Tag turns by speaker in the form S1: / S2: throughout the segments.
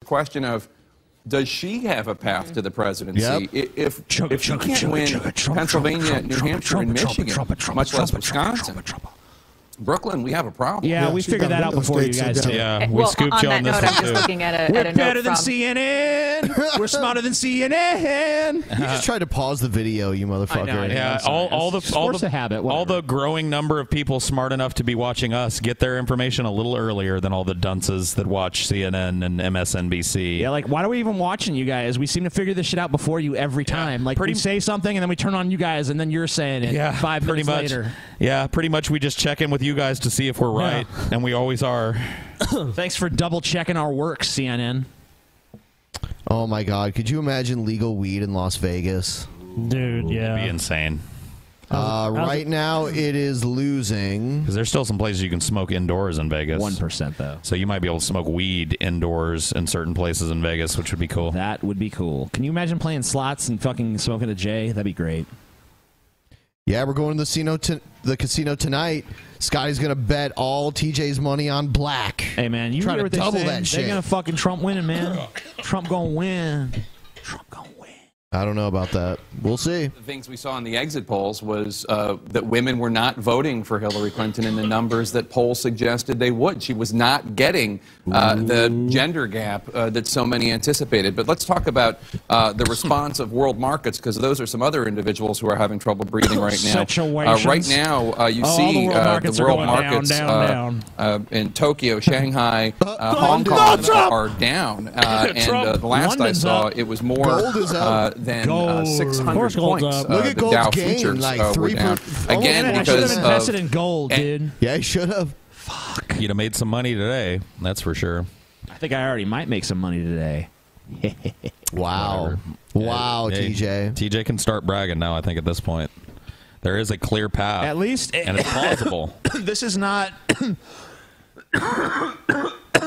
S1: The question of does she have a path to the presidency?
S2: Yep.
S1: I- If,
S2: Chugga,
S1: if she
S2: chugga,
S1: can't
S2: chugga,
S1: win
S2: chugga, chugga,
S1: Pennsylvania,
S2: chugga,
S1: New
S2: chugga,
S1: Hampshire,
S2: chugga,
S1: and
S2: chugga,
S1: Michigan,
S2: chugga, chugga,
S1: much less
S2: chugga, chugga,
S1: Wisconsin,
S2: chugga, chugga.
S1: Brooklyn, we have a problem.
S3: Yeah, we
S2: she's
S3: figured
S2: got
S3: that out
S2: real
S3: before you
S2: estate,
S3: guys
S2: so
S3: did.
S4: Yeah,
S5: Eh,
S4: we
S5: well,
S4: scooped
S5: on
S4: you on
S5: that
S4: this one
S5: note, I'm just
S4: too.
S5: looking at a, at
S3: We're
S5: a note
S3: better than
S5: from-
S3: CNN. We're smarter than CNN.
S2: You just tried to pause the video, you motherfucker.
S3: know, I know.
S4: Yeah,
S3: I'm sorry.
S4: all, all the
S3: It's
S4: all
S3: force
S4: the
S3: of habit,
S4: all
S3: whatever.
S4: the growing number of people smart enough to be watching us get their information a little earlier than all the dunces that watch CNN and MSNBC.
S3: Yeah, like why are we even watching you guys? We seem to figure this shit out before you every time. like
S4: pretty-
S3: we say something and then we turn on you guys and then you're saying it.
S4: Yeah,
S3: five
S4: pretty
S3: minutes
S4: much.
S3: later.
S4: Yeah, pretty much. We just check in with you guys to see if we're right, and we always are.
S3: Thanks for double checking our work, CNN.
S2: Oh my god, could you imagine legal weed in Las Vegas?
S6: Dude,
S4: Be
S6: yeah.
S4: insane
S2: Uh,
S6: how's
S2: right
S6: it-
S2: now it is losing.
S4: because there's still some places you can smoke indoors in Vegas.
S3: percent though.
S4: So you might be able to smoke weed indoors in certain places in Vegas, which would be cool.
S3: That would be cool. Can you imagine playing slots and fucking smoking a J? That'd be great.
S2: Yeah, we're going to the casino, to- the casino tonight. Scotty's gonna bet all TJ's money on black.
S3: Hey man, you
S2: Try
S3: hear
S2: to
S3: what they
S2: double
S3: say?
S2: that
S3: They're
S2: shit.
S3: gonna fucking Trump winning, man. Trump gonna win. Trump gonna win.
S2: I don't know about that. We'll see.
S1: The things we saw in the exit polls was uh, that women were not voting for Hillary Clinton in the numbers that polls suggested they would. She was not getting uh, the gender gap uh, that so many anticipated. But let's talk about uh, the response of world markets because those are some other individuals who are having trouble breathing right now.
S3: Situations.
S1: Uh, right now, uh, you
S3: Oh, all
S1: see
S3: the world
S1: uh,
S3: markets
S1: the
S3: are
S1: world
S3: going down,
S4: markets,
S3: down,
S1: uh,
S3: down.
S1: uh, in Tokyo, Shanghai, uh, Hong
S2: London's
S1: Kong are down. Uh, and uh, the last
S3: London's
S1: I saw,
S3: up.
S1: it was more
S2: Gold is
S1: uh,
S2: up.
S1: than uh,
S4: Oh,
S6: Gold.
S1: 600
S6: Of course gold's
S1: points.
S6: up.
S1: Uh,
S2: Look at
S1: the
S2: gold's
S1: Dow
S2: gain,
S1: futures,
S2: like,
S1: uh, were
S2: three
S1: down.
S2: per-
S1: Again,
S2: Oh, man,
S3: I should
S1: because
S3: have invested
S1: of,
S3: in gold, dude.
S2: Yeah, he should have.
S4: You'd have made some money today, that's for sure.
S3: I think I already might make some money today.
S2: Wow, wow,
S4: Hey,
S2: TJ.
S4: TJ can start bragging now. I think at this point, there is a clear path.
S3: At least-
S4: and it's plausible.
S3: this is not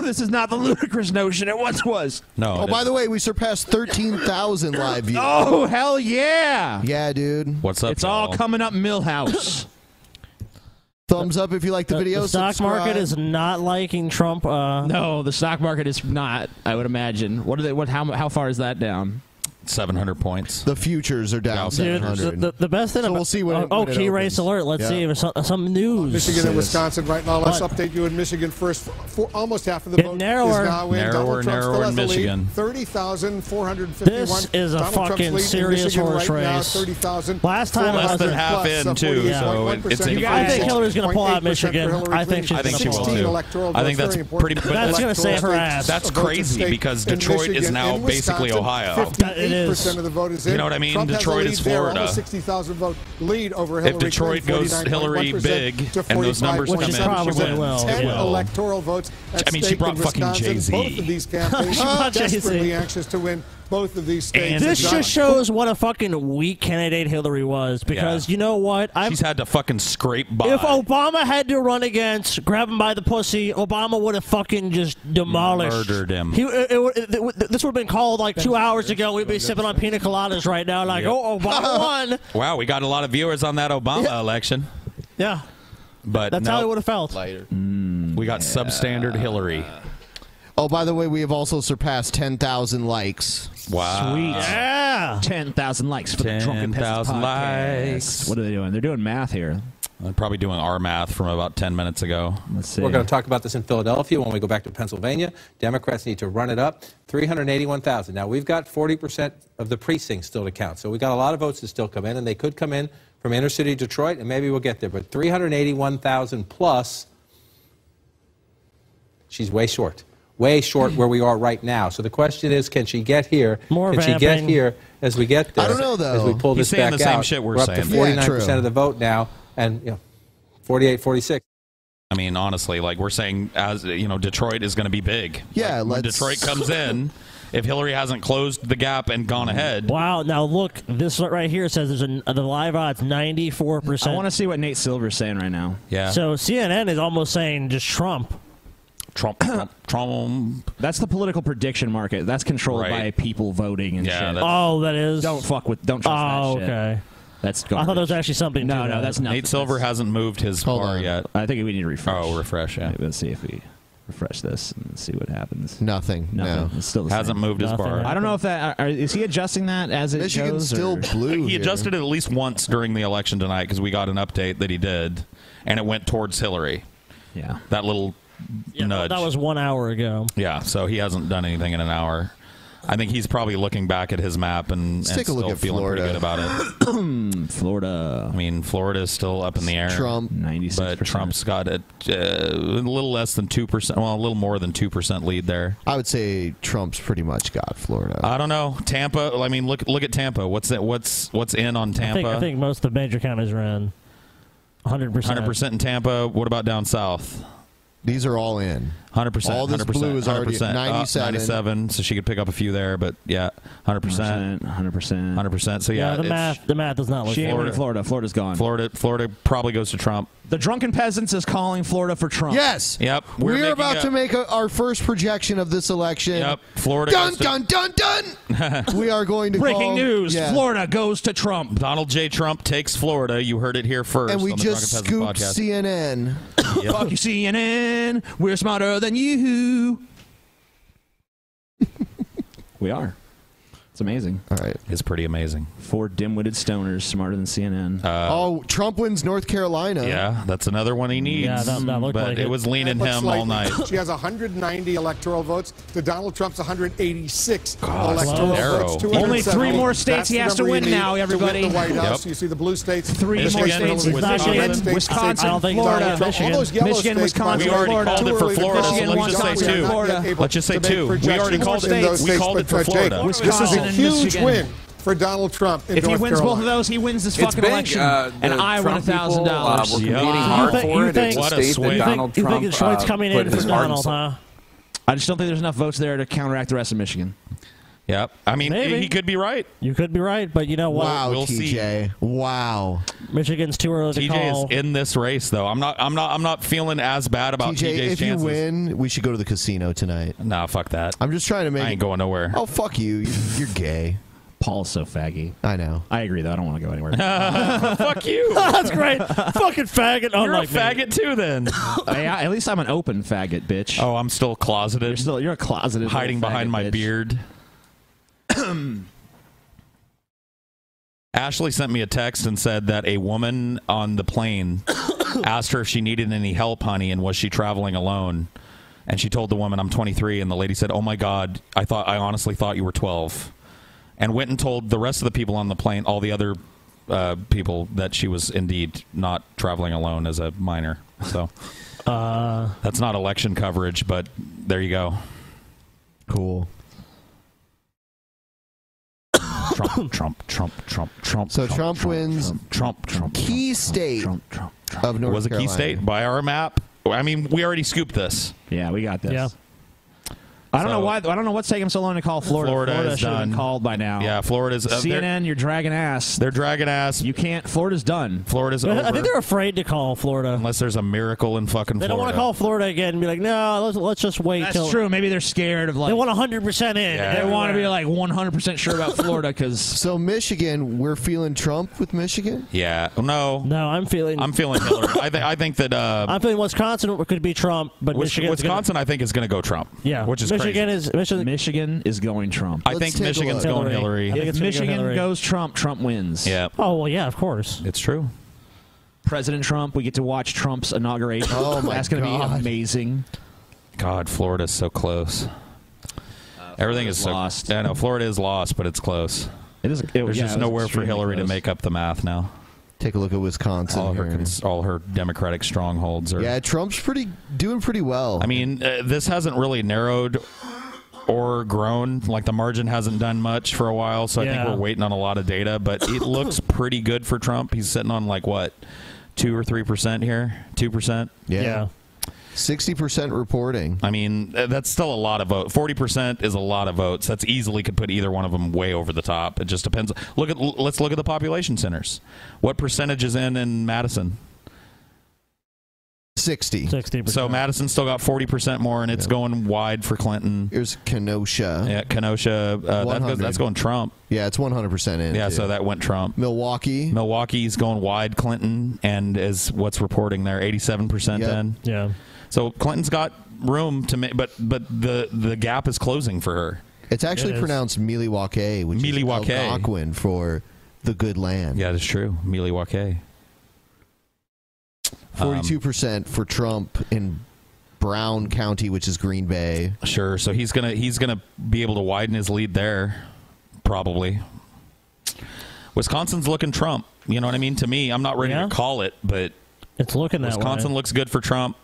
S3: this is not the ludicrous notion it once was.
S4: No.
S2: Oh,
S4: it
S2: by
S4: is-
S2: the way, we surpassed thirteen thousand live views.
S3: Oh hell yeah!
S2: Yeah, dude.
S4: what's up?
S3: It's all
S4: y'all?
S3: coming up Millhouse.
S2: Thumbs up if you like the,
S6: The, the
S2: video.
S6: stock market
S2: subscribe.
S6: is not liking Trump. Uh,
S3: no, the stock market is not. I would imagine. What are they? What? How? How far is that down?
S4: 700 points.
S2: the futures are down
S6: dude,
S2: seven
S6: the,
S2: hundred.
S6: the, the best thing
S2: So
S6: about
S2: we'll see when
S6: oh,
S2: it-
S6: oh,
S2: when it
S6: key
S2: opens.
S6: race alert. Let's
S2: Yeah.
S6: see if some, some news.
S7: Michigan and
S2: Yes.
S7: Wisconsin right now. Let's
S6: What?
S7: update you in Michigan first. For almost half of the
S6: Get
S7: vote
S6: narrower.
S7: is now in.
S4: Narrower,
S7: Donald Trump
S4: narrower
S7: still has
S4: in
S7: the
S4: Michigan.
S7: lead. Thirty thousand four hundred fifty-one.
S6: This is a
S7: Donald
S6: fucking
S7: Trump's lead in
S6: serious
S7: Michigan
S6: horse
S7: right Now,
S6: race.
S7: Thirty thousand.
S6: Last time
S4: Less
S6: it
S4: than
S6: wasn't-
S4: half in, too, so it- it's in-
S6: I think Hillary's gonna pull out Michigan. I think she's
S4: I think she will
S6: 16
S4: too.
S7: Electoral
S4: I think
S7: votes,
S4: that's
S7: very
S4: pretty.
S7: important.
S4: But
S6: That's
S4: that's,
S6: gonna save her ass.
S4: that's
S7: Of votes in
S4: crazy
S7: state
S4: because
S7: in
S4: Detroit
S7: Michigan
S4: is now
S7: and
S4: basically
S7: Wisconsin,
S4: Ohio.
S7: 58%
S6: It is.
S7: of the vote is in.
S4: You know what I mean?
S7: Trump has a
S4: Detroit
S7: lead
S4: is
S7: there,
S4: Florida.
S7: Almost 60,000 vote lead over
S4: If
S7: Hillary
S4: Detroit
S7: Clinton,
S4: goes Hillary
S7: 49.1%
S4: big
S7: to
S4: and those numbers
S6: Which
S4: come in,
S6: it
S7: 45.7%.
S6: probably
S4: she wins.
S6: will,
S4: It
S7: Ten
S6: yeah.
S4: will.
S7: electoral votes. At
S4: I mean, she
S7: stake
S4: brought
S7: in
S4: fucking
S7: Wisconsin.
S4: Jay-Z.
S7: Both of these campaigns
S6: She brought Jay-Z.
S7: desperately anxious to win both of these states.
S4: And
S6: This
S4: It's
S6: just shows what a fucking weak candidate Hillary was. Because
S4: Yeah.
S6: you know what? I'm,
S4: She's had to fucking scrape by.
S6: if Obama had to run against, grab him by the pussy, Obama would have fucking just demolished.
S4: Murdered him.
S6: He, it, it would- it would- this would have been called like two hours ago. We'd be sipping on pina coladas right now, like,
S4: Yep.
S6: oh, Obama won.
S4: wow, we got a lot of viewers on that Obama election,
S6: Yeah,
S4: but
S6: that's
S4: no,
S6: how it would have felt.
S4: we got substandard Hillary.
S2: oh, by the way, we have also surpassed ten thousand likes.
S4: Wow.
S3: Sweet.
S6: yeah.
S3: Ten thousand likes for the Drunken Peasants
S4: 10,000
S3: podcast.
S4: likes.
S3: What are they doing? They're doing math here.
S4: I'm probably doing our math from about 10 minutes ago.
S5: Let's see.
S8: We're going to talk about this in Philadelphia when we go back to Pennsylvania. Democrats need to run it up 381,000. Now, we've got 40% of the precincts still to count. So we've got a lot of votes that still come in, and they could come in from inner city Detroit, and maybe we'll get there. But 381,000 plus, she's way short. Way short where we are right now. So the question is, can she get here?
S6: More
S8: can she get
S6: vamping.
S8: here as we get there?
S6: I don't know,
S8: As we
S6: though.
S8: pull
S6: He's
S8: this
S6: saying
S8: back
S6: the same
S8: out.
S4: shit we're
S8: We're up to
S4: saying. Yeah,
S8: 49%
S4: true.
S8: of the vote now, and you know, 48, 46.
S4: I mean, honestly, like we're saying, as you know, Detroit is going to be big.
S2: Yeah,
S4: Like, when
S2: let's-
S4: Detroit comes in. If Hillary hasn't closed the gap and gone ahead,
S6: Wow. Now look, this right here says there's an, uh, the live odds 94. percent
S3: I want to see what Nate Silver's saying right now.
S4: Yeah.
S6: So CNN is almost saying just Trump.
S4: Trump, Trump, Trump.
S3: That's the political prediction market. That's controlled
S6: Right.
S3: by people voting and
S6: Yeah,
S3: shit.
S6: that's- Oh, that is.
S3: Don't fuck with. Don't trust
S6: Oh,
S3: that shit.
S6: okay.
S3: That's.
S6: I
S3: Garbage.
S6: thought there was actually something.
S3: No,
S6: to
S3: no,
S6: that.
S3: that's not.
S4: Nate Silver hasn't moved his bar yet.
S3: I think we need to refresh.
S4: Oh, refresh. Yeah.
S3: Let's see if we refresh this and see what happens.
S2: Nothing.
S3: Nothing.
S2: No.
S3: It's still the
S4: Hasn't
S3: same.
S4: moved his Nothing bar.
S3: I don't know if that uh, are, is he adjusting that as it goes. or?
S4: He adjusted it at least once during the election tonight because we got an update that he did, and it went towards Hillary.
S3: Yeah.
S4: That little nudge.
S6: That was one hour ago.
S4: yeah. So he hasn't done anything in an hour. I think he's probably looking back at his map and,
S2: Let's
S4: and
S2: take a look
S4: still
S2: at
S4: feeling pretty
S2: Florida.
S4: good about it.
S3: Florida.
S4: I mean, Florida is still up in the air.
S2: Trump.
S4: but Trump's got a, uh, a little less than two percent. Well, a little more than two percent lead there. Uh,
S2: I would say Trump's pretty much got Florida.
S4: I don't know. Tampa. I mean, look look at Tampa. What's that? What's what's in on
S6: I
S4: Tampa?
S6: think, I think most of the major counties are in 100. percent
S4: Hundred percent in Tampa. What about down south?
S2: These are all in.
S4: Hundred percent. Uh,
S2: All this blue is already- 97.
S4: Ninety-seven. So she could pick up a few there, but yeah, hundred percent,
S3: hundred percent,
S4: hundred percent. So yeah,
S6: the
S4: it's-
S6: math. The math does not look.
S3: She ain't
S6: good.
S3: winning Florida. Florida's gone.
S4: Florida. Florida probably goes to Trump.
S3: The drunken peasants is calling Florida for Trump.
S2: Yes.
S4: Yep.
S2: We're,
S4: making
S2: about
S4: a-
S2: to make a, our first projection of this election.
S4: Yep. Florida.
S2: Dun
S4: goes to-
S2: dun dun dun. we are going to
S3: Breaking
S2: call-
S3: news:
S2: Yeah.
S3: Florida goes to Trump.
S4: Donald J. Trump takes Florida. You heard it here first.
S2: And we
S4: on the
S2: just
S4: Drunken
S2: scooped
S4: Peasant podcast.
S2: CNN.
S4: Yep.
S3: Fuck you, CNN. We're smarter than you. we are. It's amazing.
S2: All right.
S4: It's pretty amazing.
S3: Four dim-witted stoners smarter than CNN.
S2: oh, Trump wins North Carolina.
S4: Yeah, that's another one he needs.
S6: Yeah, that- that looked
S4: but
S6: like
S4: it
S6: it.
S4: was leaning
S7: But
S4: him all
S7: slightly.
S4: night.
S7: She has 190 electoral votes to Donald Trump's 186
S4: God,
S7: electoral
S4: narrow.
S7: votes.
S3: Only three more states
S7: That's
S3: he
S7: the
S3: has to
S7: number you
S3: win
S7: need
S3: now, everybody.
S7: To win the White
S4: Yep.
S7: House. You see the blue states.
S3: Three
S7: the
S3: more
S7: red
S3: states.
S7: states,
S3: Wisconsin,
S7: the red states,
S3: Wisconsin,
S7: I don't think
S3: Florida,
S7: Donald Trump-
S3: Michigan.
S7: all those yellow
S3: Michigan,
S7: states, by the
S3: Wisconsin,
S7: way,
S4: We already
S3: Florida.
S4: called
S7: too
S4: it for
S7: early to
S4: Florida,
S7: call.
S4: so
S3: Michigan,
S4: let's
S7: Wisconsin,
S4: just say
S7: we are
S4: two.
S7: not
S3: Florida.
S7: yet able
S4: Let's just say
S7: to make
S4: two. We already
S7: projections
S4: called it-
S7: in those
S4: we
S7: states,
S4: called
S7: but
S4: it for
S7: Jake,
S4: Florida.
S7: This is
S3: Wisconsin
S7: a
S3: and
S7: huge
S3: Michigan.
S7: win for Donald Trump in
S3: if he
S7: North
S3: wins both of
S7: Carolina.
S3: those, he wins this fucking
S1: big,
S3: election,
S1: uh,
S3: and
S1: the
S3: I
S1: Trump
S3: won a thousand
S1: people, uh,
S3: dollars.
S1: We're
S4: Yeah.
S1: competing
S4: You
S1: hard
S6: think-
S1: for
S6: you
S1: it. It's
S6: think-
S1: a
S4: What a
S1: state
S4: swing.
S1: that
S4: You think-
S1: Donald
S6: you
S1: Trump
S6: think Detroit's
S1: uh,
S6: coming
S1: put
S6: in for
S1: his heart and
S6: Donald,
S1: soul.
S6: huh?
S3: I just don't think there's enough votes there to counteract the rest of Michigan.
S4: Yep. I mean,
S6: Maybe.
S4: he could be right.
S6: You could be right, but you know what?
S2: Wow,
S4: We'll see.
S2: TJ. Wow.
S6: Michigan's too early to
S4: TJ
S6: call.
S4: is in this race, though. I'm not. I'm not. I'm not feeling as bad about
S2: TJ,
S4: TJ's
S2: if
S4: chances.
S2: you win, we should go to the casino tonight.
S4: Nah, fuck that.
S2: I'm just trying to make.
S4: I ain't going nowhere.
S2: Oh, fuck you. You're, you're gay.
S3: Paul's so faggy.
S2: I know.
S3: I agree, though. I don't want to go anywhere.
S4: fuck you.
S6: That's great. Fucking faggot.
S4: You're a
S6: Unlike me.
S4: faggot too, then.
S3: Hey, I- at least I'm an open faggot, bitch.
S4: oh, I'm still
S3: You're
S4: closeted,
S3: still you're a closeted little
S4: hiding behind
S3: faggot,
S4: my
S3: bitch.
S4: beard. Ashley sent me a text and said that a woman on the plane asked her if she needed any help, honey, and was she traveling alone. And she told the woman, "I'm 23," and the lady said, "Oh my God, I thought I honestly thought you were 12," and went and told the rest of the people on the plane, all the other uh, people, that she was indeed not traveling alone as a minor. So
S6: Uh,
S4: that's not election coverage, but there you go.
S2: Cool.
S4: Trump, Trump, Trump, Trump, Trump.
S2: So Trump wins
S4: Trump, Trump,
S2: key state
S4: Trump, Trump, Trump.
S2: of North
S4: was a key
S2: Carolina.
S4: state by our map. I mean, we already scooped this.
S3: Yeah, we got this.
S6: Yeah.
S3: I don't know
S4: So-
S3: why. I don't know what's taking so long to
S6: Oh,
S3: call Florida.
S4: Florida is
S3: should have been
S4: done.
S3: called by now.
S4: Yeah, Florida's uh,
S3: CNN,
S4: They're,
S3: you're dragging ass.
S4: they're dragging ass.
S3: You can't. Florida's done.
S4: Florida's
S6: I
S4: over.
S6: I think they're afraid to call Florida.
S4: unless there's a miracle in fucking.
S6: they
S4: Florida.
S6: don't want to call Florida again and be like, no, let's, let's just wait
S3: That's
S6: till
S3: true. Maybe they're scared of like.
S6: they want 100 percent in.
S4: Yeah.
S3: they
S6: They
S3: want to be like 100 percent sure about Florida because
S2: So Michigan, we're feeling Trump with Michigan.
S4: Yeah, no,
S6: No, I'm feeling.
S4: I'm
S6: I'm,
S4: feeling Hillary. I, th- I think that uh,
S6: feeling Wisconsin could be Trump, but
S4: Wis-
S6: Michigan's
S4: Wisconsin, I think is going to go Trump.
S6: Gonna, yeah,
S4: which is
S6: Michigan
S4: crazy.
S6: is Michigan.
S3: Michigan is going Trump.
S4: I
S2: Let's
S4: think
S2: take a
S4: Michigan's
S2: look.
S4: going Hillary.
S6: Hillary. I think
S3: If
S6: it's gonna go
S3: Michigan
S6: Hillary.
S3: goes Trump, Trump wins.
S4: Yeah,
S6: Oh well, yeah, of course.
S4: it's true.
S3: President Trump. We get to watch Trump's inauguration.
S4: Oh, my
S3: That's going to be
S4: God.
S3: amazing.
S4: God, Florida's so close.
S6: Uh,
S4: Everything is so, lost. Yeah, no, Florida is lost, but it's close.
S3: It is.
S4: There's
S2: yeah,
S4: just
S2: it was
S4: nowhere for
S2: extremely
S4: Hillary to
S2: close.
S4: make up the math now.
S2: Take a look at Wisconsin.
S4: All her, cons- all her Democratic strongholds are.
S2: Yeah, Trump's pretty doing pretty well.
S4: I mean, uh, this hasn't really narrowed or grown. Like the margin hasn't done much for a while, so I think
S5: Yeah.
S4: we're waiting on a lot of data. But it looks pretty good for Trump. He's sitting on like what, two or three percent here, two percent.
S2: Yeah. Sixty percent reporting.
S4: I mean, th- that's still a lot of votes. Forty percent is a lot of votes. That's easily could put either one of them way over the top. It just depends. Look at l- let's look at the population centers. What percentage is in in Madison?
S2: 60.
S4: 60 So Madison's still got 40% more, and it's going wide for Clinton.
S2: Here's Kenosha.
S4: Yeah, Kenosha. Uh, that goes,
S2: 100.
S4: that's going Trump.
S2: Yeah, it's 100% in.
S4: Yeah,
S2: too.
S4: so that went Trump.
S2: Milwaukee.
S4: Milwaukee's going wide Clinton, and is what's reporting there, 87%
S2: Yep.
S4: in.
S6: Yeah.
S4: So Clinton's got room to make, but, but the, the gap is closing for her.
S2: It's actually pronounced Miliwake, which
S4: Miliwake.
S2: is Algonquin for the good land.
S4: Yeah, that's true. Miliwake.
S2: Forty-two percent for Trump in Brown County, which is Green Bay.
S4: Sure. So he's gonna he's gonna be able to widen his lead there, probably. Wisconsin's looking Trump. You know what I mean? To me, I'm not ready to call it, but
S6: it's looking
S4: that Wisconsin
S6: way.
S4: looks good for Trump.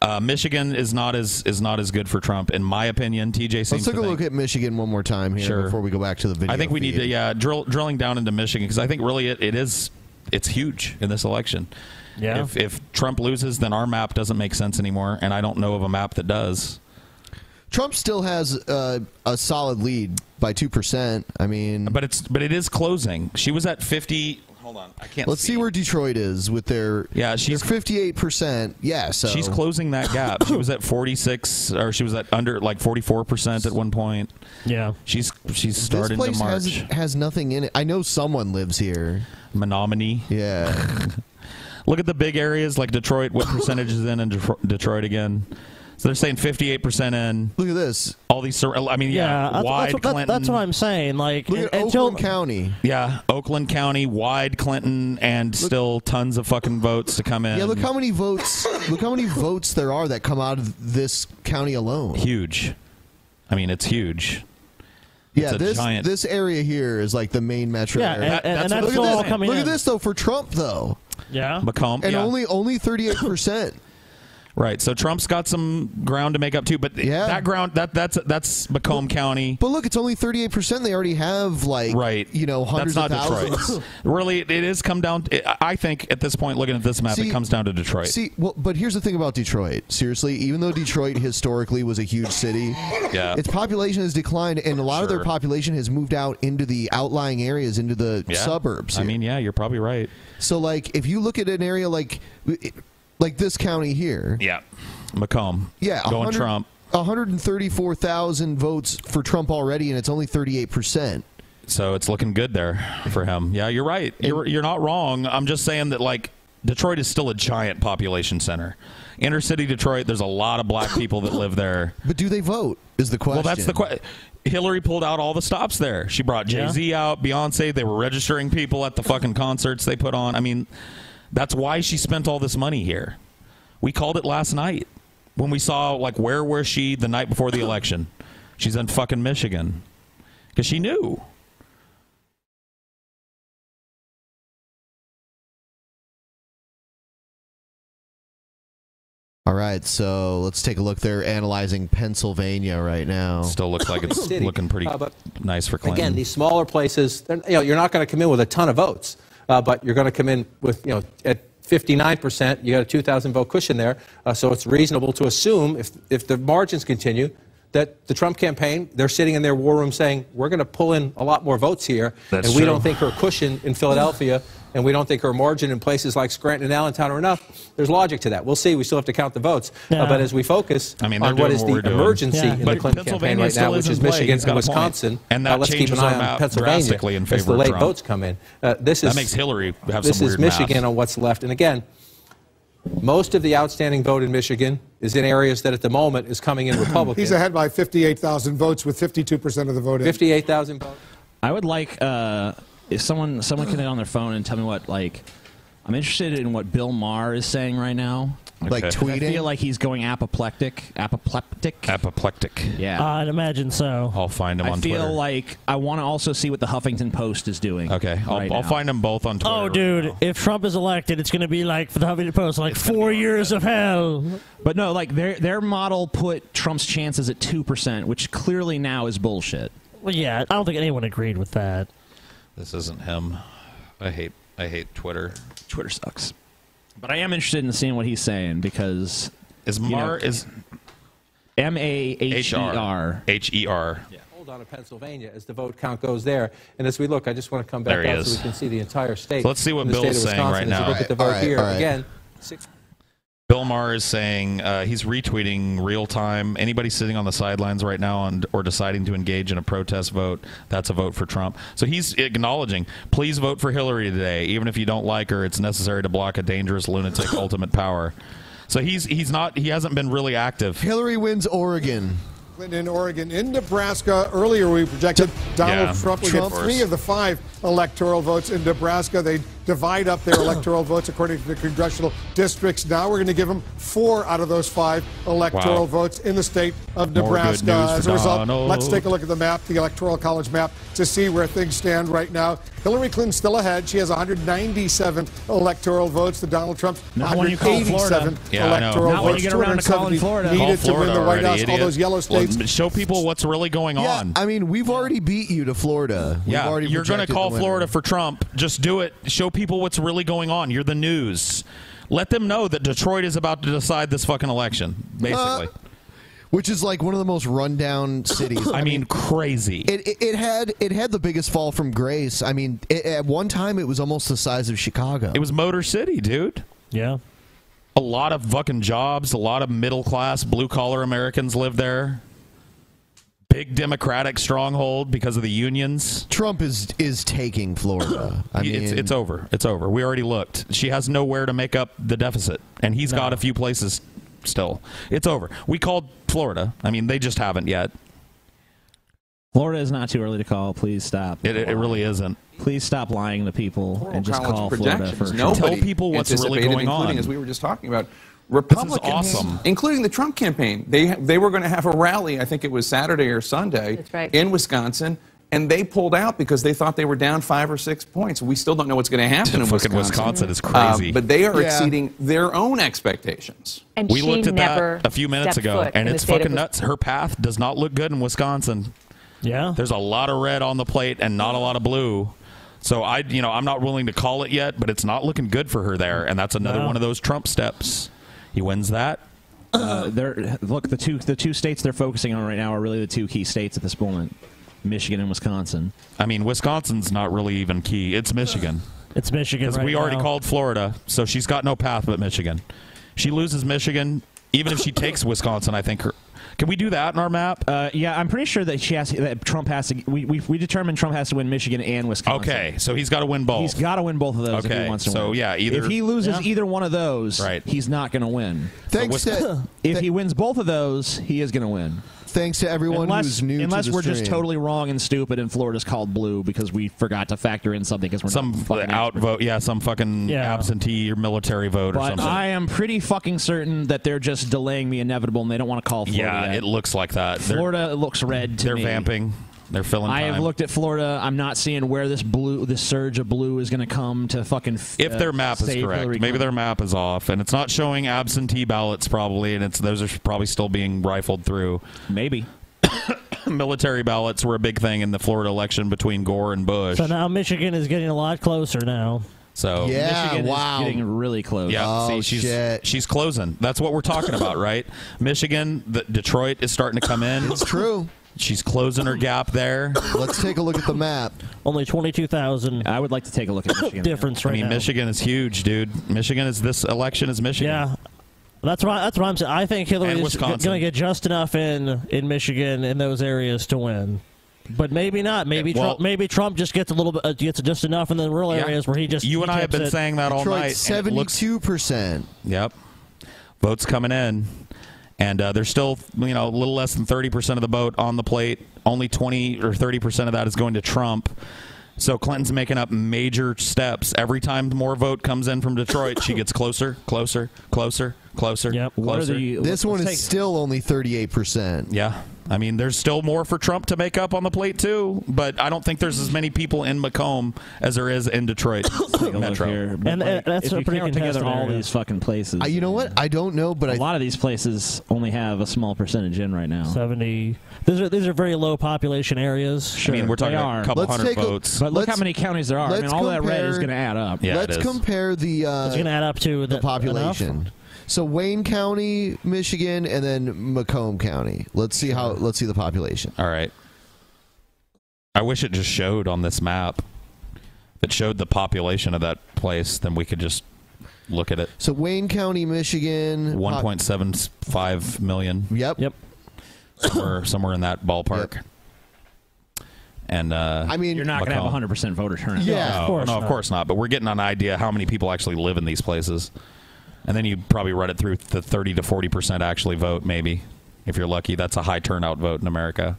S4: Uh, Michigan is not as is not as good for Trump, in my opinion. TJ seems
S2: Let's take
S4: to
S2: a
S4: think-
S2: look at Michigan one more time here
S4: Sure.
S2: before we go back to the video.
S4: I think we need to yeah drill drilling down into Michigan because I think really it, it is it's huge in this election.
S2: Yeah.
S4: If, if Trump loses, then our map doesn't make sense anymore, and I don't know of a map that does.
S2: Trump still has uh, a solid lead by two percent. I mean,
S4: but it's but it is closing. She was at fifty. Hold on, I can't.
S2: Let's see where Detroit is with their yeah. She's fifty-eight percent. Yeah, so
S4: She's closing that gap. She was at 46, or she was at under like 44 percent at one point.
S6: Yeah,
S4: she's she's
S2: This
S4: starting to
S2: place
S4: March.
S2: has, has nothing in it. I know someone lives here.
S4: Menominee.
S2: Yeah.
S4: Look at the big areas like Detroit. What percentage is in in Detro- Detroit again? So they're saying 58 percent in.
S2: Look at this.
S4: All these. sur- I mean, yeah.
S6: that's,
S4: wide
S6: that's, what-
S4: Clinton.
S6: that's, that's what I'm saying. Like
S4: Look at
S6: un- until
S4: Oakland
S2: County.
S4: Yeah, Oakland County, wide Clinton, and still tons of fucking votes to come in.
S2: Yeah, look how many votes. Look how many votes there are that come out of this county alone.
S4: huge. I mean, it's huge.
S2: Yeah,
S4: It's a
S2: this
S4: giant-
S2: this area here is like the main metro.
S4: Yeah,
S2: area.
S4: and- and- and that's
S2: look
S4: all
S2: at this.
S4: coming
S2: Look at
S4: in.
S2: this though for Trump though,
S6: Yeah.
S4: Macomb.
S2: and
S4: yeah.
S2: only only thirty eight percent.
S4: Right. So Trump's got some ground to make up too, but that ground that that's that's Macomb County.
S2: But look, it's only thirty eight percent. They already have like
S4: Right.
S2: you know
S4: That's
S2: hundreds
S4: not
S2: of thousands.
S4: Detroit. really, it is come down. I I think at this point, looking at this map,
S2: See-
S4: it comes down to Detroit.
S2: See, well, but here's the thing about Detroit. Seriously, even though Detroit historically was a huge city,
S4: Yeah.
S2: its population has declined, and a lot of their
S4: Sure.
S2: population has moved out into the outlying areas, into the
S4: Yeah.
S2: suburbs.
S4: I mean, yeah, you're probably right.
S2: So, like, if you look at an area like like this county here,
S4: yeah, Macomb.
S2: yeah,
S4: going
S2: 100
S4: Trump.
S2: 134,000 votes for Trump already, and it's only 38 percent.
S4: So it's looking good there for him. Yeah, you're right. You're you're not wrong. I'm just saying that like Detroit is still a giant population center. Inner city Detroit, there's a lot of black people that live there.
S2: But do they vote? Is the question?
S4: Well, that's the question. Hillary pulled out all the stops there. She brought Jay Z out, Beyonce. They were registering people at the fucking concerts they put on. I mean, that's why she spent all this money here. We called it last night when we saw like where was she the night before the election? She's in fucking Michigan because she knew.
S2: All right, so let's take a look. They're analyzing Pennsylvania right now.
S4: Still looks like it's
S8: City.
S4: looking pretty
S8: Uh, but
S4: nice for Clinton.
S8: Again, these smaller places, they're- you know, you're not going to come in with a ton of votes, uh, but you're going to come in with, you know, at 59%, you got a 2,000 vote cushion there. Uh, so it's reasonable to assume, if, if the margins continue, that the Trump campaign, they're sitting in their war room saying, we're going to pull in a lot more votes here.
S4: That's
S8: and we don't
S4: true.
S8: think her cushion in Philadelphia and we don't think her margin in places like Scranton and Allentown are enough. There's logic to that. We'll see. We still have to count the votes. Uh,
S4: Yeah.
S8: but as we focus
S4: I mean, they're
S8: on what
S4: doing
S8: is
S4: what
S8: the
S4: we're doing.
S8: emergency
S4: Yeah.
S8: in
S4: But
S8: the Clinton campaign
S4: Pennsylvania
S8: right now,
S4: still
S8: which
S4: is
S8: is
S4: in play.
S8: Michigan
S4: He's
S8: and
S4: got a point.
S8: Wisconsin.
S4: And that
S8: uh, let's keep an
S4: changes
S8: eye
S4: our
S8: on
S4: map
S8: Pennsylvania
S4: drastically in
S8: as
S4: favor
S8: the
S4: of
S8: late
S4: Trump.
S8: votes come in. Uh, this
S4: That
S8: is
S4: makes Hillary have
S8: this
S4: some
S8: is
S4: weird math.
S8: Michigan on what's left. And again, most of the outstanding vote in Michigan is in areas that at the moment is coming in Republican.
S7: He's ahead by 58,000 votes with 52% of the vote in.
S8: 58,000 votes.
S3: I would like uh, if someone someone can get on their phone and tell me what like I'm interested in what Bill Maher is saying right now.
S6: Like Okay.
S3: I
S6: tweeting?
S3: feel like he's going apoplectic. Apoplectic.
S4: Apoplectic. Uh,
S3: Yeah.
S6: I'd imagine so.
S4: I'll find him
S3: I
S4: on
S3: feel
S4: Twitter.
S3: like I want to also see what the Huffington Post is doing. Okay,
S4: I'll- I'll find them both on
S6: Oh, dude, if Trump is elected, it's going to be like for the Huffington Post, like four Oh, years of hell.
S3: But no, like their their model put Trump's chances at two percent, which clearly now is bullshit.
S6: Well, yeah, I don't think anyone agreed with that.
S4: This isn't him. I hate I hate Twitter.
S3: Twitter sucks. But I am interested in seeing what he's saying because
S4: is Mar- is
S3: M A H E
S4: HR.
S3: R.
S4: H E R.
S8: Hold on to Pennsylvania as the vote count goes there. And as we look, I just want to come back
S4: There he
S8: out
S4: is.
S8: so we can see the entire state.
S4: So let's see what
S8: And the state
S4: Bill's
S8: of
S4: saying right
S8: Wisconsin, as you
S4: now.
S8: Look at the vote
S4: Alright,
S8: here
S4: alright.
S8: again. Six,
S4: Bill Maher is saying uh, he's retweeting real time. Anybody sitting on the sidelines right now and, or deciding to engage in a protest vote, that's a vote for Trump. So he's acknowledging, please vote for Hillary today, even if you don't like her. It's necessary to block a dangerous lunatic ultimate power. So he's he's not he hasn't been really active.
S2: Hillary wins Oregon.
S7: Clinton in Oregon, in Nebraska. Earlier, we projected Donald
S4: Yeah,
S7: Trump would
S4: Trump.
S7: get three of the five electoral votes in Nebraska. They divide up their electoral votes according to the congressional districts. Now we're going to give him four out of those five electoral
S4: Wow.
S7: votes in the state of
S4: More good
S7: Nebraska.
S4: news for
S7: As a result,
S4: Donald.
S7: let's take a look at the map, the electoral college map, to see where things stand right now. Hillary Clinton's still ahead. She has 197 electoral votes. The Donald Trump's
S3: Not when you call Florida.
S7: 187
S4: Yeah, I know.
S7: electoral
S4: Not
S7: votes.
S4: when you get around to
S7: 270
S4: calling Florida. Call
S7: Needed
S4: Florida
S7: to win the White
S4: already,
S7: House. All
S4: idiot.
S7: those yellow
S4: Well,
S7: states.
S4: show people what's really going on.
S2: I mean, we've already beat you to Florida. We've
S4: Yeah,
S2: already
S4: you're going to
S2: projected
S4: call
S2: the winner.
S4: Florida for Trump. Just do it. Show people what's really going on. You're the news. Let them know that Detroit is about to decide this fucking election,
S2: Uh,
S4: basically.
S2: which is like one of the most rundown cities.
S4: I mean, crazy.
S2: It, it, it had it had the biggest fall from grace. I mean, it, at one time it was almost the size of Chicago.
S4: It was Motor City, dude.
S6: Yeah.
S4: A lot of fucking jobs, a lot of middle class, blue collar Americans live there. Big Democratic stronghold because of the unions.
S2: Trump is is taking Florida. I mean,
S4: it's, it's over. It's over. We already looked. She has nowhere to make up the deficit, and he's got a few places still. It's over. We called Florida. I mean, they just haven't yet.
S3: Florida is not too early to call. Please stop.
S4: It, it really isn't.
S3: Please stop lying to people and just
S1: College
S3: call Florida
S1: projections.
S3: for
S1: Nobody anticipated, including, as we were just talking about, Republicans,
S4: awesome.
S1: including the Trump campaign. They they were going to have a rally. I think it was Saturday or Sunday in Wisconsin. And they pulled out because they thought they were down five or six points. We still don't know what's going to happen in
S4: Fucking Wisconsin
S1: Wisconsin.
S4: is
S1: Uh,
S4: crazy.
S1: but they are
S4: Yeah.
S1: exceeding their own expectations.
S5: And
S4: we
S5: she
S4: looked at
S5: never
S4: that a few minutes
S5: stepped
S4: ago,
S5: foot
S4: and
S5: in the
S4: it's
S5: state of
S4: fucking
S5: Wis-
S4: nuts. Her path does not look good in Wisconsin.
S6: Yeah,
S4: there's a lot of red on the plate and not a lot of blue. So I, you know, I'm not willing to call it yet, but it's not looking good for her there, and that's another
S3: No.
S4: one of those Trump steps. He wins that.
S3: Uh, they're, look, the two the two states they're focusing on right now are really the two key states at this moment: Michigan and Wisconsin.
S4: I mean, Wisconsin's not really even key. It's Michigan.
S6: It's Michigan.
S4: Because
S6: right
S4: we already
S6: now.
S4: called Florida, so she's got no path but Michigan. She loses Michigan, even if she takes Wisconsin. I think her. Can we do that in our map?
S3: Uh, yeah, I'm pretty sure that she has that Trump has to. We, we we determined Trump has to win Michigan and Wisconsin.
S4: Okay, so he's got to win both.
S3: He's got to win both of those. if
S4: Okay,
S3: he wants to
S4: so
S3: win.
S4: yeah, either-
S3: if he loses
S4: Yeah.
S3: either one of those,
S4: Right.
S3: he's not going to win.
S2: Thanks to-
S3: if he wins both of those, he is going to win.
S2: Thanks to everyone
S3: unless,
S2: who's new. to
S3: unless
S2: the
S3: we're just
S2: stream.
S3: totally wrong and stupid, and Florida's called blue because we forgot to factor in something because we're
S4: some
S3: not
S4: f-
S3: fucking
S4: outvote, yeah, some fucking
S3: Yeah.
S4: absentee or military vote or
S3: But
S4: something.
S3: I am pretty fucking certain that they're just delaying the inevitable, and they don't want to call Florida.
S4: yeah,
S3: yet.
S4: it looks like that. They're-
S3: Florida looks red to
S4: they're
S3: me.
S4: vamping. They're filling.
S3: I have
S4: time.
S3: looked at Florida. I'm not seeing where this blue, this surge of blue, is going to come to fucking. f-
S4: If
S3: uh,
S4: their map is
S3: save
S4: correct,
S3: Hillary
S4: maybe
S3: Clinton.
S4: their map is off, and it's not showing absentee ballots probably, and it's those are probably still being rifled through.
S3: Maybe
S4: military ballots were a big thing in the Florida election between Gore and Bush.
S6: So now Michigan is getting a lot closer now.
S4: So
S6: Yeah, Michigan is wow.
S3: getting really close.
S4: Yeah,
S3: Oh,
S4: see, she's she's closing. That's what we're talking about, right? Michigan, the, Detroit is starting to come in. It's
S2: true.
S4: She's closing her gap there.
S2: Let's take a look at the map.
S6: Only twenty-two thousand.
S3: I would like to take a look at Michigan.
S6: difference right
S4: I mean,
S6: now.
S4: Michigan is huge, dude. Michigan is this election is Michigan.
S6: Yeah. That's right. That's what I'm saying. I think Hillary
S4: And
S6: is going
S4: Wisconsin.
S6: to get just enough in in Michigan in those areas to win, but maybe not. Maybe
S4: well-
S6: Trump. Maybe Trump just gets a little bit. Uh, gets just enough in the rural
S4: Yeah.
S6: areas where he just.
S4: You
S6: he
S4: and I have
S6: tips
S4: been
S6: it.
S4: saying that all night. and it looks-
S2: Seventy-two percent.
S4: Yep. Votes coming in. And uh, there's still, you know, a little less than 30% of the vote on the plate. Only 20 or 30% of that is going to Trump. So Clinton's making up major steps. Every time more vote comes in from Detroit, she gets closer, closer, closer, closer, closer.
S2: this one is still only 38%.
S4: Yeah. I mean, there's still more for Trump to make up on the plate too, but I don't think there's as many people in Macomb as there is in Detroit Metro.
S3: But, like, if you count together all these fucking places.
S2: Uh, you know what? I don't know, but
S3: a lot of these places only have a small percentage in right now.
S6: Seventy. These are these are very low population areas.
S3: Sure, they are. but look how many counties there are. I mean,
S2: let's
S3: all that red
S2: compare-
S3: is going to add up.
S2: let's compare the. Uh,
S6: It's gonna add up to
S2: the,
S6: the-
S2: population. So Wayne County, Michigan, and then Macomb County. Let's see how. Let's see the population.
S4: All right. I wish it just showed on this map. If it showed the population of that place, then we could just look at it.
S2: So Wayne County, Michigan.
S4: One
S2: pop-
S4: point seven five million.
S2: Yep.
S6: Yep.
S4: Somewhere, somewhere in that ballpark. And uh,
S2: I mean- You're not gonna have
S4: 100% voter turnout.
S2: Yeah,
S4: no,
S2: of course
S4: Oh, no, of
S2: not.
S4: course not. But we're getting an idea how many people actually live in these places, and then you probably run it through the 30 to 40 percent actually vote, maybe if you're lucky. That's a high turnout vote in America.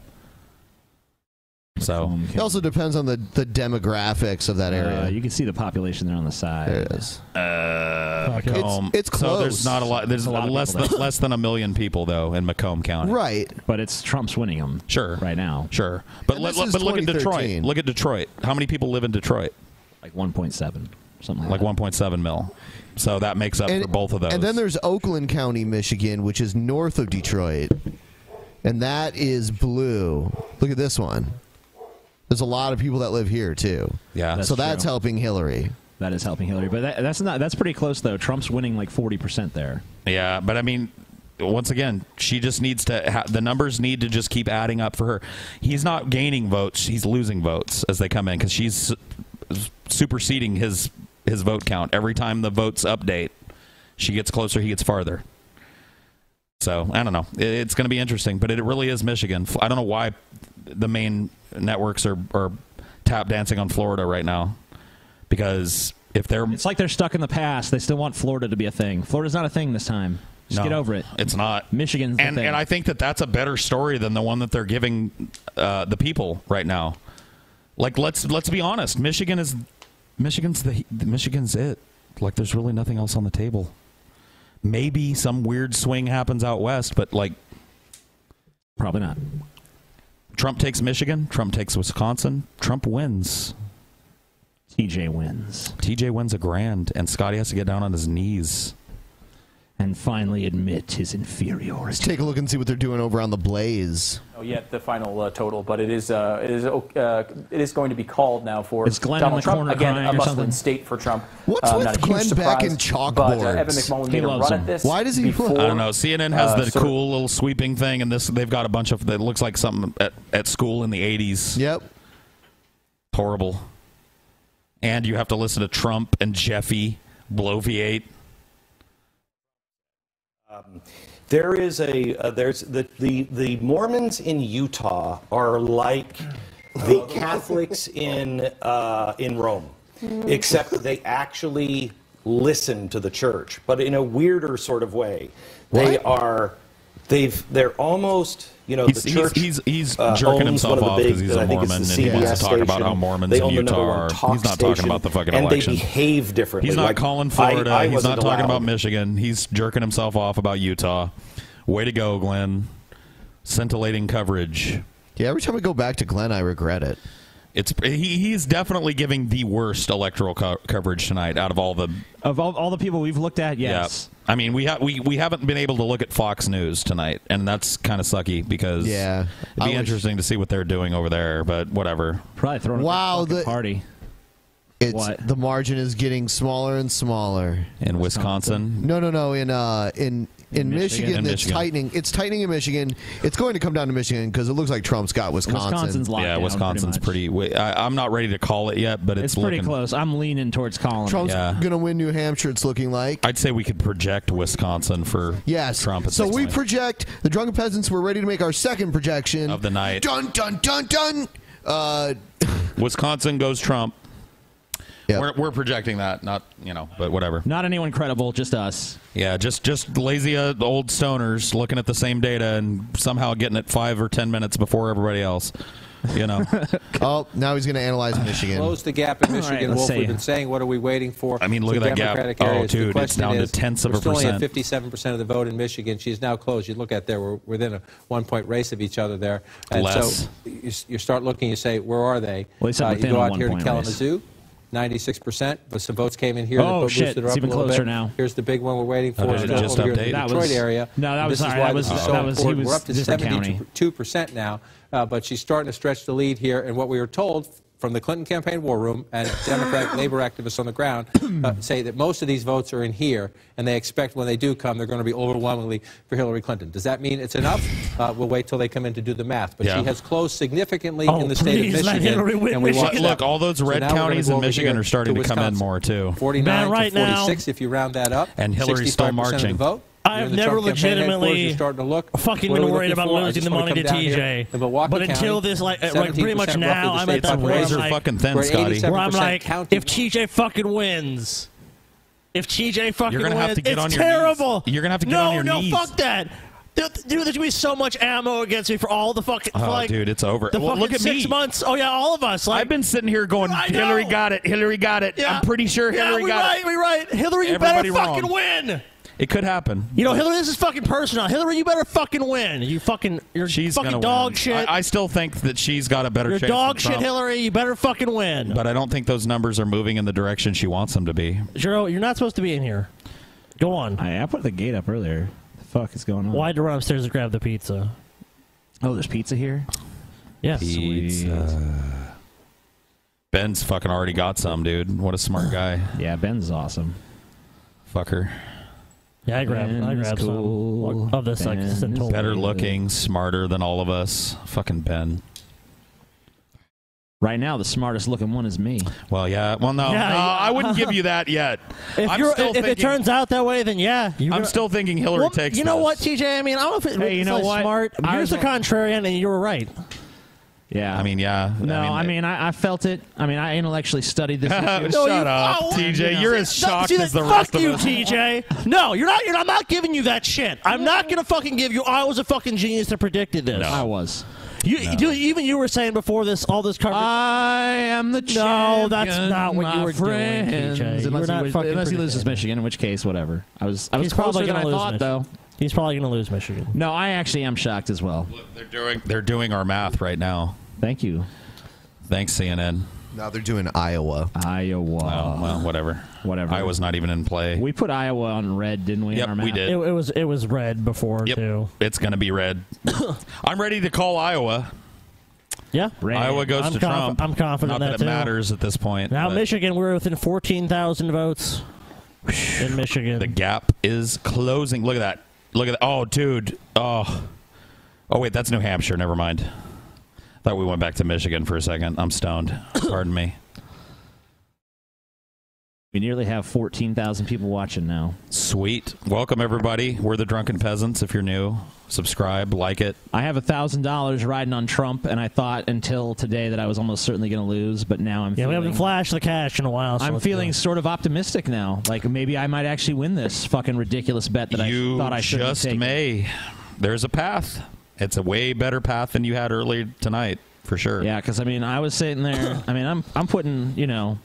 S4: So
S2: It also depends on the, the demographics of that area.
S3: Uh, you can see the population there on the side. There
S2: it is.
S4: Uh, Macomb.
S2: It's- it's
S4: So there's
S2: close.
S4: not a lot. There's
S2: There's a lot of
S4: less
S2: people
S4: than
S2: there.
S4: less than a million people though in Macomb County.
S2: Right.
S3: But it's Trump's winning them.
S4: Sure.
S3: Right now.
S4: Sure. But let, let- but look at Detroit. Look at Detroit. How many people live in Detroit?
S3: Like 1.7, something
S4: like, 1.7 mil. So that makes up for both of those.
S2: And then there's Oakland County, Michigan, which is north of Detroit. And that is blue. Look at this one. There's a lot of people that live here too.
S4: Yeah.
S2: so that's helping Hillary.
S3: That is helping Hillary, but that, that's not. That's pretty close though. Trump's winning like 40% there.
S4: yeah, but I mean, once again, she just needs to. Ha- the numbers need to just keep adding up for her. He's not gaining votes; he's losing votes as they come in because she's su- superseding his his vote count every time the votes update. She gets closer; he gets farther. So I don't know. It, it's going to be interesting, but it really is Michigan. F- I don't know why the main networks are are tap dancing on Florida right now because if they're
S3: It's like they're stuck in the past. They still want Florida to be a thing. Florida's not a thing this time. Just
S4: No,
S3: get over it.
S4: It's not.
S3: Michigan's the
S4: and
S3: thing.
S4: and I think that that's a better story than the one that they're giving uh, the people right now. Like let's let's be honest, Michigan is Michigan's the Michigan's it. Like there's really nothing else on the table. Maybe some weird swing happens out west, but like
S3: probably not.
S4: Trump takes Michigan, Trump takes Wisconsin, Trump wins.
S3: TJ wins.
S4: TJ wins a grand and Scotty has to get down on his knees.
S3: And finally admit his inferiority.
S2: Take a look and see what they're doing over on the Blaze.
S5: know yet the final uh, total, but it is uh, it is uh, it is going to be called now for
S3: Is Glenn in
S5: Donald
S3: the
S5: Trump
S3: corner
S5: again.
S3: crying
S5: A
S3: or
S5: must-win
S3: something?
S5: state for Trump.
S2: What's
S5: Um,
S2: with
S5: not a huge
S2: Glenn back
S5: surprise,
S2: in
S5: But uh, Evan
S2: chalkboards?
S5: McMullen
S2: He
S5: made a
S2: loves him.
S5: run at this.
S2: Why does he put-
S5: Before,
S4: I don't know. CNN has
S5: uh,
S4: the
S5: sort of-
S4: cool little sweeping thing, and this they've got a bunch of that looks like something at, at school in the eighties.
S2: Yep.
S4: Horrible. And you have to listen to Trump and Jeffy bloviate.
S9: there is a uh, there's the, the the Mormons in Utah are like the Catholics in uh, in Rome,
S4: Mm.
S9: except they actually listen to the church, but in a weirder sort of way. They are they've they're almost you know
S4: He's-
S9: the
S4: he's-
S9: church.
S4: he's- he's
S9: uh,
S4: jerking
S9: owns
S4: himself
S9: one of the
S4: off 'cause
S9: big-
S4: he's a
S9: I think it's the
S4: Mormon and he wants to
S9: CBS
S4: talk about how
S9: station.
S4: Mormons
S9: They
S4: in
S9: own the number
S4: Utah
S9: one
S4: are-
S9: talk
S4: he's not talking
S9: station,
S4: about the fucking
S9: and
S4: election.
S9: they behave differently.
S4: He's not
S9: Like,
S4: calling Florida.
S9: I, I
S4: He's not
S9: wasn't
S4: talking
S9: allowed.
S4: about Michigan. He's jerking himself off about Utah. Way to go, Glenn. Scintillating coverage.
S2: Yeah, every time I go back to Glenn, I regret it.
S4: It's he, he's definitely giving the worst electoral co- coverage tonight out of all the
S3: Of all, all the people we've looked at, yes.
S4: Yeah. I mean, we ha- we we haven't been able to look at Fox News tonight, and that's kind of sucky because
S2: Yeah.
S4: it'd be
S2: I wish-
S4: interesting to see what they're doing over there. But whatever.
S3: Probably throwing
S2: Wow, the
S3: party.
S2: It's the margin is getting smaller and smaller
S4: in Wisconsin.
S2: No, no, no. In uh, in in
S4: In Michigan.
S2: Michigan,
S4: In
S2: it's
S4: Michigan.
S2: tightening. It's tightening in Michigan. It's going to come down to Michigan because it looks like Trump's got Wisconsin.
S4: yeah, Wisconsin's pretty. wi- I, am not ready to call it yet, but it's,
S3: It's pretty
S4: looking,
S3: close. I'm leaning towards Colin.
S2: Trump's
S4: Yeah.
S2: going to win New Hampshire. It's looking like.
S4: I'd say we could project Wisconsin for
S2: Yes.
S4: Trump. at
S2: So
S4: this
S2: we
S4: point.
S2: project the drunken peasants. We're ready to make our second projection
S4: of the night.
S2: Dun dun dun dun. Uh,
S4: Wisconsin goes Trump. We're, we're projecting that, not you know, but whatever.
S3: Not anyone credible, just us.
S4: Yeah, just just lazy uh, old stoners looking at the same data and somehow getting it five or ten minutes before everybody else. You know.
S2: oh, now he's going to analyze Michigan.
S8: Close the gap in Michigan. Wolf, we've been saying, what are we waiting for?
S4: I mean, look
S8: So
S4: at that gap.
S8: Democratic
S4: Oh,
S8: Areas.
S4: dude,
S8: the
S4: it's
S8: question
S4: down to
S8: is,
S4: tenths of
S8: we're
S4: a
S8: still
S4: percent.
S8: only at 57% of the vote in Michigan. She's now close. You look at there, we're within a one-point race of each other there. And
S4: Less.
S8: so you, you start looking, you say, where are they? Uh,
S4: Well, he said
S8: you
S4: within
S8: go
S4: a
S8: out here to
S4: one-point race.
S8: Kalamazoo. 96%, but some votes came in here.
S3: Oh,
S8: that boosted
S3: shit,
S8: her
S3: it's
S8: up
S3: even
S8: a little
S3: closer
S8: bit.
S3: now.
S8: Here's the big one we're waiting for.
S3: Oh, did it
S8: Still
S3: just
S8: over here in
S3: update?
S8: the
S3: That
S8: Detroit
S3: was-
S8: area.
S3: no, that was-
S8: this is
S3: sorry,
S8: why
S3: that was-
S8: this is
S3: that
S8: so
S3: was- he
S8: important.
S3: was
S8: We're up to
S3: different
S8: 72
S3: county.
S8: two percent now, uh, but she's starting to stretch the lead here. And what we were told from the Clinton campaign war room and Democrat labor activists on the ground uh, say that most of these votes are in here, and they expect when they do come, they're going to be overwhelmingly for Hillary Clinton. Does that mean it's enough? Uh, we'll wait till they come in to do the math. But
S4: Yeah.
S8: she has closed significantly
S4: Oh,
S8: in the state of
S4: please,
S8: Michigan.
S4: let Hillary win
S8: and we want
S4: Michigan.
S8: that.
S4: Look, all those red
S8: now we're gonna
S4: counties
S8: go
S4: in
S8: over
S4: Michigan
S8: here
S4: are starting to come in
S8: Wisconsin.
S4: more, too.
S8: 49
S6: Man, right
S8: to
S6: now-
S8: 46 if you round that up.
S4: And Hillary's still
S8: 65% of the
S4: marching.
S8: vote.
S6: I
S8: You're
S6: have
S8: in the
S6: never
S8: Trump campaign headquarters,
S6: legitimately
S8: you're starting to look.
S6: fucking
S8: What are
S6: been
S8: we
S6: worried
S8: looking
S6: about
S8: for? I
S6: losing
S8: just
S6: the
S8: wanna
S6: money
S8: come
S6: to
S8: down here.
S6: TJ.
S8: The Milwaukee
S6: But until
S8: County,
S6: this, like, uh, like, pretty
S8: 17%
S6: much
S8: roughly
S6: now,
S8: the
S6: I'm
S8: state
S6: at that
S8: population.
S6: point
S4: razor
S6: where I'm like-
S4: fucking thin,
S8: We're at
S4: Scotty.
S8: 87%
S6: where I'm like,
S8: counting.
S6: if TJ fucking wins, if TJ fucking
S4: You're gonna
S6: wins,
S4: have to get
S6: it's
S4: on your knees.
S6: terrible.
S4: You're gonna have to get
S6: no,
S4: on your
S6: no,
S4: knees.
S6: fuck that. There- Dude, there's gonna be so much ammo against me for all the fucking. for
S4: Oh,
S6: like,
S4: dude, it's over.
S6: The
S4: Well,
S6: fucking
S4: look at
S6: six
S4: me.
S6: months. Oh yeah, all of us. Like, I've
S4: been sitting here going, Hillary got it. Hillary got it. I'm pretty sure Hillary
S6: yeah, we
S4: got
S6: right,
S4: it.
S6: We right. Hillary, you
S4: Everybody
S6: better
S4: wrong.
S6: fucking win.
S4: It could happen.
S6: You know, Hillary, this is fucking personal. Hillary, you better fucking win. You fucking, you're
S4: She's
S6: fucking
S4: gonna
S6: dog
S4: win.
S6: shit.
S4: I, I still think that she's got a better
S6: you're
S4: chance. than
S6: dog shit,
S4: Trump,
S6: Hillary. You better fucking win.
S4: But I don't think those numbers are moving in the direction she wants them to be.
S6: Jero, you're not supposed to be in here. Go on.
S3: I, I put the gate up earlier. The fuck is going on?
S6: Why'd you run upstairs to grab the pizza?
S3: Oh, there's pizza here.
S6: Yes.
S4: Pizza. uh, Ben's fucking already got some, dude. What a smart guy. Yeah, Ben's awesome. Fucker.
S6: Yeah, I grabbed. I
S3: Ben's
S6: grabbed
S3: cool.
S6: some of this. I just
S3: Ben's
S6: told
S4: Better
S6: you.
S4: looking, smarter than all of us. Fucking Ben.
S3: Right now, the smartest looking one is me.
S4: Well, yeah. Well, no,
S6: Yeah,
S4: no,
S6: yeah.
S4: I wouldn't give you that yet.
S6: If,
S4: I'm
S6: you're,
S4: still
S6: if it
S4: thinking-
S6: turns out that way, then yeah. you're
S4: I'm
S6: gonna-
S4: still thinking Hillary
S6: Well,
S4: takes.
S6: You know
S4: this.
S6: what, TJ? I mean, I don't know if it,
S3: Hey, you
S6: it's
S3: know
S6: like
S3: what?
S6: smart.
S3: I
S6: You're
S3: was
S6: the
S3: wa-
S6: contrarian, and you were right.
S3: Yeah.
S4: I mean, yeah.
S3: No, I mean, I, I, felt it. I mean, I intellectually studied this. issue.
S4: Shut up,
S6: oh,
S4: TJ.
S6: you know.
S4: You're as
S6: See, no,
S4: shocked
S6: see,
S4: as the
S6: fuck
S4: rest of
S6: you,
S4: us.
S6: TJ. No, you're not. You're not, I'm not giving you that shit. I'm not gonna fucking give you. I was a fucking genius that predicted this.
S3: No. I was.
S6: You, dude, even you were saying before this, all this coverage.
S3: I am the
S6: No,
S3: champion,
S6: that's not what you
S3: my
S6: were
S3: friends.
S6: doing, TJ. You were
S3: Unless,
S6: not
S3: he,
S6: fucking
S3: was- unless he
S6: predicting
S3: loses
S6: it.
S3: Michigan, in which case, whatever. I was, I was
S6: He's
S3: closer
S6: probably
S3: than
S6: gonna
S3: I
S6: lose
S3: thought, though.
S6: Michigan. He's probably gonna lose Michigan.
S3: No, I actually am shocked as well.
S4: They're doing. They're doing our math right now.
S3: Thank you.
S4: Thanks, CNN.
S2: Now they're doing Iowa.
S3: Iowa.
S4: Oh, well, whatever.
S3: Whatever.
S4: Iowa's not even in play.
S3: We put Iowa on red, didn't we?
S4: Yep,
S3: in our map?
S4: we did.
S6: It, it was it was red before too.
S4: It's gonna be red. I'm ready to call Iowa.
S6: Yeah,
S4: Iowa goes
S6: I'm
S4: to
S6: confi-
S4: Trump.
S6: I'm confident
S4: Not
S6: in
S4: that,
S6: that
S4: it
S6: too.
S4: matters at this point.
S6: Now
S4: but
S6: Michigan, we're within fourteen thousand votes in Michigan.
S4: The gap is closing. Look at that. Look at that. Oh, dude. Oh. Oh wait, that's New Hampshire. Never mind. Thought we went back to Michigan for a second. I'm stoned. Pardon me.
S3: We nearly have 14,000 people watching now.
S4: Sweet. Welcome everybody. We're the Drunken Peasants. If you're new, subscribe, like it.
S3: I have $1,000 riding on Trump, and I thought until today that I was almost certainly going to lose, but now
S6: yeah,
S3: I'm
S6: we
S3: feeling,
S6: haven't flashed the cash in a while. So
S3: I'm
S6: let's
S3: feeling
S6: go.
S3: sort of optimistic now. Like maybe I might actually win this fucking ridiculous bet that I
S4: you
S3: thought I should have
S4: just
S3: taken.
S4: may. There's a path. It's a way better path than you had earlier tonight, for sure.
S3: Yeah, because I mean, I was sitting there. I mean, I'm I'm putting, you know,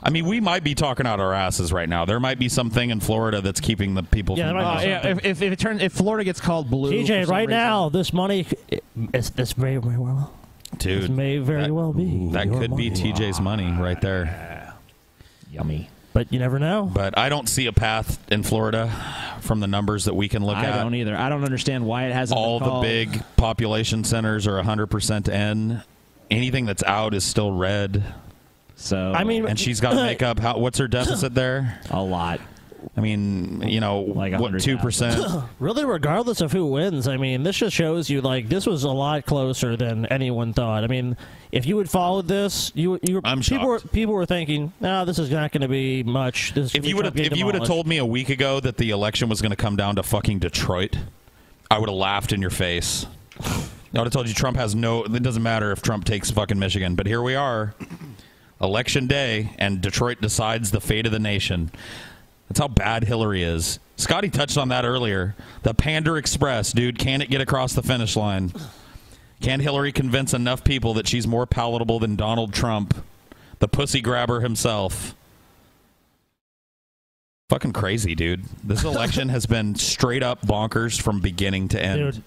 S4: I mean, we might be talking out our asses right now. There might be something in Florida that's keeping the people.
S6: Yeah,
S4: from
S6: there might be
S4: voting.
S6: something.
S3: Uh, if, if, if it turns if Florida gets called blue, for
S6: TJ,
S3: some
S6: right
S3: reason-
S6: now, this money, it, it's, this may very well, this
S4: dude,
S6: may very well be.
S4: that
S6: your
S4: could be
S6: money.
S4: TJ's money right there.
S3: Yummy.
S6: but you never know.
S4: But I don't see a path in Florida from the numbers that we can look
S3: I
S4: at.
S3: don't either. I don't understand why it hasn't. been
S4: All the
S3: called.
S4: big population centers are 100% in. Anything that's out is still red.
S3: So
S6: I mean,
S4: and she's got to make up how what's her deficit there?
S3: a lot.
S4: I mean, you know,
S3: Like
S4: what
S3: 100,000.
S4: two percent?
S6: Really, regardless of who wins, I mean, this just shows you like this was a lot closer than anyone thought. I mean, if you had followed this, you you
S4: I'm
S6: people were,
S4: shocked.
S6: people were thinking, no, this is not going to be much. This is
S4: If
S6: gonna
S4: you
S6: be
S4: would have
S6: fucking
S4: if you would have
S6: demolished."
S4: told me a week ago that the election was going to come down to fucking Detroit, I would have laughed in your face. I would have told you Trump has no. It doesn't matter if Trump takes fucking Michigan, but here we are, election day, and Detroit decides the fate of the nation. That's how bad Hillary is. Scotty touched on that earlier. The Pander Express, dude, can it get across the finish line? Can Hillary convince enough people that she's more palatable than Donald Trump, the pussy grabber himself? Fucking crazy, dude. This election has been straight up bonkers from beginning to end.
S6: Dude.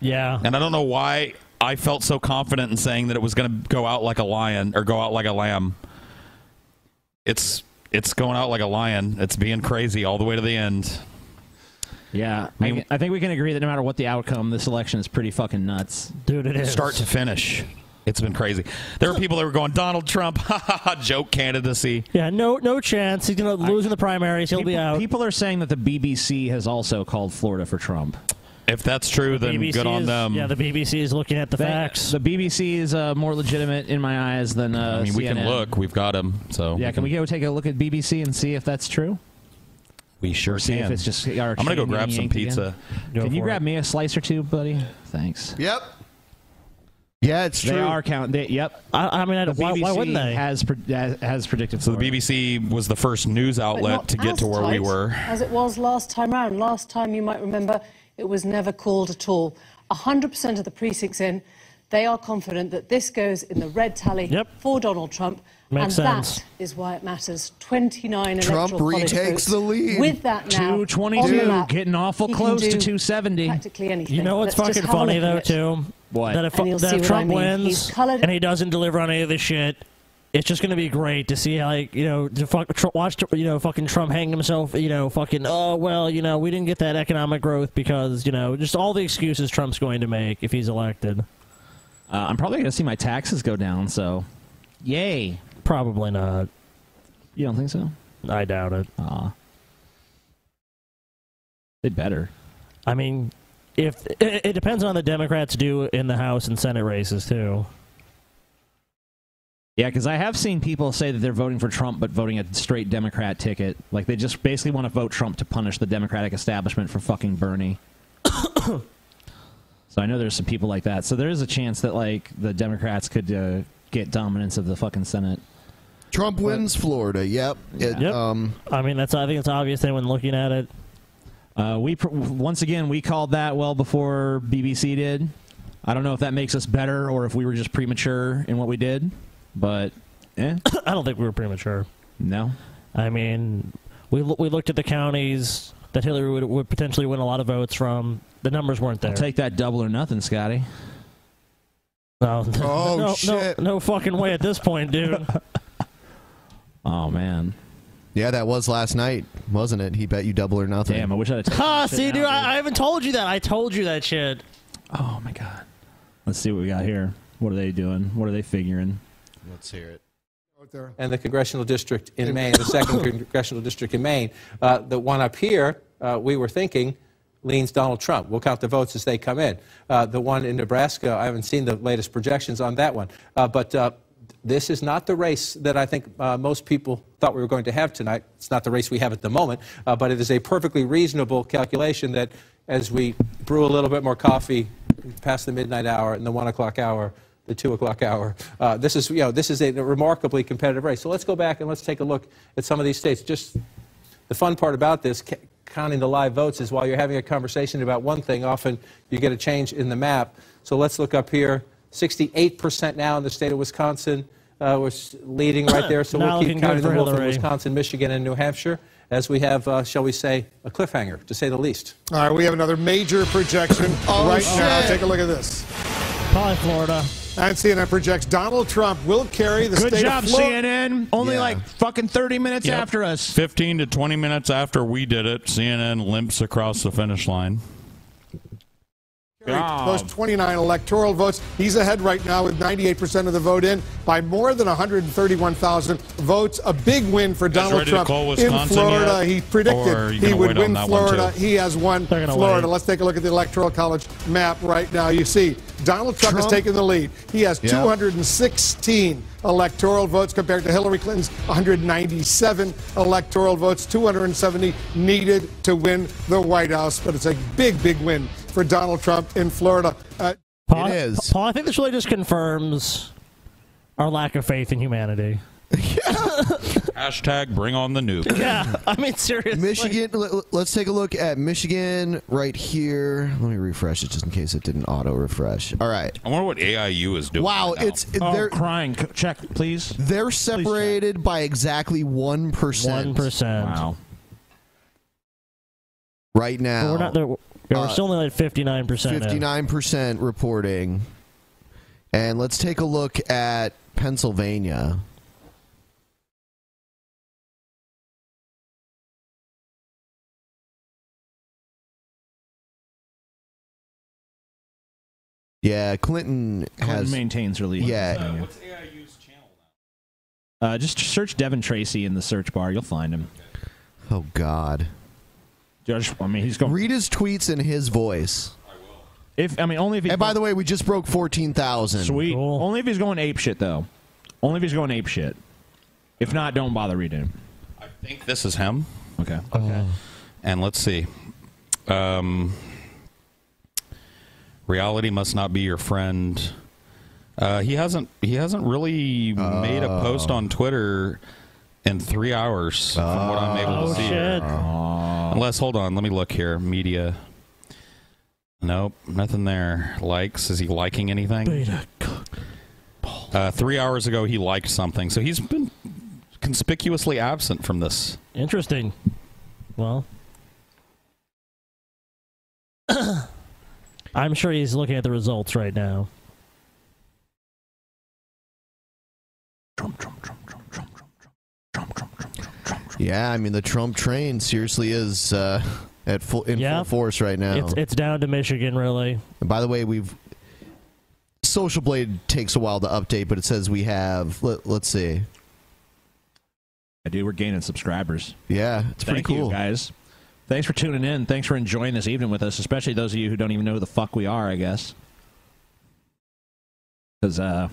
S6: Yeah.
S4: And I don't know why I felt so confident in saying that it was going to go out like a lion or go out like a lamb. It's it's going out like a lion. It's being crazy all the way to the end.
S3: Yeah, I, I think we can agree that no matter what the outcome, this election is pretty fucking nuts,
S6: dude. It is
S4: start to finish. It's been crazy. There were people that were going Donald Trump, ha ha ha, joke candidacy.
S6: Yeah, no, no chance. He's gonna lose in the primaries. He'll
S3: people,
S6: be out.
S3: People are saying that the BBC has also called Florida for Trump.
S4: If that's true, then
S6: BBC
S4: good on
S6: is-
S4: them.
S6: Yeah, the BBC is looking at the
S3: They-
S6: facts.
S3: The BBC is uh, more legitimate in my eyes than uh,
S4: I mean, we can
S3: CNN.
S4: look. We've got him. So
S3: Yeah, can we go take a look at BBC and see if that's true?
S4: We sure
S3: See if
S4: can.
S3: it's just
S4: I'm
S3: our
S4: gonna go
S3: chain
S4: grab
S3: being
S4: some
S3: yanked
S4: pizza.
S3: again.
S4: Go
S3: Can you
S4: for
S3: grab me a slice or two, buddy? Thanks.
S2: Yep. Yeah, it's
S3: They
S4: true.
S3: are counting. They, yep.
S6: I, I mean, I,
S3: the
S6: why- why
S3: BBC
S6: wouldn't they?
S3: Has, pre- has, has predicted.
S4: So the BBC was the first news outlet to get to where we
S10: tight
S4: were.
S10: As it was last time round. Last time, you might remember, it was never called at all. 100% of the precincts in, they are confident that this goes in the red tally for Donald Trump.
S6: Makes
S10: and
S6: sense.
S10: that is why it matters.
S6: Trump
S10: 29 electoral college
S6: retakes
S10: votes.
S6: the lead.
S10: With that now, on
S6: 222,
S10: the map,
S6: getting awful
S10: he can
S6: close to
S10: do
S6: 270.
S10: Practically anything.
S6: You know what's
S10: Let's
S6: fucking
S10: just have a
S6: funny
S10: look at
S6: though,
S10: it.
S6: too?
S10: What?
S6: That if,
S10: And you'll
S6: that
S10: see
S6: if
S10: what
S6: Trump
S10: I mean.
S6: wins
S10: He's coloured-
S6: and he doesn't deliver on any of this shit, it's just gonna be great to see how, like, you know, to fuck, tr- watch, you know, fucking Trump hang himself, you know, fucking, oh well, you know, we didn't get that economic growth because, you know, just all the excuses Trump's going to make if he's elected.
S3: Uh, I'm probably going to see my taxes go down. So, yay.
S6: Probably not.
S3: You don't think so?
S6: I doubt it.
S3: Aw. They better.
S6: I mean, if it, it depends on the Democrats do in the House and Senate races too.
S3: Yeah, because I have seen people say that they're voting for Trump, but voting a straight Democrat ticket. Like they just basically want to vote Trump to punish the Democratic establishment for fucking Bernie. so I know there's some people like that. So there is a chance that like the Democrats could uh, get dominance of the fucking Senate.
S2: Trump wins Florida. Yep. It,
S6: Yep.
S2: Um,
S6: I mean, that's I think it's obvious then when looking at it.
S3: Uh, we pr- once again we called that well before BBC did. I don't know if that makes us better or if we were just premature in what we did, but eh.
S6: I don't think we were premature.
S3: No.
S6: I mean, we lo- we looked at the counties that Hillary would, would potentially win a lot of votes from. The numbers weren't there.
S3: I'll take that double or nothing, Scotty.
S6: No. no, No, no fucking way at this point, dude.
S3: Oh man.
S2: Yeah, that was last night, wasn't it? He bet you double or nothing.
S3: Damn, I wish I'd
S6: ha, see, dude, I, I haven't told you that. I told you that shit.
S3: Oh my god. Let's see what we got here. What are they doing? What are they figuring?
S2: Let's hear it.
S8: and the congressional district in Maine, the second congressional district in Maine. Uh, the one up here, uh, we were thinking, leans Donald Trump. We'll count the votes as they come in. Uh, the one in Nebraska, I haven't seen the latest projections on that one, uh, but. Uh, this is not the race that I think uh, most people thought we were going to have tonight. It's not the race we have at the moment, uh, but it is a perfectly reasonable calculation that as we brew a little bit more coffee past the midnight hour and the one o'clock hour, the two o'clock hour. Uh, this is you know this is a remarkably competitive race. So let's go back and let's take a look at some of these states. Just the fun part about this, c- counting the live votes, is while you're having a conversation about one thing, often you get a change in the map. So let's look up here. 68% now in the state of Wisconsin uh, was leading right there. So
S6: Not
S8: we'll keep
S6: looking good
S8: counting the
S6: for
S8: wolf in
S6: Hillary.
S8: Wisconsin, Michigan, and New Hampshire as we have, uh, shall we say, a cliffhanger, to say the least.
S7: All right, we have another major projection
S8: Oh,
S7: right now.
S8: shit.
S7: Take a look at this.
S6: Probably Florida.
S7: And CNN projects Donald Trump will carry the
S3: Good
S7: state
S3: job,
S7: of Florida.
S3: CNN. Only
S7: Yeah.
S3: like fucking 30 minutes
S4: Yep.
S3: after us.
S4: 15 to 20 minutes after we did it, CNN limps across the finish line.
S7: Those 29 electoral votes. He's ahead right now with 98% of the vote in by more than 131,000 votes. A big win for
S4: guys
S7: Donald
S4: ready to
S7: Trump
S4: call
S7: in
S4: Wisconsin
S7: Florida.
S4: yet?
S7: He
S4: Or are
S7: predicted
S4: you
S7: he
S4: gonna
S7: would
S4: wait on
S7: win
S4: that one,
S7: Florida.
S4: too?
S7: He has won
S6: gonna
S7: Florida.
S6: wait.
S7: Let's take a look at the electoral college map right now. You see, Donald Trump, has
S6: Trump-
S7: taken the lead. He has
S6: Yeah.
S7: 216 electoral votes compared to Hillary Clinton's 197 electoral votes, 270 needed to win the White House. But it's a big, big win for Donald Trump in Florida. Uh,
S6: Paul, Paul, I think this really just confirms our lack of faith in humanity.
S4: Hashtag bring on the nuke.
S6: Yeah, I mean seriously.
S2: Michigan. Let, let's take a look at Michigan right here. Let me refresh it just in case it didn't auto refresh. All right.
S4: I wonder what AIU is doing.
S2: Wow,
S4: right now.
S2: it's
S3: Oh,
S2: they're crying. Check, please. They're separated by exactly one percent.
S6: 1%. Wow.
S2: Right now,
S6: But we're not there. We're
S2: Uh,
S6: still only like fifty nine percent.
S2: fifty-nine percent reporting. And let's take a look at Pennsylvania. Yeah, Clinton,
S3: Clinton
S2: has
S3: maintains her lead.
S2: Yeah,
S3: Uh, just search Devin Tracy in the search bar. You'll find him.
S2: Oh God.
S3: Judge, I mean, he's going.
S2: Read his tweets in his voice.
S3: If I mean, only if. He
S2: and by the way, we just broke fourteen thousand.
S3: Sweet. Only if he's going ape shit though. Only if he's going ape shit. If not, don't bother reading him.
S4: I think this is him.
S3: Okay.
S6: Uh,
S4: Okay. Mm. And let's see. Um, reality must not be your friend. Uh, he hasn't. He hasn't really made a post on Twitter in three hours, from what I'm able to
S6: Oh,
S4: see.
S6: shit.
S4: Unless, hold on. Let me look here. Media. Nope, nothing there. Likes? Is he liking anything? Uh, three hours ago, he liked something, so he's been conspicuously absent from this.
S6: Interesting. Well, I'm sure he's looking at the results right now.
S2: Yeah, I mean the Trump train seriously is uh, at full in full force right now.
S6: It's it's down to Michigan, really.
S2: And by the way, we've Social Blade takes a while to update, but it says we have. Let, let's see.
S3: I do. We're gaining subscribers.
S2: Yeah, it's pretty
S3: Thank you,
S2: cool.
S3: guys. Thanks for tuning in. Thanks for enjoying this evening with us, especially those of you who don't even know who the fuck we are. I guess. Because uh,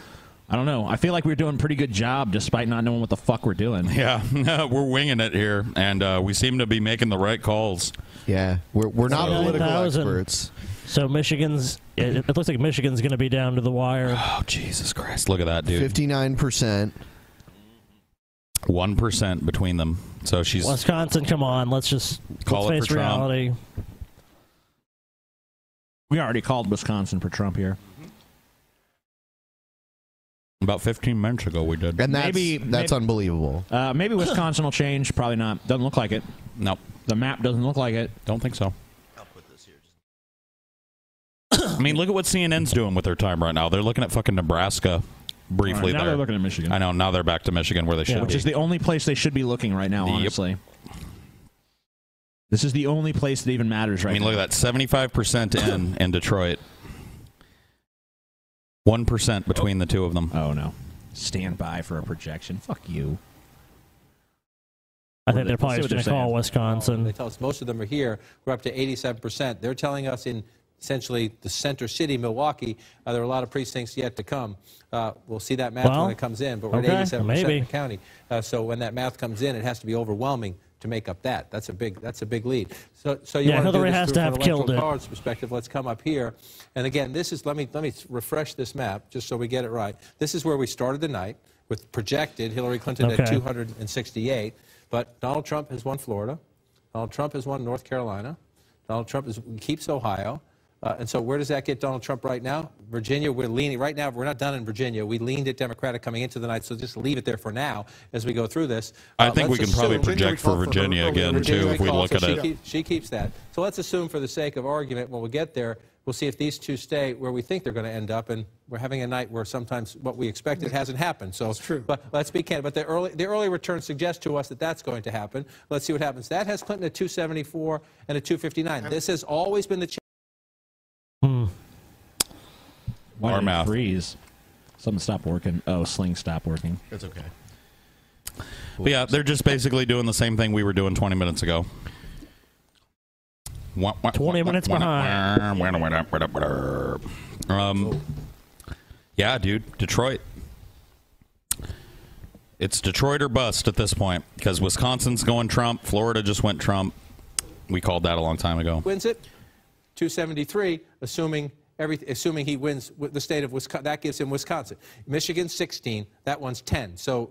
S3: I don't know. I feel like we're doing a pretty good job despite not knowing what the fuck we're doing.
S4: Yeah, we're winging it here, and uh, we seem to be making the right calls.
S2: Yeah, we're we're not political
S6: 9,000.
S2: experts.
S6: So Michigan's it, it looks like Michigan's going to be down to the wire.
S4: Oh Jesus Christ! Look at that, dude.
S2: Fifty nine percent.
S4: One percent between them. So she's
S6: Wisconsin, come on, let's just
S4: Call it
S6: let's face
S4: for Trump.
S6: reality.
S3: We already called Wisconsin for Trump here.
S4: about fifteen minutes ago. We did,
S2: And that's
S3: Maybe-
S2: that's
S3: maybe-
S2: unbelievable.
S3: Uh, maybe Wisconsin will change. Probably not. Doesn't look like it.
S4: Nope.
S3: The map doesn't look like it.
S4: Don't think so. I mean, look at what CNN's doing with their time right now. They're looking at fucking Nebraska briefly.
S3: All right, now
S4: there.
S3: they're looking at Michigan.
S4: I know. Now they're back to Michigan where they should
S3: which
S4: be.
S3: is the only place they should be looking right now.
S4: Yep.
S3: Honestly, this is the only place that even matters right
S4: I mean,
S3: now.
S4: look at that. Seventy-five percent in in Detroit. One percent between the two of them.
S3: Oh no! Stand by for a projection. Fuck you.
S6: I think they're
S3: See
S6: probably
S3: what
S6: just going to
S3: they're
S6: call Wisconsin.
S8: They tell us most of them are here. We're up to 87%. They're telling us in essentially the center city, Milwaukee, uh, there are a lot of precincts yet to come. Uh, we'll see that math
S6: Well,
S8: when it comes in, but we're
S6: okay,
S8: at 87%
S6: maybe.
S8: of the county. Uh, so when that math comes in, it has to be overwhelming to make up that. That's a big. That's a big lead. So, so you
S6: Yeah,
S8: want
S6: Hillary
S8: do this
S6: has to
S8: through from
S6: have
S8: an electoral
S6: killed it.
S8: college perspective. Let's come up here, and again, this is. Let me let me refresh this map just so we get it right. This is where we started the night with projected Hillary Clinton at
S6: Okay.
S8: 268, but Donald Trump has won Florida. Donald Trump has won North Carolina. Donald Trump is, keeps Ohio. Uh, and so, where does that get Donald Trump right now? Virginia, we're leaning right now. We're not done in Virginia. We leaned at Democratic coming into the night, so just leave it there for now as we go through this.
S4: I think we
S8: Uh, let's
S4: can probably
S8: assume-
S4: project for Virginia again,
S8: Virginia
S4: too, if we
S8: recall,
S4: look
S8: so
S4: at
S8: she
S4: it.
S8: keep- she keeps that. So let's assume, for the sake of argument, when we get there, we'll see if these two stay where we think they're going to end up. And we're having a night where sometimes what we expected hasn't happened. So that's true. But let's be candid. But the early the early returns suggest to us that that's going to happen. Let's see what happens. That has Clinton at 274 and a 259. this has always been the. Ch-
S3: Why did it freeze? Something stopped working. Oh, Sling stopped working.
S2: That's okay.
S4: But yeah, they're just basically doing the same thing we were doing 20 minutes ago. 20
S6: minutes
S4: behind. Um, yeah, dude, Detroit. It's Detroit or bust at this point because Wisconsin's going Trump. Florida just went Trump. We called that a long time ago.
S8: wins it, 273, assuming every, assuming he wins wi- the state of Wisconsin. That gives him Wisconsin. Michigan 16, that one's 10. So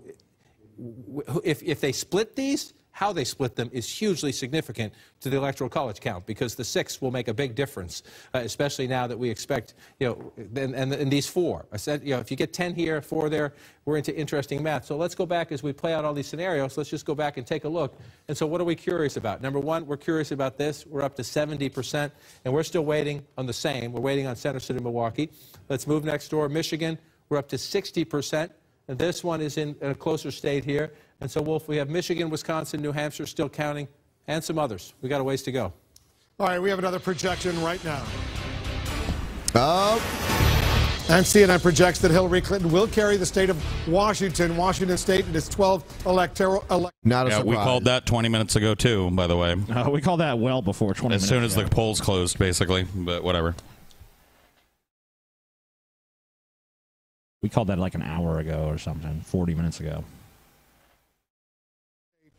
S8: wh- if, if they split these, how they split them is hugely significant to the electoral college count because the six will make a big difference, uh, especially now that we expect, you know, and, and, and these four. I said, you know, if you get 10 here, four there, we're into interesting math. So let's go back as we play out all these scenarios. Let's just go back and take a look. And so, what are we curious about? Number one, we're curious about this. We're up to 70%, and we're still waiting on the same. We're waiting on Center City, Milwaukee. Let's move next door, Michigan. We're up to 60%. And this one is in a closer state here. And so, Wolf, we have Michigan, Wisconsin, New Hampshire still counting, and some others. We got a ways to go.
S7: All right, we have another projection right now.
S2: Oh.
S7: And CNN projects that Hillary Clinton will carry the state of Washington, Washington State, and its 12 electoral. Elect-
S2: Not
S4: yeah, we called that 20 minutes ago too. By the way,
S3: Uh, we called that well before 20.
S4: as soon as the polls closed, basically. But whatever.
S3: We called that like an hour ago or something, 40 minutes ago.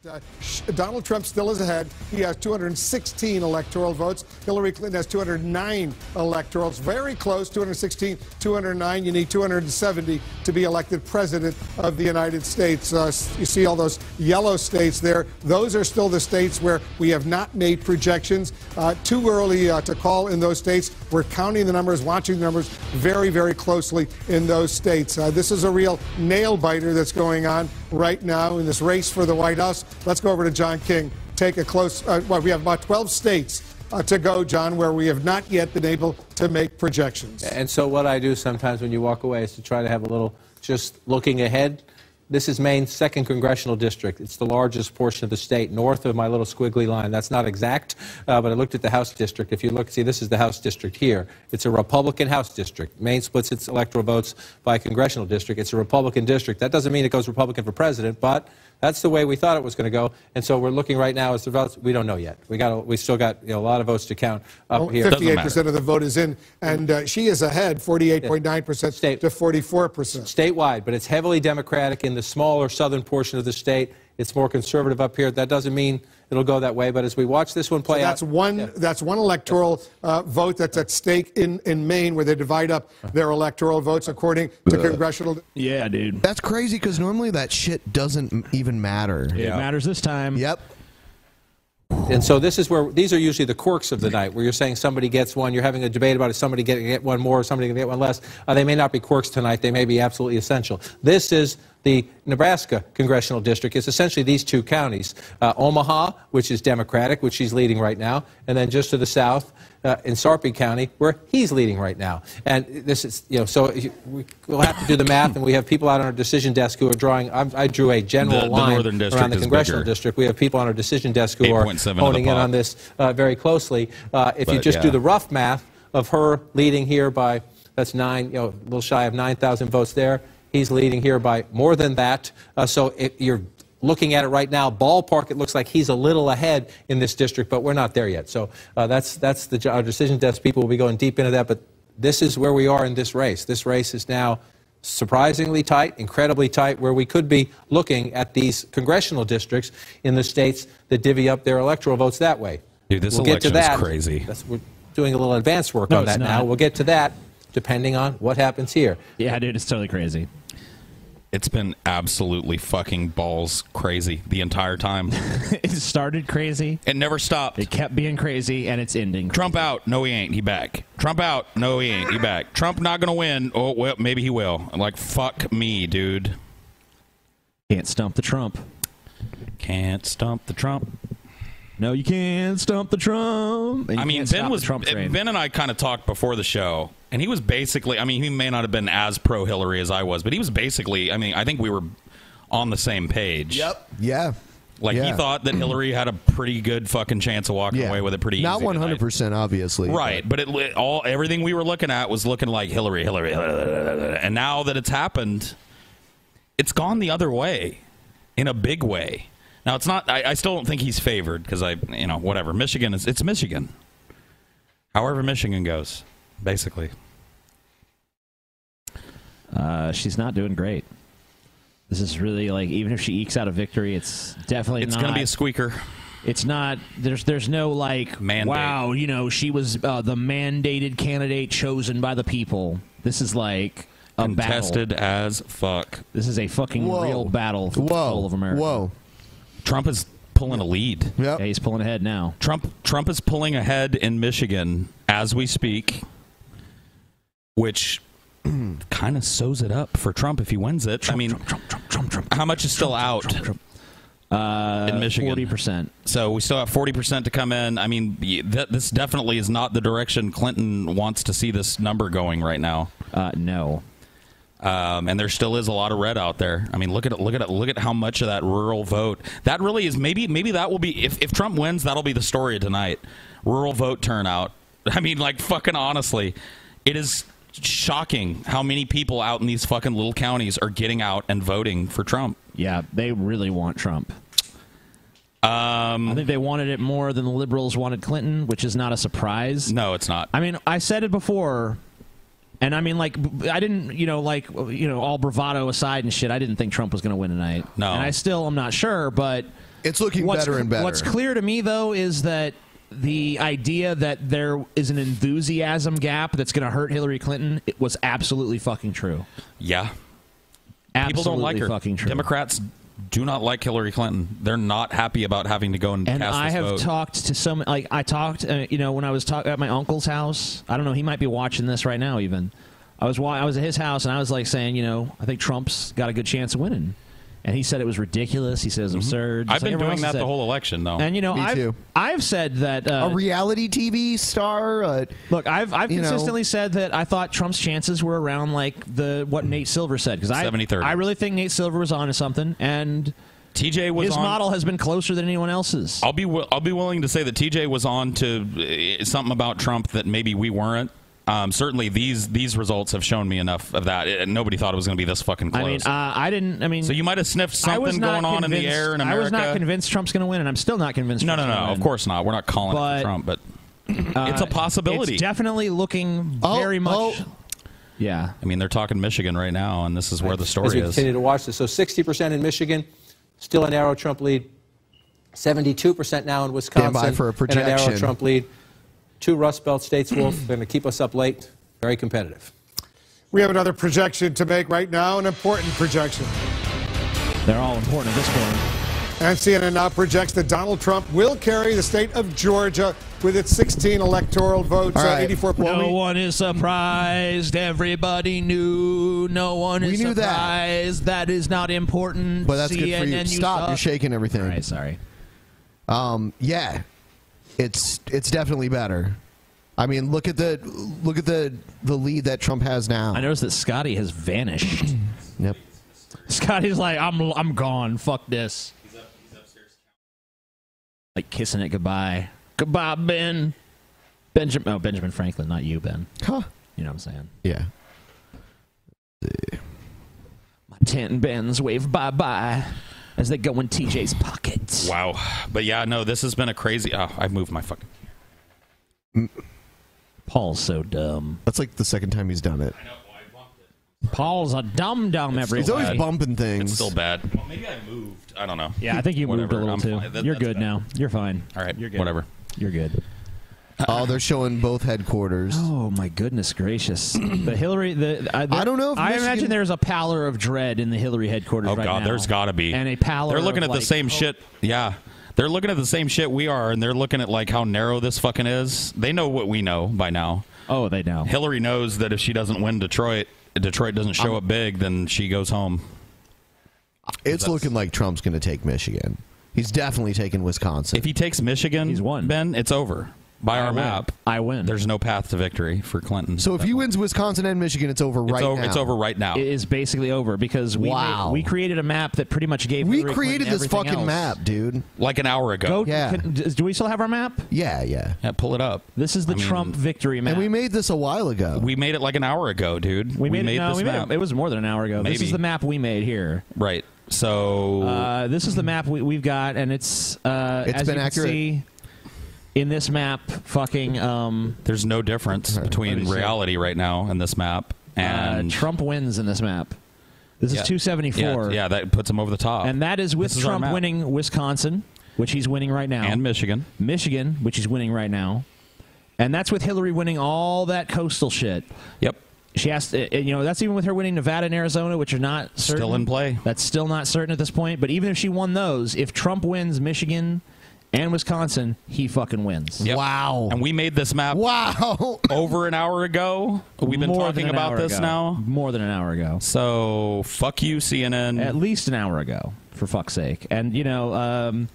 S7: Uh, sh- Donald Trump still is ahead. He has 216 electoral votes. Hillary Clinton has 209 electorals. Very close, 216, 209. You need 270 to be elected president of the United States. Uh, s- you see all those yellow states there. Those are still the states where we have not made projections. Uh, too early uh, to call in those states. We're counting the numbers, watching the numbers very, very closely in those states. Uh, this is a real nail biter that's going on right now in this race for the White House. Let's go over to John King. Take a close. Uh, well, we have about 12 states uh, to go, John, where we have not yet been able to make projections.
S8: And so, what I do sometimes when you walk away is to try to have a little just looking ahead. This is Maine's second congressional district. It's the largest portion of the state, north of my little squiggly line. That's not exact, uh, but I looked at the House district. If you look, see, this is the House district here. It's a Republican House district. Maine splits its electoral votes by congressional district. It's a Republican district. That doesn't mean it goes Republican for president, but that's the way we thought it was going to go. And so we're looking right now as the votes. We don't know yet. We got. We still got you know, a lot of votes to count up
S7: Well,
S8: here.
S7: 58% of the vote is in, and uh, she is ahead 48.9% to 44%.
S8: statewide, but it's heavily Democratic in the smaller southern portion of the state. It's more conservative up here. That doesn't mean it'll go that way, but as we watch this one play
S7: that's
S8: out,
S7: one that's one electoral uh, vote that's at stake in, in Maine where they divide up
S8: Uh-huh.
S7: their electoral votes according to
S8: Uh.
S2: Ugh.
S7: congressional
S3: Yeah, dude.
S2: That's crazy because normally that shit doesn't m- even matter.
S3: It matters this time.
S2: Yep.
S8: and so this is where these are usually the quirks of the night, where you're saying somebody gets one, you're having a debate about is somebody going to get one more, or somebody going to get one less. Uh, they may not be quirks tonight; they may be absolutely essential. This is the Nebraska congressional district. It's essentially these two counties: uh, Omaha, which is Democratic, which she's leading right now, and then just to the south. Uh, in Sarpy County, where he's leading right now, and this is you know so you- we- we'll have to do the math, and we have people out on our decision desk who are drawing. I'm, I drew a general
S4: The- the
S8: line
S4: northern
S8: around
S4: district
S8: the
S4: is
S8: congressional
S4: bigger.
S8: district. We have people on our decision desk who are
S4: 8.7 of the
S8: honing in
S4: pop.
S8: on this uh, very closely. Uh, if you
S4: But,
S8: just do
S4: yeah.
S8: the rough math of her leading here by that's nine, you know, a little shy of 9,000 votes there. He's leading here by more than that. Uh, so if you're looking at it right now, ballpark, it looks like he's a little ahead in this district, but we're not there yet. So uh, that's that's the jo- our decision desk people will be going deep into that. But this is where we are in this race. This race is now surprisingly tight, incredibly tight, where we could be looking at these congressional districts in the states that divvy up their electoral votes that way.
S4: Dude, this
S8: we'll get to
S4: election is
S8: that.
S4: crazy.
S8: That's, we're doing a little advanced work
S3: No,
S8: on
S3: it's
S8: that
S3: not.
S8: now. We'll get to that depending on what happens here.
S3: Yeah, dude, it's totally crazy.
S4: It's been absolutely fucking balls crazy the entire time.
S3: it started crazy.
S4: It never stopped. It
S3: kept being crazy, and it's ending.
S4: Trump out. No, he ain't. He back. Trump out. No, he ain't. He back. Trump not gonna win. Oh well, maybe he will. I'm like fuck me, dude.
S3: Can't stump the Trump.
S4: Can't stump the Trump.
S3: No, you can't stump the Trump. And
S4: I
S3: you
S4: mean,
S3: can't
S4: Ben
S3: stop
S4: was
S3: the Trump train.
S4: Ben and I kind of talked before the show, and he was basically. I mean, he may not have been as pro Hillary as I was, but he was basically. I mean, I think we were on the same page. Yep.
S2: Yeah.
S4: Like he
S2: Yeah.
S4: thought that Hillary had a pretty good fucking chance of walking
S2: Yeah.
S4: away with it pretty
S2: Not
S4: easy.
S2: 100%, obviously.
S4: Right, but it li- all everything we were looking at was looking like Hillary, Hillary, Hillary, and now that it's happened, it's gone the other way, in a big way. Now it's not. I, I still don't think he's favored because I, you know, whatever. Michigan is. It's Michigan. However, Michigan goes, basically.
S3: Uh, she's not doing great. This is really like even if she ekes out a victory, it's definitely
S4: It's
S3: not,
S4: gonna be a squeaker.
S3: It's not. There's there's no like
S4: Mandate.
S3: wow. You know she was uh, the mandated candidate chosen by the people. This is like a
S4: Contested as fuck.
S3: This is a fucking
S4: Whoa.
S3: real battle for the
S4: Whoa.
S3: soul of America.
S4: Whoa. Trump is pulling a lead.
S3: Yeah, he's pulling ahead now.
S4: Trump Trump is pulling ahead in Michigan as we speak, which kind of sews it up for Trump if he wins it. I mean, how much is still out in Michigan? Forty
S3: Uh, percent.
S4: So we still have forty percent to come in. I mean, y- th- this definitely is not the direction Clinton wants to see this number going right now.
S3: Uh, no.
S4: Um, and there still is a lot of red out there. I mean, look at it, look at it, look at how much of that rural vote. That really is maybe maybe that will be if if Trump wins, that'll be the story of tonight. Rural vote turnout. I mean, like fucking honestly, it is shocking how many people out in these fucking little counties are getting out and voting for Trump.
S3: Yeah, they really want Trump.
S4: Um,
S3: I think they wanted it more than the liberals wanted Clinton, which is not a surprise.
S4: No, it's not.
S3: I mean, I said it before, and I mean, like, b- I didn't, you know, like, you know, all bravado aside and shit, I didn't think Trump was going to win tonight. No, and I still, I'm not sure, but
S2: it's looking better and better.
S3: What's clear to me though is that the idea that there is an enthusiasm gap that's going to hurt Hillary Clinton it was absolutely fucking true.
S4: Yeah. People don't like
S3: Absolutely
S4: her.
S3: fucking true.
S4: Democrats do not like Hillary Clinton. They're not happy about having to go and,
S3: And
S4: cast
S3: I
S4: this
S3: have
S4: vote.
S3: talked to some, like I talked, uh, you know, when I was talk- at my uncle's house. I don't know, he might be watching this right now. Even I was, wa- I was at his house, and I was like saying, you know, I think Trump's got a good chance of winning. And he said it was ridiculous. He says absurd.
S4: Mm-hmm. I've
S3: just like
S4: been
S3: everyone
S4: doing
S3: else
S4: that
S3: has
S4: the
S3: said.
S4: whole election, though.
S3: And you know, I've, I've said that uh,
S2: a reality TV star. Uh,
S3: Look, I've I've
S2: you know-
S3: consistently said that I thought Trump's chances were around like the what Nate Silver said because I
S4: 70-30.
S3: I really think Nate Silver was onto something, and
S4: TJ was
S3: his
S4: on-
S3: model has been closer than anyone else's.
S4: I'll be wi- I'll be willing to say that TJ was on to uh, something about Trump that maybe we weren't. Um, certainly, these these results have shown me enough of that. It- nobody thought it was going to be this fucking
S3: I mean,
S4: close.
S3: uh, I didn't. I mean,
S4: so you might have sniffed
S3: I was
S4: something
S3: not
S4: going on in the
S3: convinced-
S4: air in
S3: I
S4: America.
S3: was not convinced Trump's going to win, and I'm still not convinced.
S4: no, no,
S3: Trump's
S4: no.
S3: gonna win.
S4: Of course not. We're not calling it for Trump, but it's a
S3: Uh,
S4: possibility.
S3: It's definitely looking
S2: Oh,
S3: very much. Yeah.
S4: I mean, they're talking Michigan right now, and this is where the
S8: as we
S4: story is.
S8: continue to watch this. So 60% in Michigan, still a narrow Trump lead. 72% now in Wisconsin.
S2: by for a
S8: And a narrow
S2: projection.
S8: Trump lead. Two Rust Belt states, Wolf, going to keep us up late. Very competitive.
S7: We have another projection to make right now, an important projection.
S3: They're all important at this point.
S7: And CNN now projects that Donald Trump will carry the state of Georgia with its 16 electoral votes, uh, 84
S3: No one is surprised. Everybody knew. No one is
S2: knew that.
S3: surprised. that is not important.
S2: But that's good for
S3: CNN,
S2: you. Stop! You're
S3: suck.
S2: shaking everything. All right,
S3: sorry.
S2: Um, yeah, it's it's definitely better. I mean, look at the look at the the lead that Trump has now. I
S3: noticed that Scotty has vanished.
S2: yep.
S3: Scotty's like, I'm, I'm gone. Fuck this. Like kissing it goodbye. Goodbye, Ben. Benjamin. Oh, Benjamin Franklin, not you, Ben.
S2: Huh.
S3: You know what I'm saying?
S2: Yeah.
S3: My ten Bens wave bye bye as they go in TJ's pockets.
S4: Wow. But yeah, no, this has been a crazy. Oh, I moved my fucking.
S3: Paul's so dumb.
S2: That's like the second time he's done it.
S3: Paul's a dumb dumb everywhere.
S2: He's always bumping things.
S4: It's still bad. Well, maybe I moved. I don't know.
S3: Yeah, I think you moved a
S4: Whatever.
S3: little
S4: I'm
S3: too.
S4: fine. That-
S3: You're
S4: that's
S3: good
S4: bad.
S3: now. You're fine.
S4: All right.
S3: You're good.
S4: Whatever.
S3: You're good.
S2: Oh, they're showing both headquarters.
S3: Oh my goodness gracious! the Hillary, the I,
S2: don't know. If
S3: I
S2: Michigan-
S3: imagine there's a pallor of dread in the Hillary headquarters.
S4: Oh
S3: right
S4: God,
S3: now.
S4: there's got to be.
S3: and a pallor.
S4: They're looking
S3: of,
S4: at
S3: like,
S4: the same shit. Yeah, they're looking at the same shit we are, and they're looking at like how narrow this fucking is. They know what we know by now.
S3: Oh, they know.
S4: Hillary knows that if she doesn't win Detroit, Detroit doesn't show up big, then she goes home.
S2: It's looking like Trump's going to take Michigan. He's definitely taking Wisconsin.
S4: If he takes Michigan, he's won. Ben, it's over by our map.
S3: I win.
S4: There's no path to victory for Clinton.
S2: so if he wins Wisconsin and Michigan, it's over
S4: it's
S2: right
S4: over,
S2: now.
S4: it's over right now.
S3: It is basically over because we
S2: Wow.
S3: made- we created a map that pretty much gave.
S2: We
S3: Hillary
S2: created
S3: Clinton
S2: this
S3: everything
S2: fucking
S3: else.
S2: map, dude.
S4: like an hour
S3: Go.
S4: ago.
S3: can- d- do we still have our map?
S2: Yeah, yeah.
S4: Yeah, pull it up.
S3: This is the Trump victory map.
S2: And we made this a while ago.
S4: We made it like an hour ago, dude.
S3: We made, it, no,
S4: this
S3: we made
S4: map.
S3: it. It was more than an hour ago. This
S4: Maybe.
S3: is the map we made here.
S4: right. So
S3: Uh, this is the map we, we've got, and it's uh, as
S4: It's
S3: you
S4: been
S3: can
S4: accurate.
S3: see in this map. Fucking um,
S4: there's no difference between
S3: pretty sure.
S4: reality right now and this map. And
S3: Uh, Trump wins in this map. This
S4: Yeah.
S3: is 274,
S4: Yeah, yeah, that puts him over the top.
S3: and that is with
S4: This is our
S3: Trump
S4: map.
S3: winning Wisconsin, which he's winning right now, and
S4: Michigan,
S3: Michigan, which he's winning right now, and that's with Hillary winning all that coastal shit.
S4: Yep.
S3: She asked, uh, you know, that's even with her winning Nevada and Arizona, which are not certain.
S4: Still in play.
S3: That's still not certain at this point. But even if she won those, if Trump wins Michigan and Wisconsin, he fucking wins.
S4: Wow. And we made this map. Wow. Over an hour ago. We've been
S3: More than
S4: talking
S3: an
S4: about
S3: hour
S4: this
S3: ago.
S4: now.
S3: More than an hour ago.
S4: So fuck you, CNN.
S3: At least an hour ago, for fuck's sake. And you know, um,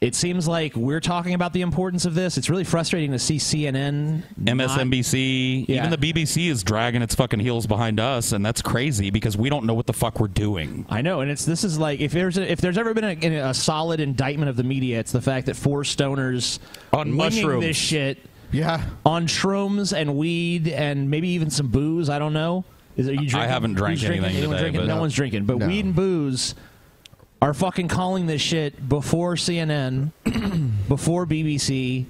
S3: it seems like we're talking about the importance of this. It's really frustrating to see CNN, not-
S4: MSNBC,
S3: Yeah.
S4: even the BBC is dragging its fucking heels behind us, and that's crazy because we don't know what the fuck we're doing.
S3: I know, and it's this is like if there's a, if there's ever been a, a solid indictment of the media, it's the fact that four stoners winging
S4: On mushrooms.
S3: this shit, yeah, on shrooms and weed and maybe even some booze. I don't know. Is are you drinking?
S4: I haven't
S3: Who's
S4: drank
S3: drinking?
S4: anything
S3: Anyone
S4: today,
S3: drinking?
S4: but-
S3: no one's drinking, but
S4: No.
S3: weed and booze are fucking calling this shit before CNN, before BBC.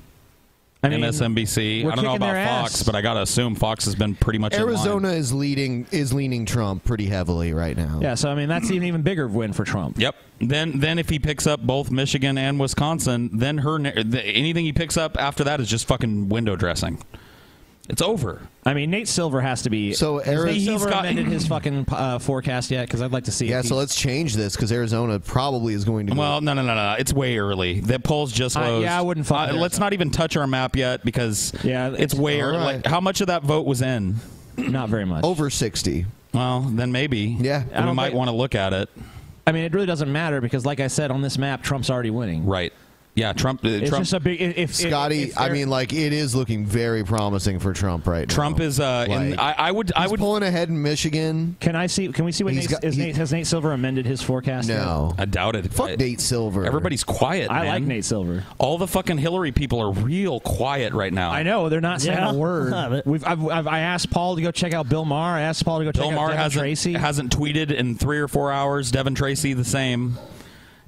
S3: I mean,
S4: MSNBC.
S3: we're
S4: I don't know
S3: kicking
S4: about
S3: their
S4: Fox,
S3: ass.
S4: but I gotta assume Fox has been pretty much in line.
S2: Arizona is leading is leaning Trump pretty heavily right now.
S3: Yeah, so I mean that's an even bigger win for Trump.
S4: Yep. Then, then if he picks up both Michigan and Wisconsin, then her na- the, anything he picks up after that is just fucking window dressing. It's over.
S3: I mean, Nate Silver has to be.
S2: So
S3: Has Nate
S2: Arizona-
S3: Silver amended his fucking uh, forecast yet? Because I'd like to see.
S2: Yeah,
S3: if
S2: so
S3: he-
S2: let's change this because Arizona probably is going to. Go.
S4: Well, no, no, no, no. It's way early. The polls just
S2: I- yeah,
S4: closed.
S2: I wouldn't fuck
S4: Uh,
S2: with
S4: let's
S2: Arizona.
S4: not even touch our map yet because yeah, it's,
S2: it's-
S4: way
S2: all
S4: early.
S2: right.
S4: Like, how much of that vote was in?
S3: Not very much.
S4: Over sixty. Well, then maybe. Yeah,
S3: I
S4: we
S3: don't
S4: might
S3: think-
S4: want to look at it.
S3: I mean, it really doesn't matter because, like I said, on this map, Trump's already winning.
S4: Right. Yeah, Trump. uh,
S3: It's
S4: Trump
S3: just a big. If, if-
S2: Scotty,
S3: if
S2: I
S3: they're-
S2: mean, like it is looking very promising for Trump right now.
S4: Trump is. Uh, in,
S2: Like,
S4: I, I would. I
S2: he's
S4: would
S2: pulling ahead in Michigan.
S3: Can I see? Can we see what
S2: He's
S3: Nate,
S2: got-
S3: is
S2: he-
S3: Nate, has Nate Silver amended his forecast? yet?
S2: No,
S4: I doubt it.
S2: Fuck Nate Silver.
S4: Everybody's quiet.
S3: I
S4: man.
S3: like Nate Silver.
S4: All the fucking Hillary people are real quiet right now.
S3: I know they're not saying
S4: Yeah.
S3: a word. We've, I've, I've, I asked Paul to go check out Bill Maher. I asked Paul to go
S4: Bill
S3: check
S4: Maher
S3: out Devin
S4: hasn't
S3: Tracy.
S4: hasn't tweeted in three or four hours. Devin Tracy the same.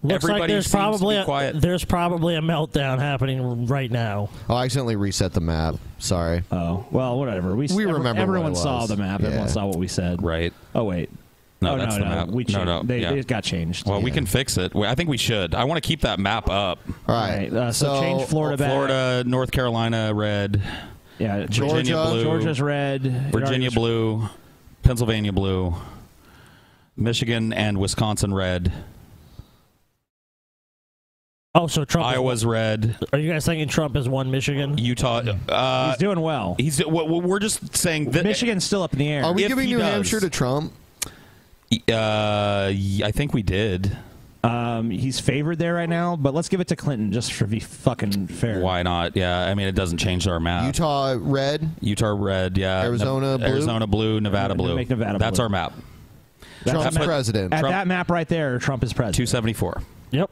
S6: Looks
S4: Everybody
S6: like there's
S4: seems
S6: probably
S4: to be quiet.
S6: A, there's probably a meltdown happening right now.
S2: Oh, I accidentally reset the map. Sorry.
S3: Oh well, whatever. We,
S2: we
S3: every-
S2: remember.
S3: Everyone
S2: what it
S3: saw
S2: was.
S3: the map. Everyone
S2: Yeah.
S3: saw what we said.
S4: Right.
S3: Oh wait.
S4: No,
S3: Oh,
S4: that's
S3: no,
S4: the
S3: no.
S4: map.
S3: We
S4: no, no,
S3: changed- they-
S4: yeah.
S3: it got changed.
S4: Well, we can fix it. We- I think we should. I want to keep that map up.
S2: All right.
S3: uh, so change Florida back.
S4: Florida, North Carolina, red.
S3: Yeah,
S4: Virginia
S3: Georgia-
S4: blue.
S3: Georgia's red. It already
S4: Virginia
S3: was-
S4: blue, Pennsylvania blue, Michigan and Wisconsin red.
S6: Oh, so Trump. is-
S4: Iowa's red.
S6: are you guys thinking Trump has won Michigan?
S4: Utah. Uh,
S3: He's doing well.
S4: He's. do- Well, well, we're just saying that
S3: Michigan's still up in the air.
S2: Are we
S4: If
S2: giving
S4: he
S2: New
S4: does.
S2: Hampshire to Trump?
S4: Uh, y- I think we did.
S3: Um, he's favored there right now, but let's give it to Clinton just for be fucking fair.
S4: Why not? Yeah, I mean it doesn't change our map.
S2: Utah red.
S4: Utah red, yeah.
S2: Arizona blue?
S4: Arizona blue, Nevada
S3: Make
S4: blue.
S3: Nevada
S4: That's
S3: blue.
S4: our map.
S2: Trump's
S4: That's what-
S2: president.
S3: At
S4: Trump-
S3: that map right there, Trump is president.
S4: 274.
S6: Yep.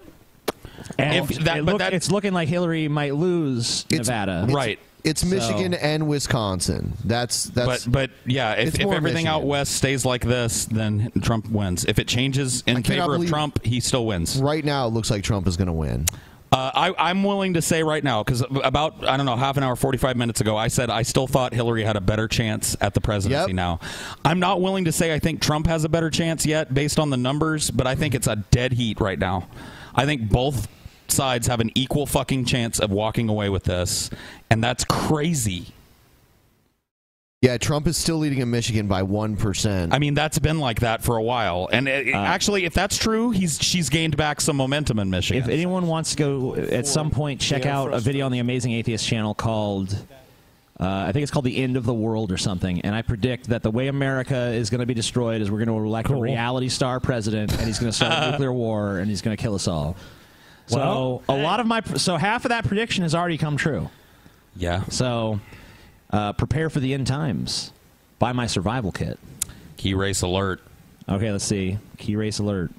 S3: And
S4: If that-
S3: it
S4: but
S3: look-
S4: that-
S3: it's looking like Hillary might lose Nevada.
S2: It's- It's Michigan and Wisconsin. That's that's.
S4: but but yeah, if,
S2: It's
S4: if
S2: more
S4: everything out
S2: Michigan.
S4: west stays like this, then Trump wins. If it changes in
S2: cannot
S4: favor of
S2: believe-
S4: Trump, he still wins.
S2: right now, it looks like Trump is going to win.
S4: Uh, I, I'm willing to say right now because about I don't know half an hour, 45 minutes ago, I said I still thought Hillary had a better chance at the presidency. Now, I'm not willing to say I think Trump has a better chance yet based on the numbers, but I think it's a dead heat right now. I think both sides have an equal fucking chance of walking away with this, and that's crazy.
S2: Yeah, Trump is still leading in Michigan by one percent.
S4: I mean, that's been like that for a while, and
S3: Uh,
S4: it, it- actually, if that's true, he's she's gained back some momentum in Michigan.
S3: If anyone wants to go at some point, check
S4: Yeah,
S3: out a video on the Amazing Atheist channel called, uh, I think it's called The End of the World or something. And I predict that the way America is going to be destroyed is we're going to elect a reality star president and he's going to start a nuclear war and he's going to kill us all. So a lot of my so half of that prediction has already come true.
S4: Yeah.
S3: So uh, prepare for the end times. Buy my survival kit.
S4: Key race alert.
S3: Okay, let's see. Key race alert.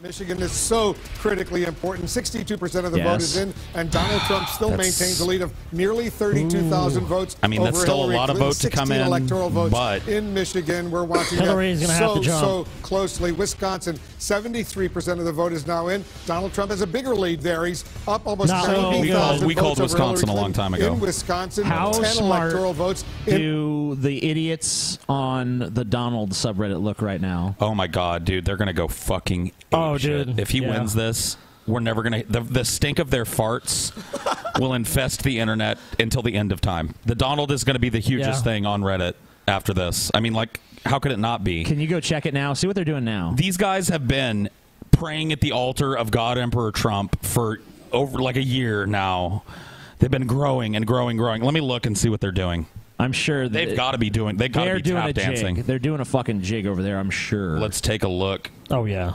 S7: Michigan is so critically important. 62% of the vote
S3: Yes.
S7: is in, and Donald Trump still
S4: That's-
S7: maintains a lead of nearly 32,000 votes.
S4: I mean,
S7: over
S4: that's still a
S7: Hillary
S4: lot of
S7: Clinton.
S4: vote to come
S7: 16
S4: in,
S7: Electoral votes
S4: but-
S7: in Michigan, we're watching
S6: Hillary
S7: that so
S6: is gonna have to jump.
S7: so closely. Wisconsin, 73% of the vote is now in. Donald Trump has a bigger lead there. He's up almost
S6: Not so
S7: 90,000
S6: good. We called
S7: votes over
S4: Wisconsin
S7: Hillary
S4: a long time
S7: Clinton
S4: ago.
S7: In Wisconsin,
S3: How
S7: 10
S3: smart
S7: electoral votes in
S3: do the idiots on the Donald subreddit look right now?
S4: Oh my god, dude, they're gonna go fucking. Oh, dude, if he
S3: Yeah.
S4: wins this, we're never gonna. The, the stink of their farts will infest the internet until the end of time. The Donald is gonna be the hugest
S6: Yeah.
S4: thing on Reddit. after this. I mean, like, how could it not be?
S3: Can you go check it now? See what they're doing now.
S4: These guys have been praying at the altar of God Emperor Trump for over like a year now. They've been growing and growing, growing. Let me look and see what they're doing.
S3: I'm sure that
S4: they've got to be doing. They've got to
S3: They're
S4: be
S3: doing
S4: tap
S3: a jig.
S4: dancing.
S3: They're doing a fucking jig over there. I'm sure.
S4: Let's take a look.
S6: Oh yeah.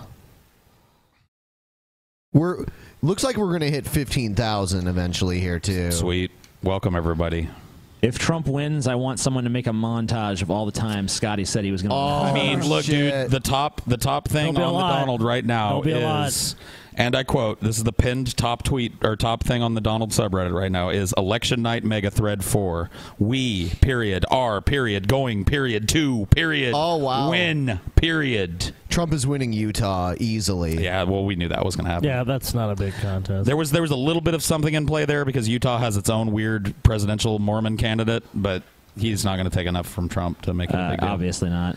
S2: We're looks like we're gonna hit fifteen thousand eventually here too.
S4: Sweet, welcome everybody.
S3: If Trump wins, I want someone to make a montage of all the times Scotty said he was going to.
S7: Oh,
S4: I mean, look, dude, the top the top
S3: There'll
S4: thing
S3: be a
S4: on the
S3: lot.
S4: Donald right
S3: There'll
S4: now
S3: be a lot.
S4: is, and I quote: "This is the pinned top tweet or top thing on the Donald subreddit right now is election night mega thread four. We period are period going period two period. Oh wow, win period.
S2: Trump is winning Utah easily.
S4: Yeah, well, we knew that was going to happen.
S6: Yeah, that's not a big contest.
S4: There was there was a little bit of something in play there because Utah has its own weird presidential Mormon candidate, but he's not going to take enough from Trump to make it a big deal.
S3: Uh, Obviously not.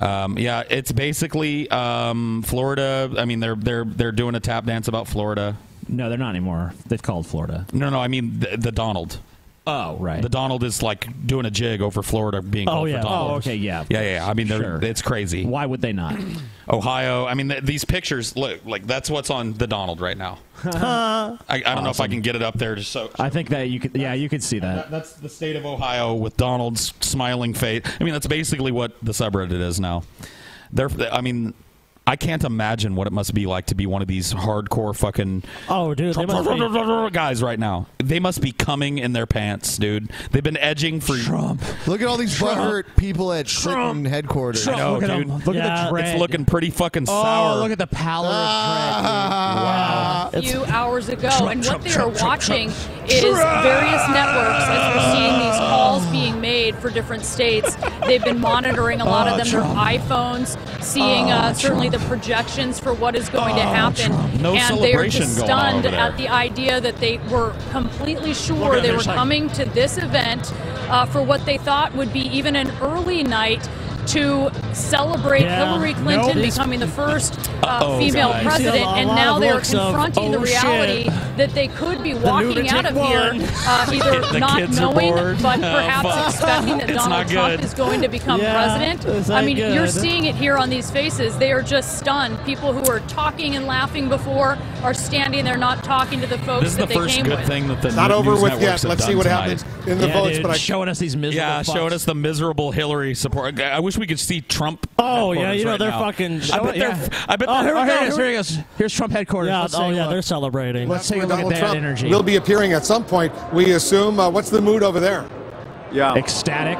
S4: Um, yeah, it's basically um, Florida. I mean, they're they're they're doing a tap dance about Florida.
S3: No, they're not anymore. They've called Florida.
S4: No, no, I mean the, the Donald.
S3: Oh, right.
S4: The Donald is like doing a jig over Florida being.
S3: Oh,
S4: called
S3: yeah.
S4: For Donald.
S3: Oh, okay, yeah.
S4: Yeah, yeah. I mean, they're,
S3: Sure.
S4: it's crazy.
S3: Why would they not?
S4: Ohio. I mean, th- these pictures look like that's what's on the Donald right now.
S3: I,
S4: I, I don't know if I can get it up there just so
S3: I think that you could. Yeah, you could see that.
S4: That's the state of Ohio with Donald's smiling face. I mean, that's basically what the subreddit is now. They're, I mean, I can't imagine what it must be like to be one of these hardcore fucking
S6: Oh, dude, they must be-
S4: guys right now. They must be coming in their pants, dude. They've been edging for Trump.
S2: Look at all these
S4: Trump.
S2: butthurt people at Clinton headquarters.
S4: I know, dude. It's looking pretty fucking
S2: Oh,
S4: sour.
S2: look
S3: at the pallor
S4: of dread. Wow.
S11: few hours ago,
S4: Trump,
S11: and
S4: Trump,
S11: what they
S4: Trump,
S11: are
S4: Trump,
S11: watching
S4: Trump.
S11: is
S4: Trump!
S11: various networks as we're seeing these calls being made for different states. They've been monitoring a lot
S12: Oh,
S11: of them, their
S12: Trump.
S11: iPhones, seeing uh,
S12: Oh,
S11: certainly
S12: Trump.
S11: the projections for what is going to
S12: Oh,
S11: happen,
S12: Trump. No
S11: and they are
S12: celebration
S11: just
S12: going on
S11: stunned
S12: over there.
S11: at the idea that they were completely
S12: Look
S11: sure
S12: at
S11: they
S12: their
S11: were
S12: site.
S11: coming to this event uh, for what they thought would be even an early night. To celebrate
S12: Yeah.
S11: Hillary Clinton
S12: Nope.
S11: becoming the first uh,
S12: Uh-oh,
S11: female
S12: guys.
S11: president,
S12: Seen a
S11: and
S12: lot
S11: now
S12: of
S11: they are
S12: looks of,
S11: confronting the
S12: "Oh, shit."
S11: reality that they could be walking
S12: lunatic
S11: out of here
S12: won.
S11: uh,
S12: The
S11: either
S12: kid- the
S11: not
S12: kids are
S11: knowing,
S12: bored.
S11: but
S12: Oh,
S11: perhaps
S12: fuck.
S11: expecting that
S12: It's
S11: Donald
S12: not
S11: Trump
S12: good.
S11: is going to become
S12: Yeah, it's
S11: president.
S12: not
S11: I mean, you're
S12: good.
S11: seeing it here on these faces. They are just stunned. People who were talking and laughing before are standing there not talking to the folks
S4: This is
S11: that
S4: the
S11: they
S4: first
S11: came
S4: good
S11: with.
S4: thing that the
S7: It's not
S4: new-
S7: over
S4: news
S7: with
S4: networks
S7: yet.
S4: have
S7: Let's see
S4: done
S7: what
S4: tonight.
S7: happens in the Yeah, votes, dude, but I- showing
S3: us these miserable
S4: Yeah,
S3: fucks.
S4: showing us the miserable Hillary support. I wish we could see Trump.
S6: Oh yeah,
S4: headquarters
S6: you know
S4: right
S6: they're
S4: now.
S6: fucking.
S4: I bet
S6: yeah.
S4: they're. I bet
S6: oh,
S4: they're.
S6: here we
S4: oh,
S6: go.
S4: it is,
S6: here
S3: it is. Here's Trump headquarters.
S6: Yeah,
S3: Let's
S6: oh
S3: take a
S6: yeah,
S3: look.
S6: they're celebrating.
S7: That's where Donald Trump will be appearing at some point. We assume. Uh, what's the mood over there?
S13: Yeah.
S3: Ecstatic.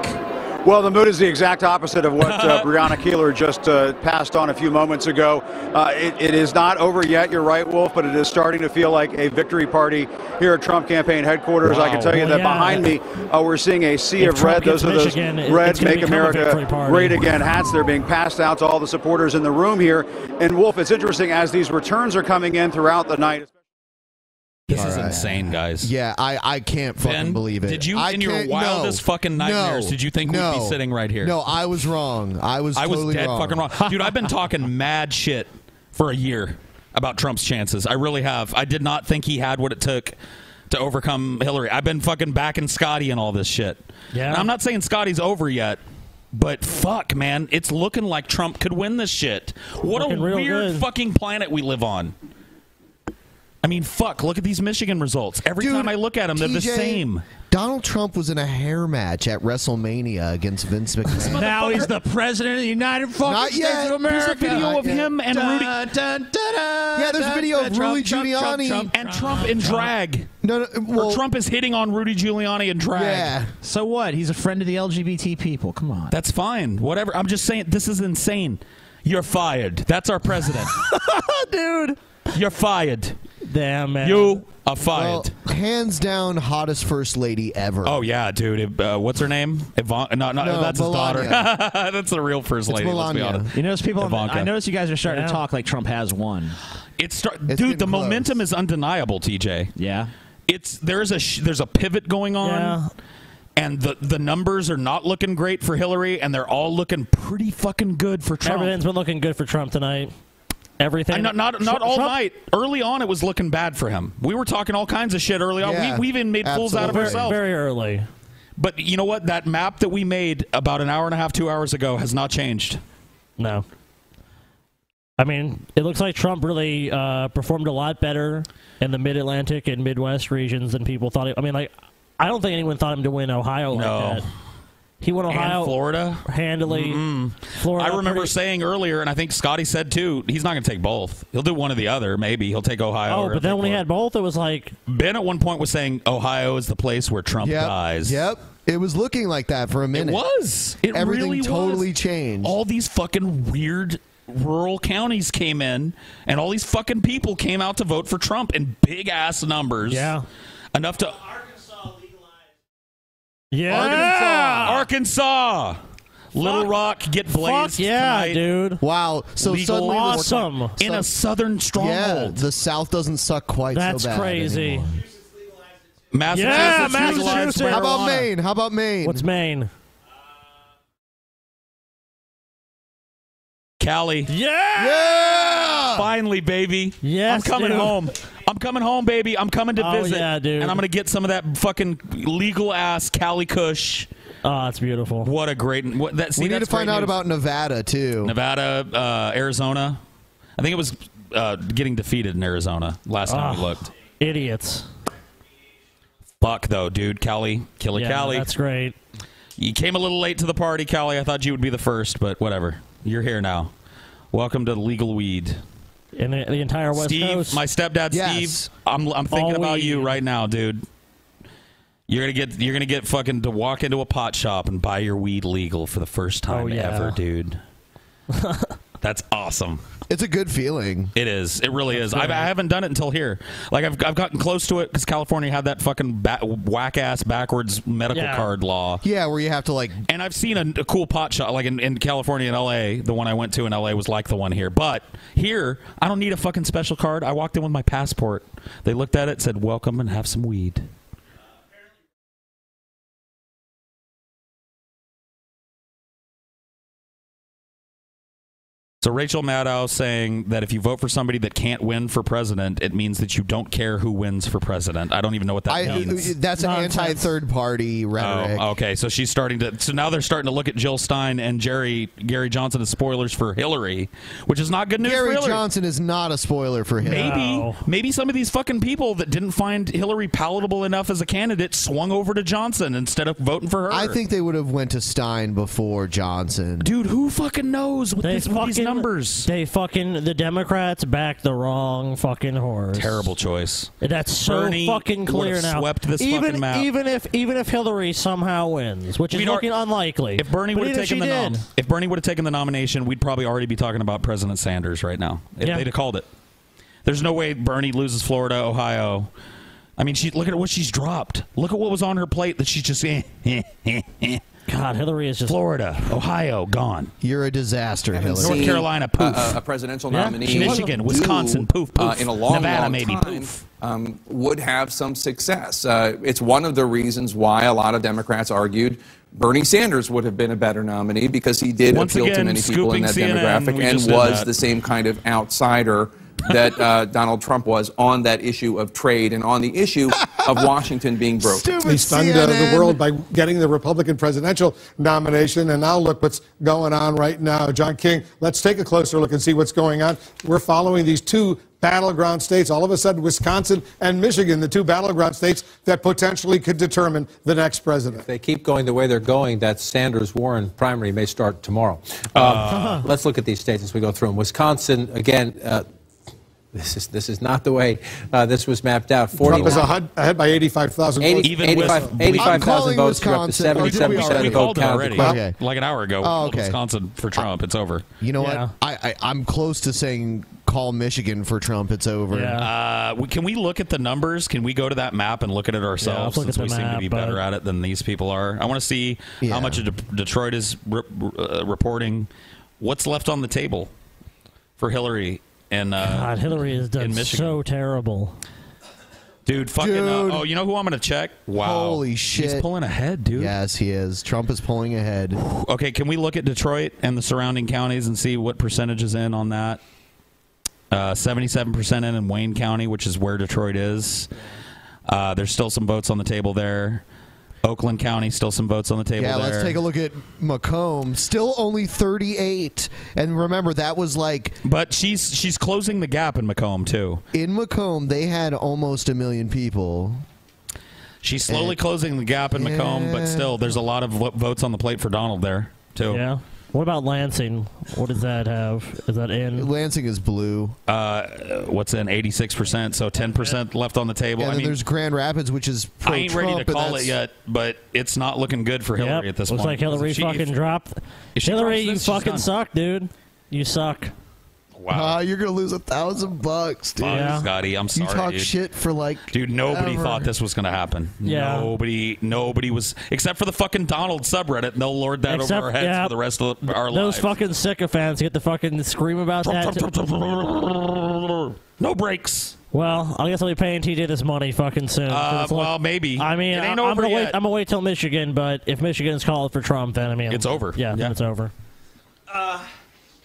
S13: Well, the mood is the exact opposite of what uh, Brianna Keeler just uh, passed on a few moments ago. Uh, it, it is not over yet, you're right, Wolf, but it is starting to feel like a victory party here at Trump campaign headquarters. I
S14: Wow.
S13: can tell you
S14: Well,
S13: that
S14: yeah.
S13: behind me, uh, we're seeing a sea
S14: If
S13: of
S14: Trump
S13: red. Those are
S14: gets
S13: those
S14: Michigan, it- it's
S13: red
S14: gonna
S13: Make
S14: become a victory
S13: America
S14: party.
S13: Great Again hats. They're being passed out to all the supporters in the room here. And, Wolf, it's interesting as these returns are coming in throughout the night.
S4: insane, guys.
S2: Yeah, I, I can't fucking believe it.
S4: did you-
S2: I
S4: in your
S2: can't-
S4: wildest
S2: no,
S4: fucking nightmares,
S2: no,
S4: did you think we'd be
S2: no.
S4: sitting right here?
S2: No, I was wrong. I was
S4: I was
S2: totally
S4: dead
S2: wrong.
S4: fucking wrong, dude. I've been talking mad shit for a year about Trump's chances. I really have. I did not think he had what it took to overcome Hillary. I've been fucking backing Scotty and all this shit. Yeah. I'm not saying Scotty's over yet. But fuck, man, it's looking like Trump could win this shit. What
S6: Looking
S4: a
S6: real
S4: weird
S6: good.
S4: fucking planet we live on. I mean, fuck, look at these Michigan results. Every time I look at them, they're the
S2: TJ,
S4: same.
S2: Donald Trump was in a hair match at WrestleMania against Vince McMahon.
S3: Now he's the president of the United fucking
S2: Not
S3: States
S2: yet.
S3: of
S2: There's
S3: America.
S2: a video of him and Rudy- Yeah, there's a video
S3: uh,
S2: of Rudy Giuliani
S4: and Trump in drag.
S2: No, no
S4: Or Trump is hitting on Rudy Giuliani in drag.
S3: So what? He's a friend of the LGBT people. Come on.
S4: That's fine. Whatever. I'm just saying, this is insane. You're fired. That's our president.
S6: Dude.
S4: You're fired.
S6: Damn, man.
S4: You are fired.
S2: Well, hands down, hottest first lady ever.
S4: oh, yeah, dude. Uh, what's her name? Yvonne. No, no,
S2: No,
S4: that's
S2: Melania.
S4: his daughter. that's the real first
S2: It's
S4: lady. Let's be
S2: Melania.
S4: honest.
S3: You notice people.
S4: Ivanka.
S3: I notice you guys are starting to
S4: Yeah.
S3: talk like Trump has won.
S4: It's start, dude. The momentum is undeniable, TJ.
S3: Yeah.
S4: It's there's a sh- there's a pivot going on, and the the numbers are not looking great for Hillary, and they're all looking pretty fucking good for Trump.
S6: Everything's been looking good for Trump tonight. Everything.
S4: And not not, not
S6: Tru-
S4: all
S6: Trump-
S4: night. Early on, it was looking bad for him. We were talking all kinds of shit early on.
S6: Yeah,
S4: we, we even made fools out of
S6: absolutely.
S4: ourselves
S6: Very early.
S4: But you know what? That map that we made about an hour and a half, two hours ago has not changed.
S6: No. I mean, it looks like Trump really uh, performed a lot better in the Mid Atlantic and Midwest regions than people thought. He, I mean, like, I don't think anyone thought him to win Ohio
S4: No.
S6: like that. He won
S4: And
S6: Ohio,
S4: Florida Mm-hmm.
S6: handily.
S4: Mm-mm.
S6: Florida,
S4: I remember saying earlier, and I think Scotty said too, he's not going to take both. He'll do one or the other. Maybe he'll take Ohio.
S6: Oh,
S4: or
S6: but then when he had both, it was like
S4: Ben at one point was saying Ohio is the place where Trump
S2: Yep.
S4: dies.
S2: Yep. It was looking like that for a minute.
S4: was. It
S2: Everything
S4: really was.
S2: totally changed.
S4: All these fucking weird rural counties came in, and all these fucking people came out to vote for Trump in big ass numbers. Yeah, enough to
S6: Yeah,
S4: Arkansas. Little Rock get blazed.
S6: yeah,
S4: tonight.
S6: dude.
S2: Wow. So
S4: Legal.
S2: suddenly we're
S4: Awesome.
S2: talking-
S4: In a southern
S2: Yeah,
S4: stronghold.
S2: the South doesn't suck quite
S4: That's
S2: so bad
S4: crazy.
S2: anymore.
S4: Massachusetts
S6: Yeah,
S4: legalized
S6: Massachusetts.
S2: How
S6: marijuana.
S2: about Maine? How about Maine?
S6: What's Maine?
S4: Cali.
S6: Yeah!
S2: Yeah!
S4: Finally, baby.
S6: Yes,
S4: I'm coming
S6: dude.
S4: home. I'm coming home, baby. I'm coming to
S6: Oh,
S4: visit.
S6: yeah, dude.
S4: And I'm going to get some of that fucking legal ass Cali Kush.
S6: Oh, it's beautiful.
S4: What a great. What, that, see,
S2: we need to
S4: that's
S2: find
S4: great
S2: out
S4: news.
S2: about Nevada too.
S4: Nevada, uh, Arizona. I think it was uh, getting defeated in Arizona last time we
S6: Ah,
S4: looked.
S6: Idiots.
S4: Fuck, though, dude. Cali. Killer
S6: Yeah,
S4: Cali.
S6: that's great.
S4: You came a little late to the party, Cali. I thought you would be the first, but whatever. You're here now. Welcome to legal weed.
S6: And the, the entire West
S4: Steve,
S6: Coast.
S4: my stepdad
S6: Yes.
S4: Steve. I'm I'm thinking
S6: All
S4: about
S6: weed.
S4: you right now, dude. You're gonna get you're gonna get fucking to walk into a pot shop and buy your weed legal for the first time
S2: Oh, yeah.
S4: ever, dude. That's awesome.
S2: It's a good feeling.
S4: It is. It really is. I've, I haven't done it until here. Like I've, I've gotten close to it because California had that fucking ba- whack ass backwards medical
S2: Yeah.
S4: card law.
S2: Yeah, where you have to like.
S4: And I've seen a, a cool pot shop like in, in California and L.A. The one I went to in L.A. was like the one here, but here I don't need a fucking special card. I walked in with my passport. They looked at it, said "Welcome," and have some weed. So Rachel Maddow saying that if you vote for somebody that can't win for president, it means that you don't care who wins for president. I don't even know what that
S2: I, uh,
S4: means.
S2: that's an anti third party rhetoric.
S4: Oh, okay. So she's starting to. So now they're starting to look at Jill Stein and Jerry Gary Johnson as spoilers for Hillary, which is not good news. for
S2: Gary
S4: Hillary.
S2: Johnson is not a spoiler for him.
S4: Maybe, maybe some of these fucking people that didn't find Hillary palatable enough as a candidate swung over to Johnson instead of voting for her.
S2: I think they would have went to Stein before Johnson.
S4: Dude, who fucking knows with,
S6: They
S4: this, with
S6: fucking,
S4: these numbers?
S6: They fucking the Democrats backed the wrong fucking horse.
S4: Terrible choice.
S6: That's so
S4: Bernie
S6: fucking
S4: would've
S6: clear now.
S4: swept this
S6: even
S4: fucking map.
S6: even if even if Hillary somehow wins, which is
S4: We'd ar-
S6: looking unlikely.
S4: If Bernie
S6: but
S4: would have
S6: even if
S4: taken the
S6: she
S4: nom-
S6: did,
S4: if Bernie would have taken the nomination, we'd probably already be talking about President Sanders right now. If
S6: Yeah.
S4: they'd have called it, there's no way Bernie loses Florida, Ohio. I mean, she look at what she's dropped. Look at what was on her plate that she's just. Eh, eh, eh, eh.
S6: God, Hillary is just
S4: Florida, Ohio, gone.
S2: You're a disaster,
S1: haven't
S2: Hillary. Uh,
S1: seen
S4: North Carolina,
S1: a-
S4: poof.
S1: A, a presidential
S4: uh, Yeah.
S1: nominee.
S4: Michigan,
S1: do,
S4: Wisconsin, poof, poof.
S1: uh, in a long,
S4: Nevada,
S1: long
S4: maybe,
S1: time, um, would have some success. Uh, it's one of the reasons why a lot of Democrats argued Bernie Sanders would have been a better nominee because he did
S4: Once
S1: appeal to
S4: again,
S1: many people
S4: scooping
S1: in that
S4: CNN,
S1: demographic
S4: we just
S1: and
S4: did
S1: was
S4: that.
S1: the same kind of outsider. that uh, Donald Trump was on that issue of trade and on the issue of Washington being broken.
S7: He stunned uh, the world by getting the Republican presidential nomination, and now look what's going on right now. John King, let's take a closer look and see what's going on. We're following these two battleground states. All of a sudden, Wisconsin and Michigan, the two battleground states that potentially could determine the next president.
S8: If they keep going the way they're going, that Sanders Warren primary may start tomorrow. Um,
S4: Uh-huh.
S8: Let's look at these states as we go through them. Wisconsin, again, uh, this is this is not the way uh, this was mapped out.
S7: Trump is
S8: 41
S7: ahead, ahead by 85,000 votes.
S8: 80 85 85,000 votes you're up to
S2: Oh,
S7: Oh,
S8: 77% of the
S4: We
S8: vote
S4: called it
S8: count.
S4: already
S2: Okay.
S4: like an hour ago.
S2: Oh, okay.
S4: Wisconsin for Trump. It's over.
S2: You know what? I, I I'm close to saying call Michigan for Trump. It's over.
S4: Uh, we, can we look at the numbers? Can we go to that map and look at it ourselves?
S2: look at
S4: since we
S2: the
S4: seem to
S2: map,
S4: be
S2: bud.
S4: better at it than these people are. I want to see
S2: Yeah.
S4: how much of De- Detroit is re- uh, reporting. What's left on the table for Hillary and uh,
S6: God, Hillary has done
S4: in Michigan?
S6: so terrible.
S4: Dude, fucking.
S6: Dude.
S4: Uh, oh, you know who I'm going to check? Wow.
S2: Holy shit.
S4: He's pulling ahead, dude.
S2: Yes, he is. Trump is pulling ahead.
S4: Okay, can we look at Detroit and the surrounding counties and see what percentage is in on that? Uh, 77% in in Wayne County, which is where Detroit is. Uh, there's still some votes on the table there. Oakland County, still some votes on the table
S2: Yeah,
S4: there.
S2: let's take a look at Macomb. Still only 38. And remember, that was like.
S4: But she's she's closing the gap in Macomb, too.
S2: In Macomb, they had almost a million people.
S4: She's slowly closing the gap in Macomb,
S6: Yeah.
S4: but still, there's a lot of vo- votes on the plate for Donald there, too.
S6: Yeah. What about Lansing? What does that have? Is that in?
S2: Lansing is blue.
S4: Uh, what's in 86%, so 10% left on the table.
S2: and
S4: I
S2: then
S4: mean,
S2: there's Grand Rapids, which is pro
S4: I ain't
S2: Trump,
S4: ready to
S2: and
S4: call it
S2: that's-
S4: yet, but it's not looking good for Hillary at this
S6: Looks
S4: point.
S6: like Hillary
S4: If she- if-
S6: fucking dropped.
S4: if she
S6: Hillary,
S4: drops
S6: you
S4: this, she's
S6: fucking
S4: done.
S6: suck, dude. You suck.
S4: Wow.
S2: Ah, you're gonna lose a thousand bucks,
S4: Fuck, Scotty, I'm sorry.
S2: You talk
S4: dude.
S2: shit for like.
S4: Dude, nobody
S2: ever.
S4: thought this was going to happen.
S2: Yeah.
S4: Nobody, nobody was, except for the fucking Donald subreddit. They'll lord that
S6: Except-
S4: over our heads
S6: yeah.
S4: for the rest of our
S6: Those
S4: lives.
S6: fucking sycophants get to fucking scream about that.
S4: No breaks.
S6: Well, I guess I'll be paying TJ this money fucking soon. 'cause
S4: Uh,
S6: it's like-
S4: well, maybe.
S6: I mean,
S4: it ain't
S6: I- I'm
S4: over
S6: gonna
S4: yet.
S6: wait. I'm gonna wait till Michigan, but if Michigan's called for Trump, then I mean,
S4: It's over.
S6: Yeah,
S4: Yeah.
S6: Then it's over.
S3: Uh,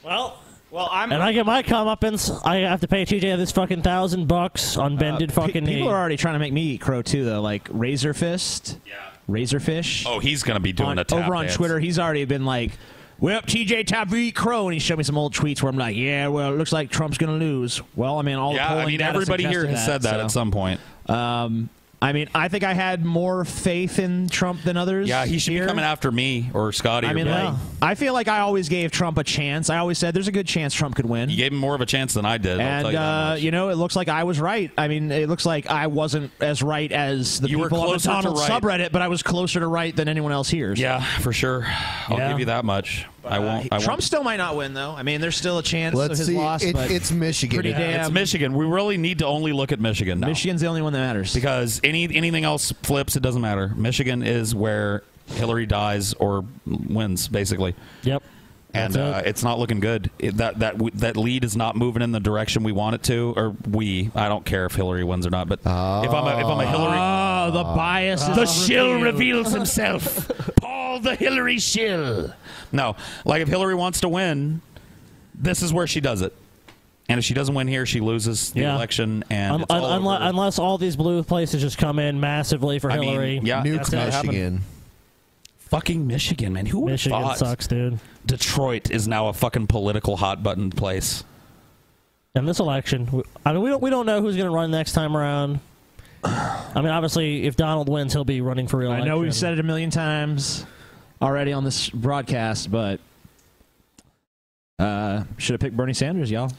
S12: Well, well, I'm.
S6: And I get my comeuppance. I have to pay TJ this fucking thousand bucks on bended
S3: Uh, Pe-
S6: fucking knee.
S3: people are already trying to make me eat crow too, though. Like Razor Fist, yeah, Razor Fish.
S4: Oh, he's going to be doing
S3: on,
S4: a tap
S3: over on
S4: dance.
S3: Twitter, he's already been like, "Well, TJ Top eat crow," and he showed me some old tweets where I'm like, "Yeah, well, it looks like Trump's going to lose." Well, I mean, all
S4: Yeah,
S3: the
S4: I
S3: polling
S4: mean,
S3: data
S4: everybody here
S3: suggested
S4: has said that at
S3: so.
S4: some point.
S3: Um, I mean, I think I had more faith in Trump than others.
S4: Yeah, he should
S3: here.
S4: be coming after me or Scotty.
S3: I
S4: or
S3: mean,
S4: me.
S3: like, I feel like I always gave Trump a chance. I always said there's a good chance Trump could win.
S4: you gave him more of a chance than I did. I'll
S3: And
S4: tell you that much.
S3: uh, you know, it looks like I was right. I mean, it looks like I wasn't as right as the
S4: You were
S3: people on the
S4: closer to
S3: Donald
S4: right.
S3: subreddit, but I was closer to right than anyone else here. so.
S4: Yeah, for sure. I'll
S3: Yeah.
S4: give you that much. I won't. I
S3: Trump
S4: won't.
S3: still might not win though. I mean, there's still a chance of his loss. but Pretty damn.
S4: It's Michigan. We really need to only look at Michigan. Now.
S3: Michigan's the only one that matters
S4: because any anything else flips, it doesn't matter. Michigan is where Hillary dies or wins, basically.
S6: Yep.
S4: And uh, it's not looking good. It, that that w- that lead is not moving in the direction we want it to, or we. I don't care if Hillary wins or not, but if I'm a if I'm a Hillary,
S3: Oh, the bias.
S4: The shill reveals himself. Paul the Hillary shill. No, like if Hillary wants to win, this is where she does it. And if she doesn't win here, she loses the
S6: Yeah.
S4: election, and
S6: Un-
S4: it's all
S6: un-
S4: over.
S6: unle- unless all these blue places just come in massively for
S4: I mean,
S6: Hillary.
S4: yeah, Nuke that's gotta happen. Michigan. Fucking Michigan, man. Who would
S6: Michigan
S4: thought
S6: sucks, dude.
S4: Detroit is now a fucking political hot button place.
S6: And this election, w- I mean, we don't we don't know who's going to run next time around. I mean, obviously, if Donald wins, he'll be running for
S3: I
S6: re-election.
S3: know we've said it a million times already on this broadcast, but uh, should have picked Bernie Sanders, y'all.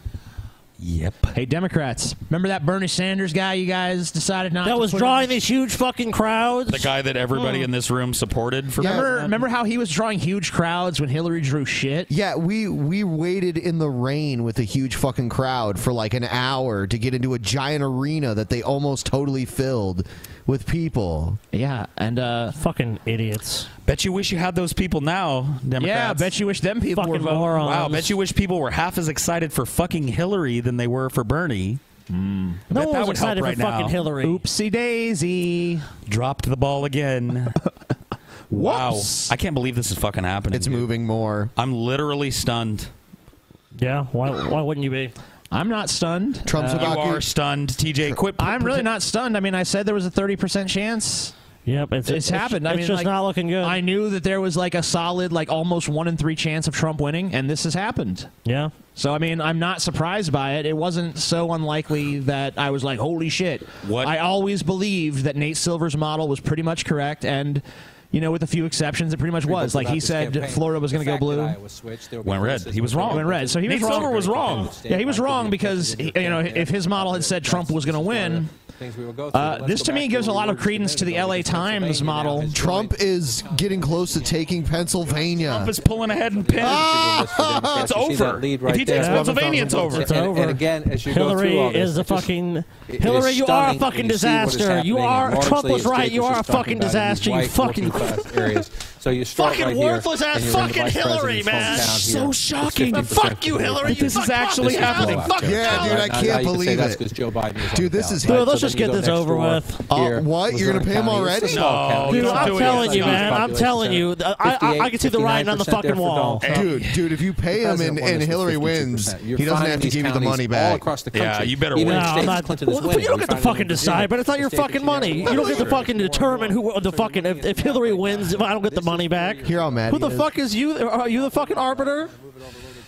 S4: Yep.
S3: Hey, Democrats, remember that Bernie Sanders guy you guys decided not
S6: that
S3: to
S6: was
S3: put
S6: drawing
S3: in?
S6: these huge fucking crowds.
S4: The guy that
S6: Hmm.
S4: everybody in this room supported for
S3: remember, remember how he was drawing huge crowds when Hillary drew shit?
S2: Yeah, we we waited in the rain with a huge fucking crowd for like an hour to get into a giant arena that they almost totally filled with people.
S3: Yeah, and uh
S6: fucking idiots.
S4: Bet you wish you had those people now, Democrats.
S3: Yeah, bet you wish them people were voting.
S4: Wow, bet you wish people were half as excited for fucking Hillary than they were for Bernie. I
S3: Mm. No
S4: bet
S3: one was
S4: that would help
S3: excited for
S4: right
S3: fucking
S4: now.
S3: Hillary. Oopsie daisy.
S4: Dropped the ball again. wow.
S3: Whoops.
S4: I can't believe this is fucking happening. It's
S2: moving more.
S4: I'm literally stunned.
S6: Yeah, why, why wouldn't you be?
S3: I'm not stunned. Uh,
S4: Trump's about You are stunned, TJ. Quit.
S3: I'm really not stunned. I mean, I said there was a 30% chance.
S6: Yep,
S3: It's, happened. I mean,
S6: just
S3: like,
S6: not looking good.
S3: I knew that there was like a solid, like almost one in three chance of Trump winning, and this has happened.
S6: Yeah.
S3: So I mean, I'm not surprised by it. It wasn't so unlikely that I was like, "Holy shit!" What I always believed that Nate Silver's model was pretty much correct, and you know, with a few exceptions, it pretty much was. Like he said, Florida was going to go blue.
S4: Went red. He was wrong.
S3: Went red. So he
S4: Nate
S3: was wrong.
S4: Silver was wrong.
S3: Yeah, he was wrong because he- you know if his model had said Trump was going to win,
S8: Things we will go through.
S3: uh, this to me gives a lot of credence to the LA Times model.
S2: Trump is getting close to taking Pennsylvania. Ah! Trump
S4: is pulling ahead in Penn.
S8: Democrats. You see that lead right there.
S6: It's
S8: And-
S6: over.
S8: And again, as you go
S6: Hillary
S8: through all this,
S6: is a
S8: it just-
S6: fucking
S8: it
S6: Hillary.
S8: is
S6: You are a
S8: stunning
S6: fucking
S8: when you see what is
S6: disaster. You
S8: happening,
S6: are
S8: and
S6: Trump
S8: largely
S6: was
S8: it's
S6: right. You
S8: Jacobs
S6: are a
S8: just talking
S6: fucking
S8: about in these
S6: disaster. You
S8: white
S6: fucking
S8: working-class areas. So you start
S6: Fucking
S8: right here,
S6: worthless
S8: and
S6: ass
S8: you're in the
S6: fucking
S8: vice president's
S6: Hillary, man.
S8: hometown
S6: It's
S8: here.
S6: so
S8: It's
S6: shocking.
S8: 50%
S6: Fuck you,
S8: control.
S6: Happening.
S2: Yeah, dude, I
S8: Now
S2: can't
S8: you can say
S2: believe
S8: that's
S2: it.
S8: 'cause Joe Biden is on
S2: Dude,
S8: the
S2: this is hype.
S8: ballot. So
S2: So
S8: that-
S6: just get this over with.
S2: Uh, what? You're going to pay him already?
S6: dude, I'm telling you, man. I'm telling you. th- I, I, I can see the writing on the fucking wall.
S2: Dude, dude, if you pay him and, and Hillary wins, he doesn't have to give you the money back.
S6: No, I'm not- Well, but you don't get to fucking decide, but it's not your fucking money. You don't get to fucking determine who the fucking. If, if Hillary wins, if I don't get the money back.
S2: Here I'm at.
S6: Who the fuck is you? Are you the fucking arbiter?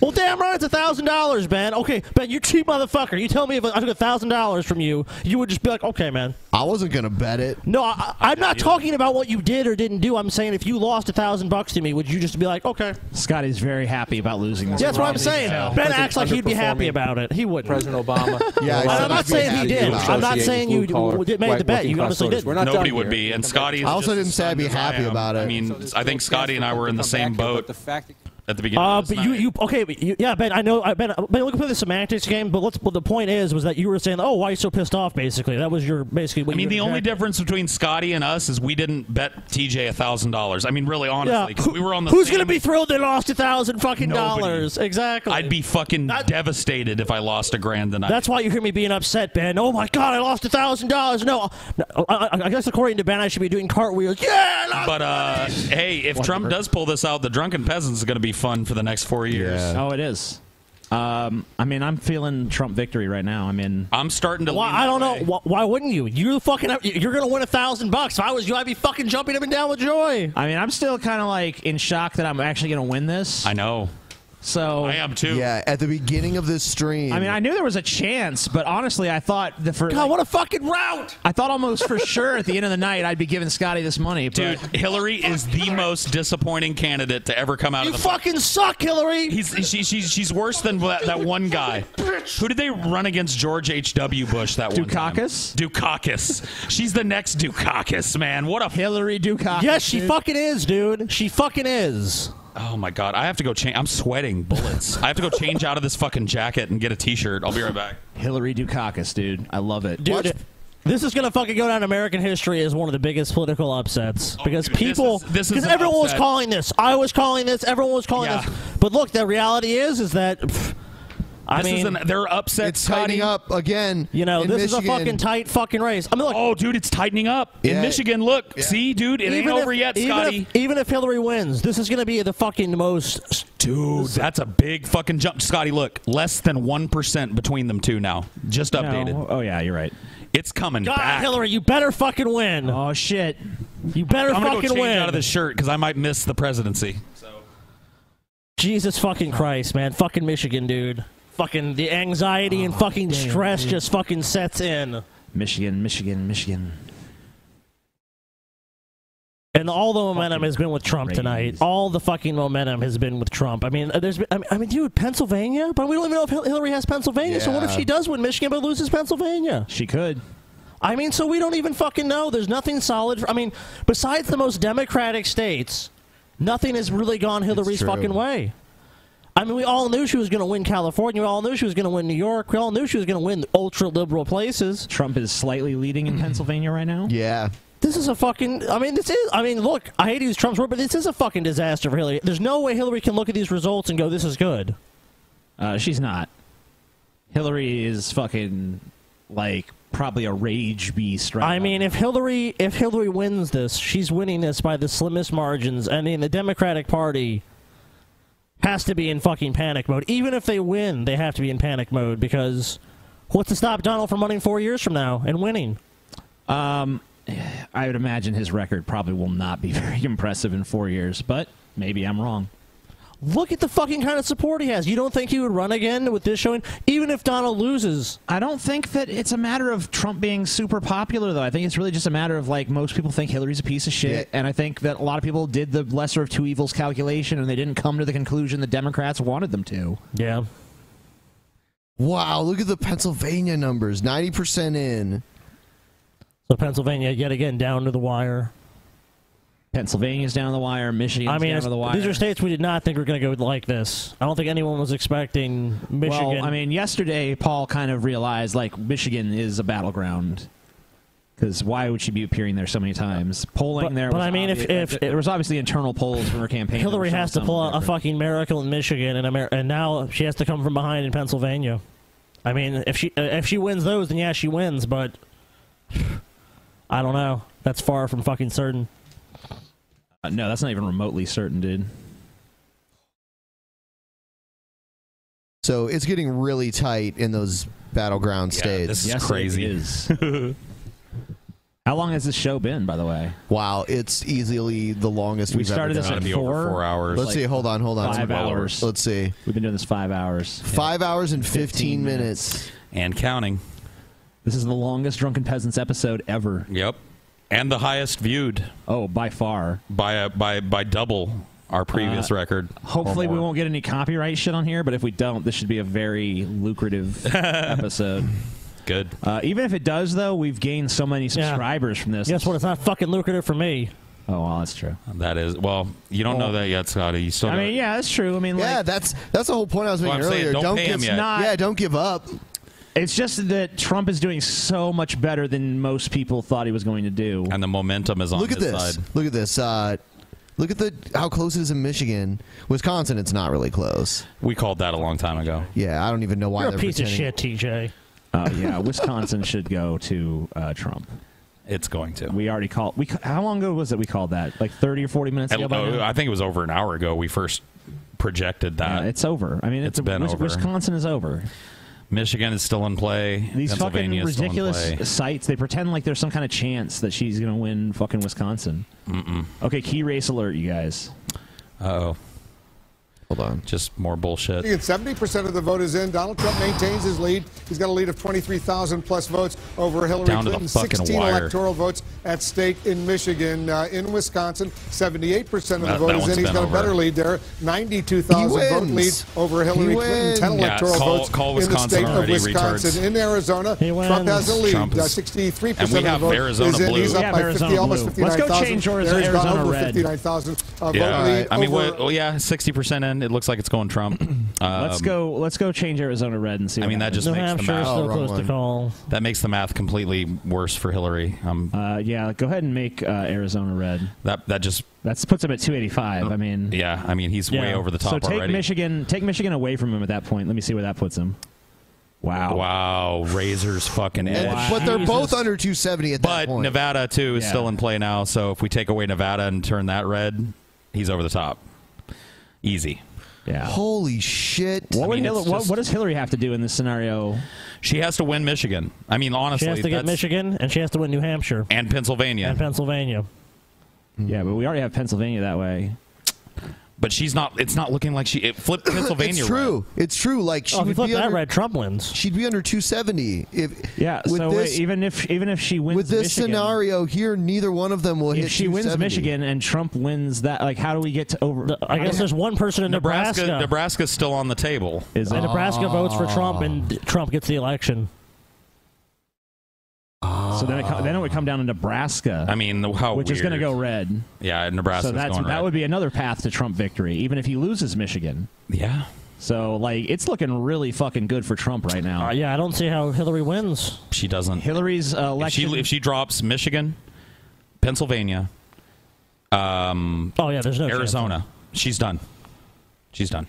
S6: Well, damn right, it's a thousand dollars, Ben. Okay, Ben, you cheap motherfucker. You tell me if I took a thousand dollars from you, you would just be like, okay, man.
S2: I wasn't gonna bet it.
S6: No, I, I, I'm not talking about what you did or didn't do. I'm saying if you lost a thousand bucks to me, would you just be like, okay?
S3: Scotty's very happy about losing this.
S6: Yeah, that's what I'm
S3: round.
S6: saying.
S3: Yeah.
S6: Ben acts like he'd be happy about it. He wouldn't.
S8: President Obama.
S6: Yeah, And I'm not saying he did. I'm not saying you
S8: did
S6: made the bet. You obviously did.
S4: Nobody would be. And Scotty. Is
S2: I also
S4: just
S2: didn't
S4: as
S2: say I'd be
S4: stunned as I
S2: happy
S4: am.
S2: about it.
S4: I mean, I think Scotty and I were in the same boat at the beginning.
S6: Uh,
S4: of this
S6: but you, you okay? But you, yeah, Ben. I know, I Ben. Ben, we can play the semantics game, but let's. But the point is, was that you were saying, "Oh, why are you so pissed off?" Basically, that was your basically. What
S4: I mean,
S6: you
S4: the only difference between Scotty and us is we didn't bet TJ a thousand dollars. I mean, really, honestly, 'cause we were on the.
S6: Who's
S4: same-
S6: gonna be thrilled they lost a thousand fucking
S4: Nobody.
S6: dollars? Exactly.
S4: I'd be fucking devastated if I lost a grand tonight.
S6: That's why you hear me being upset, Ben. Oh my God, I lost a thousand dollars. No, I, I, I guess according to Ben, I should be doing cartwheels. Yeah.
S4: But uh, hey, if Trump does pull this out, the drunken peasants is going to be fun for the next four years.
S3: Oh, it is. Um, I mean, I'm feeling Trump victory right now. I mean,
S4: I'm starting to.
S6: Why, I don't know. Why, why wouldn't you? You fucking. You're gonna win a thousand bucks. If I was you, I'd be fucking jumping up and down with joy.
S3: I mean, I'm still kind of like in shock that I'm actually going to win this.
S4: I know.
S3: So
S4: I am too.
S2: Yeah, at the beginning of this stream.
S3: I mean, I knew there was a chance, but honestly, I thought the for
S6: God, what a fucking route!
S3: I thought almost for sure at the end of the night I'd be giving Scotty this money, but
S4: Dude, Hillary is the most disappointing candidate to ever come out
S6: You
S4: of the.
S6: fucking suck, Hillary.
S4: He's she, she's she's worse than that, that one guy. Who did they run against? George H. W. Bush. That Dukakis. One time? Dukakis. She's the next Dukakis, man. What a
S3: Hillary Dukakis.
S6: Yes, she fucking is, dude. She fucking is.
S4: Oh my god, I have to go change. I'm sweating bullets. I have to go change out of this fucking jacket and get a t-shirt. I'll be right back.
S3: Hillary Dukakis, dude. I love it.
S6: Dude, this is gonna fucking go down in American history as one of the biggest political upsets because people,
S4: is- Oh, this is
S6: because
S4: an
S6: everyone was
S4: upset.
S6: calling this, I was calling this, everyone was calling this. But look, the reality is, is that pff, I
S4: This is
S6: mean,
S4: an- they're upset. It's
S2: tightening up again.
S6: You know,
S2: in
S6: this is a
S2: Michigan.
S6: fucking tight fucking race. I mean, look.
S4: Oh, dude, it's tightening up in Michigan. Look, see, dude, it ain't over yet,
S6: even
S4: Scotty.
S6: If, even if Hillary wins, this is gonna be the fucking most.
S4: Dude, that's a big fucking jump. Scotty, look, less than 1% between them two now. Just updated.
S3: Oh, yeah, you're right.
S4: It's coming
S6: God,
S4: back.
S6: Hillary, you better fucking win.
S3: Oh shit,
S6: you better
S4: I'm gonna go
S6: fucking
S4: change
S6: win.
S4: out of this shirt because I might miss the presidency.
S6: Jesus fucking Christ, man. Fucking Michigan, dude. Fucking the anxiety
S3: Oh,
S6: and fucking stress just fucking sets in.
S3: Michigan, Michigan, Michigan.
S6: And all the momentum has been with Trump tonight. All the fucking momentum has been with Trump. I mean, uh, there's been, I mean- I mean, dude, Pennsylvania? But we don't even know if Hil- Hillary has Pennsylvania. So what if
S3: Yeah.
S6: she does win Michigan but loses Pennsylvania?
S3: She could.
S6: I mean, so we don't even fucking know. There's nothing solid. For, I mean, besides the most democratic states, nothing has really gone Hillary's
S3: true.
S6: fucking way. I mean, we all knew she was going to win California. We all knew she was going to win New York. We all knew she was going to win ultra liberal places.
S3: Trump is slightly leading in Pennsylvania right now.
S2: Yeah.
S6: This is a fucking. I mean, this is. I mean, look, I hate to use Trump's word, but this is a fucking disaster for Hillary. There's no way Hillary can look at these results and go, "This is good."
S3: Uh, she's not. Hillary is fucking like probably a rage beast right
S6: I mean, if Hillary if Hillary wins this, she's winning this by the slimmest margins. I mean, the Democratic Party has to be in fucking panic mode. Even if they win, they have to be in panic mode because what's to stop Donald from running four years from now and winning?
S3: Um, I would imagine his record probably will not be very impressive in four years, but maybe I'm wrong.
S6: Look at the fucking kind of support he has. You don't think he would run again with this showing, even if Donald loses?
S3: I don't think that it's a matter of Trump being super popular, though. I think it's really just a matter of like most people think Hillary's a piece of shit, and I think that a lot of people did the lesser of two evils calculation, and they didn't come to the conclusion the Democrats wanted them to.
S6: Yeah.
S2: Wow, look at the Pennsylvania numbers. 90% in.
S6: So Pennsylvania yet again down to the wire.
S3: Pennsylvania's down the wire. Michigan's
S6: I mean,
S3: down to the
S6: it's-
S3: wire.
S6: these are states we did not think were going to go like this. I don't think anyone was expecting Michigan.
S3: Well, I mean, yesterday Paul kind of realized like Michigan is a battleground because why would she be appearing there so many times? Polling
S6: But-
S3: there,
S6: but
S3: was
S6: I mean, if-
S3: obvious-
S6: if-
S3: there was obviously internal polls from her campaign, that were
S6: Hillary
S3: showing
S6: has to pull out a fucking miracle in Michigan, and Amer- and now she has to come from behind in Pennsylvania. I mean, if she uh, if she wins those, then yeah, she wins. But I don't know. That's far from fucking certain.
S3: Uh, no, that's not even remotely certain, dude.
S2: So it's getting really tight in those battleground states.
S3: this is Yes, it crazy. How long has this show been, by the way?
S2: Wow, it's easily the longest
S3: We
S2: we've
S3: started
S2: ever
S3: this
S2: done.
S3: at Gotta be over four? four hours.
S2: Let's
S3: Like
S2: see. Hold on, hold on.
S3: five hours.
S2: Let's see.
S3: We've been doing this five hours.
S2: Five hours and fifteen, minutes.
S4: and counting.
S3: This is the longest Drunken Peasants episode ever.
S4: Yep, and the highest viewed.
S3: Oh, by far.
S4: By a, by by double our previous
S3: Uh,
S4: record.
S3: Hopefully,
S4: Or
S3: we
S4: more.
S3: won't get any copyright shit on here, but if we don't, this should be a very lucrative episode.
S4: Good.
S3: Uh, even if it does, though, we've gained so many subscribers from this.
S6: Guess what? It's not fucking lucrative for me.
S3: Oh, well, that's true.
S4: That is well, you don't know that yet, Scotty. You still.
S3: I
S4: gotta-
S3: mean, yeah, that's true. I mean,
S2: yeah,
S3: like,
S2: that's that's the whole point I was
S4: Well,
S2: making
S4: I'm saying
S2: earlier.
S4: don't pay
S2: give
S4: him yet.
S3: Not-
S2: Yeah, don't give up.
S3: It's just that Trump is doing so much better than most people thought he was going to do.
S4: And the momentum is
S2: Look at this. Look at this. Uh, look at the how close it is in Michigan, Wisconsin. It's not really close.
S4: We called that a long time ago.
S2: Yeah, I don't even know why
S6: You're a
S2: they're
S6: piece of
S2: pretending-
S6: shit, TJ.
S3: Uh, yeah, Wisconsin should go to uh, Trump.
S4: It's going to.
S3: We already called. We ca- how long ago was it? We called that like thirty or forty minutes ago.
S4: And-
S3: by
S4: oh,
S3: now?
S4: I think it was over an hour ago. We first projected that.
S3: it's over. I mean, it's,
S4: it's been
S3: Wis-
S4: over.
S3: Wisconsin is over.
S4: Michigan is still in play.
S3: These fucking
S4: Pennsylvania is still in play.
S3: ridiculous sites. They pretend like there's some kind of chance that she's going to win fucking Wisconsin.
S4: Mm-mm.
S3: Okay, key race alert, you guys.
S4: Uh oh.
S2: Hold on.
S4: Just more bullshit.
S7: And 70% of the vote is in. Donald Trump maintains his lead. He's got a lead of 23,000 plus votes over Hillary
S4: Down to the
S7: Clinton.
S4: fucking
S7: 16
S4: wire.
S7: electoral votes at stake in Michigan. Uh, in Wisconsin, 78% of the
S4: That-
S7: vote
S4: that
S7: is
S4: one's
S7: in. He's
S4: been
S7: got a
S4: over.
S7: better lead there. 92,000
S4: He
S7: vote
S4: wins.
S7: lead over Hillary
S4: He
S7: Clinton. 10
S4: wins. Yeah,
S7: electoral
S4: call-
S7: votes
S4: call
S7: in the
S4: Wisconsin
S7: state of
S4: already,
S7: Wisconsin.
S4: retards.
S7: In Arizona, Trump
S4: wins.
S7: has a lead.
S4: Trump
S7: Uh,
S4: is-
S7: 63%
S4: and we
S7: of the
S4: have
S7: vote
S4: Arizona
S7: is in. He's
S4: blue.
S7: up
S4: Yeah,
S7: by
S4: Arizona
S7: 50, almost
S4: blue. Let's go
S7: 59,000.
S4: change
S7: There
S4: Arizona-
S7: he's gone
S4: Arizona
S7: over
S4: red.
S7: 59,000 uh, vote
S4: Yeah,
S7: lead
S4: I mean,
S7: over
S4: what, well, yeah, sixty percent in. It looks like it's going Trump.
S3: let's
S4: Um,
S3: go. Let's go change Arizona red and see.
S4: I mean, that just makes the math Oh,
S2: Oh,
S4: That makes the math completely worse for Hillary. Um,
S3: uh, yeah, go ahead and make uh, Arizona red.
S4: That that just Oh.
S3: that puts him at 285. I mean,
S4: yeah, I mean, he's way
S3: Yeah.
S4: over the top
S3: So take
S4: already.
S3: Michigan, take Michigan away from him at that point. Let me see where that puts him. Wow,
S4: wow, razors fucking
S2: And-
S4: edge.
S2: But they're both under 270 at that
S4: But
S2: point.
S4: Nevada too is
S2: Yeah.
S4: still in play now. So if we take away Nevada and turn that red, he's over the top. Easy.
S3: Yeah.
S2: Holy shit!
S3: What, would Hillary- what, what does Hillary have to do in this scenario?
S4: She has to win Michigan. I mean, honestly,
S6: she has to get
S4: that's-
S6: Michigan, and she has to win New Hampshire
S4: and Pennsylvania.
S6: and Pennsylvania.
S3: Yeah, but we already have Pennsylvania that way.
S4: But she's not. It's not looking like she. It flipped Pennsylvania.
S2: It's true. It's true. Like she
S3: Oh, if you
S2: would
S3: flip
S2: be
S3: that
S2: under,
S3: red, Trump wins.
S2: She'd be under 270 if
S3: Yeah.
S2: With
S3: so
S2: this,
S3: wait, even if even if she wins
S2: with this
S3: Michigan,
S2: scenario here, neither one of them will
S3: if
S2: hit.
S3: she wins
S2: 270.
S3: Michigan and Trump wins that, like, how do we get to over?
S6: I guess there's one person in Nebraska.
S4: Nebraska. Nebraska's still on the table.
S3: Is
S6: And Nebraska votes for Trump,
S4: Ah.
S6: and Trump gets the election.
S3: So then it, co- then it would come down to Nebraska. I
S4: mean, how
S3: which is going to
S4: weird.
S3: go red.
S4: Yeah, Nebraska's
S3: so that's
S4: going
S3: that
S4: red.
S3: would be another path to Trump victory, even if he loses Michigan.
S4: Yeah.
S3: So like, it's looking really fucking good for Trump right now.
S6: Uh, yeah, I don't see how Hillary wins.
S4: She doesn't.
S3: Hillary's uh, election.
S4: If she, if she drops Michigan, Pennsylvania, um,
S6: oh yeah, there's no
S4: Arizona. She's done. She's done.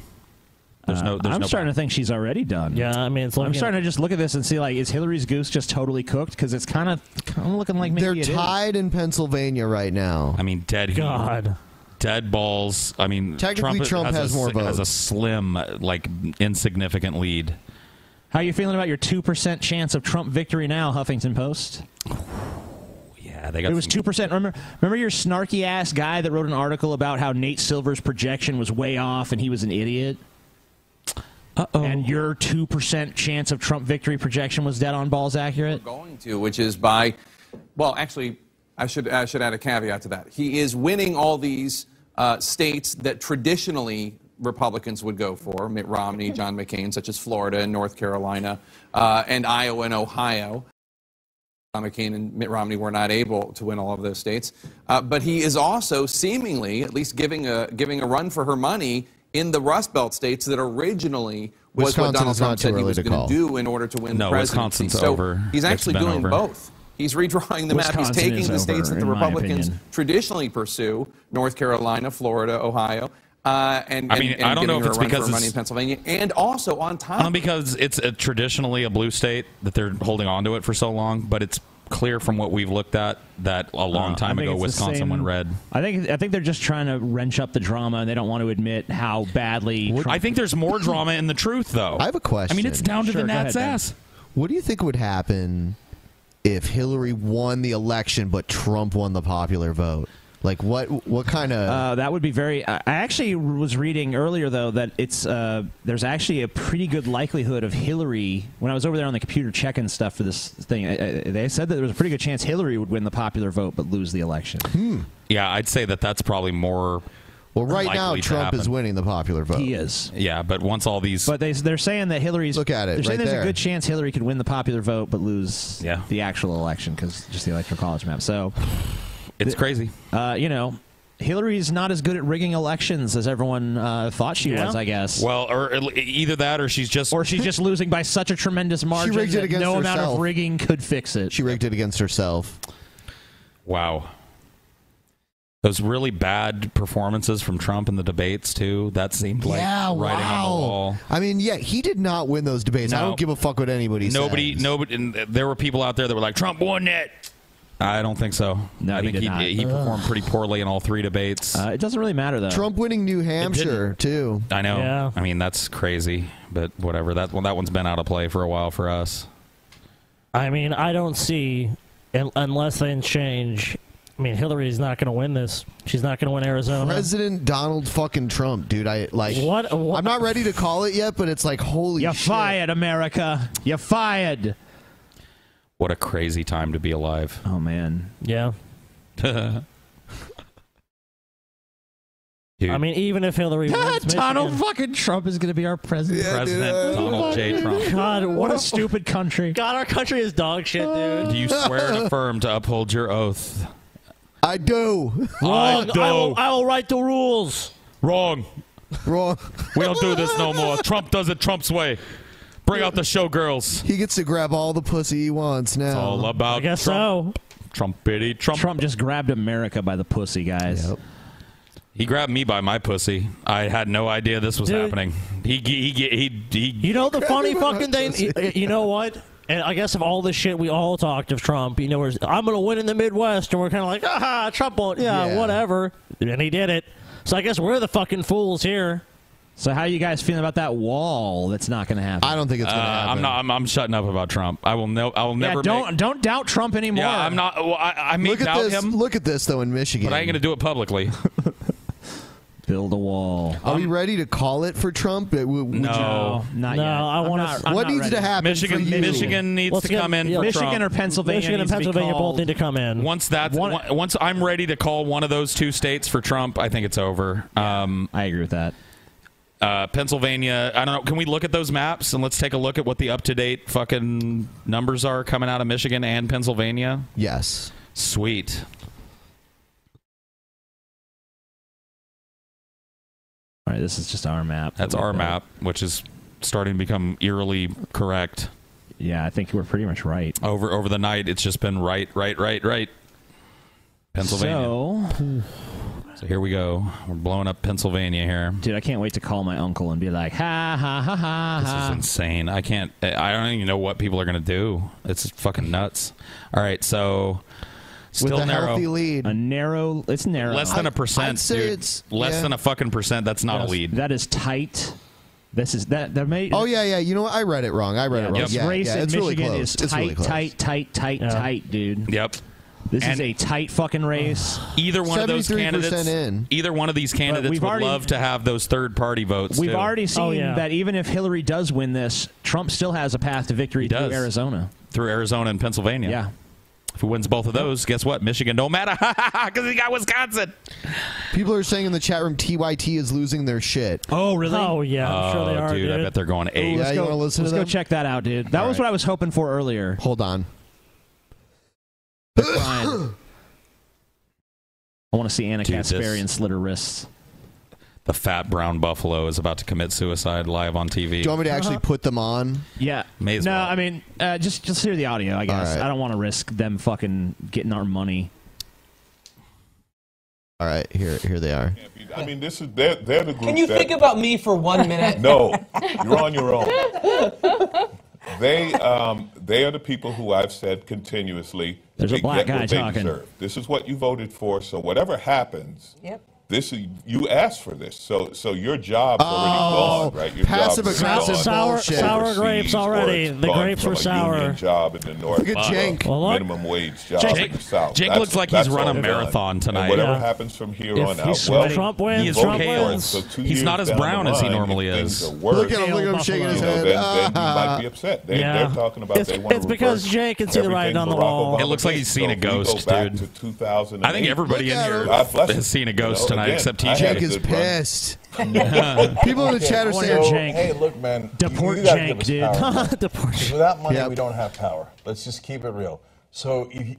S4: There's no. oh, There's
S3: I'm
S4: no.
S3: starting to think she's already done.
S6: Yeah, I mean, it's
S3: I'm starting to just look at this and see like, is Hillary's goose just totally cooked? Because it's kind of kind of looking like maybe
S2: They're
S3: it is.
S2: tied in Pennsylvania right now.
S4: I mean, dead. heat.
S2: God.
S4: Dead balls. I mean,
S2: Technically, Trump has
S4: a,
S2: more
S4: s- Has a
S2: votes.
S4: slim, like insignificant lead.
S3: How you feeling about your two percent chance of Trump victory now, Huffington Post?
S4: Yeah, they got.
S3: it was
S4: some-
S3: two percent. Remember, remember your snarky ass guy that wrote an article about how Nate Silver's projection was way off and he was an idiot. Uh oh. And your two percent chance of Trump victory projection was dead on balls accurate.
S1: going to, which is by, well, actually, I should, I should add a caveat to that. He is winning all these uh, states that traditionally Republicans would go for Mitt Romney, John McCain, such as Florida and North Carolina, uh, and Iowa and Ohio. John McCain and Mitt Romney were not able to win all of those states. Uh, but he is also seemingly, at least, giving a, giving a run for her money in the Rust Belt states that originally was
S2: Wisconsin
S1: what Donald
S2: is not
S1: Trump
S2: too
S1: said he
S2: early
S1: was
S2: to
S1: going
S2: call.
S1: to do in order to win
S4: No,
S1: the presidency.
S4: Wisconsin's
S1: so
S4: over.
S1: he's
S4: It's
S1: actually
S4: been
S1: doing
S4: over.
S1: both. He's redrawing the map. He's
S4: Wisconsin
S1: taking
S4: is
S1: the states
S4: over,
S1: that
S4: in
S1: the
S4: my
S1: Republicans
S4: opinion.
S1: traditionally pursue: North Carolina, Florida, Ohio. Uh, and,
S4: I mean,
S1: and,
S4: I
S1: and
S4: don't know
S1: giving
S4: if
S1: her
S4: it's
S1: a run for
S4: because
S1: her money
S4: it's-
S1: in Pennsylvania, and also on top
S2: Uh,
S4: Um, Not because it's a, traditionally a blue state that they're holding on to it for so long, but it's clear from what we've looked at that a long
S3: Uh,
S4: time
S3: I think
S4: ago
S3: it's the
S4: Wisconsin
S3: same-
S4: went red.
S3: I think I think they're just trying to wrench up the drama, and they don't want to admit how badly.
S4: I think there's more drama in the truth, though.
S2: I have a question.
S4: I mean, it's down to the Nat's ass.
S2: What do you think would happen if Hillary won the election but Trump won the popular vote? Like what? What kind of?
S3: Uh, that would be very. I I actually was reading earlier though that it's uh, there's actually a pretty good likelihood of Hillary. When I was over there on the computer checking stuff for this thing, I, I, they said that there was a pretty good chance Hillary would win the popular vote but lose the election.
S2: Hmm.
S4: Yeah, I'd say that that's probably more.
S2: Well, right now
S4: likely to
S2: Trump is
S4: happen.
S2: winning the popular vote.
S3: He is.
S4: Yeah, but once all these,
S3: But they they're saying that Hillary's look at it. They're saying
S4: right
S3: there's
S4: there.
S3: a good chance Hillary could win the popular vote but lose the actual election because just the electoral college map. So
S4: it's crazy.
S3: Uh, you know, Hillary's not as good at rigging elections as everyone uh, thought she was. I guess.
S4: Well, or or either that, or she's just,
S3: or she's just losing by such a tremendous margin.
S2: she rigged it
S3: that
S2: against
S3: no
S2: herself.
S3: amount of rigging could fix it.
S2: She rigged it against herself.
S4: Wow. Those really bad performances from Trump in the debates too. That seemed like
S2: yeah.
S4: writing
S2: wow.
S4: on the wall.
S2: I mean, yeah, he did not win those debates. I
S4: No.
S2: don't give a fuck what anybody says.
S4: Nobody, nobody, and there were people out there that were like, "Trump won it." I don't think so. No, I think
S3: did
S4: he
S3: not.
S4: he performed pretty poorly in all three debates.
S3: Uh, it doesn't really matter though.
S2: Trump winning New Hampshire too.
S4: I know.
S2: Yeah.
S4: I mean, that's crazy, but whatever. That well, that one's been out of play for a while for us.
S6: I mean, I don't see un- unless things change. I mean, Hillary's not going to win this. She's not going to win
S4: Uh-huh.
S6: Arizona.
S2: President Donald fucking Trump, dude. I like.
S6: What?
S2: I'm not ready to call it yet, but it's like holy.
S3: You're fired, America. You're fired.
S4: What a crazy time to be alive.
S3: Oh man.
S6: Yeah.
S4: Dude.
S6: I mean, even if Hillary wins,
S3: Donald
S6: Michigan-
S3: fucking Trump is going to be our president.
S4: President Donald J. Trump.
S6: God,
S3: what a stupid country.
S6: God, our country is dog shit, dude.
S4: Do you swear and affirm to uphold your oath?
S2: I do.
S4: I
S6: Wrong.
S4: do.
S6: I will, I will write the rules.
S4: Wrong.
S2: Wrong.
S4: We don't do this no more. Trump does it Trump's way. Bring out the showgirls.
S2: He gets to grab all the pussy he wants now.
S4: It's all
S3: Uh,
S4: about Trump. Trumpity Trump.
S3: Trump just grabbed America by the pussy, guys.
S4: He grabbed me by my pussy. I had no idea this was happening. He he he he. he
S6: You know the funny fucking thing. y- You know what? And I guess of all the shit we all talked of Trump, you know, where's I'm gonna win in the Midwest, and we're kind of like, ah, Trump won't. Yeah,
S3: Yeah.
S6: whatever. And he did it. So I guess we're the fucking fools here.
S3: So how you guys feeling about that wall? That's not going to happen.
S2: I don't think
S4: Uh, I'm not. I'm, I'm shutting up about Trump. I will no. I will
S3: Yeah,
S4: never.
S3: don't
S4: Make,
S3: don't doubt Trump anymore.
S4: yeah, I'm not. Well, I, I may
S2: look at
S4: doubt
S2: this.
S4: him,
S2: Look at this though in Michigan.
S4: but I ain't gonna do it publicly.
S3: Build a wall.
S2: Are we ready to call it for Trump? Uh, w- would you-
S4: um, No.
S3: Not yet. I'm not- I'm
S2: What
S3: not
S2: needs
S3: ready.
S2: to happen?
S4: Michigan.
S2: for you?
S4: Michigan needs
S6: Let's
S4: to
S6: get-
S4: come in.
S6: yeah,
S4: for
S6: Michigan
S4: Trump.
S6: and Pennsylvania Michigan and needs to be Pennsylvania both called. need to come in.
S4: Once that's one, once I'm ready to call one of those two states for Trump, I think it's over. Um,
S3: I agree with that.
S4: Uh, Pennsylvania. I don't know. Can we look at those maps and let's take a look at what the up to date fucking numbers are coming out of Michigan and Pennsylvania?
S2: Yes.
S4: Sweet.
S3: All right, this is just our map.
S4: That's our map, which is starting to become eerily correct.
S3: Yeah, I think we're pretty much right.
S4: Over over the night, it's just been right, right, right, right. Pennsylvania.
S3: So,
S4: So here we go. We're blowing up Pennsylvania here.
S3: dude, I can't wait to call my uncle and be like, ha ha ha ha.
S4: This
S3: ha.
S4: is insane. I can't. I don't even know what people are gonna do. It's fucking nuts. All right, so still narrow.
S2: lead,
S3: a narrow. It's narrow.
S4: Less than a percent, dude. Less than a fucking percent. That's not a lead.
S3: That is tight. This is that. That may.
S2: Oh yeah, yeah. You know what? I read it wrong. I read it wrong.
S3: This
S2: Yeah,
S3: race
S2: yeah,
S3: in
S2: it's really
S3: Michigan
S2: close.
S3: is
S2: it's
S3: tight,
S2: really close.
S3: tight, tight, tight, tight, dude.
S4: Yep.
S3: This is
S4: And-
S3: a tight fucking race.
S4: Either one of those
S2: 73%
S4: candidates.
S2: in.
S4: Either one of these candidates
S3: we've
S4: would
S3: already-
S4: love to have those third party votes.
S3: We've
S4: too.
S3: already seen that even if Hillary does win this, Trump still has a path to victory through
S4: does.
S3: Arizona.
S4: through Arizona and Pennsylvania.
S3: Yeah.
S4: If he wins both of those, guess what? Michigan don't matter because he got Wisconsin.
S2: People are saying in the chat room, TYT is losing their shit.
S3: Oh really?
S6: Oh yeah, I'm sure they
S4: Oh,
S6: are,
S4: dude,
S6: dude.
S4: I bet they're going eight.
S2: yeah,
S3: let's
S2: you
S3: go,
S2: want to listen
S3: let's
S2: to
S3: go
S2: them?
S3: check that out, dude. That was what I was hoping for earlier.
S2: Hold on.
S3: That's Brian. I want to see Anna
S4: Dude, this-
S3: Kasparian slit her wrists.
S4: The fat brown buffalo is about to commit suicide live on TV.
S2: Do you want me to actually put them on?
S3: Yeah.
S4: May as
S3: no,
S4: well.
S3: Uh-huh. I mean, uh, just just hear the audio. I guess
S2: right.
S3: I don't want to risk them fucking getting our money.
S2: All right, here, here they are.
S12: I mean, this is they're, they're the group.
S14: Can you
S12: that-
S14: think about me for one minute?
S12: No, you're on your own. They um, they are the people who I've said continuously.
S3: There's a
S12: they
S3: black
S12: get what
S3: guy
S12: they
S3: talking.
S12: deserve. This is what you voted for. So whatever happens, this is, you asked for this. So so your job's already gone, right? Your
S2: passive
S12: job is
S2: aggressive
S12: gone.
S6: Oh, sour-
S12: Overseas,
S6: sour grapes
S12: or
S6: already.
S12: it's
S6: The
S12: gone
S6: grapes
S12: from
S6: were
S12: a
S6: sour.
S12: union job in the north.
S6: Look at
S12: to a
S6: Jink. Well, look.
S12: Minimum wage job
S6: Jink-
S12: in the south.
S4: Jink
S12: That's-
S4: looks like he's
S12: that's
S4: run a
S12: all done.
S4: marathon
S12: And
S4: tonight.
S12: whatever
S4: Yeah.
S12: happens from here
S4: If
S12: on
S4: he's
S12: out, well,
S4: sweating, Trump
S12: you
S4: wins,
S12: voted
S4: Trump
S12: for it.
S4: wins.
S12: So two
S4: He's
S12: years
S4: not as
S12: down the
S4: brown as he
S12: line, if
S4: normally
S12: things
S4: is.
S12: are worse,
S6: Look at him, look at him shaking his
S12: you know,
S6: head.
S12: Then, then you
S6: Ah.
S12: might be upset. They,
S6: Yeah.
S12: They're talking about
S6: It's-
S12: they want
S6: it's
S12: to
S6: because
S12: reverse
S6: Jay can see the
S12: everything
S6: writing on the
S12: Barack
S6: wall.
S12: Obama
S4: It looks like
S12: did.
S4: he's seen
S12: So
S4: a
S12: if we go
S4: ghost,
S12: back
S4: dude.
S12: to 2008,
S4: I think everybody in here
S12: God bless him.
S4: has seen a ghost
S12: You know,
S4: tonight,
S12: again,
S4: except
S12: I
S4: TJ.
S12: had a
S2: is
S12: good run.
S2: pissed. People in the chat are saying,
S14: Oh, hey, look, man.
S2: Deport
S14: you, you gotta
S2: Jank,
S14: give us
S2: dude.
S14: Power, man.
S6: Deport
S14: Because Without money,
S2: Yep.
S14: we don't have power. Let's just keep it real. So you,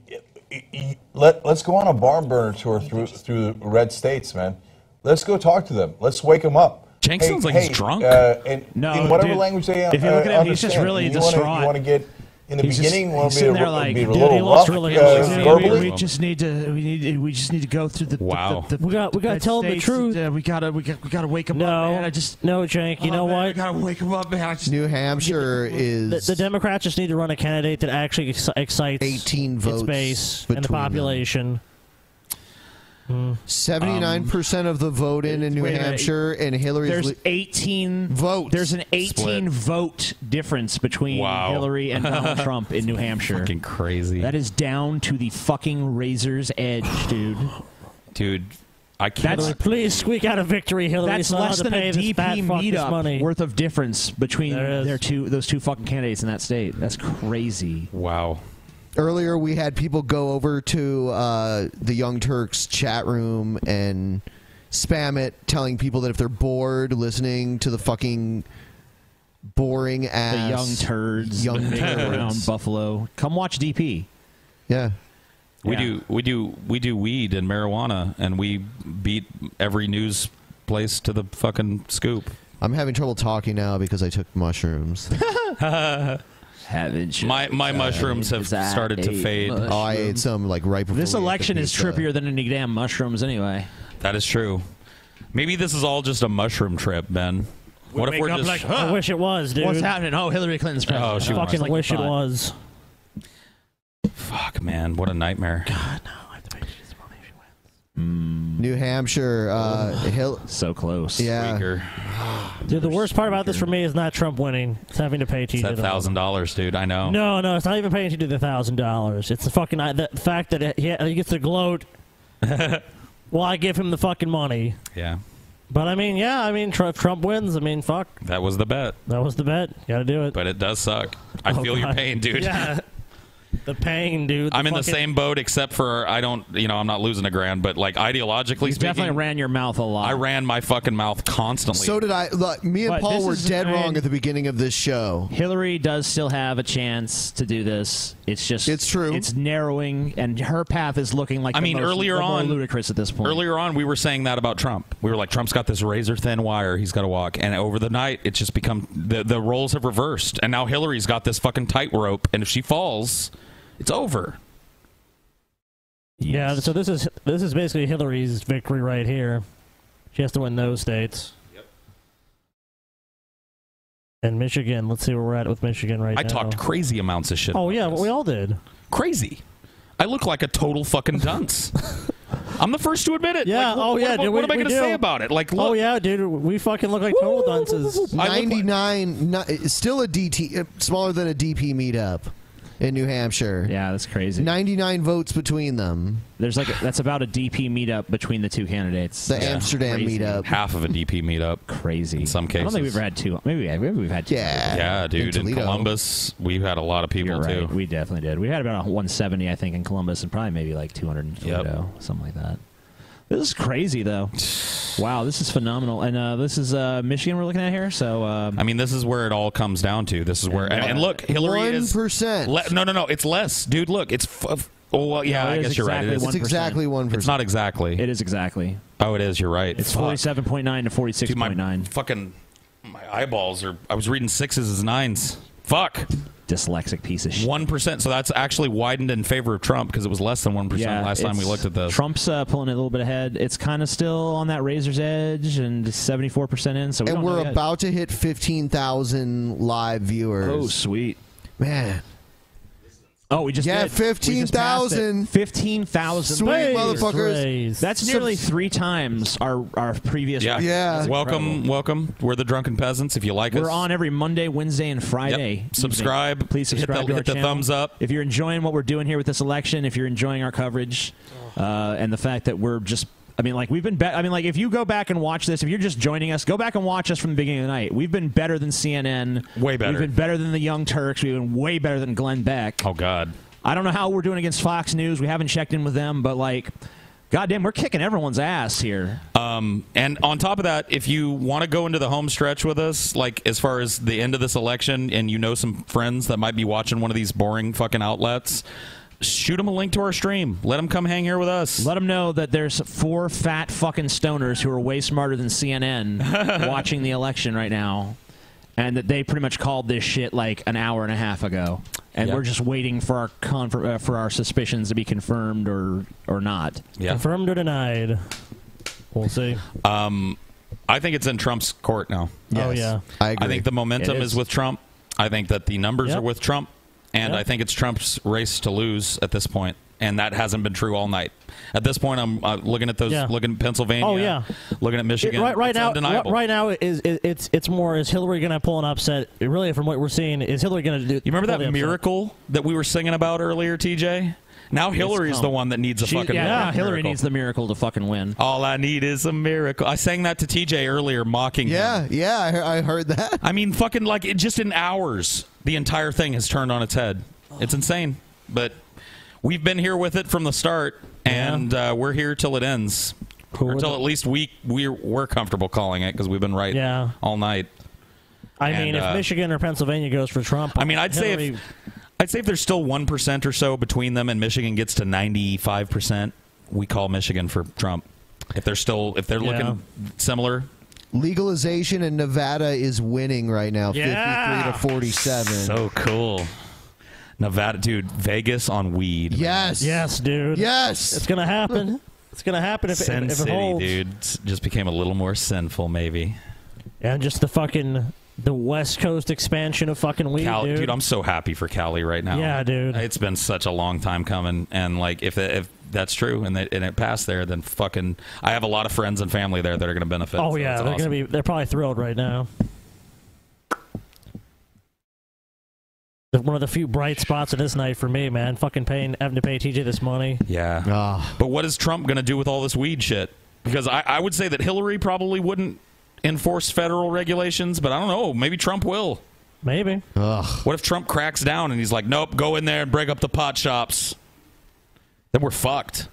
S14: you, you, let, let's go on a barn burner tour through through the red states, man. Let's go talk to them. Let's wake them up.
S4: Jank sounds like he's drunk.
S14: Uh, and
S4: No,
S14: in whatever
S4: dude.
S14: language they
S4: If you look at him, he's just
S14: understand,
S4: really
S14: you wanna-
S4: distraught.
S14: you want to get in the
S4: He's just-
S14: beginning.
S4: he's
S14: you
S4: sitting
S14: want
S4: there
S14: to
S4: like,
S14: be, a
S4: dude,
S14: little
S4: he looks
S14: rough,
S4: really-
S14: uh,
S4: Yeah,
S3: we,
S14: verbally.
S3: we just need to. We need. We just need to go through the. the-
S4: Wow.
S3: The, the,
S6: We got- we gotta
S3: United
S6: tell 'em the
S3: States,
S6: truth.
S3: uh, we gotta. We got. We gotta wake him up.
S6: No,
S3: Man. I just. Oh,
S6: no, Jake. You know what?
S3: gotta wake him up, man. I just,
S2: New Hampshire
S6: the,
S2: is
S6: the Democrats just need to run a candidate that actually ex- excites
S2: 18 votes
S6: its base and the
S2: between them.
S6: population.
S2: seventy-nine percent of the vote in in New
S3: wait a minute.
S2: Hampshire, and Hillary's.
S3: There's
S2: le-
S3: 18
S2: votes.
S3: There's an 18
S2: Split.
S3: vote difference between
S4: Wow.
S3: Hillary and Donald Trump in New Hampshire.
S4: Fucking crazy.
S3: That is down to the fucking razor's edge, dude.
S4: dude, I can't.
S3: That's-
S6: Please squeak out a victory, Hillary.
S3: That's
S6: We'll have
S3: less
S6: to
S3: than
S6: pay
S3: a
S6: this
S3: DP
S6: fat fuck this
S3: meetup
S6: money.
S3: worth of difference between their two those two fucking candidates in that state. That's crazy.
S4: Wow.
S2: Earlier, we had people go over to uh, the Young Turks chat room and spam it, telling people that if they're bored listening to the fucking boring
S3: The
S2: ass
S3: young turds,
S2: young
S3: young turds. around
S2: turds.
S3: Buffalo. Come watch DP.
S2: Yeah.
S4: We
S3: Yeah.
S4: do we do we do weed and marijuana and we beat every news place to the fucking scoop.
S2: I'm having trouble talking now because I took mushrooms.
S3: Haven't
S4: My my mushrooms have started to fade.
S2: Oh, I ate some like right before.
S3: This
S2: we ate the uh,
S3: election is
S2: pizza.
S3: trippier than any damn mushrooms, anyway.
S4: That is true. Maybe this is all just a mushroom trip, Ben.
S3: We
S4: what if
S3: wake
S4: we're
S3: up
S4: just
S3: like, huh,
S6: I wish it was, dude.
S3: What's happening? Oh, Hillary Clinton's president.
S4: Oh, she
S3: I
S4: won.
S3: fucking
S4: Like you
S3: wish it
S4: thought.
S3: was.
S4: Fuck, man, what a nightmare. God,
S2: New Hampshire. Uh, Hill-
S3: so close.
S2: Yeah.
S6: Dude, the worst part about this for me is not Trump winning. It's having to pay
S4: It's
S6: TJ.
S4: that
S6: the
S4: thousand dollars, dude. I know.
S6: No, no, it's not even paying TJ the thousand dollars. It's the fucking I, the fact that it, he, he gets to gloat. well, I give him the fucking money.
S4: Yeah,
S6: But I mean, yeah, I mean, Tr- if Trump wins, I mean, fuck,
S4: that was the bet,
S6: that was the bet. Got to do it.
S4: but it does suck. I
S6: Oh,
S4: feel your
S6: God.
S4: pain, dude.
S6: Yeah. The pain, dude.
S4: I'm in the
S6: fucking-
S4: same boat, except for I don't, you know, I'm not losing a grand, but like ideologically
S3: You
S4: speaking,
S3: definitely ran your mouth a lot.
S4: I ran my fucking mouth constantly.
S2: So did I. Look, me and
S3: But
S2: Paul
S3: this
S2: were
S3: is-
S2: dead
S3: I
S2: wrong
S3: mean-
S2: at the beginning of this show.
S3: Hillary does still have a chance to do this. It's just it's true. It's narrowing, and her path is looking like
S4: I
S3: the
S4: mean,
S3: most-
S4: earlier
S3: the more
S4: on,
S3: ludicrous at this point.
S4: Earlier on, we were saying that about Trump. We were like, Trump's got this razor thin wire he's got to walk, and over the night, it's just become the the roles have reversed, and now Hillary's got this fucking tightrope, and if she falls, it's over.
S6: Yeah, so this is this is basically Hillary's victory right here. She has to win those states. Yep. And Michigan, let's see where we're at with Michigan right
S4: I
S6: now.
S4: talked crazy amounts of shit.
S6: Oh yeah, well, we all did.
S4: Crazy. I look like a total fucking dunce. I'm the first to admit it.
S6: Yeah.
S4: Like, wh-
S6: oh
S4: what
S6: yeah.
S4: am I-
S6: dude,
S4: what
S6: we-
S4: am I
S6: we
S4: gonna
S6: do.
S4: say about it? Like, look,
S6: Oh yeah, dude, we fucking look like total dunces.
S2: 99, ni- still a DT, uh, smaller than a DP meetup in New Hampshire.
S3: Yeah, that's crazy.
S2: 99 votes between them.
S3: There's like that's about a DP meetup between the two candidates.
S2: The Amsterdam meetup.
S4: half of a DP meetup.
S3: Crazy.
S4: In some
S3: I
S4: cases,
S3: don't think we've had two. Maybe, maybe we've had two.
S2: Yeah.
S4: Yeah, dude. In,
S3: Toledo.
S4: Columbus, we've had a lot of people
S3: You're right.
S4: too.
S3: We definitely did. We had about 170, I think, in Columbus, and probably maybe like 200 in Toledo, something like that. This is crazy, though. wow, this is phenomenal. And uh, this is uh, Michigan we're looking at here. So, um,
S4: I mean, this is where it all comes down to. This is where, and, and look, Hillary is
S2: percent.
S4: no, no, no. It's less, dude. Look, it's. F- f- oh well, yeah.
S3: No, it
S4: I
S3: is
S4: guess you're right. It
S3: exactly 1%.
S4: is.
S3: It's exactly
S2: 1%.
S4: It's not exactly. It
S3: is exactly.
S4: Oh, it is. You're right.
S3: it's
S4: Fuck.
S3: 47.9 to 46.9.
S4: Fucking, my eyeballs are. I was reading sixes as nines. Fuck.
S3: Dyslexic piece of shit.
S4: One percent. So that's actually widened in favor of Trump because it was less than one percent last time we
S3: it's-
S4: looked at this.
S3: Trump's uh, pulling it a little bit ahead. It's kind of still on that razor's edge and 74% in. So we
S2: and
S3: don't know
S2: we're
S3: yet.
S2: about to hit 15,000 live viewers.
S3: Oh, sweet.
S2: Man.
S3: Oh, we just
S2: Yeah,
S3: did. We just passed it.
S2: 15,000.
S3: Fifteen thousand.
S2: Sweet motherfuckers.
S3: That's nearly three times our our previous.
S4: Yeah.
S3: record. That's
S4: Welcome,
S3: incredible.
S4: welcome. We're the Drunken Peasants. If you like
S3: We're
S4: us,
S3: on every Monday, Wednesday, and Friday.
S4: Yep.
S3: evening.
S4: Subscribe.
S3: Please
S4: Hit the-
S3: subscribe. to our
S4: hit the
S3: channel.
S4: thumbs up.
S3: If you're enjoying what we're doing here with this election, if you're enjoying our coverage, uh, and the fact that we're just. I mean, like we've been. Be- I mean, like if you go back and watch this, if you're just joining us, go back and watch us from the beginning of the night. We've been better than CNN. Way
S4: better.
S3: We've been better than the Young Turks. We've been way better than Glenn Beck.
S4: Oh God.
S3: I don't know how we're doing against Fox News. We haven't checked in with them, but like, goddamn, we're kicking everyone's ass here.
S4: Um, and on top of that, if you want to go into the home stretch with us, like as far as the end of this election, and you know some friends that might be watching one of these boring fucking outlets, shoot them a link to our stream. Let them come hang here with us.
S3: Let them know that there's four fat fucking stoners who are way smarter than CNN watching the election right now, and that they pretty much called this shit like an hour and a half ago, and
S4: Yeah.
S3: we're just waiting for our conf- uh, for our suspicions to be confirmed or or not.
S4: Yeah.
S6: Confirmed or denied? We'll see.
S4: Um, I think it's in Trump's court now.
S6: Oh, Yes. yeah.
S4: I,
S6: I agree.
S4: think the momentum
S6: It
S4: is.
S6: is.
S4: with Trump. I think that the numbers
S6: Yep.
S4: are with Trump, and
S6: Yep.
S4: I think it's Trump's race to lose at this point, and that hasn't been true all night. At this point, I'm uh, looking at those,
S6: Yeah.
S4: looking at Pennsylvania,
S6: Oh, yeah.
S4: looking at Michigan.
S6: Right, right
S4: It's
S6: now,
S4: undeniable.
S6: right now is, is it's it's more is Hillary going to pull an upset? Really, from what we're seeing, is Hillary going to do?
S4: You remember
S6: pull the
S4: that
S6: upset?
S4: miracle that we were singing about earlier, TJ? Now
S3: It's
S4: Hillary's
S3: come.
S4: the one that needs a
S3: She-
S4: fucking
S3: yeah,
S4: miracle.
S3: Hillary needs the miracle to fucking win.
S4: All I need is a miracle. I sang that to TJ earlier, mocking
S2: Yeah, yeah, I, he- I heard that.
S4: I mean, fucking like it, just in hours, the entire thing has turned on its head. It's insane, but we've been here with it from the start, and uh, we're here till it ends, or till at least we we're, we're comfortable calling it because we've been right
S6: Yeah.
S4: all night.
S6: I
S4: And,
S6: mean, if
S4: uh,
S6: Michigan or Pennsylvania goes for Trump,
S4: I mean, I'd say if I'd say if there's still one percent or so between them, and Michigan gets to ninety-five percent, we call Michigan for Trump. If they're still if they're looking similar,
S2: Legalization in Nevada is winning right now, 53
S4: Yeah.
S2: to 47.
S4: so cool. Nevada, dude, Vegas on weed.
S2: Yes.
S6: Yes, dude.
S2: Yes.
S6: It's going to happen. It's going to happen if, it-
S4: Sin
S6: if, if it
S4: City,
S6: holds.
S4: dude, s- just became a little more sinful, maybe.
S6: And just the fucking the West Coast expansion of fucking weed,
S4: Cal- dude. I'm so happy for Cali right now.
S6: Yeah, dude.
S4: It's been such a long time coming, and like if if that's true and, they, and it passed there, then fucking, I have a lot of friends and family there that are going to benefit.
S6: oh
S4: so
S6: yeah,
S4: that's
S6: they're
S4: awesome.
S6: going to be. They're probably thrilled right now. They're One of the few bright spots of this night for me, man. Fucking paying having to pay TJ this money.
S4: Yeah. But what is Trump going to do with all this weed shit? Because I, I would say that Hillary probably wouldn't enforce federal regulations, but I don't know. Maybe Trump will.
S6: Maybe.
S4: What if Trump cracks down and he's like, nope, go in there and break up the pot shops? Then we're fucked.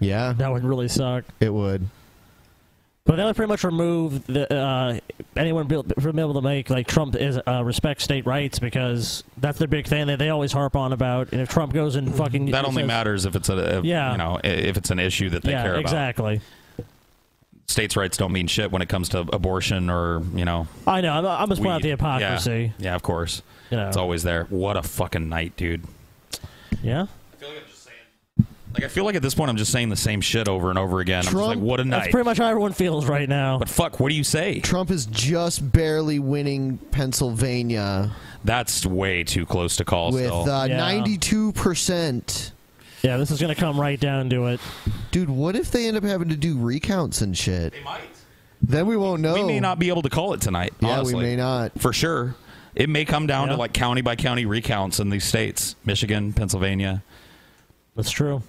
S2: Yeah.
S6: That would really suck.
S2: It would.
S6: But that would pretty much remove the uh, anyone be, from able to make like Trump is uh, respect state rights because that's their big thing that they always harp on about. And if Trump goes and fucking
S4: That only
S6: says-
S4: matters if it's a if,
S6: Yeah.
S4: you know i- if it's an issue that they
S6: yeah,
S4: care about.
S6: exactly.
S4: States' rights don't mean shit when it comes to abortion or you know.
S6: I know. I'm, I'm just pointing out the
S4: weed. Yeah.
S6: hypocrisy.
S4: Yeah, of course.
S6: You know.
S4: It's always there. What a fucking night, dude.
S6: Yeah.
S4: Like I feel like at this point I'm just saying the same shit over and over again. I'm just like, what a night.
S6: That's pretty much how everyone feels right now.
S4: But fuck, what do you say?
S2: Trump is just barely winning Pennsylvania
S4: That's way too close to call.
S2: with
S4: still.
S2: uh, 92%.
S6: Yeah, this is going to come right down to it.
S2: Dude, what if they end up having to do recounts and shit? They might. Then we won't know.
S4: We may not be able to call it tonight.
S2: oh. Yeah, we
S4: honestly.
S2: may not.
S4: For sure. It may come down to
S2: Yeah.
S4: like county by county recounts in these states Michigan, Pennsylvania.
S6: That's true.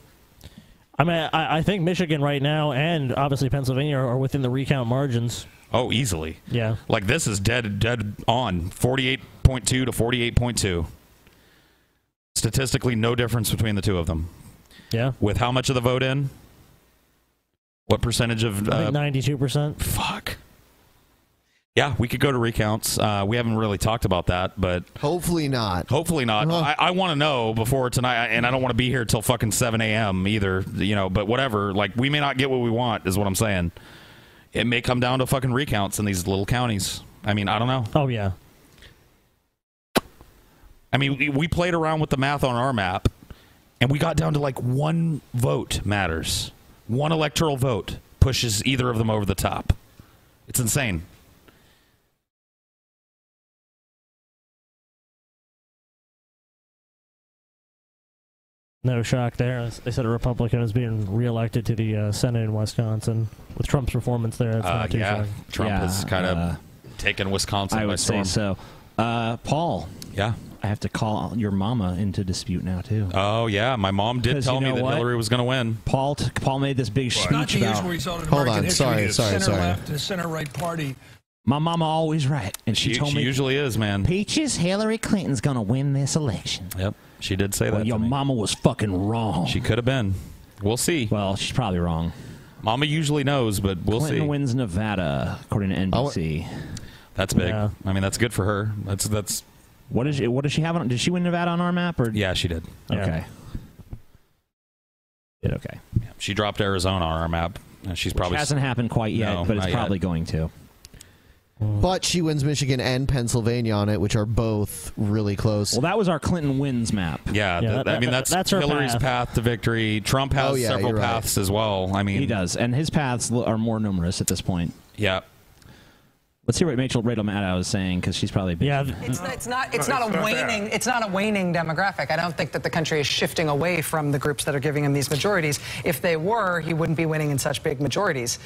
S6: I mean, I, I think Michigan right now and obviously Pennsylvania are, are within the recount margins.
S4: Oh, easily.
S6: Yeah.
S4: Like this is dead, dead on 48.2 to 48.2. Statistically, no difference between the two of them.
S6: Yeah.
S4: With how much of the vote in? What percentage of.
S6: I
S4: Uh,
S6: think 92%.
S4: Fuck. yeah, we could go to recounts. Uh, we haven't really talked about that, but.
S2: Hopefully not. Uh-huh.
S4: Hopefully not. I, I want to know before tonight, and I don't want to be here till fucking 7 a.m. either, you know, but whatever. Like, we may not get what we want, is what I'm saying. It may come down to fucking recounts in these little counties. I mean, I don't know.
S6: Oh, yeah.
S4: I mean, we, we played around with the math on our map, and we got down to like one vote matters. One electoral vote pushes either of them over the top. It's insane.
S6: No shock there. They said a Republican is being reelected to the uh, Senate in Wisconsin with Trump's performance there. It's
S4: Uh,
S6: not too
S4: yeah,
S6: shocking.
S4: Trump has kind of taken Wisconsin
S3: uh, I
S4: by
S3: would say
S4: storm.
S3: so. Uh, Paul.
S4: Yeah.
S3: I have to call your mama into dispute now too.
S15: Uh,
S4: Oh yeah, my mom did
S3: 'Cause
S4: tell
S3: you know
S4: me that
S3: what?
S4: Hillary was going to win.
S3: Paul t- Paul made this big
S15: Not
S3: speech
S15: the
S3: about.
S15: usual result in American history. It's center left and center right party.
S3: My mama always right, and she,
S4: She-
S3: told
S4: she
S3: me
S4: usually is, man.
S3: Peaches, Hillary Clinton's gonna win this election.
S4: Yep, she did say
S3: Well,
S4: that.
S3: your mama was fucking wrong.
S4: She could have been. We'll see.
S3: Well, she's probably wrong.
S4: Mama usually knows, but we'll
S3: Clinton
S4: see. Oh,
S3: wins Nevada, according to NBC.
S4: That's big. I mean, that's good for her. That's that's.
S3: What is she, what does she have? On, did she win Nevada on our map or?
S4: Yeah, she did.
S3: Okay. Did okay.
S4: She dropped Arizona on our map. and She's probably
S3: hasn't happened quite yet,
S4: No,
S3: but it's
S4: not yet.
S3: probably going to.
S2: But she wins Michigan and Pennsylvania on it, which are both really close. Well,
S3: that was our Clinton wins map.
S4: Yeah, th- I mean that's, Hillary's path. to victory. Trump has
S3: Oh, yeah,
S4: several
S3: you're right.
S4: paths as well. I mean,
S3: he does, and his paths l- are more numerous at this point.
S4: Yeah.
S3: Let's hear what Rachel Rachel Maddow is saying because she's probably yeah.
S16: It's not, it's not, it's
S3: No,
S16: not
S3: it's not
S16: a
S3: that.
S16: waning it's not a waning demographic. I don't think that the country is shifting away from the groups that are giving him these majorities. If they were, he wouldn't be winning in such big majorities.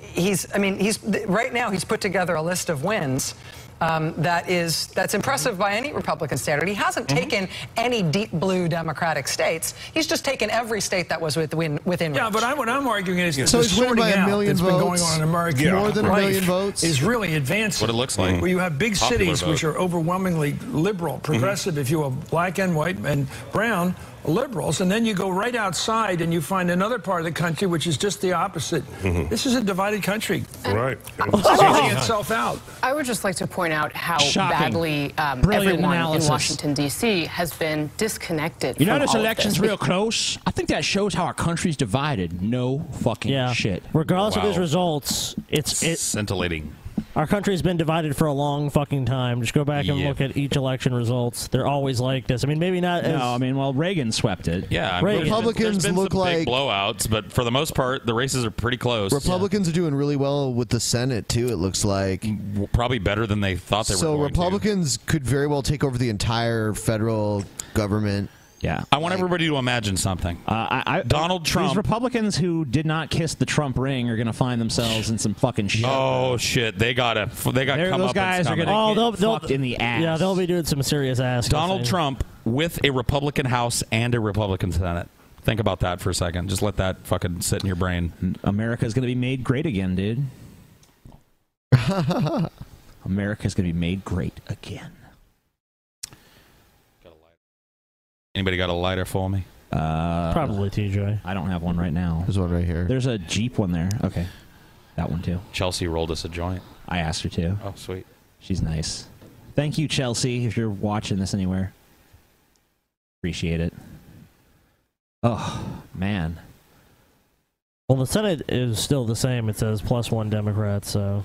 S16: He's I mean he's th- right now he's put together a list of wins. Um, that is that's impressive by any Republican standard. He hasn't taken any deep blue Democratic states. He's just taken every state that was within within.
S15: Yeah,
S16: reach.
S15: but I, what I'm arguing is that
S16: So
S15: the
S16: he's winning by
S15: sorting
S16: a
S15: out
S16: million
S15: that's been going
S16: votes?
S15: on in America.
S16: Yeah. More than a
S15: life
S16: million votes?
S15: is really advancing.
S4: What it looks like.
S15: Where you have big
S4: Popular
S15: cities which
S4: vote. Mm-hmm.
S15: are overwhelmingly liberal, progressive, if you will, black and white and brown liberals, and then you go right outside and you find another part of the country which is just the opposite.
S4: Mm-hmm.
S17: Mhm.
S15: This is a divided country.
S17: Right.
S15: It's sorting itself out.
S11: I would just like to point out how
S15: Shocking.
S11: badly um,
S15: Brilliant
S11: everyone
S15: analysis.
S11: in Washington, D.C. has been disconnected.
S3: You
S11: from
S3: notice
S11: all of
S3: elections
S11: this.
S3: real close. I think that shows how our country's divided. No fucking
S6: Yeah.
S3: shit.
S6: Regardless of his results, it's it.
S4: Scintillating.
S6: Our country's been divided for a long fucking time. Just go back and look at each election results. They're always like this. I mean, maybe not. as,
S3: No, I mean, well, Reagan swept it.
S4: Yeah, I mean,
S6: Reagan.
S4: there's been-
S2: Republicans
S4: there's been
S2: look
S4: some
S2: like-
S4: big blowouts, but for the most part, the races are pretty close.
S2: Republicans are doing really well with the Senate too. It looks like.
S3: Mm,
S4: Probably better than they thought they
S2: So
S4: were. Going to.
S2: Republicans could very well take over the entire federal government.
S3: Yeah.
S4: I want everybody to imagine something.
S3: Uh, I, I, Donald
S4: Trump-
S3: These Republicans who did not kiss the Trump ring are going to find themselves in some fucking shit.
S4: Oh shit! They got a they got
S3: They're-
S4: come
S3: those
S4: up.
S3: guys are
S4: going
S3: gonna get fucked in the ass.
S6: Oh, Yeah, they'll be doing some serious ass.
S4: Donald Trump with a Republican House and a Republican Senate. Think about that for a second. Just let that fucking sit in your brain.
S3: America's going to be made great again, dude. America's going to be made great again.
S4: Anybody got a lighter for me?
S3: Uh,
S6: Probably TJ.
S3: I don't have one right now.
S2: There's one right here.
S3: There's a Jeep one there. Okay. That one too.
S4: Chelsea rolled us a joint.
S3: I asked her to.
S4: Oh, sweet.
S3: She's nice. Thank you, Chelsea, if you're watching this anywhere. Appreciate it. Oh, man.
S6: Well, the Senate is still the same. It says plus one Democrat. So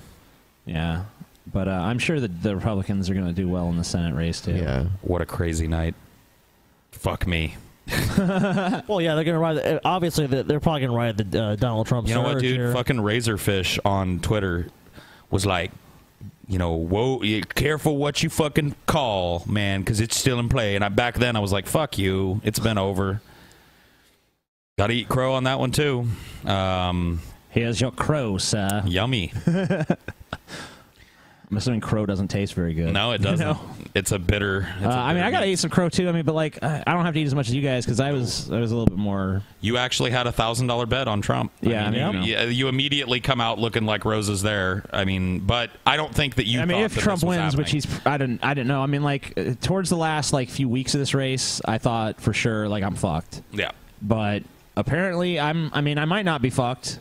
S3: Yeah. But uh, I'm sure that the Republicans are going to do well in the Senate race, too.
S2: Yeah.
S4: What a crazy night. Fuck me.
S6: well, yeah, they're gonna ride. uh, Obviously, they're they're probably gonna ride the uh, Donald Trump.
S4: You know what,
S6: surge
S4: dude?
S6: here.
S4: Fucking Razorfish on Twitter was like, you know, whoa, you- careful what you fucking call, man, because it's still in play. And I, back then, I was like, fuck you, it's been over. Got to eat crow on that one too. Um,
S3: Here's your crow, sir.
S4: Yummy.
S3: I'm assuming crow doesn't taste very good.
S4: No, it
S3: You know?
S4: doesn't. It's a bitter. it's
S3: Uh,
S4: a
S3: I mean,
S4: bitter
S3: I gotta
S4: meat.
S3: eat some crow too. I mean, but like, I I don't have to eat as much as you guys because I was, I was a little bit more.
S4: You actually had a thousand dollar bet on Trump.
S3: Yeah,
S4: I mean,
S3: I mean,
S4: you, you immediately come out looking like roses there. I mean, but I don't think that you.
S3: I mean,
S4: thought
S3: if
S4: that
S3: Trump
S4: this was
S3: wins, which
S4: happening.
S3: he's, I didn't, I didn't know. I mean, like, uh, towards the last like few weeks of this race, I thought for sure like I'm fucked.
S4: yeah,
S3: But apparently, I'm. I mean, I might not be fucked.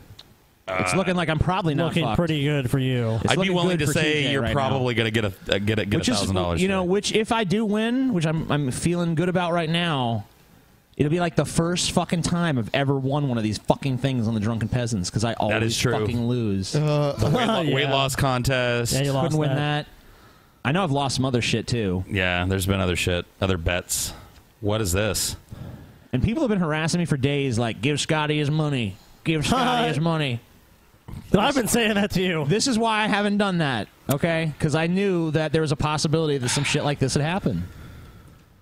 S3: it's
S4: Uh,
S3: looking like I'm probably not
S6: looking
S3: fucked.
S6: pretty good for you.
S3: It's
S4: I'd be
S3: looking
S4: willing
S3: good
S4: to
S3: for
S4: say
S3: TJ
S4: you're
S3: right now.
S4: probably gonna get a uh, get a get
S3: which
S4: a thousand
S3: is,
S4: dollars.
S3: you know, which if I do win, which I'm, I'm feeling good about right now, it'll be like the first fucking time I've ever won one of these fucking things on the Drunken Peasants because I always
S4: is true.
S3: fucking lose.
S4: The weight, lo- weight loss contest.
S3: Yeah, you lost Couldn't win that. I know I've lost some other shit too.
S4: Yeah, there's been other shit, other bets. What is this?
S3: And people have been harassing me for days, like, give Scotty his money. Give Scotty his money.
S6: I've been saying that to you.
S3: This is why I haven't done that, okay? Because I knew that there was a possibility that some shit like this had happened.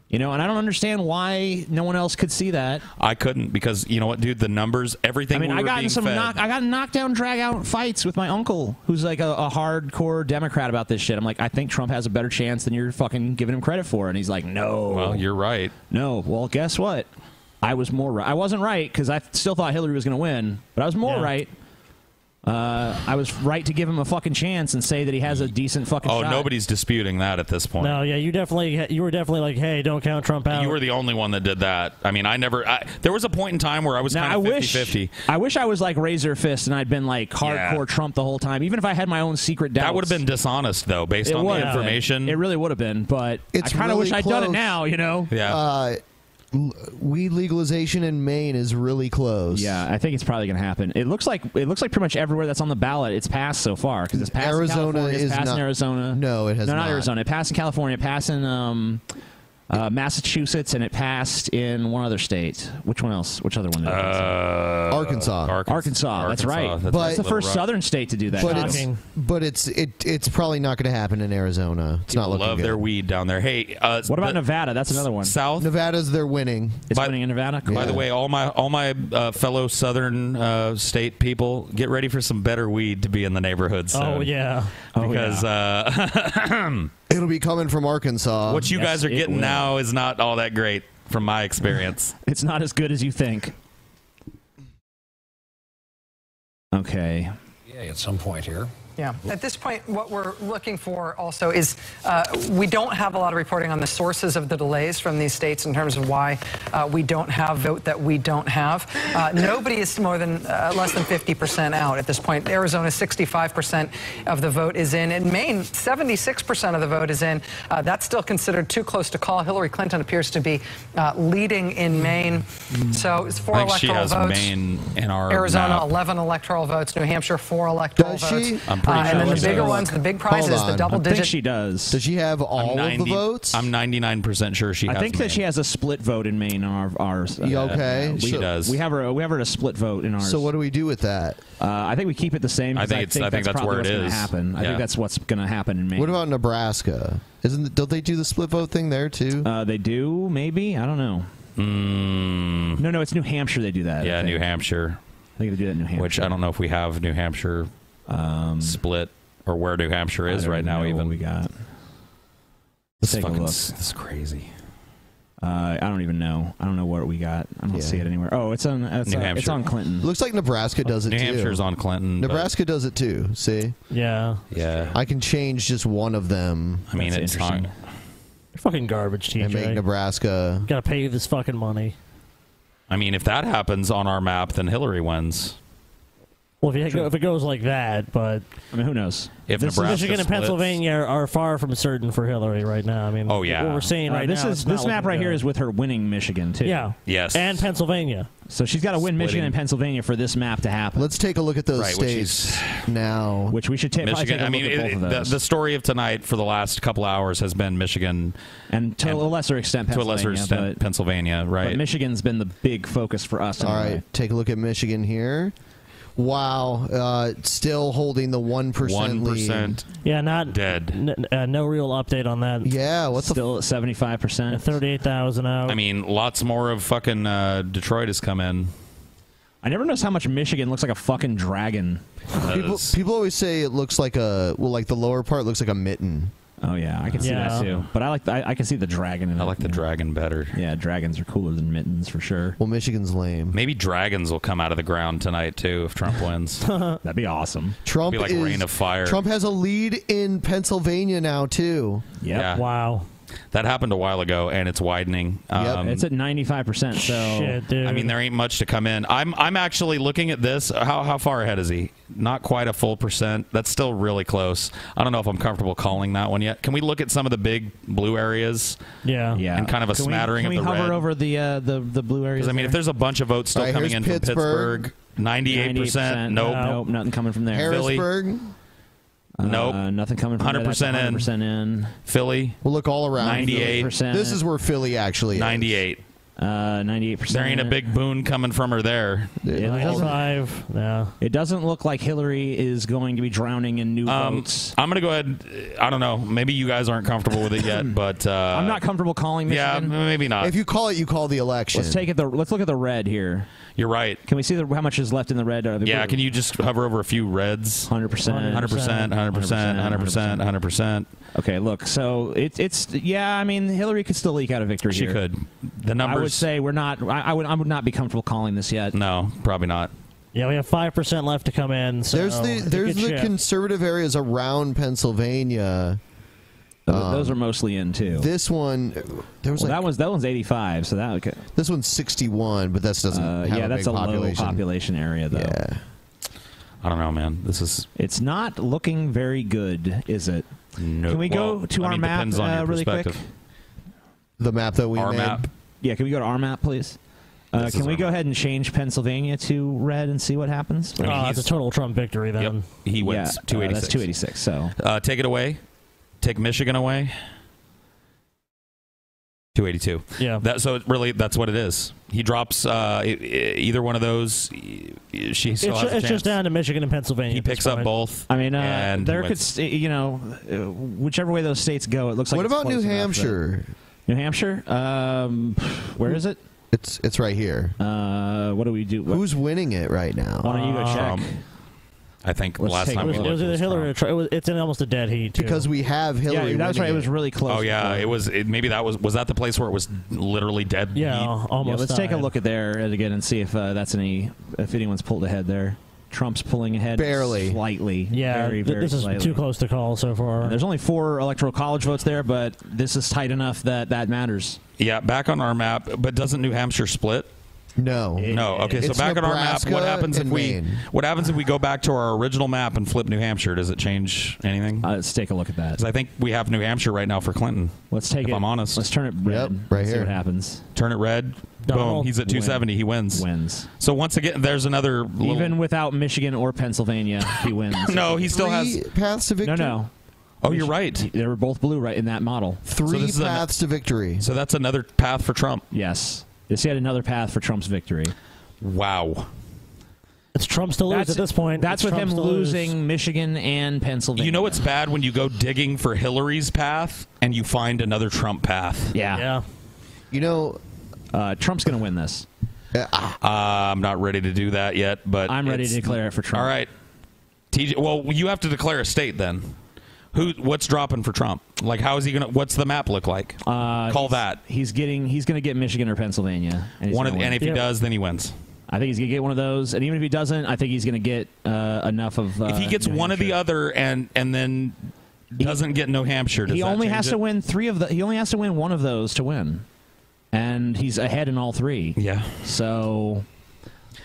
S3: You know, and I don't understand why no one else could see that.
S4: I couldn't because you know what, dude? The numbers, everything.
S3: I mean,
S4: we
S3: I
S4: were
S3: got in
S4: being
S3: some
S4: fed-
S3: knock, I got in knockdown, drag out fights with my uncle, who's like a, a hardcore Democrat about this shit. I'm like, I think Trump has a better chance than you're fucking giving him credit for, and he's like, No.
S4: Well, you're right.
S3: No. Well, guess what? I was more right. I wasn't right because I still thought Hillary was going to win, but I was more right. Uh, I was right to give him a fucking chance and say that he has a decent fucking
S4: Oh,
S3: shot.
S4: nobody's disputing that at this point.
S6: No, Oh, yeah, you definitely, you were definitely like, hey, don't count Trump out.
S4: You were the only one that did that. I mean, I never. I, there was a point in time where I was
S3: Now,
S4: kind
S3: I
S4: of
S3: wish-
S4: 50-50.
S3: I wish I was like Razor Fist and I'd been like hardcore Trump the whole time, even if I had my own secret doubts.
S4: That would have been dishonest, though, based
S3: It
S4: on
S3: would've
S4: the
S3: been.
S4: information.
S3: It really would have been, but
S4: It's
S3: I kind of
S4: really
S3: wish I'd done it
S4: close.
S3: now. You know?
S2: Uh, l- weed legalization in Maine is really close.
S3: Yeah, I think it's probably going to happen. It looks like it looks like pretty much everywhere that's on the ballot, it's passed so far because it's passed
S2: Arizona
S3: in California,
S2: is
S3: it's passed
S2: not-
S3: in Arizona. No, it
S2: has
S3: no, not,
S2: not.
S3: Arizona. It passed in California. It passed in um, uh, Massachusetts, and it passed in one other state. Which one else? Which other one? Did it pass in?
S4: Uh,
S2: Arkansas.
S3: Arkansas. Oh, That's right.
S2: Arkansas.
S3: That's,
S2: But-
S3: the first southern state to do that.
S2: But it's, but it's it it's probably not going to happen in Arizona. It's not looking
S4: love
S2: good.
S4: their weed down there. Hey, uh,
S2: What about
S3: Nevada? That's another one.
S4: South
S2: Nevada's they're winning.
S3: It's winning in Nevada.
S4: By the way, all my all my uh, fellow Southern uh, state people, get ready for some better weed to be in the neighborhood soon.
S6: Oh, yeah.
S4: because
S3: Um,
S4: uh,
S2: It'll be coming from Arkansas.
S4: what you guys are getting now is not all that great, from my experience.
S3: it's not as good as you think. Okay.
S18: Yeah, at some point here.
S16: Yeah. At this point, what we're looking for also is uh, we don't have a lot of reporting on the sources of the delays from these states in terms of why uh, we don't have vote that we don't have. Uh, nobody is more than uh, less than 50% out at this point. Arizona, 65% of the vote is in. In Maine, 76% of the vote is in. Uh, that's still considered too close to call. Hillary Clinton appears to be uh, leading in Maine. So it's four
S4: Hmm. I think she
S16: electoral
S4: has
S16: votes.
S4: Maine in our
S16: Arizona,
S4: map.
S16: 11 electoral votes. New Hampshire, four electoral
S2: Does
S16: votes.
S2: she?
S4: I'm pretty
S16: Uh,
S4: sure
S16: And then
S4: she
S16: the bigger
S4: does.
S16: ones, the big prizes, the double digit.
S3: does.
S2: Does she have all of the votes?
S4: I'm 99 percent sure she.
S3: I
S4: has
S3: think that she has a split vote in Maine. On our, ours.
S2: Yeah, okay.
S3: we,
S2: She does.
S3: We have her. We have her at a split vote in ours.
S2: So what do we do with that?
S3: Uh, I think we keep it the same. 'cause
S2: I think it's- I think that's
S3: probably
S2: where it
S3: what's gonna
S2: is.
S3: Happen. I
S2: Yeah.
S3: think that's what's going to happen in Maine.
S2: What about Nebraska? Isn't the- don't they do the split vote thing there too?
S3: Uh, they do, maybe. I don't know.
S2: Hmm.
S3: No, no, it's New Hampshire. They do that. I
S4: Yeah,
S3: think.
S4: New Hampshire.
S3: I think they do that in New Hampshire. Um,
S4: Which I don't know if we have New Hampshire split or where New Hampshire
S3: I
S4: is
S3: don't
S4: right now.
S3: know
S4: Even
S3: what we got.
S4: This
S3: Take a
S4: fucking
S3: look.
S4: s- This is crazy.
S3: Uh, I don't even know. I don't know what we got. I don't
S2: Yeah.
S3: see it anywhere. Oh, it's on. It's,
S4: New
S3: on, it's
S4: Hampshire.
S3: on Clinton.
S2: Looks like Nebraska does it
S4: New
S2: too.
S4: Hampshire's on Clinton. but-
S2: Mm, Nebraska does it too. See,
S6: Yeah.
S4: Yeah.
S2: I can change just one of them.
S4: I mean, That's it's interesting. not-
S6: You're fucking garbage, TJ.
S2: And make Nebraska.
S6: Gotta pay you this fucking money.
S4: I mean, if that happens on our map, then Hillary wins.
S6: Well, if, you, if it goes like that, but
S3: I mean, who knows?
S4: If
S6: this
S4: Nebraska
S6: Michigan and
S4: splits-
S6: Pennsylvania are, are far from certain for Hillary right now. I mean,
S4: Oh, yeah.
S6: what we're seeing
S3: Uh,
S6: right
S3: this
S6: now.
S3: is
S6: it's not
S3: this map
S6: looking
S3: right here
S6: good.
S3: is with her winning Michigan too.
S6: Yeah.
S4: Yes.
S6: and Pennsylvania.
S3: So she's got to win Michigan and Pennsylvania for this map to happen.
S2: Let's take a look at those states now.
S3: Which we should ta- probably take.
S4: Michigan. I
S3: a
S4: mean,
S3: look at
S4: it-
S3: both of
S4: the,
S3: those.
S4: the story of tonight for the last couple hours has been Michigan,
S3: and to a lesser extent,
S4: to a lesser
S3: Pennsylvania,
S4: extent, Pennsylvania. Right.
S3: But Michigan's been the big focus for us.
S2: All right, take a look at Michigan here. Wow, uh, still holding the one percent lead.
S6: Yeah, not
S4: dead.
S6: N- uh, no real update on that.
S2: Yeah, what's
S3: still at seventy five percent?
S6: Thirty-eight thousand uh, out.
S4: I mean, lots more of fucking uh, Detroit has come in.
S3: I never noticed how much Michigan looks like a fucking dragon.
S2: People, people always say it looks like a well, like the lower part looks like a mitten.
S3: Oh yeah, I can see that too. But I like I, I can see the dragon. In I like
S4: the dragon better.
S3: Yeah, dragons are cooler than mittens for sure.
S2: Well, Michigan's lame.
S4: Maybe dragons will come out of the ground tonight too if Trump wins.
S3: That'd be awesome.
S2: Trump
S4: be like
S2: is,
S4: rain of fire.
S2: Trump has a lead in Pennsylvania now too.
S4: Yeah.
S6: Wow.
S4: That happened a while ago, and it's widening. Um,
S3: it's at ninety five percent. So
S4: I mean, there ain't much to come in. I'm I'm actually looking at this. How how far ahead is he? Not quite a full percent. That's still really close. I don't know if I'm comfortable calling that one yet. Can we look at some of the big blue areas?
S6: Yeah.
S3: yeah,
S4: And kind of a
S3: Can we-
S4: smattering
S3: can
S4: of
S3: we
S4: the
S3: hover
S4: red.
S3: over the uh, the the blue areas.
S4: Because I mean, if
S3: there?
S4: there's a bunch of votes still
S3: All right,
S4: coming in
S3: here's
S4: from
S3: Pittsburgh.
S4: Pittsburgh, ninety-eight percent. Nope.
S3: nope, nothing coming from there.
S2: Harrisburg.
S4: Nope.
S3: Uh, nothing coming from there.
S4: 100% in.
S3: 100% in.
S4: Philly.
S2: We'll look all around.
S4: 98%.
S2: This is where Philly actually is.
S4: 98.
S3: Uh, Ninety-eight percent.
S4: There ain't a big boon coming from her there.
S3: five. Yeah. It doesn't look like Hillary is going to be drowning in new
S4: Um,
S3: votes.
S4: I'm gonna go ahead. I don't know. Maybe you guys aren't comfortable with it yet, but uh,
S3: I'm not comfortable calling
S4: Yeah,
S3: Michigan.
S4: m- maybe not. If you
S2: call it, you call the election.
S3: Let's take it. The, let's look at the red here.
S4: You're right.
S3: Can we see the, how much is left in the red? Are the
S4: yeah, can you just hover over a few reds? Hundred percent. Hundred percent. Hundred percent. Hundred percent. Hundred percent.
S3: Okay, look. So it, it's yeah. I mean, Hillary could still leak out a victory.
S4: She
S3: here.
S4: could. The numbers.
S3: I would say we're not. I, I would. I would not be comfortable calling this yet.
S4: No, probably not.
S6: Yeah, we have five percent left to come in. So
S2: There's
S6: it's
S2: the
S6: a
S2: there's
S6: good
S2: the
S6: ship.
S2: conservative areas around Pennsylvania.
S3: Those are mostly in too.
S2: This one, there was
S3: Well,
S2: like,
S3: that one's that one's 85. So that okay.
S2: this one's 61, but that doesn't
S3: Uh,
S2: have
S3: yeah,
S2: a
S3: that's
S2: big
S3: a
S2: population.
S3: low population area though. Yeah.
S4: I don't know, man. This is.
S3: It's not looking very good, is it?
S4: No.
S3: Can we go
S4: Well,
S3: to
S4: I
S3: our
S4: mean,
S3: map
S4: depends on
S3: uh,
S4: your
S3: really quick?
S4: perspective.
S2: The map that we
S4: Our
S2: made.
S4: map.
S3: Yeah, can we go to our map, please? Uh,
S4: This
S3: can
S4: is
S3: we
S4: our
S3: go ahead and change Pennsylvania to red and see what happens?
S4: I mean, Oh, he's- it's a
S3: Uh, total Trump victory
S4: Yep.
S3: then.
S4: He wins
S3: yeah, uh,
S4: 286.
S3: that's 286. So
S4: Uh, take it away. Take Michigan away. 282. Yeah. That, so it really, that's what it is. He drops uh, e- e- either one of those. e- e- She
S6: It's,
S4: still
S6: ju-
S4: has a
S6: it's
S4: chance.
S6: just down to Michigan and Pennsylvania.
S4: He picks up both.
S3: I mean, uh,
S4: and
S3: there
S4: wins.
S3: could, st- you know, uh, whichever way those states go, it looks like.
S2: What
S3: it's
S2: about New
S3: close enough that-
S2: Hampshire?
S3: New Hampshire. Um, where is it?
S2: It's it's right here.
S3: Uh, what do we do?
S2: Who's winning it right now?
S3: Why don't you go check? Trump.
S4: Um, I think
S3: Let's
S4: last
S3: take
S4: time
S3: a
S4: we
S3: look.
S6: It was
S4: looked.
S6: either Hillary or Trump. It was- It's in almost a dead heat too.
S2: Because we have Hillary.
S3: Yeah, that's right. It was really close.
S4: Oh yeah, it was. It, maybe that was was that the place where it was literally dead. heat?
S3: Yeah, let's take a look at there again and see if uh, that's any if anyone's pulled ahead there. Trump's pulling ahead barely, slightly.
S6: yeah,
S3: very,
S6: th-
S3: very
S6: this is
S3: slightly.
S6: too close to call so far.
S3: There's only four electoral college votes there, but this is tight enough that that matters.
S4: Yeah, back on our map, but doesn't New Hampshire split?
S2: No.
S4: No. Okay, so
S2: It's
S4: back on our map,
S2: Nebraska
S4: what happens if
S2: and
S4: we
S2: Maine.
S4: what happens if we go back to our original map and flip New Hampshire? Does it change anything?
S3: Uh, let's take a look at that.
S4: Because I think we have New Hampshire right now for Clinton.
S3: Let's take
S4: if
S3: it.
S4: I'm honest.
S3: Let's turn it red.
S4: right
S3: Let's see
S4: here.
S3: what happens.
S4: Turn it red. Boom.
S3: Donald
S4: He's at
S3: win-
S4: 270. He wins.
S3: Wins.
S4: So once again, there's another. Little,
S3: Even without Michigan or Pennsylvania, he wins.
S4: No, he still has- Three
S2: paths to
S3: victory. No, no.
S4: Oh, you're right.
S3: They were both blue, right in that model.
S4: Three this is an- paths
S2: to victory.
S4: So that's another path for Trump.
S3: Yes, this yet another path for Trump's victory.
S4: Wow.
S6: It's Trump's to lose
S3: That's-
S6: at this point.
S3: That's
S6: It's
S3: with
S6: Trump's
S3: him
S6: to lose.
S3: losing Michigan and Pennsylvania.
S4: You know what's bad when you go digging for Hillary's path and you find another Trump path.
S3: Yeah.
S6: Yeah.
S2: You know,
S3: uh, Trump's going to win this.
S4: Ah. Uh, I'm not ready to do that yet, but
S3: I'm ready
S4: it's-
S3: to declare it for Trump.
S4: All right, TJ. Well, you have to declare a state then. Who? What's dropping for Trump? Like, how is he gonna? What's the map look like?
S3: Uh,
S4: Call
S3: he's-
S4: that.
S3: He's getting. He's going to get Michigan or Pennsylvania. he's
S4: One of
S3: gonna
S4: the- and
S3: win.
S4: if he does, then he wins.
S3: I think he's going to get one of those. And even if he doesn't, I think he's going to get uh, enough of. Uh,
S4: if he gets
S3: New
S4: one or the other and and then doesn't get New Hampshire, does
S3: he
S4: that
S3: only
S4: change
S3: has
S4: it?
S3: to win three of the. He only has to win one of those to win, and he's ahead in all three.
S4: Yeah.
S3: So,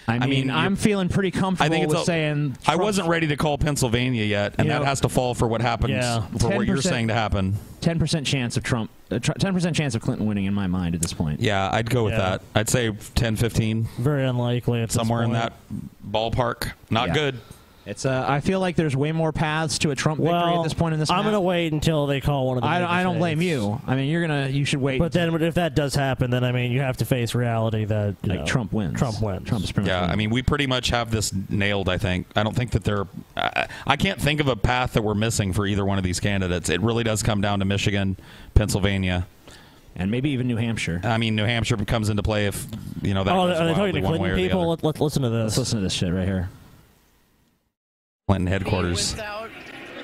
S3: I mean,
S4: mean,
S3: I'm
S4: you're-
S3: feeling pretty comfortable
S4: I think it's
S3: with
S4: a-
S3: saying.
S4: I
S3: Trump's
S4: wasn't ready to call Pennsylvania yet, and
S3: You
S4: that
S3: know,
S4: has to fall for what happens
S3: yeah.
S4: for what you're
S3: 10%
S4: saying to happen.
S3: Ten percent chance of Trump. uh, Ten percent chance of Clinton winning in my mind at this point.
S4: Yeah, I'd go with
S3: Yeah.
S4: that. I'd say 10, 15.
S6: Very unlikely. At
S4: somewhere in
S3: point.
S4: that ballpark. Not
S3: Yeah.
S4: good.
S3: It's. Uh, I feel like there's way more paths to a Trump victory at this point in this.
S6: I'm
S3: map.
S6: going to wait until they call one of the.
S3: I-
S6: major
S3: I don't blame
S6: states.
S3: you. I mean, you're gonna. You should wait.
S6: But then, if that does happen, then I mean, you have to face reality that you know,
S3: Trump wins.
S6: Trump wins. Trump's
S4: Yeah, I mean, we pretty much have this nailed. I think. I don't think that there. I, I can't think of a path that we're missing for either one of these candidates. It really does come down to Michigan, Pennsylvania,
S3: and maybe even New Hampshire.
S4: I mean, New Hampshire comes into play if you know that.
S6: oh,
S4: goes
S6: are they talking
S4: wildly
S6: to
S4: one way
S6: Clinton
S4: or the
S6: people?
S4: other.
S6: Let, us listen to this. Let's
S3: listen to this shit right here.
S4: Clinton headquarters.
S19: without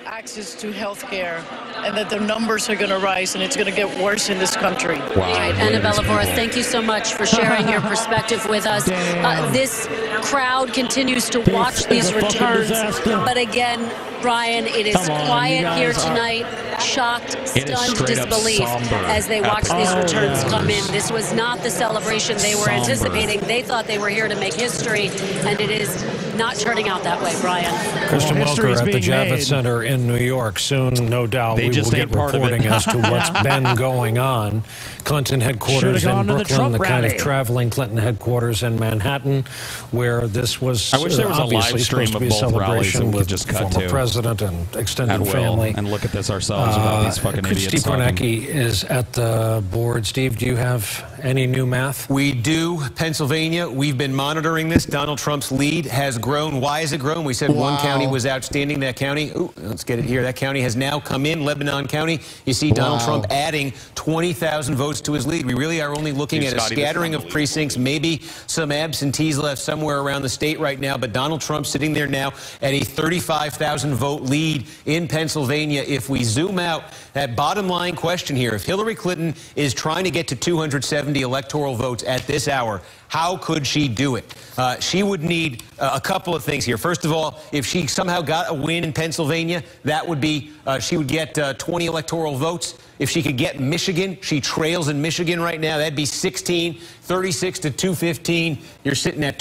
S19: access to health care and that the numbers are going to rise and it's going to get worse in this country.
S4: Wow.
S19: All right,
S20: Annabella Forrest, thank you so much for sharing your perspective with us. Uh, this crowd continues to watch
S6: is
S20: these
S6: a fucking
S20: returns.
S6: disaster.
S20: But again, Brian, it is
S6: Come on, you
S20: quiet
S6: guys
S20: here
S6: are-
S20: tonight. Shocked,
S6: It is
S20: stunned
S6: straight up
S20: disbelief
S6: somber
S20: as they watch
S6: at
S20: these
S6: the
S20: returns
S6: moment.
S20: come in. This was not the celebration they were
S6: Somber.
S20: anticipating. They thought they were here to make history, and it is not turning out that way, Brian.
S15: Kristen
S21: history's
S15: Welker at the
S21: being
S15: Javits
S21: made.
S15: Center in New York. Soon, no doubt,
S21: They
S15: we
S21: just
S15: will
S21: ain't
S15: get
S21: part of it.
S15: reporting as to what's been going on. Clinton headquarters
S21: gone
S15: in
S21: to the
S15: Brooklyn,
S21: Trump
S15: the, kind of
S21: rally.
S15: traveling Clinton headquarters in Manhattan, where this was.
S4: I wish there was a
S15: obviously
S4: live stream
S15: supposed to
S4: of
S15: be a
S4: both rallies
S15: celebration
S4: that we
S15: with
S4: could just cut
S15: former
S4: to.
S15: president and extended
S4: At will,
S15: family. Uh,
S4: and look at this ourselves
S9: Uh,
S4: about these fucking idiots
S15: Steve
S4: talking.
S15: Kornacki is at the board. Steve, do you have any new math?
S9: We do. Pennsylvania, we've been monitoring this. Donald Trump's lead has grown. Why has it grown? We said one
S12: Wow.
S9: county was outstanding. That county, ooh, let's get it here. That county has now come in, Lebanon County. You see Donald
S12: Wow.
S9: Trump adding 20,000 votes to his lead. We really are only looking
S12: Gee,
S9: at a
S12: Scotty, this is
S9: scattering of precincts, maybe some absentees left somewhere around the state right now. But Donald Trump sitting there now at a 35,000 vote lead in Pennsylvania. If we zoom out, that bottom line question here if Hillary Clinton is trying to get to 270 electoral votes at this hour, how could she do it? Uh, she would need uh, a couple of things here. First of all, if she somehow got a win in Pennsylvania, that would be uh, she would get uh, 20 electoral votes. If she could get Michigan, she trails in Michigan right now. That'd be 16, 36 to 215. You're sitting at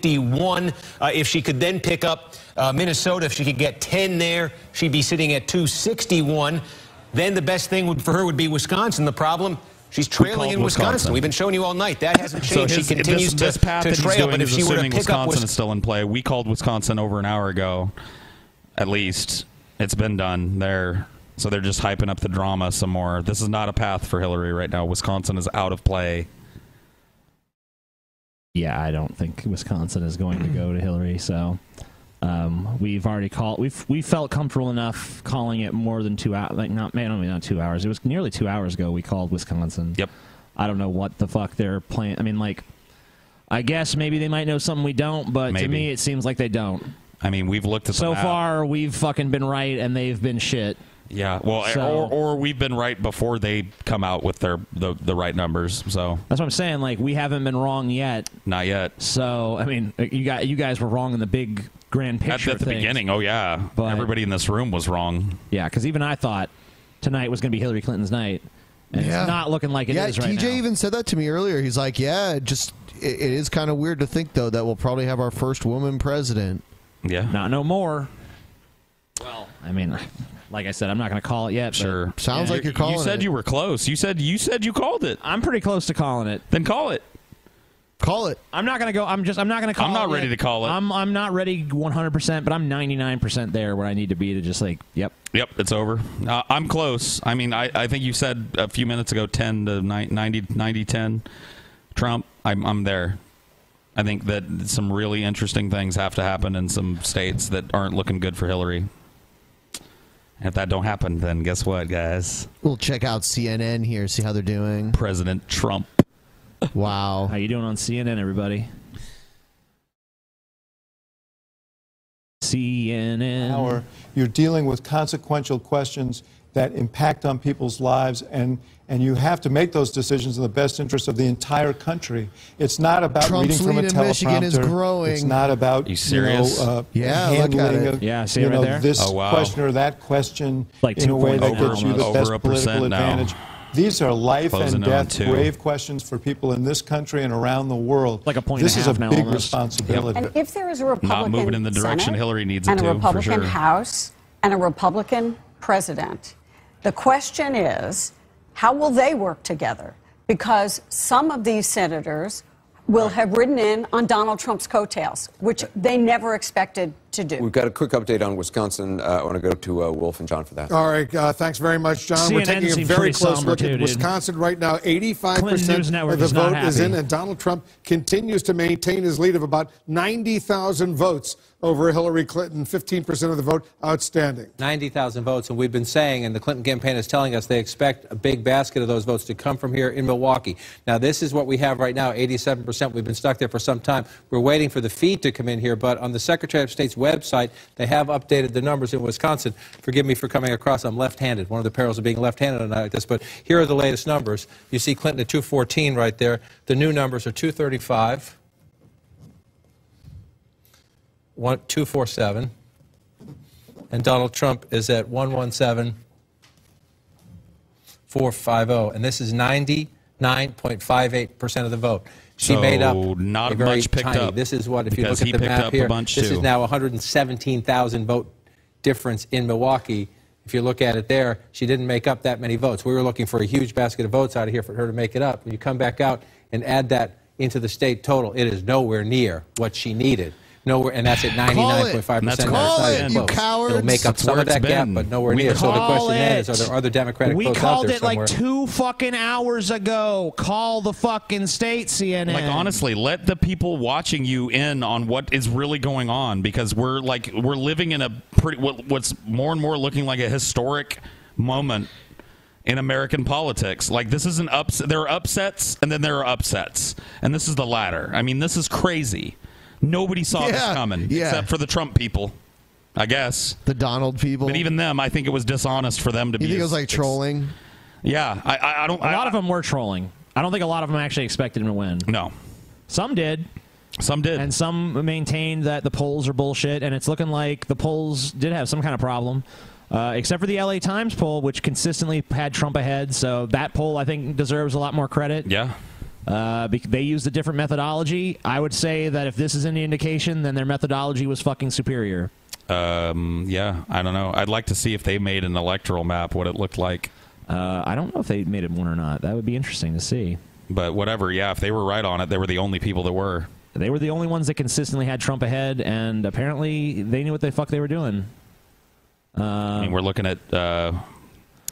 S9: 251. Uh, if she could then pick up uh, Minnesota, if she could get 10 there, she'd be sitting at 261. Then the best thing would, for her would be Wisconsin. The problem, she's trailing
S4: called
S9: in Wisconsin.
S4: Wisconsin.
S9: We've been showing you all night. That hasn't
S4: So
S9: changed.
S4: his,
S9: she continues
S4: this, this
S9: to,
S4: path
S9: to
S4: that he's
S9: trail,
S4: doing
S9: but if
S4: is
S9: she were to
S4: assuming
S9: pick up
S4: Wisconsin
S9: Wisconsin,
S4: is still in play. We called Wisconsin over an hour ago, at least. It's been done there. So they're just hyping up the drama some more. This is not a path for Hillary right now. Wisconsin is out of play.
S3: Yeah, I don't think Wisconsin is going to go to Hillary. So um, we've already called. We've we felt comfortable enough calling it more than two hours. Like not man, only not two hours. It was nearly two hours ago. We called Wisconsin. Yep. I don't know what the fuck they're playing. I mean, like, I guess maybe they might know something we don't. But to
S4: Maybe.
S3: me, it seems like they don't.
S4: I mean, we've looked at the
S3: So
S4: map.
S3: far, we've fucking been right, and they've been shit.
S4: Yeah, well,
S3: So-
S4: or, or we've been right before they come out with their the, the right numbers. So
S3: That's what I'm saying. Like we haven't been wrong yet.
S4: Not yet.
S3: So I mean, you got you guys were wrong in the big grand
S4: at,
S3: picture.
S4: at the
S3: things.
S4: beginning, oh yeah, everybody in this room was wrong.
S3: Yeah, because even I thought tonight was going to be Hillary Clinton's night, and
S2: Yeah.
S3: it's not looking like it is
S2: yeah,
S3: right
S2: TJ even said that to me earlier. He's like, "Yeah, just it, it is kind of weird to think though that we'll probably have our first woman president."
S4: Yeah,
S3: not no more. Well, I mean, like I said, I'm not going to call it yet. Sure,
S2: Sounds like you're
S4: You said you were close. You said you said you called it.
S3: I'm pretty close to calling it.
S4: Then call it.
S2: Call it.
S3: I'm not gonna go. I'm just. I'm not gonna call.
S4: I'm not
S3: it
S4: ready
S3: yet.
S4: to call it.
S3: I'm. I'm not ready 100, percent but I'm 99 percent there where I need to be to just like, yep,
S4: Yep, it's over. Uh, I'm close. I mean, I, I think you said a few minutes ago 10 to 90, 90 10. Trump, I'm, I'm there. I think that some really interesting things have to happen in some states that aren't looking good for Hillary. And if that don't happen, then guess what, guys?
S2: We'll check out CNN here, see how they're doing.
S4: President Trump.
S2: Wow.
S3: How you doing on CNN, everybody? CNN.
S22: hour. You're dealing with consequential questions that impact on people's lives, and, and you have to make those decisions in the best interest of the entire country. It's not about
S2: Trump's
S22: reading from a
S2: lead in Michigan is
S22: teleprompter.
S2: growing.
S22: It's not about
S2: You serious?
S22: You know, uh,
S2: Yeah, look at
S22: handling
S2: it.
S22: of,
S2: Yeah, see
S22: you
S2: it right
S22: know,
S2: there?
S22: this
S2: Oh, wow.
S22: question or that question
S2: Like
S22: in a way that
S2: 2.0
S22: gets you the
S2: almost.
S22: best
S2: Over a percent
S22: political
S2: now.
S22: advantage. These are life
S4: Closing
S22: and
S4: in on
S22: death,
S4: two.
S22: grave questions for people in this country and around the world. Like a
S4: point and
S22: this
S4: a
S22: is
S4: half
S22: a
S4: now
S22: big
S4: almost.
S22: responsibility.
S23: And if there is a Republican
S4: Not moving in the direction
S23: Senate
S4: Hillary needs it
S23: and
S4: to,
S23: a
S4: for
S23: Republican
S4: sure.
S23: House and a Republican president, the question is, how will they work together? Because some of these senators will have ridden in on Donald Trump's coattails, which they never expected to do.
S1: We've got a quick update on Wisconsin. Uh, I want to go to uh, Wolf and John for that.
S7: All right, uh, thanks very much, John. We're
S1: CNN
S7: taking a
S1: seems
S7: very
S1: pretty
S7: close
S1: somber
S7: look
S1: too,
S7: at
S1: dude.
S7: Wisconsin right now. 85%
S1: Network
S7: of the
S1: is not
S7: vote is in,
S1: happy.
S7: and Donald Trump continues to maintain his lead of about 90,000 votes over Hillary Clinton. 15% of the vote, outstanding.
S8: 90,000 votes, and we've been saying, and the Clinton campaign is telling us they expect a big basket of those votes to come from here in Milwaukee. Now, this is what we have right now 87%. We've been stuck there for some time. We're waiting for the feed to come in here, but on the Secretary of State's website, they have updated the numbers in Wisconsin. Forgive me for coming across, I'm left handed. One of the perils of being left handed tonight like this, but here are the latest numbers. You see Clinton at 214 right there. The new numbers are 235, one, 247 and Donald Trump is at 117 450. And this oh. is 90, 9.58% of the vote. She
S4: So,
S8: made up
S4: not
S8: a very
S4: much picked
S8: tiny-
S4: up,
S8: This is what if you
S4: because
S8: look at
S4: he
S8: the
S4: picked
S8: map
S4: up a
S8: here.
S4: bunch,
S8: this is
S4: too.
S8: now 117,000 vote difference in Milwaukee. If you look at it there, she didn't make up that many votes. We were looking for a huge basket of votes out of here for her to make it up. When you come back out and add that into the state total, it is nowhere near what she needed. Nowhere, and that's at 99.5%.
S2: That's
S8: That's
S2: call
S8: not
S2: it,
S8: even
S2: you
S8: close.
S2: cowards.
S8: It'll make up
S2: That's
S8: some
S2: where
S8: of
S2: it's
S8: that gap,
S2: been.
S8: but nowhere
S2: We
S8: near. So the
S2: call
S8: question then is,
S2: it.
S8: are there other Democratic
S2: We
S8: votes out
S2: called
S8: there
S2: it, like,
S8: somewhere?
S3: two fucking hours ago. Call the fucking state, CNN.
S4: Like honestly, let the people watching you in on what is really going on because we're like we're living in a pretty what, what's more and more looking like a historic moment in American politics. Like this is an upset. There are upsets, and then there are upsets, and this is the latter. I mean, this is crazy. Nobody saw this
S2: Yeah,
S4: coming
S2: yeah.
S4: except for the Trump people, I guess.
S2: The Donald people.
S4: But even them, I think it was dishonest for them to
S2: You
S4: be.
S2: think it was
S4: as-
S2: like trolling?
S4: Yeah, I, I, I don't.
S3: A lot of them were trolling. I don't think a lot of them actually expected him to win.
S4: No.
S3: Some did.
S4: Some did.
S3: And some maintained that the polls are bullshit, and it's looking like the polls did have some kind of problem. Uh, except for the LA Times poll, which consistently had Trump ahead, so that poll I think deserves a lot more credit.
S4: Yeah.
S3: Uh, bec- they used a different methodology. I would say that if this is any indication, then their methodology was fucking superior.
S4: Um, yeah, I don't know. I'd like to see if they made an electoral map, what it looked like.
S3: Uh, I don't know if they made it one or not. That would be interesting to see.
S4: But whatever, yeah, if they were right on it, they were the only people that were.
S3: They were the only ones that consistently had Trump ahead, and apparently they knew what the fuck they were doing. Uh,
S4: I mean, we're looking at uh,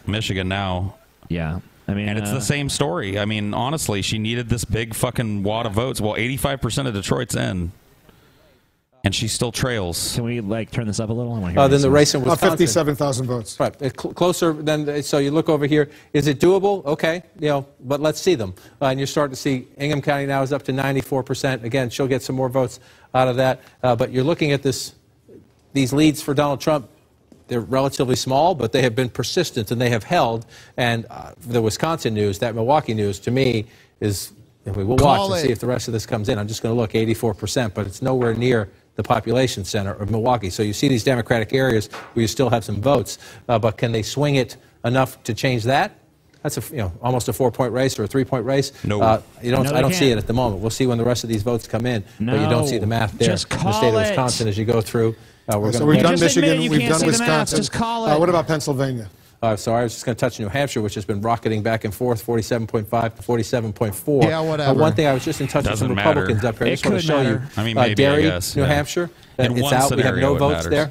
S4: Michigan now.
S3: Yeah. I mean,
S4: and it's
S3: uh,
S4: the same story. I mean, honestly, she needed this big fucking wad of votes. Well, 85% of Detroit's in, and she still trails. Can
S3: we like turn this up a little? I want
S2: Oh,
S8: Uh, then the race
S3: Oh,
S8: in
S7: Uh,
S8: Wisconsin.
S7: 57,000 votes.
S8: Right, uh, cl- closer than, the- so you look over here, is it doable? Okay, you know, but let's see them. Uh, And you're starting to see Ingham County now is up to 94%. Again, she'll get some more votes out of that. Uh, But you're looking at this, these leads for Donald Trump, they're relatively small, but they have been persistent and they have held. And uh, the Wisconsin news, that Milwaukee news, to me, is, and we will watch
S2: Call
S8: and
S2: it.
S8: see if the rest of this comes in. I'm just going to look 84%, but it's nowhere near the population center of Milwaukee. So you see these Democratic areas where you still have some votes, uh, but can they swing it enough to change that? That's a, f- you know, almost a four-point race or a three-point race.
S4: No.
S8: Uh, you don't,
S4: No, they
S8: I don't see it
S4: can't.
S8: at the moment. We'll see when the rest of these votes come in, but you
S4: No.
S8: don't see the math there
S4: Just
S8: in the state of
S4: call it.
S8: Wisconsin as you go through. Uh, we're
S7: so
S8: gonna-
S7: we've done Michigan, we've done Wisconsin. Uh, what about Pennsylvania?
S8: uh, so I was just going to touch New Hampshire, which has been rocketing back and forth, 47.5 to 47.4.
S2: Yeah,
S8: Uh,
S2: whatever.
S8: one thing I was just in touch with some
S4: Doesn't matter.
S8: Republicans up here. I
S4: It
S8: just want
S4: could
S8: to show
S4: matter.
S8: you.
S4: I mean,
S8: uh,
S4: maybe, I
S8: Derry,
S4: guess,
S8: New
S4: yeah.
S8: Hampshire. uh,
S4: In
S8: it's
S4: one
S8: out. We have
S4: scenario,
S8: no
S4: it
S8: votes
S4: matters.
S8: there.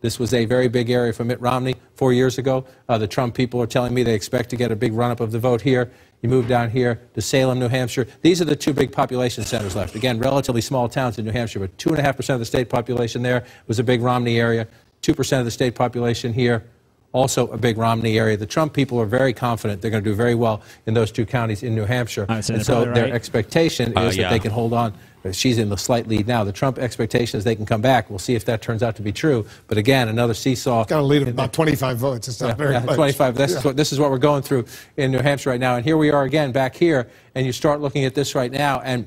S8: This was a very big area for Mitt Romney four years ago. Uh, the Trump people are telling me they expect to get a big run up of the vote here. You move down here to Salem, New Hampshire. These are the two big population centers left. Again, relatively small towns in New Hampshire, but 2.5% of the state population there was a big Romney area, 2% of the state population here, also a big Romney area. The Trump people are very confident they're going to do very well in those two counties in New Hampshire.
S3: I'd say
S8: and
S3: they're
S8: so
S3: probably
S8: their
S3: right.
S8: expectation
S3: Uh,
S8: is that
S3: yeah.
S8: they can hold on. She's in the slight lead now. The Trump expectation is they can come back. We'll see if that turns out to be true. But again, another seesaw.
S7: Got a lead of about 25 votes. It's not very
S8: Yeah,
S7: much.
S8: 25. This,
S7: Yeah.
S8: is what, this is what we're going through in New Hampshire right now. And here we are again back here, and you start looking at this right now, and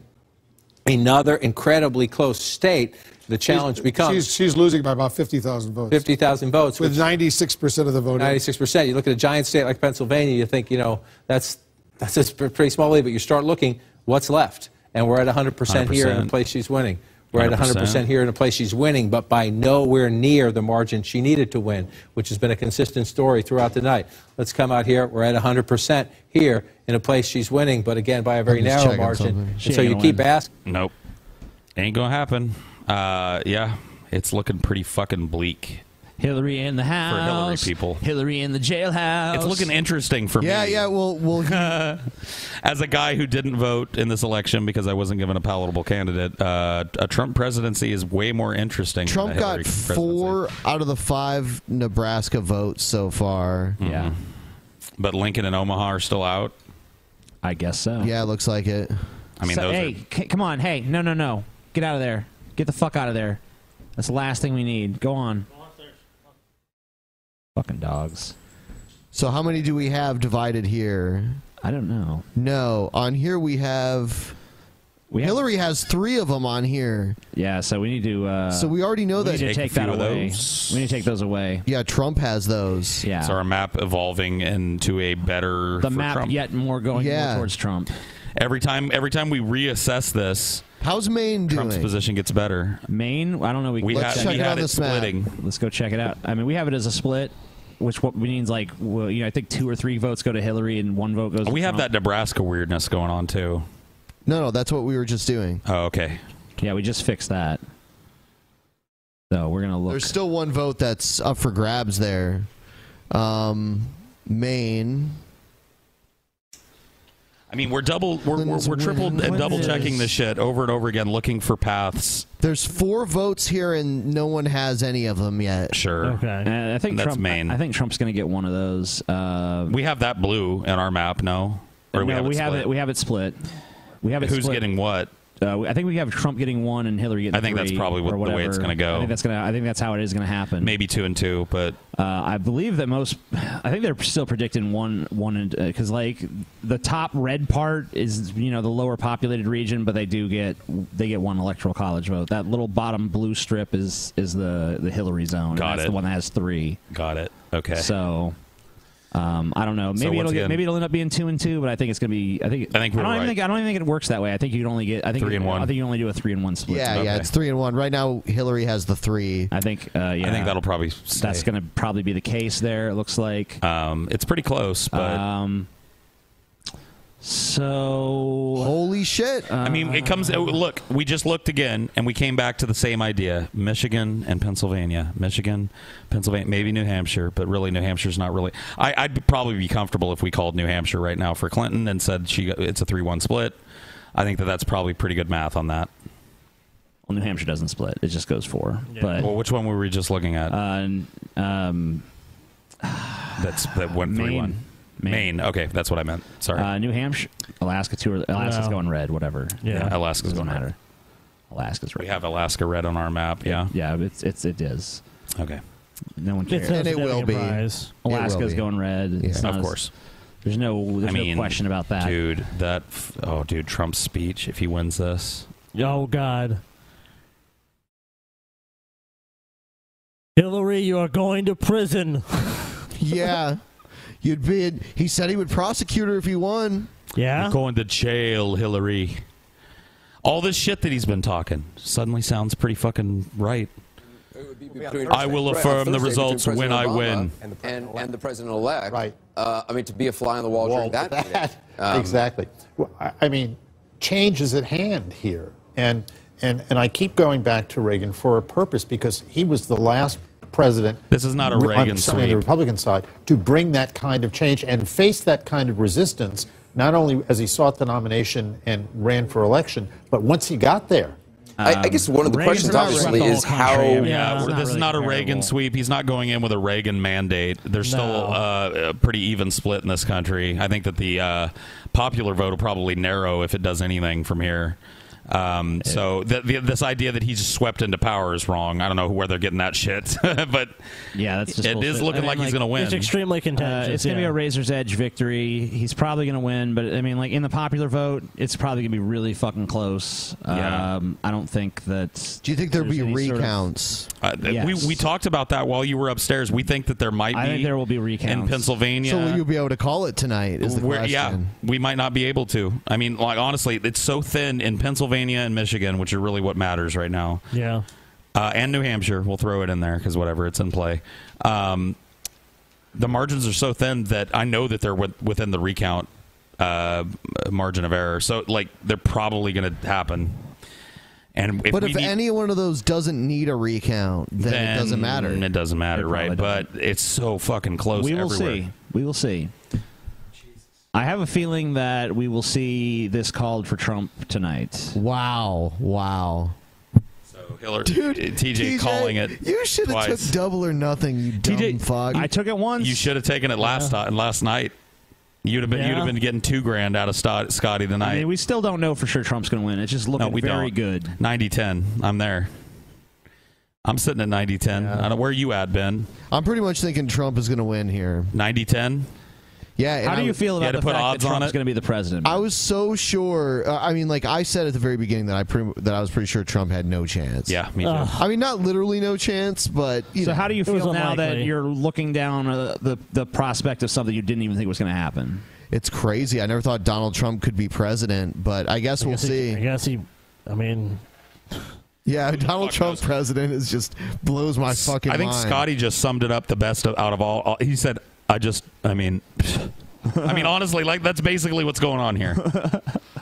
S8: another incredibly close state. The challenge
S7: She's-
S8: becomes
S7: She's, she's losing by about 50,000 votes.
S8: 50,000 votes.
S7: With 96% of the vote. in.
S8: 96%. You look at a giant state like Pennsylvania, you think, you know, that's that's a sp- pretty small lead, but you start looking what's left. And we're at 100%, here in a
S4: 100%.
S8: place she's winning. We're at 100%,
S4: 100%
S8: here in a place she's winning, but by nowhere near the margin she needed to win, which has been a consistent story throughout the night. Let's come out here. We're at 100% here in a place she's winning, but again, by a very
S4: I'm just
S8: narrow
S4: checking something.
S8: margin.
S4: She
S8: And so
S4: ain't
S8: you
S4: gonna
S8: keep
S4: win.
S8: asking.
S4: Nope. Ain't gonna happen. Uh, yeah, it's looking pretty fucking bleak.
S3: Hillary in the house.
S4: Hillary people.
S3: Hillary in the jailhouse.
S4: It's looking interesting for
S2: yeah,
S4: me.
S2: yeah. Well, well.
S4: As a guy who didn't vote in this election because I wasn't given a palatable candidate, uh, a Trump presidency is way more interesting.
S2: Trump
S4: than a Hillary
S2: got four out of the five Nebraska votes so far.
S4: Yeah. presidency. Mm. But Lincoln and Omaha are still out.
S3: I guess so.
S2: Yeah, it looks like it.
S4: I mean,
S3: So-
S4: those
S3: hey, c- come on. Hey, no, no, no. Get out of there. Get the fuck out of there. That's the last thing we need. Go on. Fucking dogs.
S2: So how many do we have divided here?
S3: I don't know.
S2: No, on here we have Hillary has three of them on here.
S3: Yeah, so we need to. Uh,
S2: So we already know
S3: we
S2: that-
S3: need to
S2: Take a
S3: take
S2: few
S3: that
S2: of
S3: away.
S2: those.
S3: We need to take those away.
S2: Yeah, Trump has those.
S3: Yeah.
S4: So our map evolving into a better
S3: The
S4: for
S3: map
S4: Trump.
S3: yet more going more towards Trump.
S4: Every time, every time we reassess this,
S2: how's Maine
S4: Trump's
S3: doing?
S4: position gets better.
S3: Maine, I don't know. We,
S4: We Let's had- check we it had on it this map. splitting.
S3: Let's go check it out. I mean, we have it as a split, which what means like well, you know, I think two or three votes go to Hillary and one vote goes.
S4: We
S3: to
S4: have that
S3: Trump.
S4: Nebraska weirdness going on too.
S2: No, no, that's what we were just doing.
S4: Oh, okay.
S3: Yeah, we just fixed that. So we're gonna look.
S2: There's still one vote that's up for grabs there. Um, Maine.
S4: I mean, we're double, we're, we're, we're triple and double checking this shit over and over again, looking for paths.
S2: There's four votes here, and no one has any of them yet.
S4: Sure.
S3: And I think
S4: that's
S3: Trump,
S4: Maine.
S3: I think Trump's gonna get one of those. Uh,
S4: we have that blue in our map, no?
S3: no, we have, it, We have it split. We have it.
S4: Who's
S3: split.
S4: getting what?
S3: Uh, I think we have Trump getting one and Hillary getting.
S4: I think that's
S3: three
S4: probably what-
S3: or
S4: the way it's
S3: whatever.
S4: gonna go.
S3: I think that's gonna. I think that's how it is gonna happen.
S4: Maybe two and two, but
S3: uh, I believe that most. I think they're still predicting one, one, and because like the top red part is you know the lower populated region, but they do get they get one electoral college vote. That little bottom blue strip is is the the Hillary zone. and
S4: Got
S3: that's
S4: it.
S3: The one that has three.
S4: Got it. Okay.
S3: So. Um, I don't know.
S4: So
S3: Maybe
S4: once
S3: it'll get,
S4: again-
S3: maybe it'll end up being two and two, but I think it's gonna be. I think. I
S4: think
S3: I
S4: we're
S3: don't even
S4: right.
S3: think. I don't even think it works that way. I think you can only get. I think
S4: Three and one.
S3: I think you only do a three and one split.
S2: Yeah, yeah, it's three and one right now. Hillary has the three.
S3: I think. Uh, yeah,
S4: I think that'll probably. Stay.
S3: that's going to probably be the case there. It looks like.
S4: Um, it's pretty close, but
S3: um, so
S2: holy shit!
S4: I mean, it comes. oh, Look, we just looked again, and we came back to the same idea: Michigan and Pennsylvania. Michigan, Pennsylvania, maybe New Hampshire, but really, New Hampshire's not really. I, I'd probably be comfortable if we called New Hampshire right now for Clinton and said she it's a three-one split. I think that that's probably pretty good math on that.
S3: Well, New Hampshire doesn't split; it just goes four. But
S4: well, which one were we just looking at?
S3: Uh, um,
S4: that's that went
S3: Maine.
S4: three-one. Maine. Okay, that's what I meant. Sorry.
S3: uh, New Hampshire, Alaska, two or Alaska's
S4: No.
S3: going red. Whatever.
S4: Yeah, Alaska's
S3: Doesn't
S4: going red.
S3: matter. Alaska's red.
S4: We have Alaska red on our map. Yeah.
S3: Yeah, it's it's it is.
S4: Okay.
S3: No one
S4: It's
S3: cares.
S4: no And it will be. surprise. It will
S3: Alaska's
S4: be.
S3: going red. It's
S4: Yeah.
S3: not
S4: Of
S3: as-
S4: course.
S3: There's no there's no question about that.
S4: dude. That f- oh, dude, Trump's speech. If he wins this,
S6: Oh God. Hillary, you are going to prison.
S2: yeah, you'd be. In, he said he would prosecute her if he won.
S6: Yeah,
S4: You're going to jail, Hillary. All this shit that he's been talking suddenly sounds pretty fucking right. I will
S21: Right, Thursday
S4: affirm the
S21: between
S4: results when
S21: President
S4: I
S21: Obama
S4: win.
S21: And the, and, and the president-elect. Right. Uh, I mean, to be a fly on the wall during
S24: Well,
S21: that. meeting. Um,
S24: exactly. Well, I- I mean, change is at hand here, and and and I keep going back to Reagan for a purpose because he was the last president.
S4: This is not a
S24: on-
S4: Reagan
S24: certainly on the
S4: sweep.
S24: Republican side to bring that kind of change and face that kind of resistance. Not only as he sought the nomination and ran for election, but once he got there.
S21: I- I guess one of the
S4: Um,
S21: Reagan's questions, not obviously, swept the is whole country. how- I mean,
S4: Yeah,
S21: it's
S4: this
S21: not
S4: is
S21: really
S4: not a Reagan
S21: comparable.
S4: sweep. He's not going in with a Reagan mandate. There's
S21: No.
S4: still uh, a pretty even split in this country. I think that the uh, popular vote will probably narrow if it does anything from here. Um, so th- th- this idea that he's just swept into power is wrong. I don't know where they're getting that shit, but
S3: yeah, that's just
S4: it is
S3: bullshit.
S4: looking
S3: I mean,
S4: like, he's going to win.
S6: extremely contentious,
S3: Uh, it's going to
S6: yeah.
S3: be a razor's edge victory. He's probably going to win, but I mean, like in the popular vote, it's probably going to be really fucking close.
S4: Yeah.
S3: Um, I don't think that.
S2: Do you think there'll be recounts?
S4: Uh, th- We we talked about that while you were upstairs. We think that there might be.
S2: I think there will be
S4: in
S2: recounts.
S4: Pennsylvania.
S2: So will you be able to call it tonight? Is the
S4: We're-
S2: question?
S4: yeah, we might not be able to. I mean, like honestly, it's so thin in Pennsylvania and Michigan, which are really what matters right now.
S6: Yeah.
S4: Uh, and New Hampshire, we'll throw it in there because whatever, it's in play. Um, the margins are so thin that I know that they're with, within the recount uh, margin of error. So, like, they're probably going to happen. And if
S2: but
S4: we
S2: if
S4: need-
S2: any one of those doesn't need a recount, then, it doesn't matter.
S4: It doesn't matter, right? But it's so fucking close.
S3: We will
S4: everywhere.
S3: see. We will see. I have a feeling that we will see this called for Trump tonight.
S2: Wow! Wow!
S4: So Hillary, TJ, calling it.
S2: You should have
S4: twice.
S2: took double or nothing. You dumb fuck.
S3: I took it once.
S4: You should have taken it last ti- last night. You'd have been you'd
S3: Yeah.
S4: have been getting two grand out of Sto- Scotty tonight.
S3: I mean, we still don't know for sure Trump's going to win. It's just looking
S4: no, we
S3: very
S4: don't.
S3: good.
S4: 90-10. I'm there. I'm sitting at 90-10. I don't, where are you at, Ben?
S2: I'm pretty much thinking Trump is going to win here.
S4: 90-10?
S2: Yeah. and
S3: How do
S2: I
S3: you
S2: was-
S3: feel about the fact that Trump's going to be the president?
S2: I was so sure. Uh, I mean, like I said at the very beginning that I pre- that I was pretty sure Trump had no chance.
S4: Yeah,
S3: me too. Ugh.
S2: I mean, not literally no chance, but you
S3: so
S2: know.
S3: how do you feel now that you're looking down uh, the the prospect of something you didn't even think was going to happen?
S2: It's crazy. I never thought Donald Trump could be president, but I guess we'll see. I
S6: guess he. I mean.
S2: Yeah, Donald Trump president is just blows my fucking.
S4: I think
S2: mind.
S4: Scotty just summed it up the best of, out of all, all. He said, "I just, I mean, I mean, honestly, like that's basically what's going on here."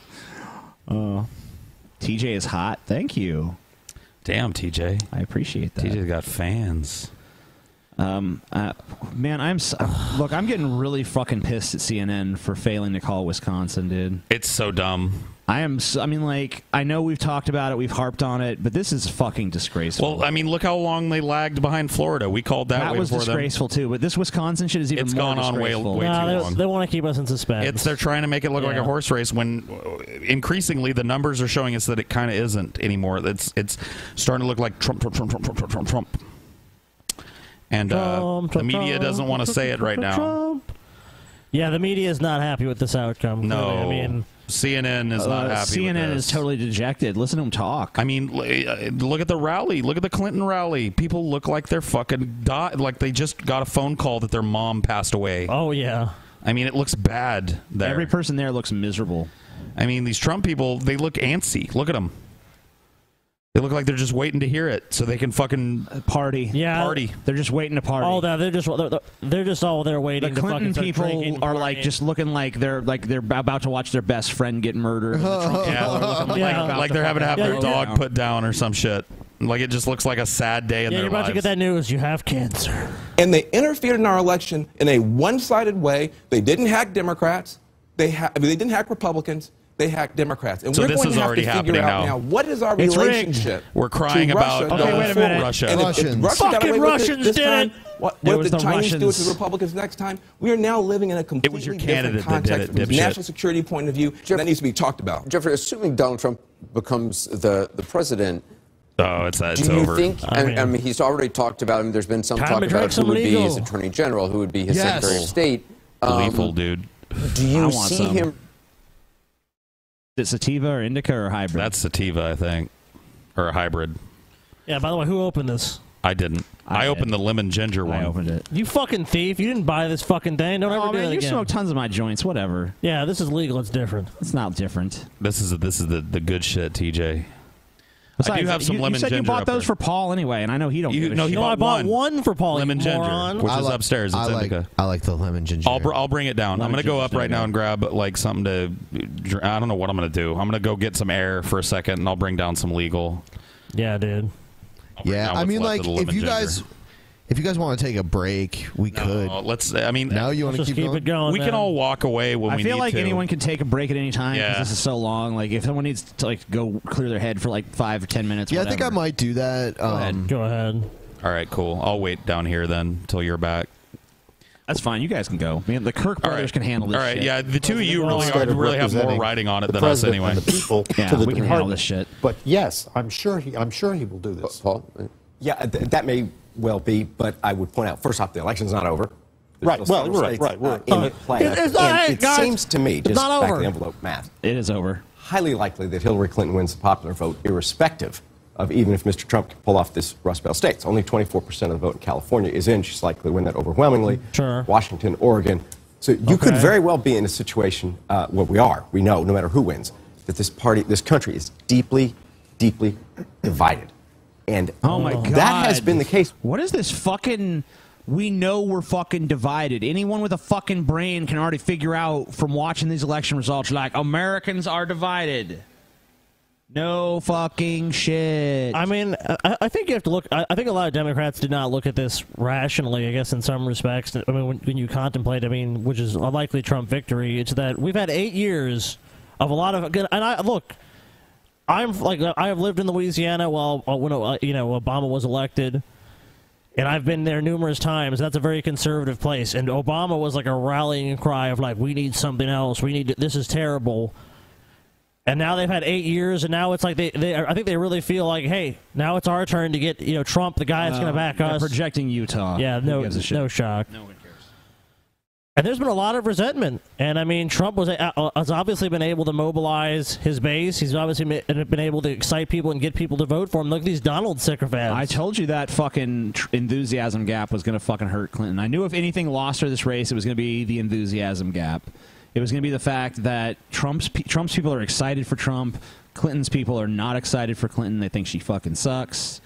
S3: Oh, TJ is hot. Thank you.
S4: Damn, TJ.
S3: I appreciate that.
S4: TJ's got fans.
S3: Um, uh, man, I'm s uh, look. I'm getting really fucking pissed at CNN for failing to call Wisconsin, dude.
S4: It's so dumb.
S3: I am. So, I mean, like, I know we've talked about it, we've harped on it, but this is fucking disgraceful.
S4: Well, I mean, look how long they lagged behind Florida. We called that,
S3: that
S4: way
S3: was
S4: before them.
S3: disgraceful too. But this Wisconsin shit is even
S4: It's
S3: more
S4: gone on way-
S3: disgraceful.
S4: way Nah, too
S6: they,
S4: long.
S6: they want to keep us in suspense.
S4: It's they're trying to make it look like
S6: Yeah.
S4: a horse race when uh, increasingly the numbers are showing us that it kind of isn't anymore. It's it's starting to look like Trump, Trump, Trump, Trump, Trump, Trump, Trump, Trump. And uh,
S6: Trump,
S4: the
S6: Trump,
S4: media
S6: Trump,
S4: doesn't want to
S6: Trump,
S4: say it right
S6: Trump,
S4: now.
S6: Trump. Yeah, the media is not happy with this outcome.
S4: No,
S6: clearly. I mean,
S4: CNN is not
S3: Uh,
S4: happy.
S3: CNN
S4: with
S3: is totally dejected. Listen to him talk.
S4: I mean, l- uh, look at the rally. Look at the Clinton rally. People look like they're fucking died. Like they just got a phone call that their mom passed away.
S6: Oh yeah.
S4: I mean, it looks bad there. Every
S3: person there looks miserable.
S4: I mean, these Trump people, they look antsy. Look at them. They look like they're just waiting to hear it so they can fucking
S3: party.
S6: Yeah.
S4: Party.
S3: They're just waiting to party.
S6: Oh, no, they're just they're, they're just all there waiting. to
S3: The
S6: fucking
S3: Clinton
S6: start
S3: people
S6: drinking,
S3: are like
S6: partying.
S3: just looking like they're like they're about to watch their best friend get murdered. and the Trump people are looking
S4: Like,
S3: about
S4: like
S3: to
S4: they're having to have
S3: fucking
S4: their
S3: go
S4: dog
S3: down.
S4: put down or some shit. Like it just looks like a sad day in
S6: Yeah,
S4: their
S6: you're about
S4: lives.
S6: to get that news. You have cancer.
S1: and they interfered in our election in a one-sided way. They didn't hack Democrats. They ha- I mean, they didn't hack Republicans. They hacked Democrats. And
S4: So
S1: we're
S4: this
S1: going
S4: is
S1: to have
S4: already
S1: to figure
S4: happening
S1: out
S4: now.
S1: now what is our
S4: It's rigged.
S1: relationship.
S4: We're crying
S1: to Russia
S4: about,
S1: going
S4: uh, wait a
S1: forward.
S4: minute. Russia.
S1: And if, if
S4: Russians.
S1: Russia got
S4: Fucking
S1: away with
S4: Russians
S1: it this
S4: did
S1: time,
S4: it.
S1: What,
S4: It
S1: what
S4: was
S1: if the,
S4: the
S1: Chinese do it to
S4: Russians.
S1: the Republicans next time? We are now living in a completely
S4: your
S1: different
S4: candidate that did
S1: context
S4: it,
S1: from a
S4: dipshit.
S1: national security point of view. that needs to be talked about.
S25: Jeffrey, assuming Donald Trump becomes the, the president,
S4: Oh, it's, uh, it's
S25: do you
S4: over.
S25: think? I mean, I mean, he's already talked about. I mean, there's been some
S4: Time
S25: talk
S4: to
S25: about
S4: drink
S25: who
S4: some
S25: would be his
S4: legal.
S25: attorney general, who would be his
S4: Yes.
S25: secretary of state. Um,
S4: Lethal, dude.
S25: Do you
S3: I want
S25: see
S3: some.
S25: him?
S3: Is it sativa or indica or hybrid?
S4: That's sativa, I think, or a hybrid.
S6: Yeah. By the way, who opened this?
S4: I didn't. I, opened the lemon ginger one. I opened
S3: it.
S6: You fucking thief! You didn't buy this fucking thing. Don't ever
S3: Oh
S6: do
S3: man,
S6: that
S3: you
S6: again.
S3: smoke tons of my joints. Whatever.
S6: Yeah, this is legal. It's different.
S3: It's not different.
S4: This is this is the, the good shit, TJ. I do
S3: Besides,
S4: have some
S3: you,
S4: lemon
S3: You said
S4: ginger.
S3: you bought
S4: up
S3: those for
S4: there.
S3: Paul anyway, and I know he don't.
S4: You-
S3: give a
S4: no, he
S3: shit.
S4: No, bought I bought one.
S6: one for Paul.
S4: lemon ginger, which
S2: I
S4: is
S2: like-
S4: upstairs. It's
S2: I like,
S4: indica.
S2: I like the lemon ginger.
S4: I'll, br- I'll bring it down. I'm
S2: Lemon
S4: going to go
S2: ginger
S4: up right now and grab like something to. dr- I don't know what I'm going to do. I'm going to go get some air for a second, and I'll bring down some legal.
S6: Yeah, dude.
S2: yeah,
S4: down
S2: I
S4: what's
S2: mean,
S4: left
S2: like
S4: of the
S2: if
S4: lemon
S2: you guys,
S4: ginger.
S2: if you guys want to take a break, we could.
S4: Let's. I mean,
S2: now you want to
S3: Let's
S2: keep,
S3: just keep it going,
S4: We can
S3: man.
S4: all walk away when
S3: I
S4: we
S3: feel
S4: need
S3: like
S4: to.
S3: anyone can take a break at any time because
S4: Yeah.
S3: this is so long. Like if someone needs to like go clear their head for like five or ten minutes.
S2: Yeah, I think I might do that.
S3: Go ahead.
S2: Um,
S6: Go ahead.
S4: All right, cool. I'll wait down here then until you're back.
S3: That's fine. You guys can go. Man, the Kirk
S4: brothers
S3: can handle this
S4: All right,
S3: shit.
S4: yeah. The two of you really,
S13: Instead
S4: are,
S13: of
S4: really have more
S13: representing
S4: riding on it
S13: the
S4: than us
S13: president
S4: anyway.
S13: and the people
S4: yeah,
S13: to the
S4: we can
S13: department.
S4: handle this shit.
S13: But yes, I'm sure he. I'm sure he will do this.
S26: Paul? Yeah, th- that may well be, but I would point out first off, the election's not over. There's
S13: Right,
S26: still
S13: well,
S26: several
S13: right,
S26: states,
S13: right, we're-
S26: uh, in
S13: uh,
S26: the plan.
S13: it- it's not-
S26: And
S13: hey,
S26: it
S13: guys,
S26: seems to me,
S13: it's
S26: just
S13: not
S26: back
S13: over.
S26: the envelope math.
S3: It is over.
S26: Highly likely that Hillary Clinton wins the popular vote, irrespective of even if Mr. Trump can pull off this Rust Belt states. Only 24% of the vote in California is in. She's likely to win that overwhelmingly. Sure. Washington, Oregon. So you could
S27: Okay.
S26: very well be in a situation uh, where we are. We know, no matter who wins, that this party, this country is deeply, deeply divided. And
S3: Oh my god.
S26: that has been the case.
S3: What is this fucking? We know we're fucking divided. Anyone with a fucking brain can already figure out from watching these election results. Like Americans are divided. No fucking shit.
S6: I mean, I, I think you have to look. I, I think a lot of Democrats did not look at this rationally. I guess in some respects, I mean, when, when you contemplate, I mean, which is a likely Trump victory, it's that we've had eight years of a lot of good. And I look, I'm like I have lived in Louisiana while uh, when uh, you know Obama was elected, and I've been there numerous times. That's a very conservative place, and Obama was like a rallying cry of like we need something else. We need this is terrible. And now they've had eight years, and now it's like they, they I think they really feel like, hey, now it's our turn to get you know Trump, the guy that's going
S3: No,
S6: to back
S3: they're
S6: us.
S3: projecting Utah.
S6: Yeah,
S3: Who
S6: no,
S3: gives a shit?
S6: no shock.
S3: No one
S6: And there's been a lot of resentment. And I mean, Trump was uh, uh, has obviously been able to mobilize his base. He's obviously ma- been able to excite people and get people to vote for him. Look at these Donald sycophants.
S3: I told you that fucking tr- enthusiasm gap was going to fucking hurt Clinton. I knew if anything lost her this race, it was going to be the enthusiasm gap. It was going to be the fact that Trump's pe- Trump's people are excited for Trump. Clinton's people are not excited for Clinton. They think she fucking sucks.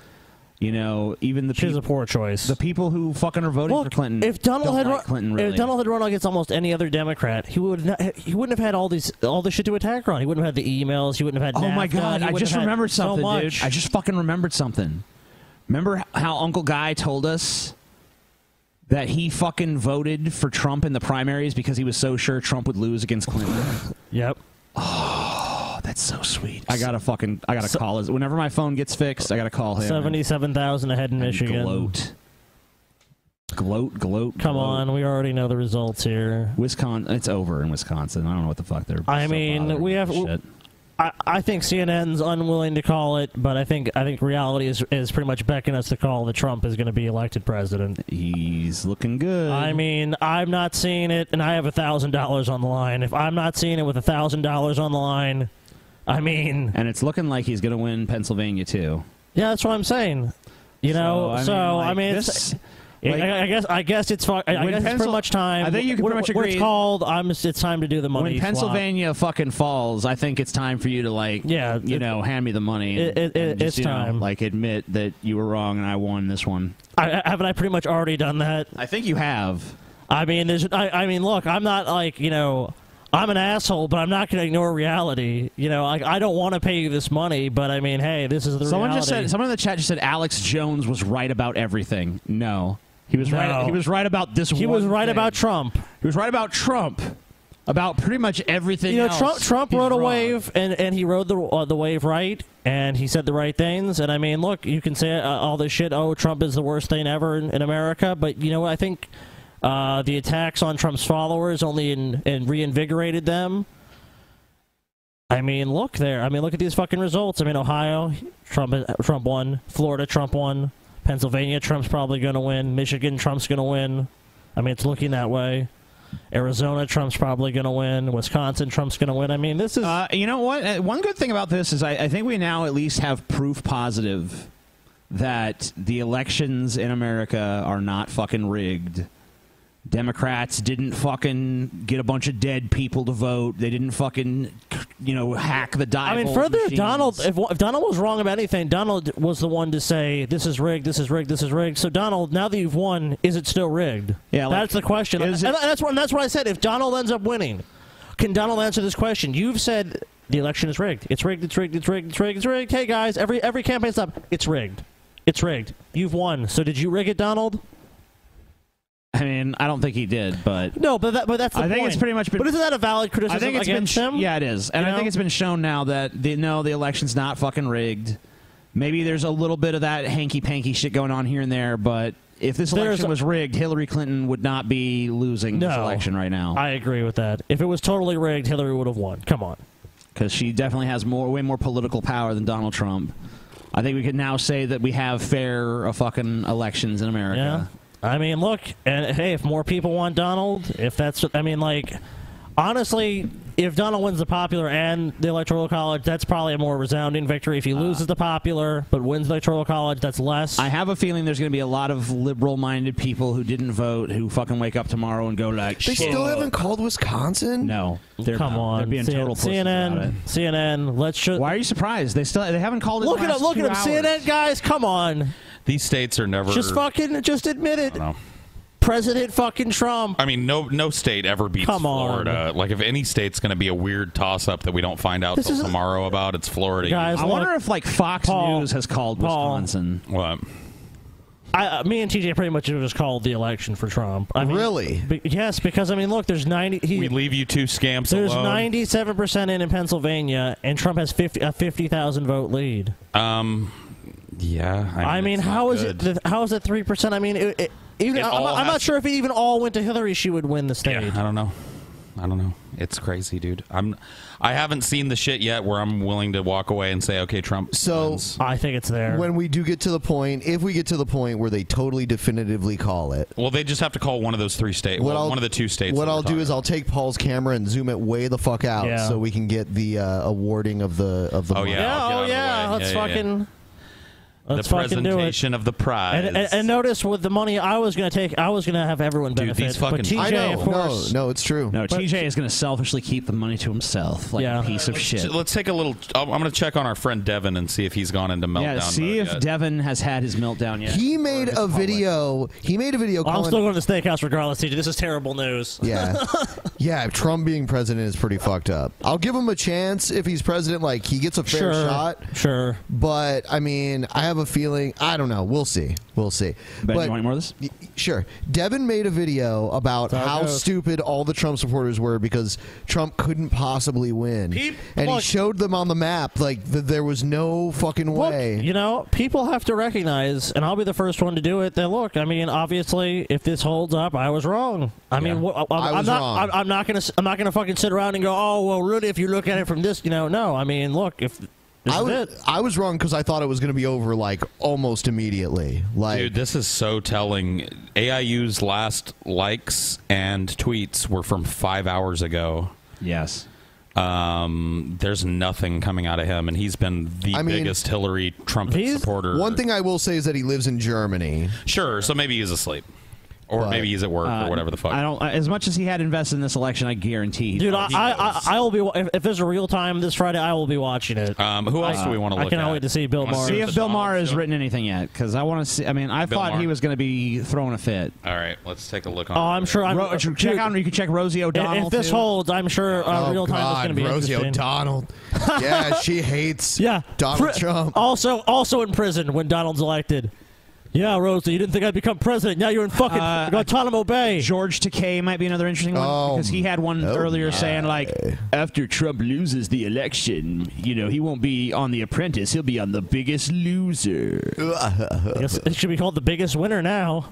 S3: You know, even the she's
S6: a poor choice.
S3: The people who fucking are voting for Clinton.
S6: If Donald
S3: don't
S6: had
S3: like
S6: run,
S3: Um, Clinton, really.
S6: if Donald had run against almost any other Democrat, he would not, he wouldn't have had all these all this shit to attack her on. He wouldn't have had the emails. He wouldn't have had.
S3: Oh my
S6: NAFTA,
S3: god!
S6: he
S3: I
S6: wouldn't
S3: just
S6: have had
S3: remembered
S6: so
S3: something,
S6: much.
S3: dude. I just fucking remembered something. Remember h- how Uncle Guy told us that he fucking voted for Trump in the primaries because he was so sure Trump would lose against Clinton.
S6: yep.
S3: Oh, that's so sweet. I gotta fucking I gotta call his. Whenever my phone gets fixed, I gotta call him.
S6: Seventy-seven thousand ahead in Michigan.
S3: Gloat. Gloat, gloat.
S6: Come on, we already know the results here.
S3: Wisconsin, it's over in Wisconsin. I don't know what the fuck they're.
S6: I
S3: so
S6: mean,
S3: bothered
S6: we
S3: with
S6: have.
S3: this shit.
S6: I, I think CNN's unwilling to call it, but I think I think reality is is pretty much beckoning us to call that Trump is going to be elected president.
S3: He's looking good.
S6: I mean, I'm not seeing it, and I have a thousand dollars on the line. If I'm not seeing it with a thousand dollars on the line, I mean,
S3: and it's looking like he's gonna win Pennsylvania too.
S6: yeah, that's what I'm saying. You know,
S3: So, I
S6: so
S3: mean, like,
S6: I mean, it's-
S3: this-
S6: I-
S3: like-
S6: I, I guess I guess it's fu- I, I
S3: When
S6: guess it's
S3: Pencil-
S6: pretty much time.
S3: I think you can
S6: What-
S3: pretty much
S6: what it's
S3: agree-
S6: called. I'm. It's time to do the money.
S3: when
S6: swap.
S3: Pennsylvania fucking falls, I think it's time for you to like, yeah, you know, hand me the money.
S6: It- it- it-
S3: just,
S6: it's
S3: you know,
S6: time.
S3: like, admit that you were wrong and I won this one.
S6: I, I- haven't I pretty much already done that?
S3: I think you have.
S6: I mean, there's. I, I mean, look, I'm not like you know, I'm an asshole, but I'm not going to ignore reality. You know, like I don't want to pay you this money, but I mean, hey, this is the
S3: someone
S6: reality.
S3: just said. Someone in the chat just said Alex Jones was right about everything. No, he was right.
S6: No.
S3: He was right about this.
S6: He
S3: one
S6: was right
S3: thing.
S6: about Trump.
S3: He was right about Trump. About pretty much everything.
S6: you know,
S3: else.
S6: Trump Trump
S3: He's
S6: rode a
S3: wrong.
S6: wave, and, and he rode the uh, the wave right, and he said the right things. And I mean, look, you can say uh, all this shit. Oh, Trump is the worst thing ever in, in America, but you know what? I think uh, the attacks on Trump's followers only in, and reinvigorated them. I mean, look there. I mean, look at these fucking results. I mean, Ohio, Trump, Trump won. Florida, Trump won. Pennsylvania, Trump's probably going to win. Michigan, Trump's going to win. I mean, it's looking that way. Arizona, Trump's probably going to win. Wisconsin, Trump's going to win. I mean, this is.
S3: Uh, you know what? Uh, One good thing about this is I, I think we now at least have proof positive that the elections in America are not fucking rigged. Democrats didn't fucking get a bunch of dead people to vote. They didn't fucking, you know, hack the dial.
S6: I mean, further, if Donald, if, if Donald was wrong about anything, Donald was the one to say, this is rigged, this is rigged, this is rigged. So, Donald, now that you've won, is it still rigged?
S3: Yeah, like,
S6: that's the question.
S3: is
S6: and
S3: it-
S6: that's, what, and that's what I said. If Donald ends up winning, can Donald answer this question? You've said the election is rigged. It's rigged, it's rigged, it's rigged, it's rigged, it's rigged. Hey, guys, every, every campaign's up. It's rigged. It's rigged. You've won. So, did you rig it, Donald?
S3: I mean, I don't think he did, but
S6: No, but that, but that's the
S3: I think it's
S6: point.
S3: pretty much been-
S6: But isn't that a valid criticism
S3: I think it's been
S6: against
S3: sh-
S6: him?
S3: Yeah, it is, and
S6: You
S3: I think
S6: know?
S3: it's been shown now that the, no, the election's not fucking rigged. Maybe there's a little bit of that hanky panky shit going on here and there, but if this
S6: There's-
S3: election was rigged, Hillary Clinton would not be losing this
S6: No.
S3: election right now.
S6: I agree with that. If it was totally rigged, Hillary would have won. Come on.
S3: because she definitely has more, way more political power than Donald Trump. I think we can now say that we have fair uh, fucking elections in America.
S6: Yeah. I mean, look, and hey, if more people want Donald, if that's, I mean, like, honestly, if Donald wins the popular and the electoral college, that's probably a more resounding victory. If he loses the popular but wins the electoral college, that's less.
S3: Ah. I have a feeling there's going to be a lot of liberal-minded people who didn't vote who fucking wake up tomorrow and go like,
S2: They
S3: "Shit."
S2: still haven't called Wisconsin?
S3: No, they're
S6: Come
S3: not.
S6: on,
S3: they're being
S6: C-
S3: total pussies
S6: CNN,
S3: about it.
S6: CNN. Let's. Sh-
S3: Why are you surprised? They still they haven't called it.
S6: look
S3: in
S6: at
S3: the
S6: him,
S3: last
S6: look
S3: two
S6: at him,
S3: hours.
S6: CNN guys, come on,
S4: These states are never.
S6: just fucking, just admit it. President fucking Trump.
S4: I mean, no no state ever beats
S6: Come on.
S4: Florida. Like, if any state's going to be a weird toss up that we don't find out
S6: This
S4: till
S6: is-
S4: tomorrow about, it's Florida.
S6: Guys,
S4: I
S6: look-
S4: wonder
S3: if like Fox News has called
S6: Paul.
S3: Wisconsin.
S4: What?
S6: I, uh, me and TJ pretty much just called the election for Trump. I mean, really? yes, because I mean, look, there's ninety. He,
S4: We leave you two scamps
S6: There's
S4: alone.
S6: ninety-seven percent in in Pennsylvania, and Trump has 50, a fifty thousand vote lead.
S4: Um, yeah.
S6: I mean,
S4: it's not
S6: how is
S4: good.
S6: it? How is it three percent? I mean, it, it, even
S4: It
S6: I'm,
S4: all
S6: I'm
S4: has
S6: not sure if it even all went to Hillary, she would win the state.
S4: I don't know. I don't know. It's crazy, dude. I'm I haven't seen the shit yet where I'm willing to walk away and say, okay, Trump.
S2: So
S6: I think it's there.
S2: When we do get to the point, if we get to the point where they totally definitively call it,
S4: Well, they just have to call one of those three states.
S2: What
S4: Well,
S2: I'll-
S4: one of the two states.
S2: what
S4: that we're
S2: I'll do
S4: talking
S2: is I'll take Paul's camera and zoom it way the fuck out
S4: Yeah.
S2: so we can get the uh, awarding of the of the.
S4: Oh, yeah, I'll get out of the Yeah, way. let's Yeah, yeah, yeah. fucking- about.
S6: Let's
S4: the
S6: fucking do it.
S4: presentation of the prize.
S6: And, and, and notice with the money I was going to take, I was going to have everyone benefit. but TJ, of course.
S2: no, it's true.
S3: No,
S6: But-
S3: TJ is going to selfishly keep the money to himself, like a piece of shit.
S4: Let's take a little. I'm going to check on our friend Devin and see if he's gone into meltdown.
S3: yeah, see
S4: mode
S3: if
S4: yet.
S3: Devin has had his meltdown yet.
S2: He made a video. He made a video.
S6: Well, I'm
S2: calling,
S6: still going to the steakhouse regardless, TJ. This is terrible news.
S2: Yeah. yeah, Trump being president is pretty fucked up. I'll give him a chance if he's president. Like, he gets a fair
S6: Sure,
S2: shot.
S6: Sure.
S2: But, I mean, I have a feeling. I don't know. We'll see. We'll see.
S3: Ben, you want any more of this?
S2: Sure. Devin made a video about
S3: That's how it
S2: how
S3: goes.
S2: stupid all the Trump supporters were because Trump couldn't possibly win. and he
S6: look-
S2: showed them on the map, like, that there was no fucking way.
S6: You know, people have to recognize, and I'll be the first one to do it. That look, I mean, obviously, if this holds up, I was wrong. I mean, wha- I,
S2: I
S6: am
S2: was
S6: not,
S2: wrong.
S6: I'm, I'm not gonna, s- I'm not gonna fucking sit around and go, oh well, really, if you look at it from this, you know, no. I mean, look, if this
S2: I
S6: is
S2: was,
S6: it.
S2: I was wrong because I thought it was going to be over, like, almost immediately. Like,
S4: Dude, this is so telling. AIU's last likes and tweets were from five hours ago.
S3: Yes.
S4: Um, there's nothing coming out of him, and he's been the
S2: I mean,
S4: biggest Hillary Trump supporter.
S2: One thing I will say is that he lives in Germany.
S4: Sure, so maybe he's asleep, or maybe he's at work
S3: Uh,
S4: or whatever the fuck.
S3: I don't. As much as he had invested in this election, I guarantee. he
S6: Dude, I,
S3: thought he
S6: I,
S3: knows.
S6: I, I will be. wa- If, if there's a real time this Friday, I will be watching it.
S4: Um, who else
S6: I,
S4: do we want to look
S6: I cannot
S4: at?
S6: wait to see Bill
S4: Wanna
S6: Maher.
S3: See if Bill Maher has written anything yet, because I want to see. I mean, I
S4: Bill
S3: thought
S4: Maher.
S3: he was going to be throwing a fit.
S4: All right, let's take a look on.
S6: Oh, I'm sure. I'm,
S3: Ro- check out. You can check Rosie O'Donnell.
S6: If this
S3: too.
S6: holds, I'm sure uh,
S3: Oh,
S6: real time is
S3: God,
S6: going to be
S3: Rosie
S6: interesting.
S2: O'Donnell. Yeah, she hates
S6: yeah.
S2: Donald
S6: Pri-
S2: Trump.
S6: Also, also in prison when Donald's elected. Yeah, Rosie, you didn't think I'd become president. Now you're in fucking
S3: Uh,
S6: Guantanamo Bay.
S3: George Takei might be another interesting one because he had one
S6: oh
S3: earlier
S6: my.
S3: saying like, after Trump loses the election, you know he won't be on The Apprentice. He'll be on The Biggest Loser.
S6: I guess it should be called the biggest winner now.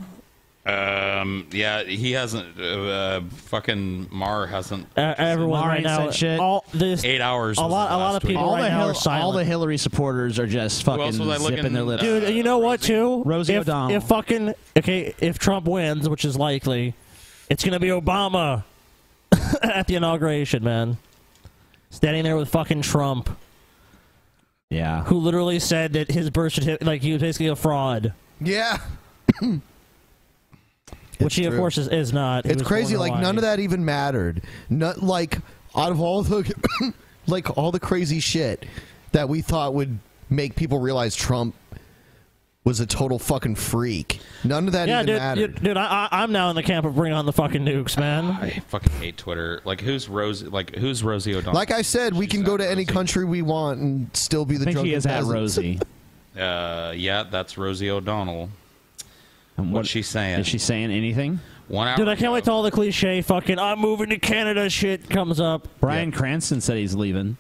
S4: Um, yeah, he hasn't. Uh, uh, fucking Mar hasn't.
S6: Uh, everyone
S3: Mara
S6: right
S3: ain't
S6: now,
S3: said shit.
S6: all this
S4: Eight hours.
S6: A
S4: was
S6: lot, a
S4: the
S6: lot
S4: last
S6: of people
S4: tweet.
S6: right now are
S3: all
S6: silent.
S3: the Hillary supporters are just fucking
S4: else was I
S3: zipping
S4: looking-
S3: their lips.
S6: Dude, and you know what too?
S3: Rosie
S6: if,
S3: O'Donnell.
S6: If fucking okay, if Trump wins, which is likely, it's gonna be Obama at the inauguration, man. Standing there with fucking Trump.
S3: Yeah.
S6: Who literally said that his birth certificate, like he was basically a fraud.
S2: Yeah.
S6: Which he, of course, is, is not. He
S2: It's
S6: was
S2: crazy.
S6: born in
S2: Like none of
S6: Hawaii.
S2: that even mattered. Not like out of all the like all the crazy shit that we thought would make people realize Trump was a total fucking freak. None of that
S6: yeah,
S2: even
S6: dude,
S2: mattered.
S6: dude, dude, I, I, I'm now in the camp of bring on the fucking nukes, man.
S4: I fucking hate Twitter. Like who's Rosie? Like who's Rosie O'Donnell?
S2: Like I said, we can go to any country we want and still be the.
S4: think
S2: drunken
S4: he is at
S2: peasants.
S4: Rosie. Uh, yeah, that's Rosie O'Donnell. What's she saying? Is she
S3: saying anything?
S4: One hour.
S6: Dude, I can't wait till all the cliche fucking I'm moving to Canada shit comes up.
S3: Brian Cranston said he's leaving.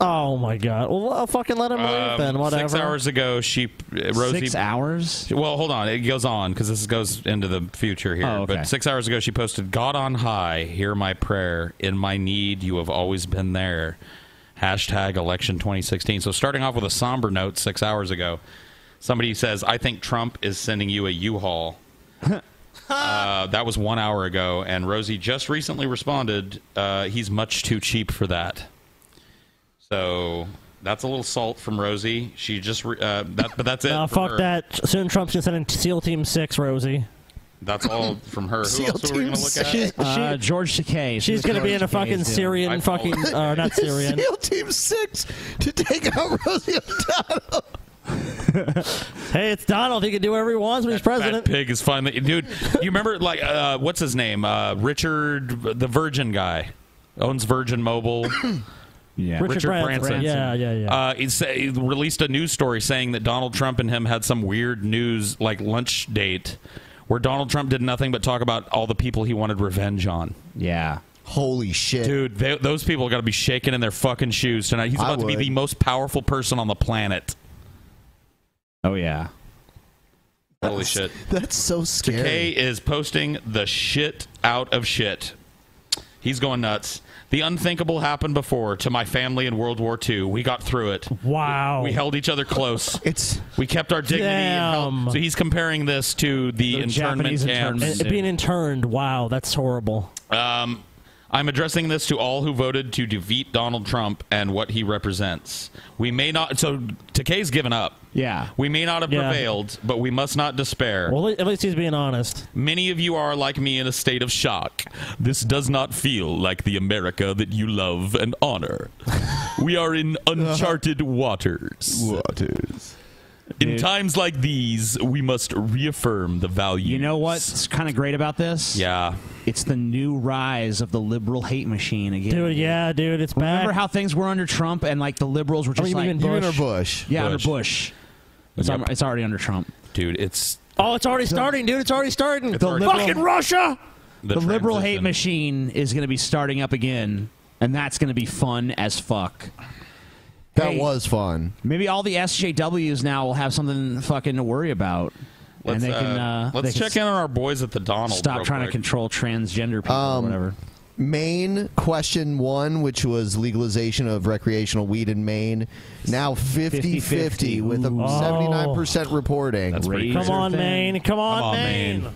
S6: Oh my god. Well, I'll fucking let him leave
S4: Um,
S6: then. Whatever.
S4: Six hours ago, she uh, Rosie.
S3: Six hours.
S4: Well, hold on. It goes on because this goes into the future here.
S3: Oh, okay.
S4: But six hours ago, she posted, "God on high, hear my prayer. In my need, you have always been there." Hashtag election 2016. So starting off with a somber note, six hours ago, somebody says, "I think Trump is sending you a U-Haul." Uh, that was one hour ago, and Rosie just recently responded, uh, "He's much too cheap for that." So that's a little salt from Rosie. She just, re- uh, that, but that's it.
S6: Nah,
S4: for
S6: Ah, fuck
S4: her.
S6: that. Soon Trump's gonna send in SEAL Team Six, Rosie.
S4: That's all from her. Who
S6: SEAL
S4: else are we
S6: Team
S4: gonna look at?
S6: She's-
S3: Uh, George Takei.
S6: She's gonna be in a fucking Syrian
S4: I follow
S6: fucking,
S4: her.
S6: or not Syrian.
S2: SEAL Team Six to take out Rosie O'Donnell.
S6: hey, it's Donald. He can do whatever he wants when he's
S4: That
S6: president.
S4: pig is finally, dude. You remember like uh, what's his name? Uh, Richard, the Virgin guy, owns Virgin Mobile.
S3: yeah,
S4: Richard,
S6: Richard
S4: Branson.
S6: Branson. Yeah, yeah, yeah.
S4: Uh, he, sa- he released a news story saying that Donald Trump and him had some weird news like lunch date, where Donald Trump did nothing but talk about all the people he wanted revenge on.
S3: Yeah.
S2: Holy shit,
S4: dude! They, those people got to be shaking in their fucking shoes tonight. He's
S2: I
S4: about to be
S2: would.
S4: the most powerful person on the planet.
S3: Oh yeah.
S4: Holy shit!
S2: That's so scary.
S4: Takei is posting the shit out of shit. He's going nuts. The unthinkable happened before to my family in World War II. We got through it.
S6: Wow.
S4: We held each other close.
S2: It's
S4: we kept our dignity. and held-
S6: Damn.
S4: So he's comparing this to the, internment
S6: Japanese
S4: camps.
S6: internment. And Being interned. Wow, that's horrible.
S4: Um, I'm addressing this to all who voted to defeat Donald Trump and what he represents. We may not. So Takei's given up.
S6: Yeah.
S4: We may not have
S6: Yeah.
S4: prevailed, but we must not despair.
S6: Well, at least he's being honest.
S4: Many of you are like me in a state of shock. This does not feel like the America that you love and honor. we are in uncharted waters. Waters. In
S3: Dude.
S4: times like these, we must reaffirm the value.
S3: You know what's kind of great about this?
S4: Yeah.
S3: It's the new rise of the liberal hate machine again.
S6: Dude, yeah, dude, it's bad.
S3: Remember how things were under Trump and like the liberals were
S6: Oh,
S3: just
S6: you
S3: like
S6: mean Bush? You mean under
S2: Bush?
S3: Yeah,
S4: Bush.
S3: under Bush. It's,
S4: Yep.
S3: it's already under Trump.
S4: Dude, it's
S6: Oh, it's already starting, dude. It's already starting.
S3: The already- liberal-
S6: Fucking Russia.
S3: the, liberal hate machine is going to be starting up again, and that's going to be fun as fuck.
S2: That
S3: Hey,
S2: was fun.
S3: Maybe all the SJWs now will have something fucking to worry about,
S4: Let's,
S3: and they can
S4: uh,
S3: uh,
S4: let's
S3: they can
S4: check in on our boys at the Donald.
S3: Stop
S4: real
S3: trying
S4: quick.
S3: to control transgender people or whatever.
S2: Um, Maine question one, which was legalization of recreational weed in Maine, now 50 50 with a
S6: Ooh. Oh.
S2: 79% reporting.
S4: That's pretty
S6: Come on, Maine. Come on,
S4: Come on,
S6: Maine.
S4: Maine.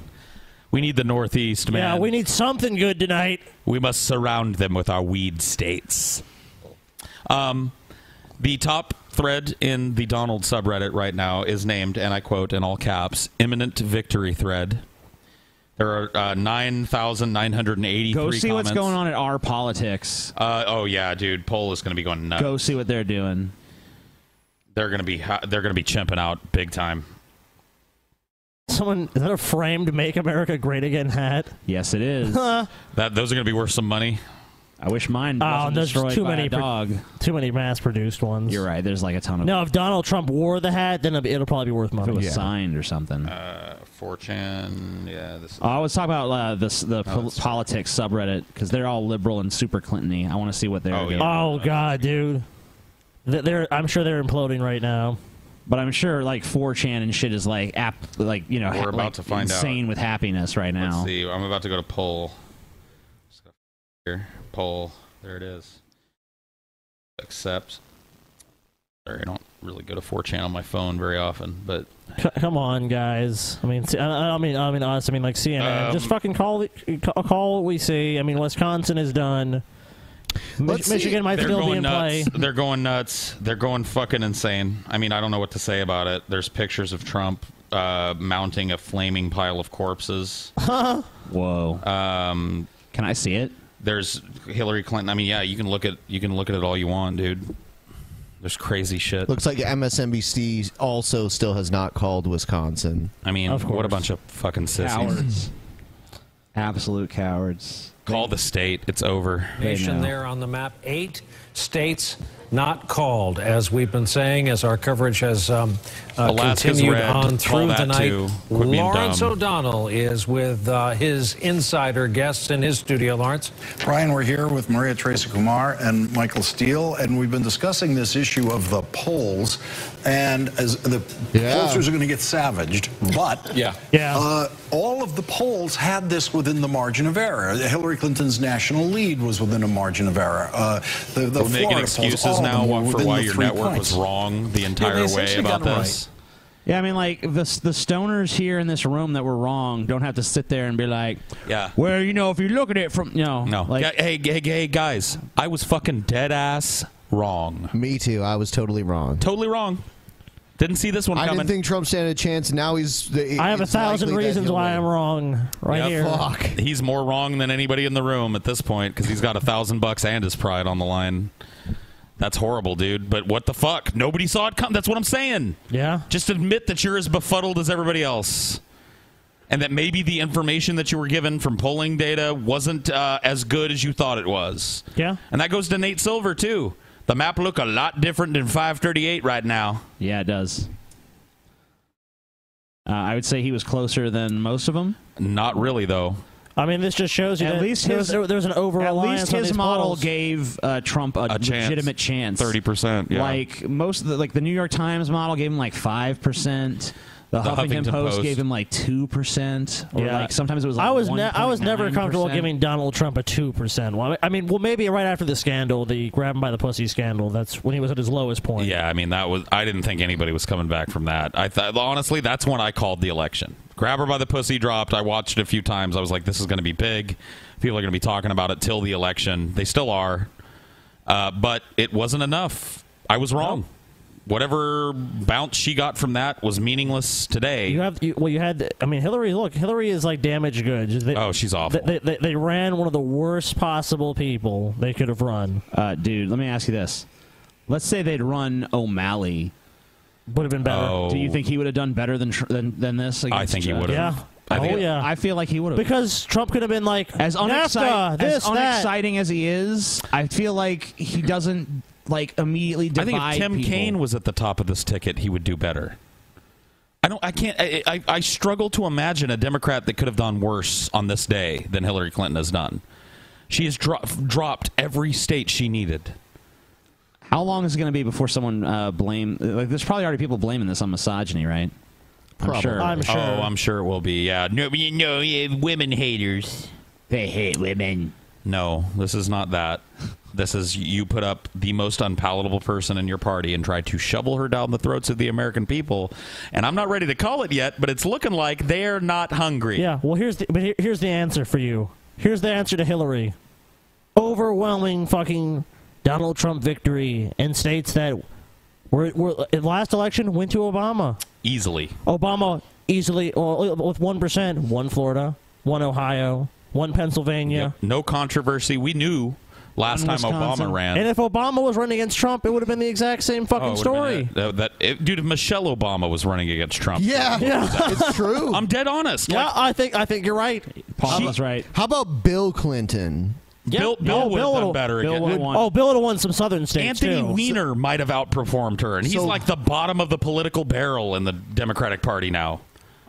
S4: We need the Northeast, man.
S6: Yeah, we need something good tonight.
S4: We must surround them with our weed states. Um, the top thread in the Donald subreddit right now is named, and I quote in all caps, imminent victory thread. There are uh, 9,983
S3: Go see what's
S4: comments.
S3: going on at our politics.
S4: Uh, oh, yeah, dude. Poll is going to be going nuts.
S3: Go see what they're doing.
S4: They're going to be ho- they're going to be chimping out big time.
S6: Someone is that a framed "Make America Great Again" hat?
S3: Yes, it is.
S6: Huh.
S4: That those are going to be worth some money.
S3: I wish mine
S6: Oh,
S3: wasn't
S6: there's
S3: destroyed
S6: too
S3: by
S6: many
S3: a
S6: pro-
S3: dog.
S6: too many mass-produced ones.
S3: You're right. There's like a ton of.
S6: No, if Donald Trump wore the hat, then it'll, be- it'll probably be worth
S3: if
S6: money.
S3: it was signed or something.
S4: Uh, 4chan, yeah. This
S3: I was talking about uh, this,
S4: Oh,
S3: the pol- politics subreddit because they're all liberal and super Clintony. I want to see what they're doing.
S6: Oh god, dude. Th- They're, I'm sure they're imploding right now.
S3: But I'm sure like 4chan and shit is like app like you know
S4: We're
S3: ha-
S4: about
S3: like,
S4: to find out.
S3: insane with happiness right now.
S4: Let's see. I'm about to go to poll. Just gotta Here, poll. There it is. Accept. Sorry, I don't really go to 4chan on my phone very often, but
S6: C- come on, guys. I mean, see, I, I mean, I mean us. I mean, like CNN.
S4: Um,
S6: Just fucking call, it- ca- call what we see. I mean, Wisconsin is done. Mi-
S4: Let's see.
S6: Michigan might
S4: They're
S6: still be
S4: going
S6: in play.
S4: nuts. They're going nuts. They're going fucking insane. I mean, I don't know what to say about it. There's pictures of Trump uh, mounting a flaming pile of corpses.
S3: Whoa.
S4: Um,
S3: can I see it?
S4: There's Hillary Clinton. I mean, yeah, you can look at you can look at it all you want, dude. There's crazy shit.
S2: Looks like MSNBC also still has not called Wisconsin.
S4: I mean,
S2: Of
S4: what
S2: course.
S4: a bunch of fucking sissies.
S3: Cowards. Absolute cowards.
S4: Call the state. It's over.
S15: Nation there on the map. Eight states not called, as we've been saying, as our coverage has um, uh,
S4: Alaska's
S15: continued
S4: red.
S15: on
S4: All
S15: through
S4: that
S15: the night.
S4: too. Quit being
S15: Lawrence
S4: dumb.
S15: O'Donnell is with uh, his insider guests in his studio. Lawrence,
S1: Brian, we're here with Maria Teresa Kumar and Michael Steele, and we've been discussing this issue of the polls. And as the pollsters are going to get savaged, but yeah,
S6: yeah,
S1: uh, all of the polls had this within the margin of error. Hillary Clinton's national lead was within a margin of error. Uh, the the
S4: We're making
S1: Florida polls, all
S4: excuses
S1: of
S4: now
S1: them were
S4: for
S1: within
S4: why
S1: the
S4: your
S1: three
S4: network
S1: points.
S4: was wrong the entire way
S1: essentially
S4: about
S1: got it
S4: this.
S3: Yeah, I mean, like the the stoners here in this room that were wrong don't have to sit there and be like,
S4: Yeah.
S3: Well, you know, if you look at it from you know,
S4: No.
S3: Oh. like
S4: hey, hey, hey, guys, I was fucking dead ass wrong.
S2: Me too. I was totally wrong.
S4: Totally wrong. Didn't see this one
S2: I
S4: coming.
S2: didn't think Trump standed a chance. Now he's. The,
S6: I have a
S2: it's
S6: thousand
S2: likely that
S6: reasons
S2: he'll
S6: why
S2: win.
S6: I'm wrong right
S4: Yeah,
S6: here.
S4: fuck. He's more wrong than anybody in the room at this point because he's got a thousand bucks and his pride on the line. That's horrible, dude. But what the fuck? Nobody saw it come. That's what I'm saying.
S6: Yeah.
S4: Just admit that you're as befuddled as everybody else. And that maybe the information that you were given from polling data wasn't uh, as good as you thought it was.
S6: Yeah.
S4: And that goes to Nate Silver, too. The map look a lot different than 538 right now.
S3: yeah, it does. Uh, I would say he was closer than most of them.
S4: Not really, though.
S6: I mean, this just shows you
S3: At
S6: that
S3: least
S6: there
S3: his-
S6: was- there was an over
S3: At
S6: reliance.
S3: least
S6: on
S3: his
S6: these
S3: model
S6: polls.
S3: gave uh, Trump a,
S4: A chance.
S3: legitimate chance.
S4: 30%, yeah.
S3: Like most of the like the New York Times model gave him like five percent. The,
S4: The
S3: Huffington,
S4: Huffington
S3: Post,
S4: Post.
S3: gave him like two percent, or
S6: Yeah.
S3: like sometimes it was. Like
S6: I was ne- I was never
S3: 1.9%.
S6: comfortable giving Donald Trump a two percent. Well, I mean, well, maybe right after the scandal, the grab him by the pussy scandal. That's when he was at his lowest point.
S4: Yeah, I mean that was I didn't think anybody was coming back from that. I thought honestly that's when I called the election. Grab her by the pussy dropped. I watched it a few times. I was like, this is going to be big. People are going to be talking about it till the election. They still are, uh, but it wasn't enough. I was wrong. Whatever bounce she got from that was meaningless today.
S6: You have you, well, you had. I mean, Hillary. Look, Hillary is like damaged goods. They,
S4: oh, she's awful.
S6: They, they, they ran one of the worst possible people they could have run.
S3: Uh, dude, let me ask you this: Let's say they'd run O'Malley.
S6: Would have been better.
S3: Do you think he would have done better than tr- than, than this?
S4: Oh. I
S3: against
S4: think he
S3: Judge?
S4: would've. Yeah. I
S3: I
S4: think-
S3: feel, I feel like he would have
S6: Oh, Because Trump could have been like
S3: as
S6: NAFTA,
S3: unexciting,
S6: this,
S3: as unexciting as he is, I feel like he doesn't like immediately divide
S4: I think if Tim
S3: people.
S4: Kaine was at the top of this ticket, he would do better. I don't. I can't. I, I, I struggle to imagine a Democrat that could have done worse on this day than Hillary Clinton has done. She has dro- dropped every state she needed.
S3: How long is it going to be before someone uh, blame? Like, there's probably already people blaming this on misogyny, right? I'm sure.
S4: Oh, I'm sure it will be. Yeah. No, you know, you have women haters. They hate women. No, this is not that. This is you put up the most unpalatable person in your party and try to shovel her down the throats of the American people. And I'm not ready to call it yet, but it's looking like they're not hungry.
S6: Yeah. Well, here's the but here, here's the answer for you. Here's the answer to Hillary. Overwhelming fucking Donald Trump victory in states that were, were in last election went to Obama.
S4: Easily.
S6: Obama easily well, with one percent, one Florida, one Ohio, one Pennsylvania.
S4: No controversy. We knew last time Obama ran.
S6: And if Obama was running against Trump, it would have been the exact same
S4: Oh,
S6: fucking
S4: it would've
S6: story.
S4: been a- that, that- it- dude, if Michelle Obama was running against Trump. what was that?
S2: it's true.
S4: I'm dead honest.
S6: Yeah, I think I think you're right.
S3: Paul was right.
S2: How about Bill Clinton?
S4: Bill, Bill would have done better again.
S6: Oh, Bill would have won some Southern states
S4: Anthony
S6: too.
S4: Weiner might have outperformed her, and he's
S6: So-
S4: like the bottom of the political barrel in the Democratic Party now.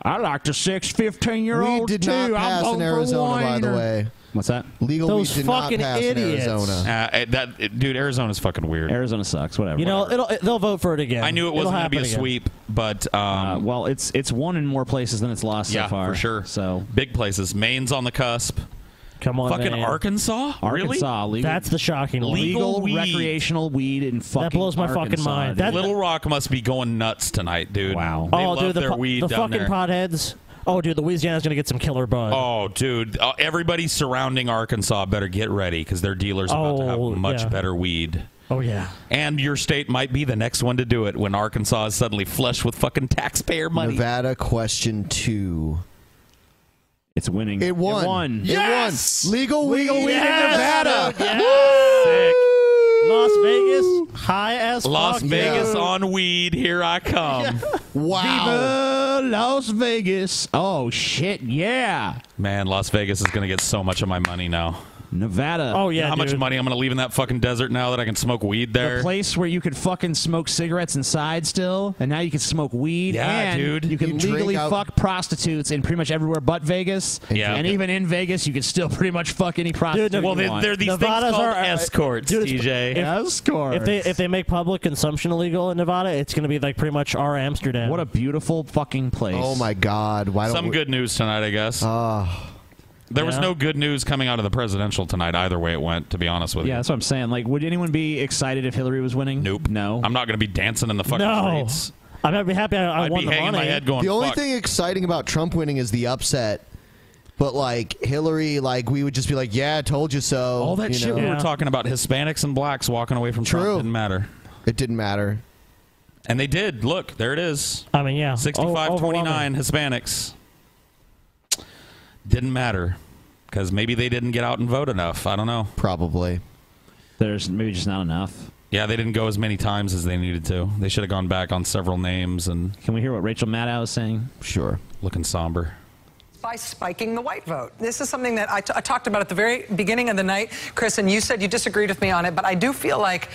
S3: I like the six 15 year
S2: We
S3: old
S2: did
S3: too.
S2: not
S3: I'm
S2: pass
S3: voting
S2: in
S3: for
S2: Arizona, by the
S3: Weiner.
S2: way.
S3: What's that?
S2: Legal
S3: Those
S2: weed did not
S3: fucking
S2: pass in
S3: idiots.
S2: Arizona.
S4: Uh, eh, that eh, dude, Arizona's fucking weird.
S3: Arizona sucks. Whatever.
S6: You know, it'll, they'll vote for it again.
S4: I knew it
S6: It'll
S4: wasn't going to be a
S6: happen again. Uh,
S4: sweep, but um,
S3: well, it's it's won in more places than it's lost
S4: yeah,
S3: so far.
S4: for sure.
S3: So
S4: big places. Maine's on the cusp.
S6: Come on,
S4: fucking
S6: man.
S4: Arkansas.
S3: Arkansas,
S4: really?
S3: legal-
S6: That's the shocking one.
S4: Legal weed.
S3: recreational weed in fucking
S6: That blows my fucking
S3: Arkansas,
S6: mind.
S3: dude.
S6: That-
S4: Little Rock must be going nuts tonight, dude. Wow. They
S6: oh,
S4: love
S6: dude, the,
S4: their
S6: po-
S4: weed
S6: the
S4: down
S6: fucking
S4: there.
S6: potheads. Oh, dude, Louisiana's gonna get some killer bud.
S4: Oh, dude! Uh, everybody surrounding Arkansas better get ready because their dealers about to
S6: Oh,
S4: have much
S6: yeah.
S4: better weed.
S6: Oh yeah.
S4: And your state might be the next one to do it when Arkansas is suddenly flush with fucking taxpayer money.
S2: Nevada question two.
S3: It's winning.
S2: It won. It
S3: won.
S2: Yes! Legal weed,
S6: Legal weed in
S2: Nevada.
S6: Las Vegas, high as
S4: Las
S6: fuck,
S4: Vegas
S6: dude.
S4: on weed, here I come.
S3: Viva Las Vegas. Oh shit, yeah.
S4: Man, Las Vegas is going to get so much of my money now.
S3: Nevada.
S6: Oh
S4: You know how much money I'm going to leave in that fucking desert now that I can smoke weed
S3: The
S4: there?
S3: place where you could fucking smoke cigarettes inside still, and now you can smoke weed.
S4: Yeah,
S3: and
S4: dude.
S3: You can
S4: You drink
S3: legally
S4: out-
S3: fuck prostitutes in pretty much everywhere but Vegas.
S4: Yeah.
S3: And even in Vegas, you can still pretty much fuck any prostitute.
S4: well,
S3: you
S4: there,
S3: want.
S4: there are these things called
S6: uh,
S4: escorts, TJ.
S3: escorts.
S6: If they if they make public consumption illegal in Nevada, it's gonna be like pretty much our Amsterdam. What
S3: a beautiful fucking place.
S2: Oh my God! Why don't
S4: Some
S2: we-
S4: good news tonight, I guess.
S3: Ah.
S4: there was
S3: Yeah.
S4: no good news coming out of the presidential tonight, either way it went, to be honest with you.
S3: Yeah, that's what I'm saying. Like, would anyone be excited if Hillary was winning? Nope. No.
S4: I'm not going to be dancing in the fucking
S3: No.
S4: streets.
S6: I'm gonna be happy. I, I
S4: I'd
S6: won
S4: be
S6: the
S4: hanging
S6: money.
S4: my head going,
S2: the only
S4: fuck.
S2: thing exciting about Trump winning is the upset. But like Hillary, like we would just be like, "Yeah, I told you so."
S4: All that
S2: you
S4: shit
S2: know?
S4: we were talking about, Hispanics and blacks walking away from Trump, didn't matter.
S2: It didn't matter.
S4: And they did. Look, there it is.
S6: I mean,
S3: Oh,
S6: yeah.
S4: 65 29 Hispanics. Didn't matter. Because maybe they didn't get out and vote enough. I don't know.
S2: Probably.
S3: There's maybe just not enough.
S4: Yeah, they didn't go as many times as they needed to. They should have gone back on several names. And
S3: can we hear what Rachel Maddow is saying?
S2: Sure.
S4: Looking somber.
S16: by spiking the white vote. This is something that I, t- I talked about at the very beginning of the night, Chris, and you said you disagreed with me on it, but I do feel like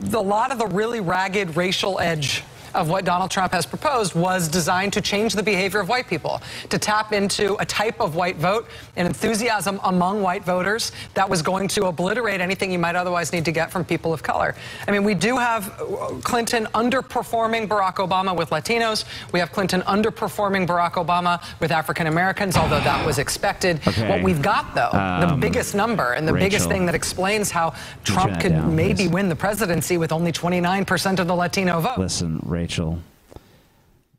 S16: the, a lot of the really ragged racial edge of what Donald Trump has proposed was designed to change the behavior of white people, to tap into a type of white vote and enthusiasm among white voters that was going to obliterate anything you might otherwise need to get from people of color. I mean, we do have uh, Clinton underperforming Barack Obama with Latinos. We have Clinton underperforming Barack Obama with African Americans, although that was expected.
S3: Okay.
S16: What we've got, though, the
S3: Um,
S16: biggest number and the biggest
S3: Rachel.
S16: thing that explains how Trump
S3: that
S16: could
S3: down,
S16: maybe
S3: please.
S16: win the presidency with only 29% of the Latino vote.
S3: Listen, Rachel,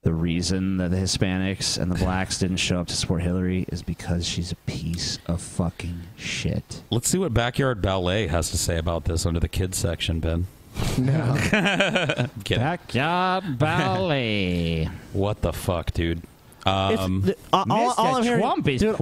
S3: the reason that the Hispanics and the blacks didn't show up to support Hillary is because she's a piece of fucking shit.
S4: Let's see what Backyard Ballet has to say about this under the kids section, Ben.
S3: No.
S4: Backyard Ballet. what the fuck, dude? Um,
S6: It's- the- all- all- all I'm hearing- dude,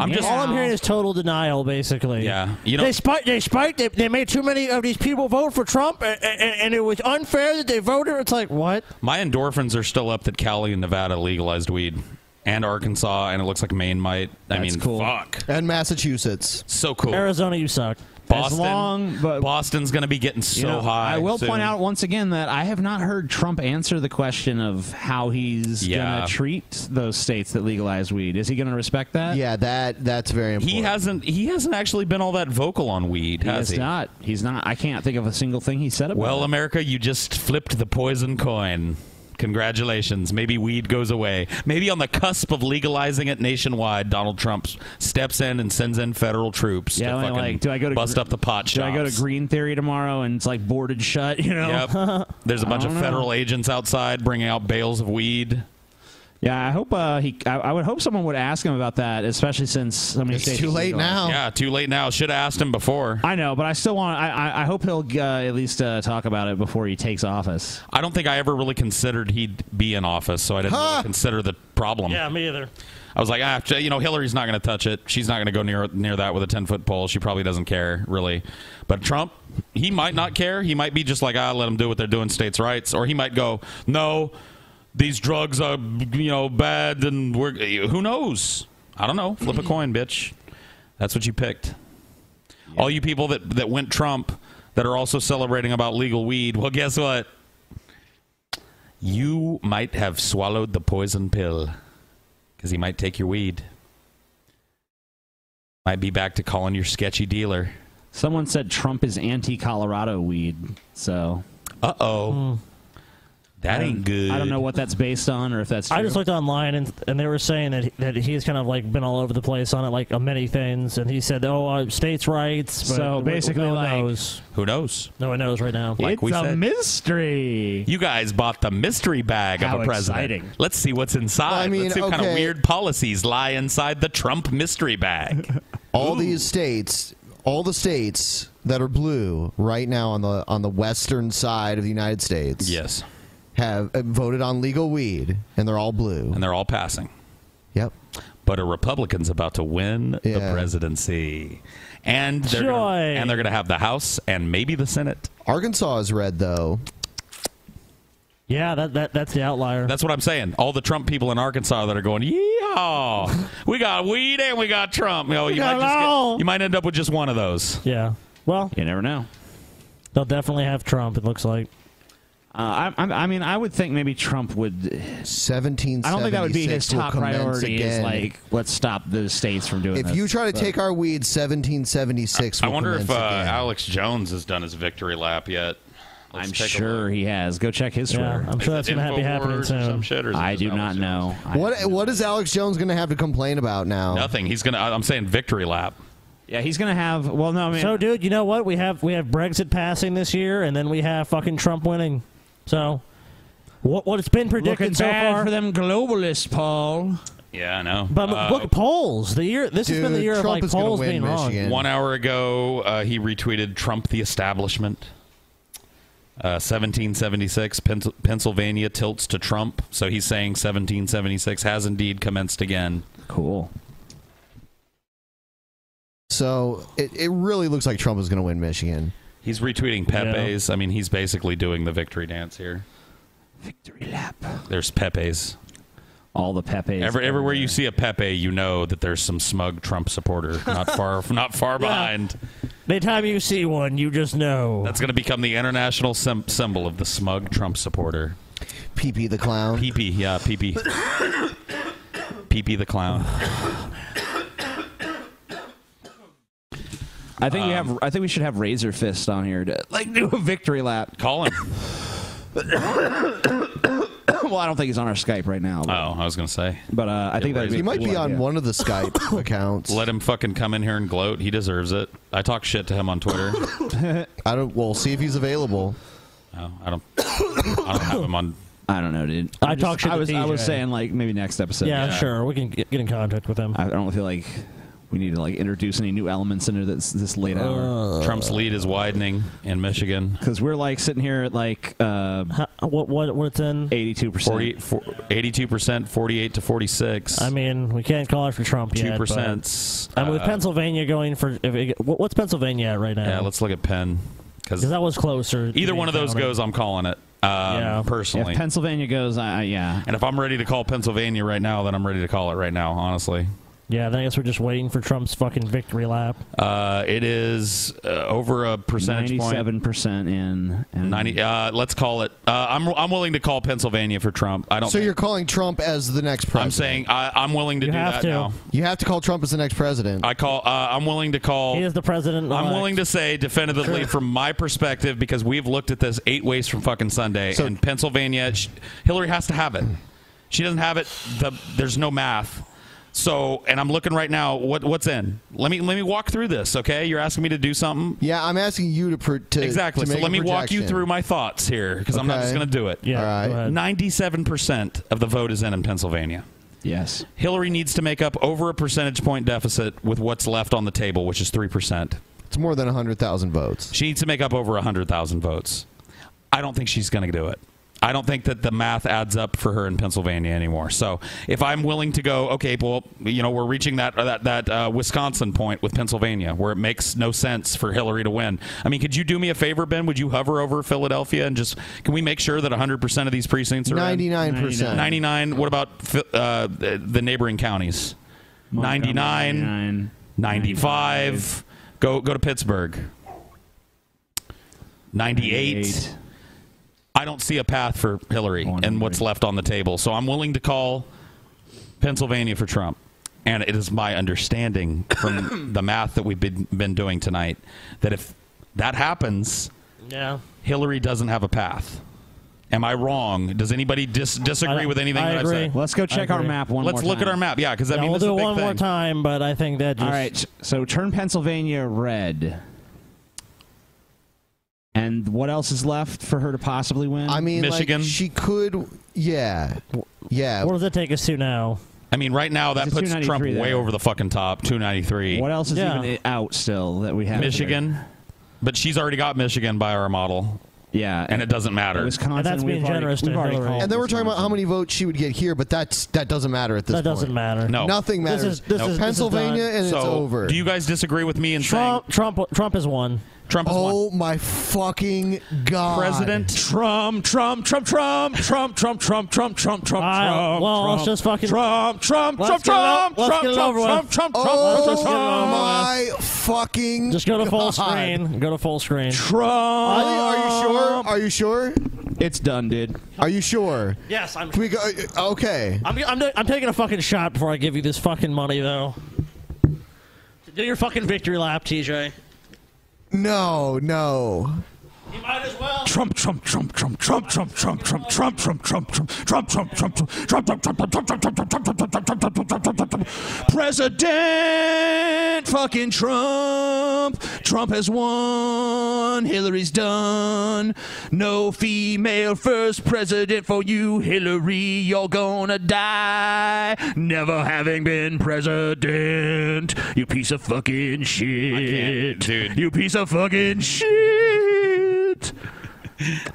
S4: I'm just-
S6: all I'm hearing is total denial, basically.
S4: Mm-hmm. Yeah, you know-
S6: they spiked. They spiked. They, they made too many of these people vote for Trump, and, and, and it was unfair that they voted. It's like what?
S4: My endorphins are still up that Cali and Nevada legalized weed, and Arkansas, and it looks like Maine might. I mean, fuck.
S2: And Massachusetts.
S4: So cool.
S6: Arizona, you suck.
S4: Boston, Boston's going to be getting so
S3: You know,
S4: high.
S3: I will
S4: soon.
S3: point out once again that I have not heard Trump answer the question of how he's
S4: Yeah.
S3: going to treat those states that legalize weed. Is he going to respect that?
S2: Yeah, that that's very
S4: He hasn't. He hasn't actually been all that vocal on weed,
S3: He
S4: has
S3: is
S4: he?
S3: not. He's not. I can't think of a single thing he said about.
S4: Well,
S3: it.
S4: America, you just flipped the poison coin. Congratulations. Maybe weed goes away. Maybe on the cusp of legalizing it nationwide, Donald Trump s- steps in and sends in federal troops
S3: Yeah,
S4: to
S3: I mean,
S4: fucking
S3: like, do I go to
S4: bust
S3: gr-
S4: up the pot
S3: Do I go to
S4: shops.
S3: Green Theory tomorrow and it's like boarded shut? You know.
S4: Yep. There's a
S3: I
S4: bunch of
S3: don't know.
S4: federal agents outside bringing out bales of weed.
S3: Yeah, I hope uh, he. I, I would hope someone would ask him about that, especially since so many states. legalized.
S4: Yeah, too late now. Should have asked him before.
S3: I know, but I still want. I, I, I hope he'll uh, at least uh, talk about it before he takes office.
S4: I don't think I ever really considered he'd be in office, so I didn't
S3: Huh.
S4: really consider the problem.
S6: Yeah, me either.
S4: I was like, ah, you know, Hillary's not going to touch it. She's not going to go near near that with a ten foot pole. She probably doesn't care really. But Trump, he might not care. He might be just like, ah, let them do what they're doing, states' rights. Or he might go, no, these drugs are you know bad, and we're who knows? I don't know. Flip a coin, bitch. That's what you picked. All you people that that went Trump that are also celebrating about legal weed. Well, guess what? You might have swallowed the poison pill because he might take your weed. Might be back to calling your sketchy dealer.
S3: Someone said Trump is anti-Colorado weed, so.
S4: Uh
S6: Hmm.
S4: oh. That
S3: I don't-
S4: ain't good.
S3: I don't know what that's based on or if that's. True.
S6: I just looked online and and they were saying that that he's kind of like been all over the place on it, like uh, many things. And he said, "Oh, uh, states' rights." But
S3: So
S6: no-
S3: basically,
S6: no one
S3: like-
S6: knows.
S4: Who knows?
S6: No one knows right now.
S4: Like we said.
S3: mystery.
S4: You guys bought the mystery bag
S3: How
S4: of a president.
S3: exciting.
S4: Let's see what's inside.
S2: Well, I mean,
S4: Let's see what kind
S2: okay.
S4: of weird policies lie inside the Trump mystery bag.
S2: All these states, all the states that are blue right now on the on the western side of the United States,
S4: yes,
S2: have uh, voted on legal weed, and they're all blue.
S4: and they're all passing.
S2: Yep.
S4: But a Republican's about to win the presidency, and they're gonna,
S2: Joy.
S4: and they're going to have the House and maybe the Senate.
S2: Arkansas is red though.
S6: Yeah, that, that that's the outlier.
S4: That's what I'm saying. All the Trump people in Arkansas that are going, yeehaw, we got weed and we got Trump. You, know, you
S6: We
S4: might
S6: got
S4: just
S6: it
S4: get-
S6: all.
S4: you might end up with just one of those.
S6: Yeah. Well,
S3: you never know.
S6: They'll definitely have Trump. It looks like.
S3: Uh, I, I, I mean, I would think maybe Trump would.
S2: Seventeen.
S3: I don't think that would be his top priority. Is
S2: Again.
S3: like, let's stop the states from doing.
S2: if
S3: this,
S2: you try to
S3: but-
S2: take our weed, 1776.
S4: I
S2: will
S4: wonder if
S2: commence
S4: uh,
S2: again.
S4: Alex Jones has done his victory lap yet. I'm sure
S3: he has. Go check his
S6: Yeah, Twitter. I'm sure that's gonna be happening soon.
S4: I do not know.
S2: What what is Alex Jones going to have to complain about now?
S4: Nothing. He's gonna. I'm saying victory lap.
S3: Yeah, he's gonna have. Well, no, I mean,
S6: So, dude, you know what? We have we have Brexit passing this year, and then we have fucking Trump winning. So, what what's been predicted
S3: looking
S6: so
S3: bad
S6: far?
S3: for them globalists, Paul.
S4: Yeah, I know.
S6: But
S4: Uh,
S6: look, polls. The year this has been the
S3: Dude,
S6: year
S3: Trump
S6: of like
S3: is gonna
S6: polls
S3: win
S6: being wrong.
S4: Oh, One hour ago, uh, he retweeted Trump the establishment. Uh, 1776, Pens- Pennsylvania tilts to Trump. So he's saying 1776 has indeed commenced again.
S3: Cool.
S2: So it, it really looks like Trump is going to win Michigan.
S4: He's retweeting Pepe's. I mean, he's basically doing the victory dance here. Victory lap. There's Pepe's.
S3: All the Pepe's.
S4: Every, everywhere you see a Pepe, you know that there's some smug Trump supporter not far, not far behind.
S6: Anytime you see one, you just know.
S4: That's going to become the international sim- symbol of the smug Trump supporter.
S2: Pee-pee the clown.
S4: Pee-pee, yeah, pee-pee. pee-pee the clown.
S3: I think we have. I think we should have Razor Fist on here to like do a victory lap.
S4: Call him.
S3: well, I don't think he's on our Skype right now.
S4: Oh, I was gonna say.
S3: But uh, I think that
S2: he might be on one of the Skype accounts.
S4: Let him fucking come in here and gloat. He deserves it. I talk shit to him on Twitter.
S2: I don't. We'll see if he's available.
S4: Oh, I don't. I don't have him on.
S3: I don't know, dude.
S6: I talk shit
S3: I
S6: to
S3: was, I was
S6: TJ.
S3: saying like maybe next episode.
S6: Yeah, sure. We can get, get in contact with them.
S3: I don't feel like we need to like introduce any new elements into this this late hour.
S6: Uh.
S4: Trump's lead is widening in Michigan.
S3: because we're like sitting here at like uh,
S6: what what what's in
S3: eighty two percent,
S4: eighty two percent, forty eight to forty six.
S6: I mean, we can't call it for Trump yet. but-
S4: 2%,
S6: I mean, with
S4: uh,
S6: Pennsylvania going for if it, what- what's Pennsylvania at right now?
S4: Yeah, let's look at Penn because
S6: Because that was closer.
S4: either one of those goes, I'm calling it. Um, personally,
S3: If Pennsylvania goes, I, I- yeah.
S4: and if I'm ready to call Pennsylvania right now, then I'm ready to call it right now. Honestly.
S6: Yeah, then I guess we're just waiting for Trump's fucking victory lap.
S4: Uh, it is uh, over a percentage point.
S3: 97% in. And
S4: Ninety. Uh, let's call it. Uh, I'm I'm willing to call Pennsylvania for Trump. I don't.
S2: So
S4: think-
S2: you're calling Trump as the next president?
S4: I'm saying I, I'm willing to do that now.
S2: You have to call Trump as the next president.
S4: I call. Uh, I'm willing to call.
S6: He is the president.
S4: I'm willing to say definitively from my perspective because we've looked at this eight ways from fucking Sunday. and Pennsylvania, sh Hillary has to have it. She doesn't have it. The, there's no math. So, and I'm looking right now. What what's in? Let me let me walk through this. Okay, you're asking me to do something.
S2: Yeah, I'm asking you to, pro- to
S4: exactly.
S2: to
S4: so
S2: make
S4: let
S2: a
S4: me walk you
S2: projection.
S4: through my thoughts here because I'm not
S2: Okay.
S4: just going to do it.
S2: Yeah, All right. go ahead.
S4: 97% of the vote is in in Pennsylvania.
S3: Yes.
S4: Hillary needs to make up over a percentage point deficit with what's left on the table, which is 3%.
S2: It's more than hundred thousand votes.
S4: She needs to make up over 100,000 votes. I don't think she's going to do it. I don't think that the math adds up for her in Pennsylvania anymore. So if I'm willing to go, okay, well, you know, we're reaching that that, that uh, Wisconsin point with Pennsylvania where it makes no sense for Hillary to win. I mean, could you do me a favor, Ben? Would you hover over Philadelphia and just can we make sure that 100% of these precincts are in?
S2: 99%.
S4: 99. What about Phil- uh, the the neighboring counties? 99, 95. Go go to Pittsburgh. 98. I don't see a path for Hillary
S3: Oh,
S4: and what's left on the table. So I'm willing to call Pennsylvania for Trump. And it is my understanding from the math that we've been, been doing tonight that if that happens,
S6: Yeah.
S4: Hillary doesn't have a path. Am I wrong? Does anybody dis- disagree with anything that I've said?
S3: Let's go check our map one
S4: Let's
S3: more
S4: look
S3: time.
S4: at our map. Yeah, because I mean,
S6: we'll
S4: this is
S6: do
S4: a
S6: it
S4: big
S6: one
S4: thing.
S6: more time, but I think that just
S3: All right. So turn Pennsylvania red. And what else is left for her to possibly win?
S2: I mean, like she could. Yeah, yeah.
S6: What does it take us to now?
S4: I mean, right now that
S6: It's a
S4: puts Trump
S6: 293
S4: way
S6: there.
S4: over the fucking top. Two ninety three.
S3: What else is even out still that we have?
S4: Michigan, but she's already got Michigan by our model.
S3: Yeah,
S4: and it doesn't matter.
S3: Wisconsin, And that's we've being already- generous to we've already Hillary. called
S2: And then we're talking about how many votes she would get here, but that's that doesn't matter at this
S6: That
S2: point.
S6: doesn't matter. No.
S2: nothing
S6: This
S2: matters.
S6: is- this is- this is
S2: Pennsylvania,
S6: done.
S2: and
S4: so,
S2: it's over.
S4: Do you guys disagree with me in
S6: Trump, Trump, Trump has won.
S4: Trump has
S2: oh my fucking god!
S4: President
S3: Trump, Trump, Trump, Trump, Trump, Trump, Trump, Trump, Trump, Trump,
S6: I-
S3: Trump.
S6: well, let's
S3: Trump,
S6: just fucking-
S3: Trump, Trump,
S6: Let's
S3: Trump,
S6: get it o-
S3: Trump,
S6: let's
S3: Trump,
S6: get it
S3: Trump,
S6: over
S3: Trump,
S6: with.
S3: Trump, Trump,
S6: Oh
S3: Trump, Trump,
S2: my fucking
S6: Just go to full
S2: God.
S6: screen. Go to full screen.
S3: Trump.
S2: Are you sure? Are you sure?
S3: It's done, dude.
S2: Are you sure?
S6: Yes, I'm.
S2: Can we go? Okay.
S6: I'm, I'm, I'm taking a fucking shot before I give you this fucking money, though. Do your fucking victory lap, TJ.
S2: No, no.
S3: Trump, Trump, Trump, Trump, Trump, Trump, Trump, Trump, Trump, Trump, Trump, Trump, Trump, Trump, Trump, Trump, Trump, Trump, Trump, Trump, Trump, Trump, Trump, Trump, Trump, Trump, Trump, Trump, Trump, Trump, Trump, President fucking Trump. Trump has won. Hillary's done. No female first president for you, Hillary. You're gonna die. Never having been president. You piece of fucking shit. Dude. You piece of fucking shit.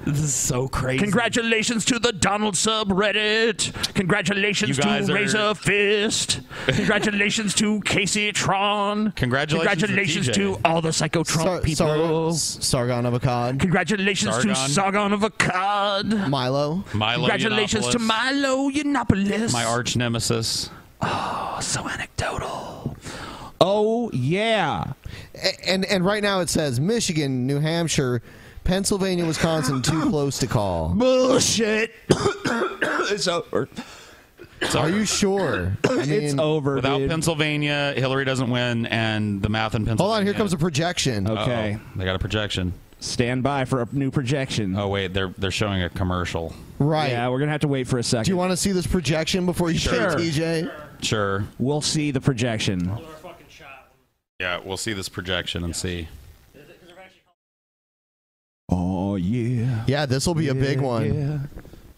S4: This is so crazy.
S3: Congratulations to the Donald subreddit. Congratulations
S4: You guys
S3: to
S4: are-
S3: Razor Fist. Congratulations to Casey Tron.
S4: Congratulations to
S3: Congratulations
S4: TJ.
S3: to, all the psycho Trump
S2: Sar-
S3: people.
S2: Sar- Sargon of Akkad.
S3: Congratulations to Sargon of Akkad.
S2: Milo.
S4: Milo
S3: Congratulations to
S4: Yiannopoulos.
S3: Milo Yiannopoulos.
S4: My arch nemesis.
S3: Oh, so anecdotal. Oh yeah.
S2: And and right now it says
S4: Oh,
S2: Michigan, New Hampshire, Pennsylvania, Wisconsin too close to call.
S3: Bullshit.
S4: it's over.
S2: Are you sure?
S4: it's over. Without Pennsylvania, Hillary doesn't win, and the math in Pennsylvania.
S2: Hold on, here comes a projection. Oh.
S4: Okay. They got a projection.
S3: Stand by for a new projection.
S4: Oh wait, they're they're showing a commercial.
S2: Right.
S3: Yeah, we're gonna have to wait for a second.
S2: Do you want to see this projection before you
S4: Sure.
S2: say TJ?
S4: Sure.
S3: We'll see the projection.
S4: Yeah, we'll see this projection and see.
S3: Oh yeah.
S2: Yeah, this will be a big one.
S3: Yeah.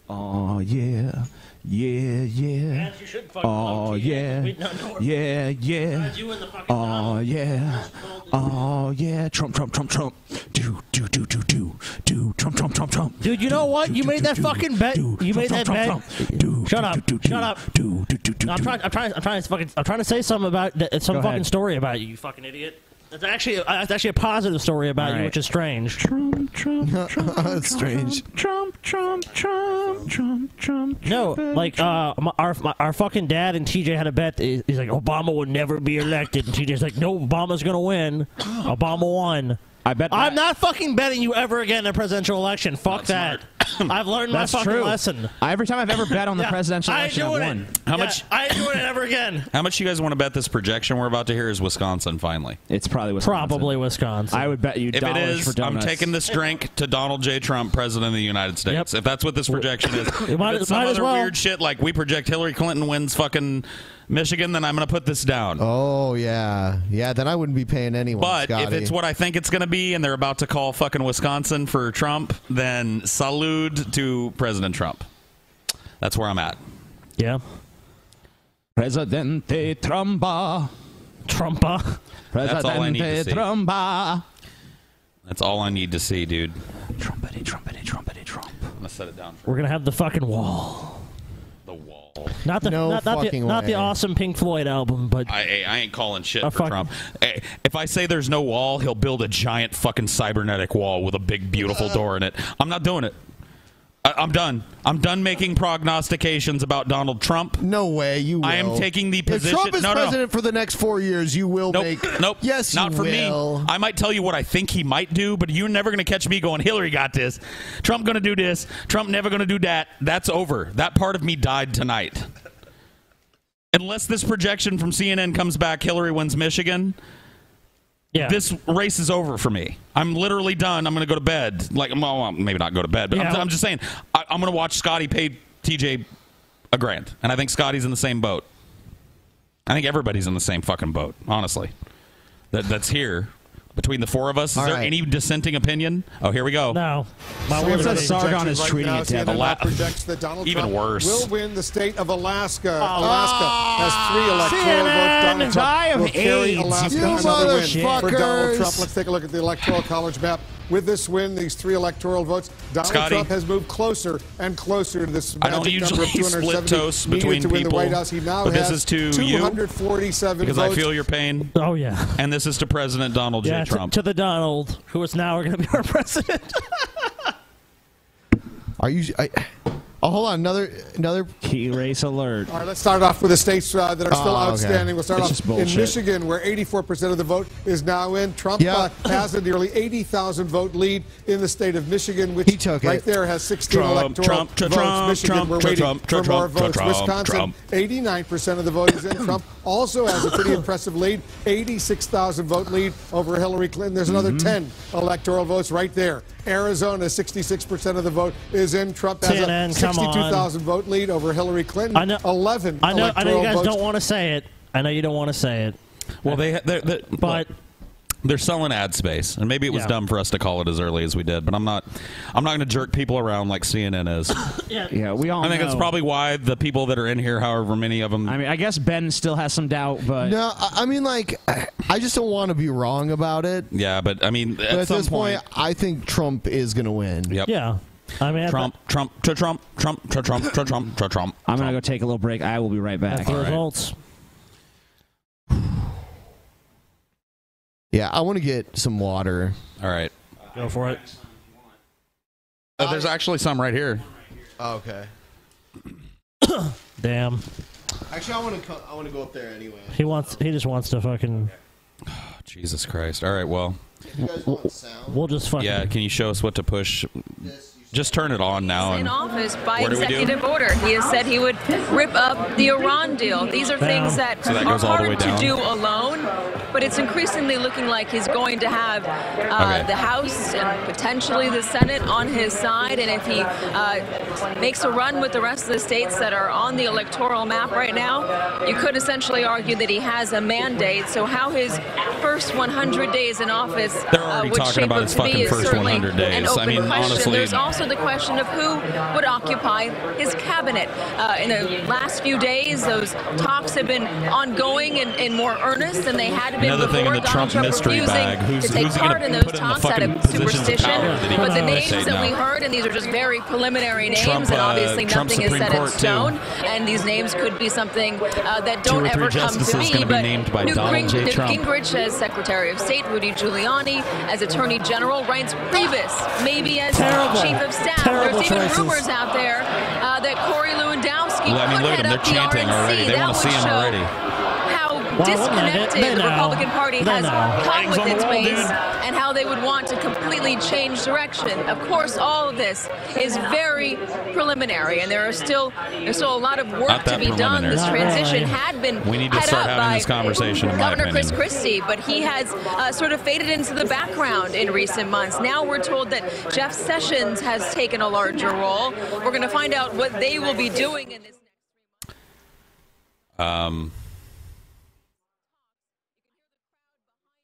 S3: Oh yeah. Yeah, yeah.
S2: you should fucking
S3: Oh
S2: love TJ,
S3: yeah.
S2: we'd not know her.
S3: Yeah, yeah.
S2: Guys, you and the fucking
S3: Oh yeah. Oh yeah. Trump, Trump, Trump, Trump. Do, do, do, do, do, do. Trump, Trump, Trump, Trump.
S6: Dude, you know what? You made that fucking bet. You made that bet. Shut up. Shut up. I'm trying. I'm trying. I'm trying to fucking. I'm trying to say something about th- some
S3: Go
S6: fucking
S3: ahead.
S6: story about you, you fucking idiot. That's actually. uh, That's actually a positive story about
S3: All
S6: you,
S3: right.
S6: which is strange. Trump, Trump, Trump. That's strange.
S3: Trump, Trump, Trump, Trump, Trump.
S6: No, like uh, my, our my, our fucking dad and TJ had a bet. He's he's like, Obama will never be elected, and TJ's like, No, Obama's gonna win. Obama won. I bet. I'm not fucking betting you ever again in a presidential election. Fuck that. I've learned
S3: That's
S6: my fucking
S3: true.
S6: lesson.
S3: I- every time I've ever bet on the
S6: Yeah,
S3: presidential
S6: I ain't
S3: election, I've
S6: doing it.
S3: won.
S4: How
S6: Yeah,
S4: much-
S6: I ain't doing it ever again.
S4: How much you guys want to bet this projection we're about to hear is Wisconsin finally?
S3: It's probably
S4: Wisconsin.
S6: Probably Wisconsin.
S3: I would bet you
S4: If it
S3: dollars
S4: is,
S3: for
S4: I'm
S3: donuts.
S4: taking this drink to Donald J. Trump, President of the United States. If that's what this projection is,
S6: It might-
S4: if it's some
S6: might as
S4: other
S6: well.
S4: weird shit like we project Hillary Clinton wins fucking Michigan, then I'm going to put this down.
S2: Oh yeah, yeah. Then I wouldn't be paying anyone.
S4: But if
S2: Scotty.
S4: it's what I think it's going to be, and they're about to call fucking Wisconsin for Trump, then salute to President Trump. That's where I'm at.
S6: Yeah.
S3: Presidente Trumpa.
S6: Trumpa.
S4: That's all I need to
S3: Presidente
S4: see.
S3: Trumpa.
S4: That's all I need to see, dude. Trumpity, trumpity, trumpity, Trump. I'm gonna set it down.
S6: We're gonna have the fucking wall.
S4: The wall.
S6: Not the
S4: No
S6: not, not the
S4: fucking
S6: not the
S4: way.
S6: awesome Pink Floyd album, but
S4: I, I- I ain't calling shit
S6: Oh,
S4: for
S6: fuck.
S4: Trump. Hey, if I say there's no wall, he'll build a giant fucking cybernetic wall with a big beautiful door in it. I'm not doing it. I, I'm done. I'm done making prognostications about Donald Trump.
S2: No way. You.
S4: I am
S2: will.
S4: taking the
S2: If
S4: position.
S2: Trump is
S4: no, no, no.
S2: president for the next four years, you will
S4: Nope.
S2: make.
S4: Nope.
S2: Yes,
S4: not
S2: you
S4: for
S2: will.
S4: me. I might tell you what I think he might do, but you're never going to catch me going. Hillary got this. Trump going to do this. Trump never going to do that. That's over. That part of me died tonight. Unless this projection from CNN comes back, Hillary wins Michigan.
S6: Yeah.
S4: This race is over for me. I'm literally done. I'm going to go to bed. Like, well, well, maybe not go to bed, but I'm,
S6: Yeah.
S4: I'm just saying, I, I'm going to watch Scotty pay TJ a grand. And I think Scotty's in the same boat. I think everybody's in the same fucking boat, honestly. That, that's here between the four of us. Is
S2: All
S4: there
S2: right.
S4: any dissenting opinion? Oh, here we go.
S6: No.
S7: So we have some projections right now. CNN
S4: Ala-
S7: projects that Donald
S4: Even
S7: Trump
S4: worse.
S7: will win the state of Alaska. Alaska has three
S4: Ah,
S7: electoral
S6: CNN,
S7: votes. Donald Trump
S6: die of
S7: will carry
S6: AIDS,
S7: Alaska
S6: you
S7: another win for Donald
S6: motherfuckers.
S7: Trump. Let's take a look at the electoral college map. With this win, these three electoral votes, Donald
S4: Scotty.
S7: Trump has moved closer and closer to this
S4: I don't
S7: magic number of
S4: usually split
S7: 270
S4: toasts
S7: needed
S4: between
S7: to win the
S4: people,
S7: White House. He now
S4: but this
S7: has
S4: is to you
S7: 247
S4: Because
S7: votes.
S4: I feel your pain.
S6: Oh, yeah.
S4: And this is to President Donald
S6: yeah,
S4: J.
S6: to,
S4: Trump.
S6: to the Donald, who is now going to be our president.
S2: Are you? I, oh, hold on. Another another
S3: key race alert.
S7: All right, let's start off with the states uh, that are still
S2: Oh, okay.
S7: outstanding. We'll start
S2: It's just
S7: off in
S2: bullshit.
S7: Michigan, where 84% of the vote is now in. Trump
S2: Yeah.
S7: uh, has a nearly 80,000 vote lead in the state of Michigan, which right
S2: it.
S7: there has 16
S2: Trump,
S7: electoral
S2: Trump,
S7: votes.
S2: Trump, Trump,
S7: Michigan,
S2: Trump,
S7: we're
S2: Trump,
S7: waiting
S2: Trump,
S7: for
S2: Trump,
S7: more
S2: Trump,
S7: votes.
S2: Trump,
S7: Wisconsin,
S2: Trump.
S7: 89% of the vote is in. Trump also has a pretty impressive lead, 86,000 vote lead over Hillary Clinton. There's
S2: Mm-hmm.
S7: another 10 electoral votes right there. Arizona, 66% of the vote is in. Trump has a
S6: CNN, come on.
S7: 62,000 vote lead over Hillary Clinton.
S6: I know-
S7: 11
S6: I know. I know
S7: electoral
S6: you guys
S7: votes.
S6: don't want to say it. I know you don't want to say it.
S4: Well, they they're, they're, but they're selling ad space, and maybe it was
S6: Yeah.
S4: dumb for us to call it as early as we did. But I'm not I'm not going to jerk people around like CNN is.
S3: yeah. we all.
S4: I think
S3: know.
S4: that's probably why the people that are in here, however many of them,
S3: I mean, I guess Ben still has some doubt, but
S2: No, I I mean like, I just don't want to be wrong about it.
S4: yeah. But I mean,
S2: But
S4: at,
S2: at,
S4: some
S2: this point, I think Trump is going to win.
S4: Yep.
S6: Yeah. I mean,
S4: Trump, Trump, to Trump, Trump, to Trump, to Trump, to Trump.
S3: I'm gonna go take a little break. I will be right back.
S6: That's the results.
S2: Yeah, I want to get some water.
S4: All right.
S6: Go for it.
S4: Uh, there's actually some right here.
S2: Oh, okay.
S6: Damn.
S2: Actually, I want to. I want to go up there anyway.
S6: He wants. He just wants to fucking.
S4: Jesus Christ. All right. Well,
S6: We'll just fucking.
S4: yeah. Can you show us what to push? Just turn it on now.
S10: in
S4: and
S10: office by
S4: What do we do?
S10: executive order. He has said he would rip up the Iran deal. These are
S4: Down.
S10: things that,
S4: So that
S10: are
S4: goes all the way
S10: hard to
S4: down?
S10: do alone, but it's increasingly looking like he's going to have uh,
S4: Okay.
S10: the House and potentially the Senate on his side. And if he uh, makes a run with the rest of the states that are on the electoral map right now, you could essentially argue that he has a mandate. So how his first 100 days in office
S4: They're
S10: uh,
S4: already
S10: would
S4: talking
S10: shape
S4: about
S10: up
S4: his
S10: to be
S4: fucking
S10: is
S4: first
S10: certainly
S4: 100
S10: An
S4: days. I
S10: open
S4: mean,
S10: question.
S4: honestly-
S10: There's also the question of who would occupy his cabinet. Uh, in the last few days, those talks have been ongoing and, and more earnest than they had been
S4: Another
S10: before.
S4: thing in the
S10: Donald
S4: Trump mystery
S10: refusing
S4: bag. Who's-
S10: to take
S4: who's he gonna
S10: part in those
S4: put in the
S10: talks out
S4: fucking
S10: of
S4: positions of
S10: superstition.
S4: power that he
S10: but the
S4: can
S10: names
S4: say
S10: that we
S4: no.
S10: heard, and these are just very preliminary names,
S4: Trump,
S10: and
S4: uh,
S10: obviously
S4: Trump
S10: nothing is
S4: Supreme
S10: set
S4: Court,
S10: in
S4: too.
S10: stone. And these names could be something uh, that
S4: Two
S10: don't
S4: or three
S10: ever come to
S4: justices
S10: be.
S4: gonna be
S10: but
S4: named by
S10: Newt
S4: Donald
S10: Gring-
S4: J.
S10: Newt
S4: Trump.
S10: Gingrich as Secretary of State, Rudy Giuliani as Attorney General, Reince Priebus maybe as
S4: Terrible.
S10: Chief of Staff.
S4: Terrible
S10: There's even
S4: choices.
S10: rumors out there uh, that Corey Lewandowski
S4: Well, I mean,
S10: could
S4: look at
S10: head
S4: them. They're
S10: up the
S4: chanting
S10: RNC.
S4: already. They
S10: that
S4: want to see
S10: would
S4: him
S10: show
S4: already.
S10: how
S4: Well, wait a minute.
S10: disconnected
S4: They
S10: the
S4: know.
S10: Republican Party
S4: They
S10: has
S4: know.
S10: come
S4: Eggs
S10: with
S4: on the
S10: its
S4: wall,
S10: base
S4: dude.
S10: and how they would want to completely change direction. Of course, all of this is very preliminary, and there are still there's still a lot of work
S4: Not
S10: to
S4: that
S10: be done.
S4: preliminary.
S10: This
S4: Not
S10: transition
S4: really.
S10: had been
S4: We need to
S10: head
S4: start
S10: up
S4: having
S10: by
S4: this conversation, in my
S10: Governor Chris
S4: opinion.
S10: Christie, but he has uh, sort of faded into the background in recent months. Now we're told that Jeff Sessions has taken a larger role. We're going to find out what they will be doing in this.
S4: Um,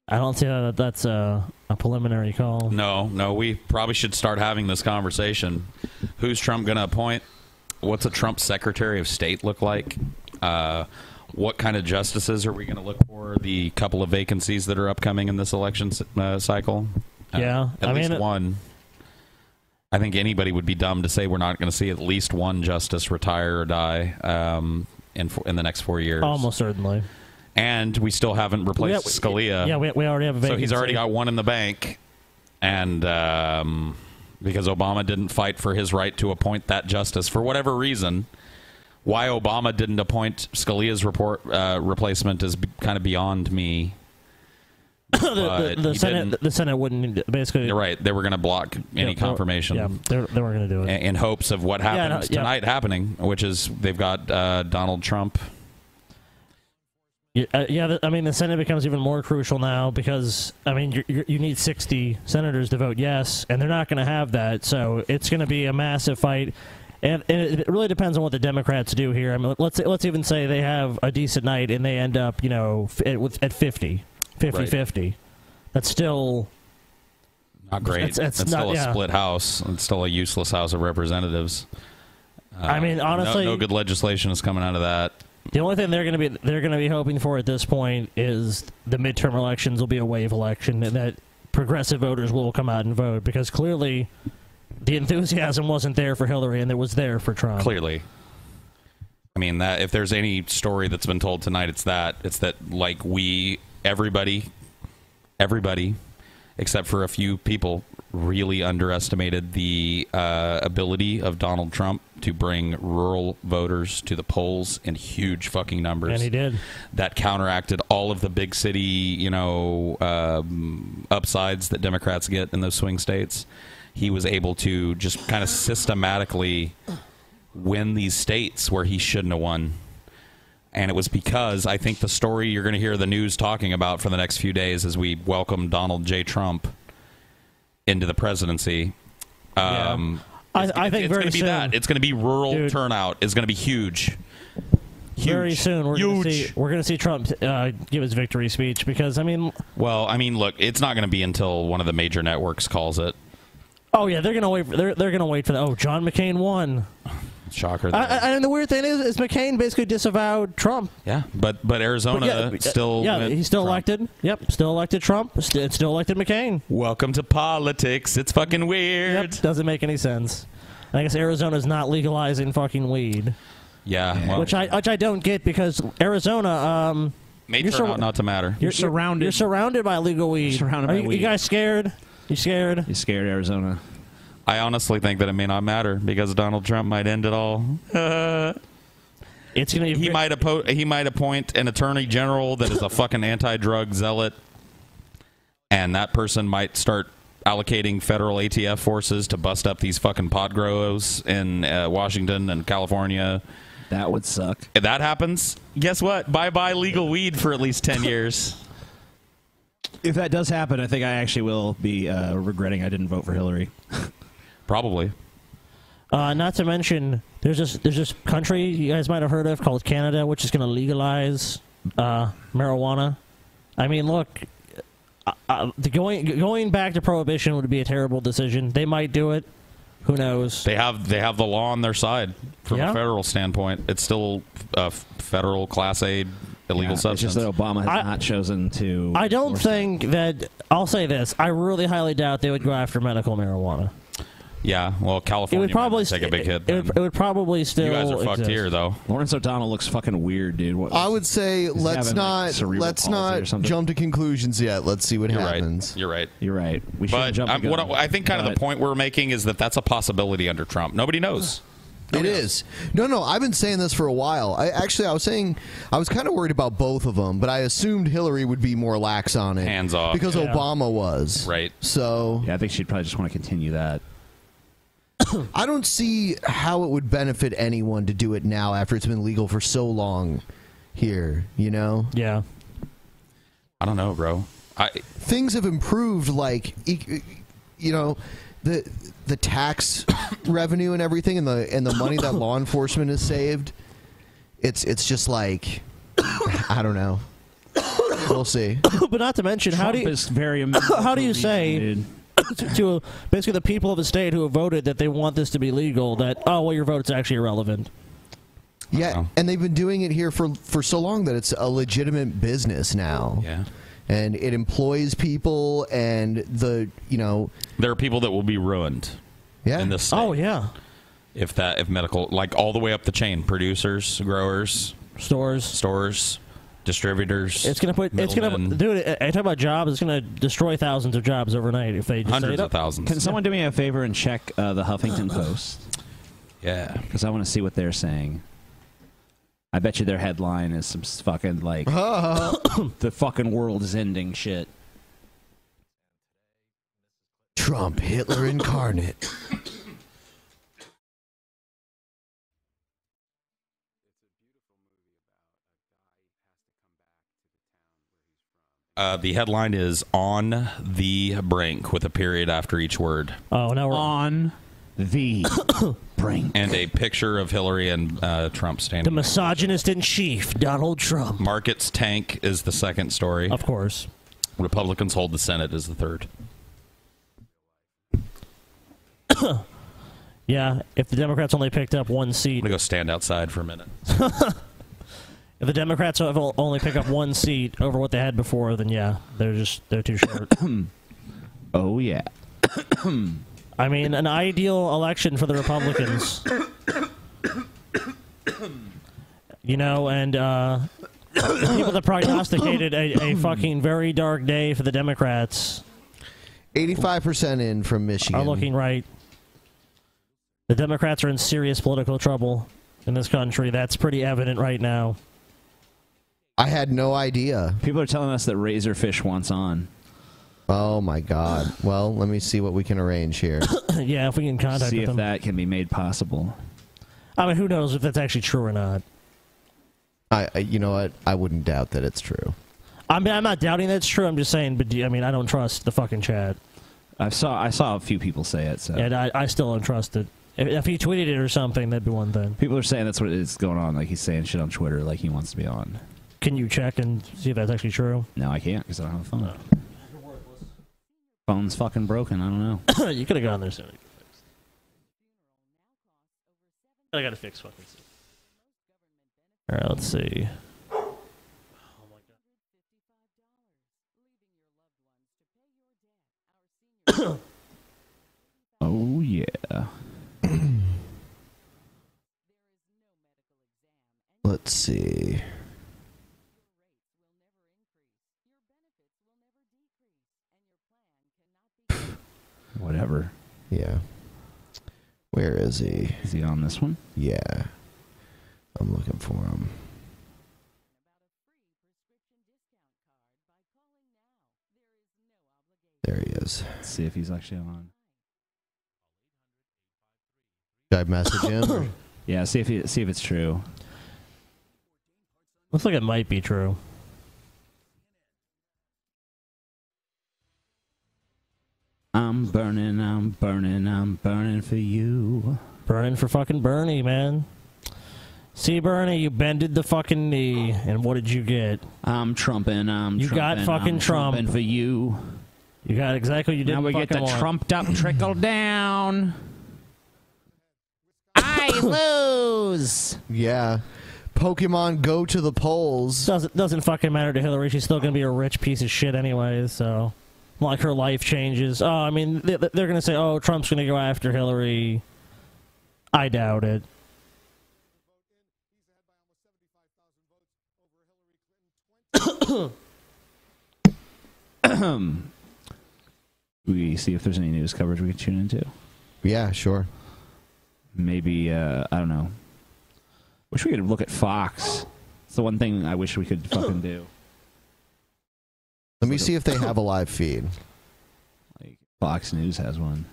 S6: I don't see that that's a, a preliminary call.
S4: no, no, we probably should start having this conversation. Who's Trump going to appoint? What's a Trump Secretary of State look like? Uh, what kind of justices are we going to look for? The couple of vacancies that are upcoming in this election s- uh, cycle. Uh,
S6: Yeah,
S4: at
S6: I
S4: least
S6: mean-
S4: one. I think anybody would be dumb to say we're not going to see at least one justice retire or die um, in fo- in the next four years.
S6: Almost certainly.
S4: and we still haven't replaced
S6: Yeah, we-
S4: Scalia.
S6: yeah, we- we already have a
S4: So he's
S6: vacancy.
S4: already got one in the bank, and um, because Obama didn't fight for his right to appoint that justice for whatever reason, why Obama didn't appoint Scalia's report uh, replacement is b- kind of beyond me.
S6: the,
S4: But
S6: the, the
S4: he
S6: Senate,
S4: didn't.
S6: the Senate wouldn't basically.
S4: You're right; they were going to block any
S6: yeah,
S4: confirmation.
S6: Yeah, they were, they were going to do it.
S4: in- in hopes of what happens
S6: no, yeah.
S4: tonight happening, which is they've got uh, Donald Trump.
S6: Yeah, uh, yeah, the- I mean the Senate becomes even more crucial now because I mean you you you need 60 senators to vote yes, and they're not going to have that, so it's going to be a massive fight. And, and it it really depends on what the Democrats do here. I mean, let's let's even say they have a decent night and they end up, you know, f- at, with, at 50, 50
S4: Right.
S6: 50. That's still
S4: Not great.
S6: It's- it's
S4: It's
S6: not-
S4: still a
S6: yeah.
S4: split house. It's still a useless House of Representatives. Uh,
S6: I mean,
S4: no-
S6: honestly-
S4: no, good legislation is coming out of that.
S6: The only thing they're going to be they're going to be hoping for at this point is the midterm elections will be a wave election and that progressive voters will come out and vote because clearly the enthusiasm wasn't there for Hillary and it was there for Trump.
S4: Clearly, I mean that. If there's any story that's been told tonight, it's that. It's that like we, everybody, everybody, except for a few people, really underestimated the uh, ability of Donald Trump to bring rural voters to the polls in huge fucking numbers.
S6: And he did.
S4: that counteracted all of the big city, you know, um, upsides that Democrats get in those swing states. He was able to just kind of systematically win these states where he shouldn't have won. And it was because I think the story you're going to hear the news talking about for the next few days as we welcome Donald J. Trump into the presidency. Um,
S6: I, I think
S4: it's
S6: very
S4: going to be
S6: soon,
S4: that. It's going to be rural turnout is going to be huge.
S6: very soon we're going to see we're going to see Trump uh, give his victory speech because I mean
S4: Well, I mean, look, it's not going to be until one of the major networks calls it.
S6: oh yeah they're going to wait for, they're they're going to wait for the, oh John McCain won.
S4: Shocker.
S6: I, I, and the weird thing is is McCain basically disavowed Trump.
S4: yeah, but but Arizona
S6: But yeah,
S4: still
S6: yeah,
S4: went
S6: he's still
S4: Trump.
S6: elected. Yep, still elected Trump. St- still elected McCain.
S4: Welcome to politics. It's fucking weird.
S6: Yep, doesn't make any sense. And I guess Arizona's not legalizing fucking weed,
S4: Yeah, well,
S6: which I which I don't get because Arizona um
S4: may
S6: you're
S4: turn
S6: sur-
S4: out not to matter.
S6: you're surrounded. You're surrounded by legal weed. surrounded
S4: by
S6: you,
S4: weed.
S6: You guys scared? You scared?
S4: You scared Arizona. I honestly think that it may not matter because Donald Trump might end it all.
S2: Uh,
S6: it's gonna.
S4: He might appo- He might appoint an attorney general that is a fucking anti-drug zealot, and that person might start allocating federal ATF forces to bust up these fucking pod grows in uh, Washington and California.
S3: That would suck.
S4: If that happens, guess what? Bye bye legal weed for at least 10 years.
S3: If that does happen, I think I actually will be uh, regretting I didn't vote for Hillary.
S4: Probably.
S6: Uh, not to mention, there's this there's this country you guys might have heard of called Canada, which is going to legalize uh, marijuana. I mean, look, uh, uh, the going going back to prohibition would be a terrible decision. They might do it. Who knows?
S4: They have they have the law on their side from
S6: Yeah.
S4: a federal standpoint. It's still a f- federal class A illegal
S3: It's just
S4: substance.
S3: that Obama has
S6: I-
S3: not chosen to.
S6: I don't think that. I'll say this: I really highly doubt they would go after medical marijuana.
S4: Yeah, well,
S6: It
S4: California
S6: would probably
S4: might take a big hit.
S6: It would, it would probably still.
S4: you guys are fucked
S6: exist.
S4: here, though.
S3: Lawrence O'Donnell looks fucking weird, dude. What,
S2: I would say
S3: he's
S2: let's
S3: having, like,
S2: not
S3: cerebral
S2: let's
S3: palsy or
S2: not
S3: something.
S2: jump to conclusions yet. Let's see what
S4: You're right.
S2: happens.
S4: You're right.
S3: You're right. We shouldn't
S4: but
S3: jump. the
S4: I'm, what I,
S3: gun,
S4: I think kind of the
S3: but-
S4: point we're making is that that's a possibility under Trump. Nobody knows.
S2: It is. No, no, I've been saying this for a while. I actually I was saying I was kind of worried about both of them, but I assumed Hillary would be more lax on it.
S4: Hands off.
S2: Because
S4: Yeah.
S2: Obama was.
S4: Right.
S2: So
S3: Yeah, I think she'd probably just want to continue that.
S2: I don't see how it would benefit anyone to do it now after it's been legal for so long here, you know?
S6: Yeah.
S4: I don't know, bro. I
S2: things have improved like e- you know the the tax revenue and everything and the and the money that law enforcement has saved it's it's just like i don't know we'll see
S6: but not to mention, how do you?
S3: is very.
S6: how do you say to, to basically the people of the state who have voted that they want this to be legal? That oh well, your vote's actually irrelevant.
S2: yeah and they've been doing it here for for so long that it's a legitimate business now
S4: yeah
S2: and it employs people and the you know
S4: There are people that will be ruined.
S2: Yeah.
S4: In this. State. Oh
S6: yeah.
S4: If that if medical like all the way up the chain, producers, growers,
S6: stores,
S4: stores, distributors.
S6: It's gonna put. It's gonna
S4: middlemen.
S6: dude. I, I talk about jobs. It's gonna destroy thousands of jobs overnight if they just say, "Nope."
S3: Can someone do me a favor and check uh, the Huffington Post?
S4: Yeah,
S3: because I want to see what they're saying. I bet you their headline is some s- fucking like the fucking world is ending shit.
S2: trump hitler incarnate
S4: Uh, the headline is on the brink with a period after each word.
S6: Oh, now we're
S3: on the brink.
S4: And a picture of Hillary and uh, Trump
S6: The
S4: standing.
S6: misogynist in chief, Donald Trump.
S4: Markets tank is the second story.
S6: Of course.
S4: Republicans hold the Senate is the third.
S6: Yeah, if the Democrats only picked up one seat,
S4: I'm gonna go stand outside for a minute.
S6: if the Democrats have o- only pick up one seat over what they had before, then yeah, they're just they're too short.
S3: oh yeah.
S6: I mean, an ideal election for the Republicans. You know, and uh, people that prognosticated a, a fucking very dark day for the Democrats
S2: 85% in from michigan
S6: are looking right. The Democrats are in serious political trouble in this country. That's pretty evident right now.
S2: I had no idea.
S3: People are telling us that Razorfish wants on.
S2: Oh my God! Well, let me see what we can arrange here.
S6: yeah, if we can contact
S3: See
S6: with
S3: if
S6: them.
S3: that can be made possible.
S6: I mean, who knows if that's actually true or not?
S2: I, I you know what? I wouldn't doubt that it's true.
S6: I mean, I'm not doubting that's true. I'm just saying, but do you- I mean, I don't trust the fucking chat.
S3: I saw I saw a few people say it. So
S6: And I, I still don't trust it. If, if he tweeted it or something, that'd be one thing.
S3: people are saying that's what is going on. Like he's saying shit on Twitter. Like he wants to be on.
S6: Can you check and see if that's actually true? Oh.
S3: No, I can't because I don't have a phone. Phone's fucking broken. I don't know.
S6: you could have gone there sooner. I gotta fix fucking. All right, let's see.
S3: Oh yeah.
S2: Let's see.
S3: Whatever.
S2: Yeah. Where is he?
S3: Is he on this one?
S2: Yeah. I'm looking for him. There he is. is.
S3: Let's see if he's actually on.
S2: Should I message him?
S3: yeah, see if he, see if it's true.
S6: Looks like it might be true.
S11: I'm burning, I'm burning, I'm burning for you.
S6: Burning for fucking Bernie, man. See, Bernie, you bended the fucking knee, and what did you get?
S11: I'm trumping, I'm
S6: You got
S11: trumping,
S6: fucking
S11: I'm
S6: Trump.
S11: trumping for you.
S6: You got exactly what you
S11: Now
S6: didn't
S11: we get
S6: fucking
S11: the
S6: want.
S11: trumped up trickle down.
S6: I lose.
S2: Yeah. Pokemon go to the polls.
S6: Doesn't doesn't fucking matter to Hillary. She's still gonna be a rich piece of shit anyway. So, like her life changes. Oh, I mean, they, they're gonna say, oh, Trump's gonna go after Hillary. I doubt it.
S3: we see if there's any news coverage we can tune into.
S2: Yeah, sure.
S3: Maybe uh, I don't know. Wish we could look at Fox. It's the one thing I wish we could fucking do.
S2: Let me see if they have a live feed.
S3: Fox News has one.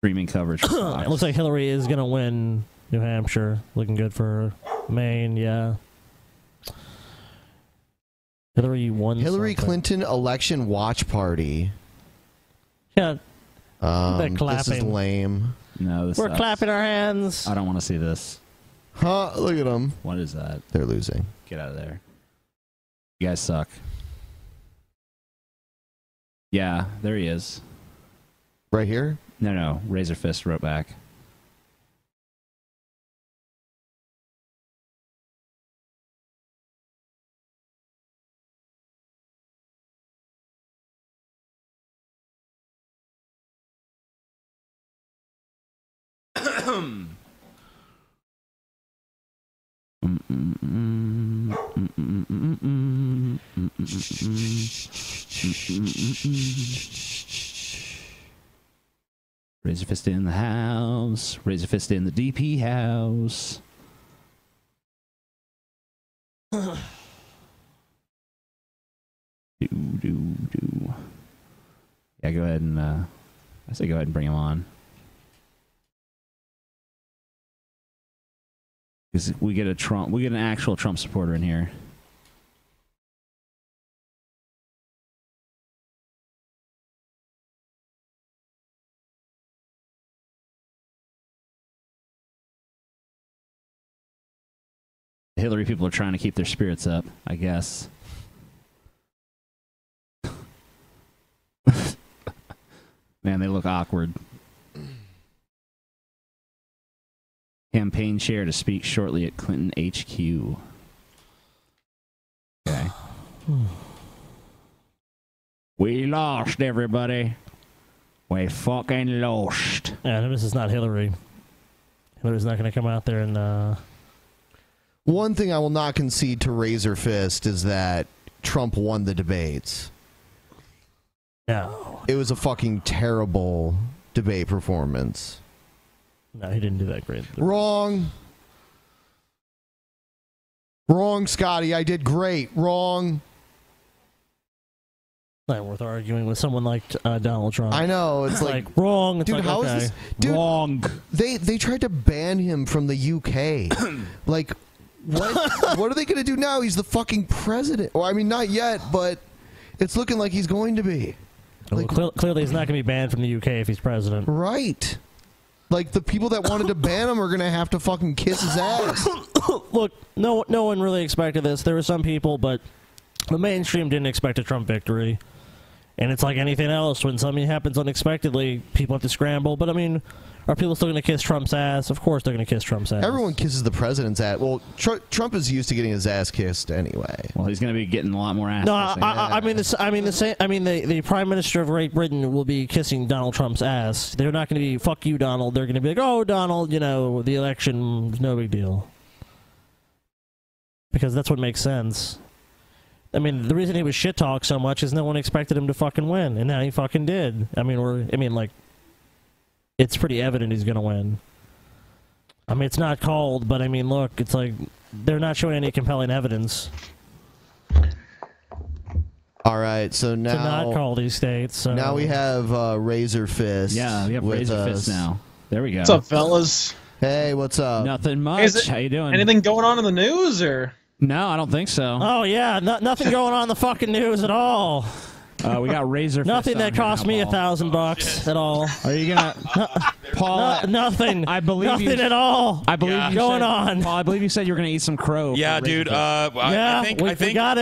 S3: Streaming coverage. for
S6: it
S3: Fox.
S6: looks like Hillary is gonna win New Hampshire. Looking good for her. Maine. Yeah. Hillary won.
S2: Hillary
S6: something.
S2: Clinton election watch party.
S6: Yeah.
S2: Um,
S6: They're
S2: This is
S6: clapping.
S2: lame.
S3: No,
S6: We're clapping our hands.
S3: I don't want to see this.
S2: Huh? Look at them.
S3: What is that?
S2: They're losing.
S3: Get out of there. You guys suck. Yeah, there he is.
S2: Right here?
S3: No, no. Razor Fist wrote back. Razor Fist in the house. Razor Fist in the DP house. do, do, do. Yeah, go ahead and, uh, I say go ahead and bring him on. Because we get a Trump, we get an actual Trump supporter in here. Hillary people are trying to keep their spirits up, I guess. Man, they look awkward. Campaign chair to speak shortly at Clinton HQ. Okay. we lost, everybody. We fucking lost.
S6: Yeah, this is not Hillary. Hillary's not going to come out there and. Uh,
S2: One thing I will not concede to Razor Fist is that Trump won the debates.
S6: No.
S2: It was a fucking terrible debate performance.
S6: no, he didn't do that great.
S2: Wrong. Wrong, Scotty. I did great. Wrong.
S6: Not worth arguing with someone like uh, Donald Trump.
S2: I know. It's like,
S6: wrong. It's
S2: dude,
S6: like,
S2: how is
S6: okay.
S2: this? Dude,
S3: wrong.
S2: They they tried to ban him from the UK. like, what? what are they going to do now? He's the fucking president. Well, I mean, not yet, but it's looking like he's going to be.
S6: Well, cle- clearly, he's not going to be banned from the UK if he's president.
S2: Right. Like the people that wanted to ban him are gonna have to fucking kiss his ass.
S6: Look, no, no one really expected this. There were some people, but the mainstream didn't expect a Trump victory. And it's like anything else. When something happens unexpectedly, people have to scramble. But I mean, are people still going to kiss Trump's ass? Of course, they're going to kiss Trump's ass.
S2: Everyone kisses the president's ass. Well, tr- Trump is used to getting his ass kissed anyway.
S3: Well, he's gonna be getting a lot more ass.
S6: No, I, I, I mean this. I mean the same. I mean the, the prime minister of Great Britain will be kissing Donald Trump's ass. They're not going to be fuck you, Donald. They're going to be like, oh, Donald, you know, the election, no big deal, because that's what makes sense. I mean, the reason he was shit talked so much is no one expected him to fucking win, and now he fucking did. I mean, we're. I mean, like, it's pretty evident he's going to win. I mean, it's not called, but I mean, look, it's like they're not showing any compelling evidence
S2: All right, so now
S6: not call these states. so-
S2: Now we have uh, Razor Fist.
S3: Yeah, we have
S2: with
S3: Razor
S2: us.
S3: Fist now. There we go.
S12: What's up, fellas?
S2: Hey, what's up?
S3: Nothing much.
S12: Is it-
S3: How you doing?
S12: Anything going on in the news or?
S3: No, I don't think so.
S6: Oh yeah, no, nothing going on in the fucking news at all.
S3: Uh, we got Razor. Fist
S6: Nothing
S3: on
S6: that
S3: here
S6: cost
S3: now,
S6: me a
S3: Paul.
S4: Oh,
S6: thousand bucks at all.
S3: Are you gonna, Paul?
S6: nothing. I
S3: believe you-
S6: nothing at all.
S3: I believe you
S6: going
S3: said,
S6: on.
S3: Paul, I believe you said you were going to eat some crow.
S4: Yeah,
S3: for Razor
S4: dude.
S3: Fist.
S4: Uh, I, I think I think hold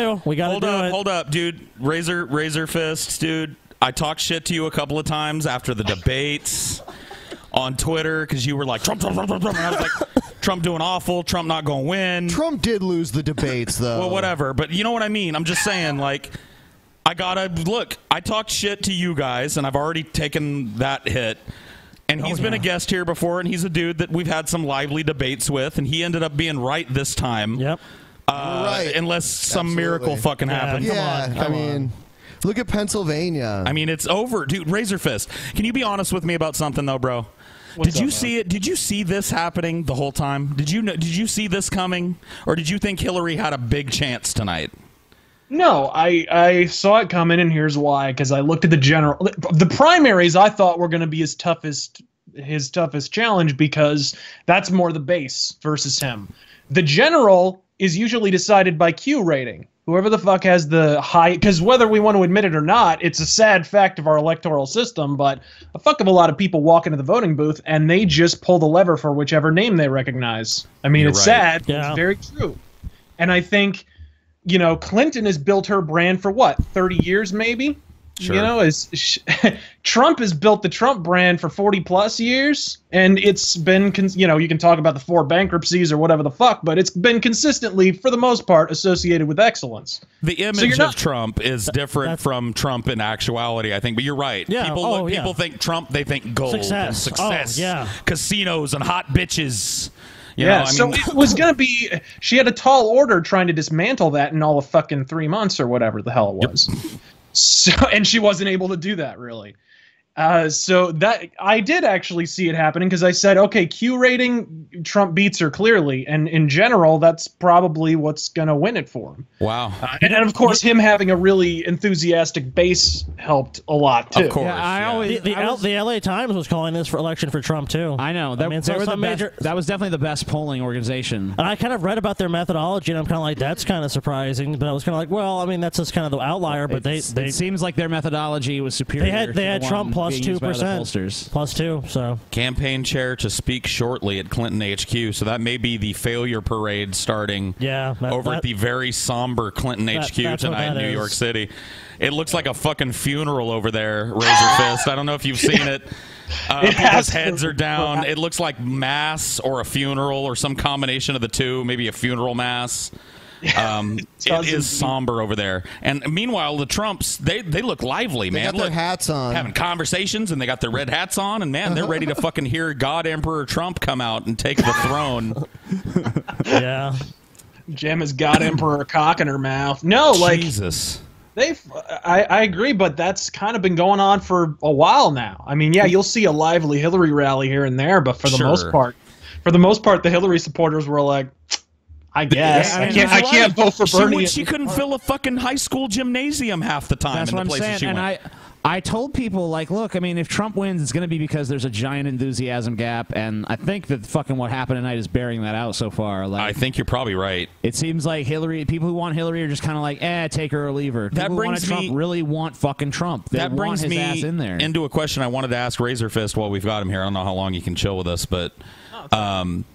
S3: do
S4: up,
S3: it.
S4: Hold up, dude. Razor Razor fists, dude. I talked shit to you a couple of times after the debates on Twitter because you were like Trump, Trump, Trump, Trump, Trump. And I was like, Trump doing awful. Trump not going to win.
S2: Trump did lose the debates though.
S4: Well, whatever. But you know what uh, I mean. I'm just saying, like, I gotta look. I talked shit to you guys, and I've already taken that hit. And he's been a guest here before, and he's a dude that we've had some lively debates with, and he ended up being right this time. Yep. Uh,
S2: Right.
S4: Unless some
S2: Absolutely.
S4: miracle fucking happened.
S2: Yeah, I mean, look at Pennsylvania.
S4: I mean, it's over, dude. Razor Fist, can you be honest with me about something though, bro? did you see it? Did you see this happening the whole time? Did you know, did you see this coming, or did you think Hillary had a big chance tonight?
S12: No, I I saw it coming, and here's why. Because I looked at the general, the primaries I thought were going to be his toughest, his toughest challenge because that's more the base versus him. The general is usually decided by Q rating. Whoever the fuck has the high, because whether we want to admit it or not, it's a sad fact of our electoral system. But a fuck of a lot of people walk into the voting booth and they just pull the lever for whichever name they recognize. I mean,
S15: You're
S12: it's
S15: right.
S12: sad. but It's very true. And I think, you know, Clinton has built her brand for what, 30 years maybe?
S4: Sure.
S12: You know, is sh- Trump has built the Trump brand for 40 plus years and it's been con- you know, you can talk about the four bankruptcies or whatever the fuck, but it's been consistently for the most part associated with excellence.
S4: The
S12: you're
S4: image of
S12: not-
S4: Trump is different from Trump in actuality, I think. But you're right.
S12: Yeah,
S4: People,
S12: oh, yeah.
S4: people think Trump, they think gold and
S12: Success. Oh,
S4: success,
S12: yeah.
S4: casinos and hot bitches. You
S12: yeah,
S4: know, I
S12: so
S4: mean,
S12: it was gonna be. She had a tall order trying to dismantle that in all of fucking three months or whatever the hell it was. So and she wasn't able to do that really. Uh, so that I did actually see it happening because I said, okay, Q rating, Trump beats her clearly, and in general, that's probably what's gonna win it for him.
S4: wow.
S12: Uh, and, and of course, him having a really enthusiastic base helped a lot too.
S6: Yeah, I always the, the, L- the LA Times was calling this for election for Trump too. I
S3: know that, they were the best- that was definitely the best polling organization.
S6: And I kind of read about their methodology, and I'm kind of like, that's kind of surprising. But I was kind of like, well, I mean, that's just kind of the outlier. But they,
S3: It's-
S6: they
S3: it seems like their methodology was superior.
S6: they had
S3: to
S6: they
S3: the
S6: had
S3: one
S6: Trump plus
S3: being
S6: two
S3: used by other
S6: percent,
S3: pollsters.
S6: plus two. So
S4: Campaign chair to speak shortly at Clinton HQ. So that may be the failure parade starting
S6: Yeah, that-
S4: over
S6: that-
S4: at the very somber Clinton
S6: That-
S4: HQ
S6: that's what
S4: tonight in
S6: that
S4: New
S6: is.
S4: York City. It looks like a fucking funeral over there, Razor Fist. I don't know if you've seen it. Uh,
S12: It
S4: people's
S12: has to-
S4: heads are down. It looks like mass or a funeral or some combination of the two, maybe a funeral mass. Um, it is somber over there. And meanwhile, the Trumps, they, they look lively,
S2: They
S4: man.
S2: got their
S4: Look,
S2: hats on.
S4: Having conversations and they got their red hats on, and man, they're ready to fucking hear God Emperor Trump come out and take the throne.
S6: yeah.
S12: Jim has got Emperor cock in her mouth. No, like
S4: Jesus.
S12: They've, I, I agree, but that's kind of been going on for a while now. I mean, yeah, you'll see a lively Hillary rally here and there, but for the most
S4: Sure.
S12: part, for the most part, the Hillary supporters were like, I guess I,
S4: mean,
S12: can't, I
S4: that's
S12: can't
S4: why
S12: vote for
S4: she
S12: Bernie.
S4: went- She, couldn't fill a fucking high school gymnasium half the time
S3: That's
S4: in
S3: what
S4: the
S3: I'm
S4: places
S3: saying.
S4: she
S3: And
S4: went.
S3: I, I told people like, look, I mean, if Trump wins, it's going to be because there's a giant enthusiasm gap, and I think that fucking what happened tonight is bearing that out so far. Like,
S4: I think you're probably right.
S3: It seems like Hillary, people who want Hillary are just kind of like, eh, take her or leave her.
S4: That
S3: people who
S4: brings
S3: want Trump
S4: me-
S3: really want fucking Trump. They
S4: that brings
S3: want his
S4: me
S3: ass in there.
S4: into a question I wanted to ask Razor Fist while we've got him here. I don't know how long you can chill with us, but um,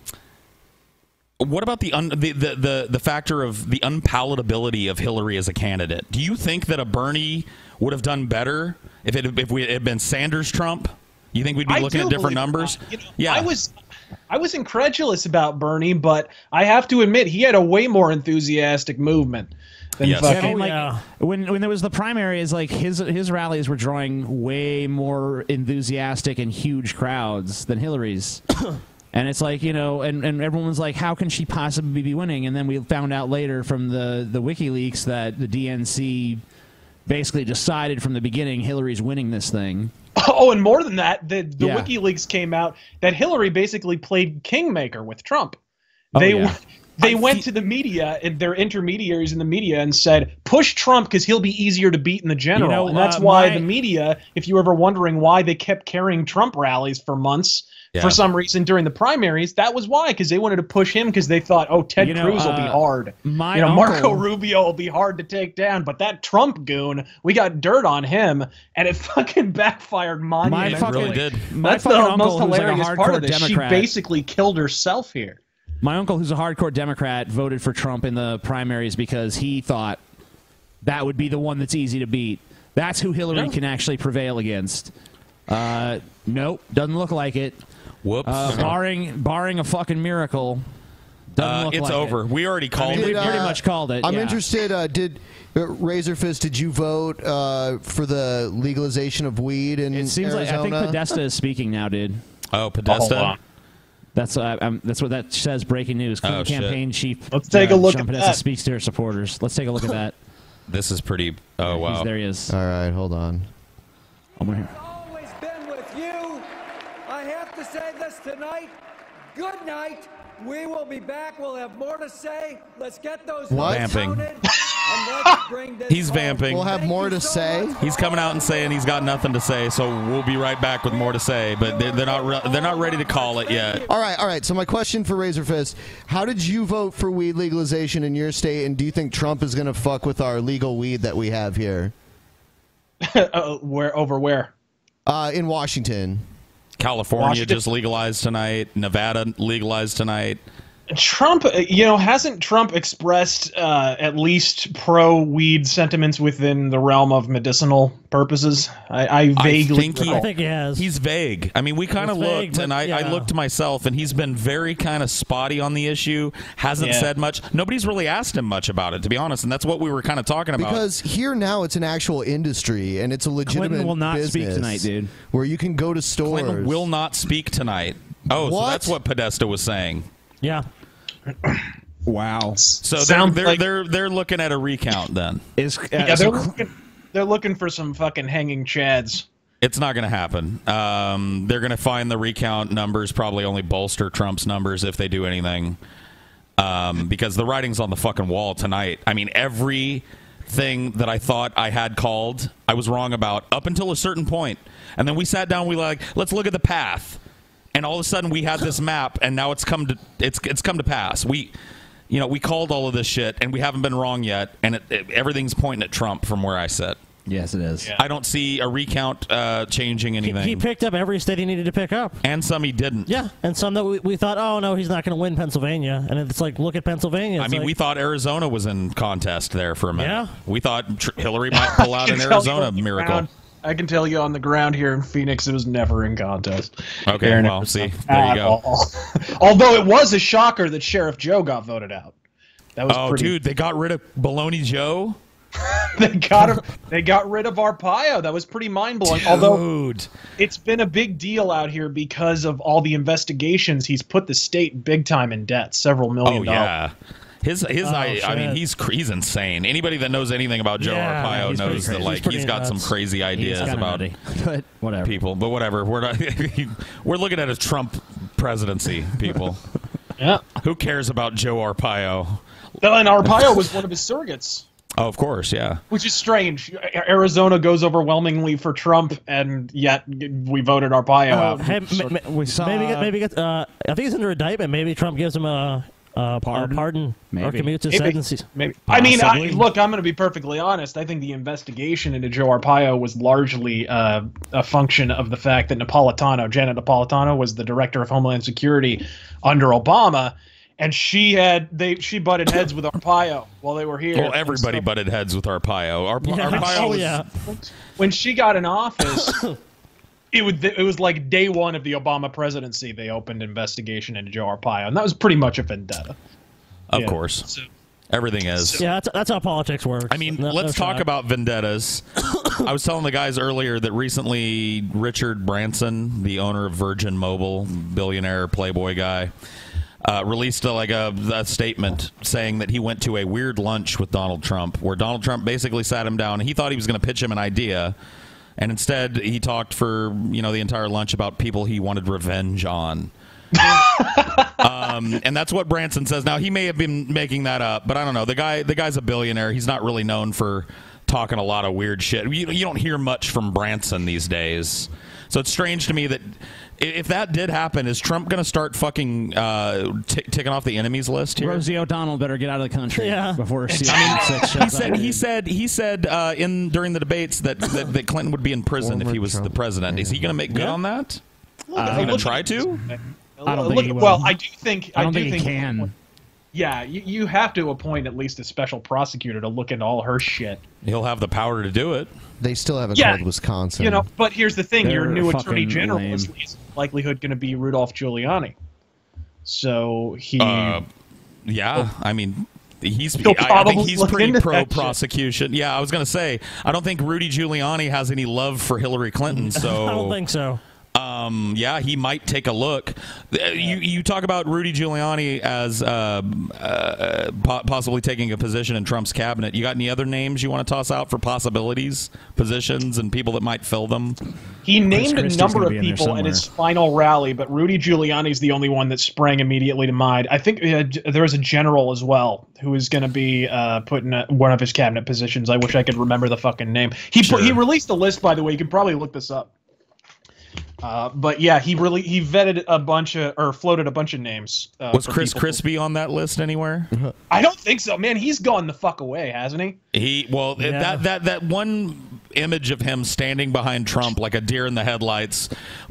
S4: what about the, un- the, the the the factor of the unpalatability of Hillary as a candidate? Do you think that a Bernie would have done better if it if we it had been Sanders Trump? You think we'd be
S12: I
S4: looking
S12: do
S4: at different
S12: believe it.
S4: numbers?
S12: yeah, I was, I was incredulous about Bernie, but I have to admit he had a way more enthusiastic movement than
S3: Yeah, I
S12: fucking.
S3: mean, like, when when there was the primaries, like his his rallies were drawing way more enthusiastic and huge crowds than Hillary's. And it's like you know, and, and everyone was like, "How can she possibly be winning?" And then we found out later from the the WikiLeaks that the DNC basically decided from the beginning Hillary's winning this thing.
S12: Oh, and more than that, the, the
S3: Yeah.
S12: WikiLeaks came out that Hillary basically played kingmaker with Trump.
S3: Oh,
S12: They
S3: yeah.
S12: were they went to the media and their intermediaries in the media and said, push Trump because he'll be easier to beat in the general.
S11: know,
S12: and that's
S11: uh,
S12: why
S11: my-
S12: the media, if you were ever wondering why they kept carrying Trump rallies for months,
S11: Yeah.
S12: for some reason during the primaries, that was why because they wanted to push him because they thought, oh, Ted
S11: You know,
S12: Cruz will be
S11: uh,
S12: hard.
S11: my
S12: you know, Marco
S11: uncle-
S12: Rubio will be hard to take down, but that Trump goon, we got dirt on him, and it fucking backfired monumentally.
S11: fucking- Really did. my
S12: That's
S11: fucking
S12: the
S11: uncle
S12: most
S11: who's like a
S12: hilarious part
S11: hardcore
S12: of this.
S11: Democrat.
S12: She basically killed herself here.
S11: My uncle, who's a hardcore Democrat, voted for Trump in the primaries because he thought that would be the one that's easy to beat. That's who Hillary can actually prevail against. Uh, nope, doesn't look like it.
S4: Whoops. Uh-huh.
S11: Uh, barring barring a fucking miracle, doesn't
S4: Uh,
S11: look
S4: it's
S11: like
S4: over.
S11: It.
S4: We already
S11: I
S4: called
S11: mean,
S4: it.
S11: We
S4: Did,
S11: pretty
S4: uh,
S11: much called it.
S2: I'm
S11: yeah.
S2: interested. Uh, did uh, Razor Fist? Did you vote uh, for the legalization of weed in
S11: It seems like I think
S2: Arizona?
S11: Podesta is speaking now, dude.
S4: Oh, Podesta?
S11: Hold on. That's uh, um, that's what that says. Breaking news: Clinton
S4: Oh, shit.
S11: campaign chief.
S4: Let's take a look
S11: John
S4: at
S11: Podesta
S4: that.
S11: speaks to her supporters. Let's take a look at that.
S4: This is pretty. Oh wow.
S11: there he is.
S2: All right, hold on.
S11: I'm gonna-
S13: with you. I have to say this tonight. Good night. We will be back. We'll have more to say. Let's get those
S4: What?
S13: votes
S4: Vamping.
S13: counted, and let's bring this
S4: He's
S13: home.
S4: vamping.
S2: more to say.
S4: He's coming out and saying he's got nothing to say, so we'll be right back with more to say. But they're, they're not re- they're not ready to call it yet.
S2: All right, all right. So my question for Razor Fist: How did you vote for weed legalization in your state, and do you think Trump is going to fuck with our legal weed that we have here?
S12: uh, where over where?
S2: Uh, in Washington.
S4: California
S2: Washington-
S4: just legalized tonight. Nevada legalized tonight.
S12: Trump, uh, you know, hasn't Trump expressed uh, at least pro weed sentiments within the realm of medicinal purposes? I, I vaguely recall.
S4: He's vague. I mean, we kind of
S12: He's vague,
S4: looked, and
S12: but
S4: I, I
S12: yeah.
S4: looked myself, and he's been very kind of spotty on the issue. Hasn't
S2: Yeah.
S4: said much. Nobody's really asked him much about it, to be honest. And that's what we were kind of talking about.
S2: Because here now it's an actual industry and it's a legitimate
S4: will not speak
S2: business
S4: tonight, dude.
S2: Where you can go to stores.
S4: Clinton will not speak tonight. Oh, so
S2: What?
S4: that's what Podesta was saying.
S11: Yeah. wow.
S4: So
S12: Sounds
S4: they're, they're,
S12: like-
S4: they're they're looking at a recount then.
S11: Is
S12: yeah, they're looking, they're looking for some fucking hanging chads.
S4: It's not going to happen. Um, they're going to find the recount numbers probably only bolster Trump's numbers if they do anything, um, because the writing's on the fucking wall tonight. I mean, every thing that I thought I had called, I was wrong about up until a certain point, and then we sat down. We like, let's look at the path, and all of a sudden we had this map, and now it's come to it's it's come to pass. We. You know, we called all of this shit, and we haven't been wrong yet, and it, it- everything's pointing at Trump from where I sit.
S11: Yes, it is.
S4: I don't see a recount uh, changing anything.
S6: He picked up every state he needed to pick up.
S4: and some he didn't.
S6: Yeah, and some that we, we thought, oh no, he's not going to win Pennsylvania, and it's like, look at Pennsylvania.
S4: I
S6: It's
S4: mean,
S6: like,
S4: we thought Arizona was in contest there for a minute.
S6: Yeah.
S4: We thought tr- Hillary might pull out an
S12: can tell
S4: Arizona
S12: you on the
S4: miracle.
S12: ground- I can tell you on the ground here in Phoenix, it was never in contest.
S4: Okay,
S12: Aaron,
S4: well, see, there you
S12: at
S4: go.
S12: all. Although it was a shocker that Sheriff Joe got voted out. That was
S4: Oh,
S12: pretty.
S4: dude, they got rid of Baloney Joe.
S12: They got him. They got rid of Arpaio. That was pretty mind blowing. Although it's been a big deal out here because of all the investigations. He's put the state big time in debt, several million
S4: Oh
S12: dollars.
S4: yeah. His his
S12: Oh,
S4: I, I mean
S12: shit.
S4: he's cr- he's insane. Anybody that knows anything about Joe
S12: Yeah,
S4: Arpaio
S12: he's pretty
S4: knows that
S12: crazy.
S4: like
S12: He's pretty
S4: he's got some
S12: nuts.
S4: crazy ideas
S11: kinda
S4: about
S11: nutty. but whatever
S4: people. But whatever, we're not we're looking at a Trump presidency, people.
S12: yeah.
S4: Who cares about Joe Arpaio?
S12: And Arpaio was one of his surrogates.
S4: Oh, of course, yeah.
S12: Which is strange. A- Arizona goes overwhelmingly for Trump, and yet we voted Arpaio
S6: uh,
S12: out.
S6: hey, m- m- maybe get, maybe get, uh, I think he's under indictment. Maybe Trump gives him a, a pardon, a pardon or
S12: Maybe.
S6: commutes his
S12: Maybe.
S6: sentence.
S12: Maybe. I mean, I, look, I'm going to be perfectly honest. I think the investigation into Joe Arpaio was largely uh, a function of the fact that Napolitano, Janet Napolitano, was the director of Homeland Security under Obama, and she had they she butted heads with Arpaio while they were here.
S4: Well, everybody butted heads with Arpaio. Arp-
S12: Yeah.
S4: Arpaio
S12: Oh,
S4: was
S12: yeah. When she got in office. It, would, it was like day one of the Obama presidency. They opened investigation into Joe Arpaio, and that was pretty much a vendetta.
S4: Of
S12: Yeah.
S4: course. Everything is.
S6: Yeah, that's, that's how politics works.
S4: I mean, let's talk about vendettas. I was telling the guys earlier that recently Richard Branson, the owner of Virgin Mobile, billionaire playboy guy, uh, released uh like a, a statement saying that he went to a weird lunch with Donald Trump, where Donald Trump basically sat him down. and He thought he was going to pitch him an idea, and instead he talked for you know the entire lunch about people he wanted revenge on. um, and that's what Branson says. Now he may have been making that up, but I don't know. The guy, the guy's a billionaire. He's not really known for talking a lot of weird shit. You, you don't hear much from Branson these days, so it's strange to me that i- if that did happen, is Trump going to start fucking uh, t- ticking off the enemies list here?
S3: Rosie O'Donnell better get out of the country before season six
S4: He
S3: shows
S4: said
S3: up.
S4: he said he said uh, in during the debates that, that, that Clinton would be in prison if he was the president. Is he going to make good
S12: Yeah.
S4: on that?
S12: Look,
S4: Is
S12: I
S4: he going to
S12: look-
S4: try to?
S12: I don't think he will. Well, I do think- I
S11: I don't
S12: do
S11: think,
S12: think-
S11: he can.
S12: Yeah, you, you have to appoint at least a special prosecutor to look into all her shit.
S4: He'll have the power to do it.
S2: They still haven't
S12: Yeah,
S2: called Wisconsin.
S12: You know, but here's the thing: your
S2: They're
S12: new attorney
S2: fucking
S12: general
S2: lame.
S12: is is likelihood going to be Rudolph Giuliani. So he. Oh.
S4: Uh, yeah, I mean, he's.
S12: He'll
S4: I, I think
S12: probably
S4: he's
S12: look
S4: pretty
S12: into that
S4: pro
S12: shit.
S4: prosecution. Yeah, I was going to say I don't think Rudy Giuliani has any love for Hillary Clinton. So
S6: I don't think so.
S4: Um, yeah, he might take a look. Uh, You you talk about Rudy Giuliani as uh, uh, po- possibly taking a position in Trump's cabinet. You got any other names you want to toss out for possibilities, positions, and people that might fill them?
S12: He named a number of people at his final rally, but Rudy Giuliani's the only one that sprang immediately to mind. I think uh, g- there was a general as well who is going to be uh, put in a, one of his cabinet positions. I wish I could remember the fucking name. He put, he released a list, by the way. You can probably look this up. Uh, but yeah, he really he vetted a bunch of or floated a bunch of names. Uh,
S4: Was
S12: for
S4: Chris
S12: people.
S4: Crispy on that list anywhere?
S12: I don't think so, man. He's gone the fuck away, hasn't he?
S4: He well th-
S12: Yeah.
S4: that that that one image of him standing behind Trump like a deer in the headlights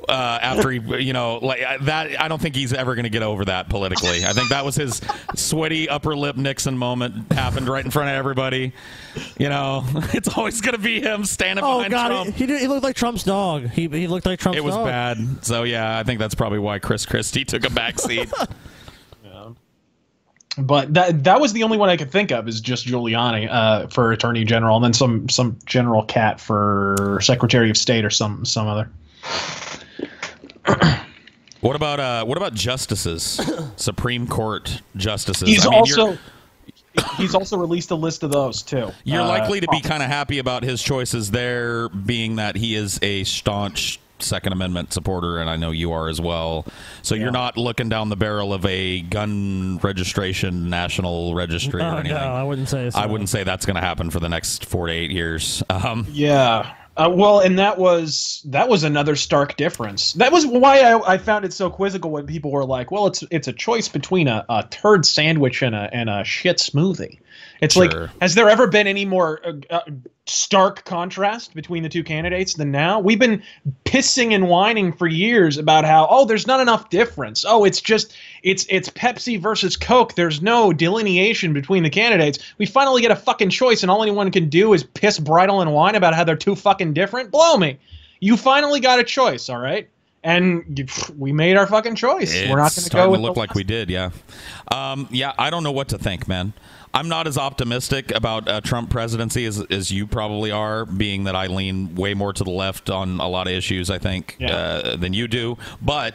S4: uh, after he you know like I- that I don't think he's ever going to get over that politically. I think that was his sweaty upper lip Nixon moment happened right in front of everybody. You know, it's always going to be him standing
S6: Oh
S4: behind
S6: god,
S4: Trump.
S6: he, he, did- he looked like Trump's dog. He, he looked like Trump's
S4: It was
S6: dog.
S4: bad. So yeah, I think that's probably why Chris Christie took a back seat.
S12: But that that was the only one I could think of is just Giuliani uh, for Attorney General, and then some some general cat for Secretary of State or some some other.
S4: What about uh what about justices? Supreme Court justices.
S12: He's
S4: I mean, you're-
S12: also he's also released a list of those too.
S4: You're
S12: Uh,
S4: likely to be
S6: Oh,
S4: kind of happy about his choices there, being that he is a staunch Second Amendment supporter, and I know you are as well. So you're not looking down the barrel of a gun registration, national registry,
S6: Oh,
S4: or anything.
S6: no, I wouldn't say so.
S4: I wouldn't say that's going to happen for the next four to eight years. Um,
S12: Yeah. Uh, well, and that was that was another stark difference. That was why I, I found it so quizzical when people were like, "Well, it's it's a choice between a, a turd sandwich and a and a shit smoothie." It's
S4: Sure.
S12: like, has there ever been any more uh, uh, stark contrast between the two candidates than now? We've been pissing and whining for years about how, oh, there's not enough difference. Oh, it's just it's it's Pepsi versus Coke. There's no delineation between the candidates. We finally get a fucking choice, and all anyone can do is piss, bridle, and whine about how they're too fucking different. Blow me. You finally got a choice, all right? And you, we made our fucking choice. We're not going
S4: It's
S12: to go
S4: starting
S12: with
S4: to
S12: the
S4: look like we did. Yeah, um, yeah. I don't know what to think, man. I'm not as optimistic about uh, Trump presidency as, as you probably are, being that I lean way more to the left on a lot of issues. I think uh, than you do, but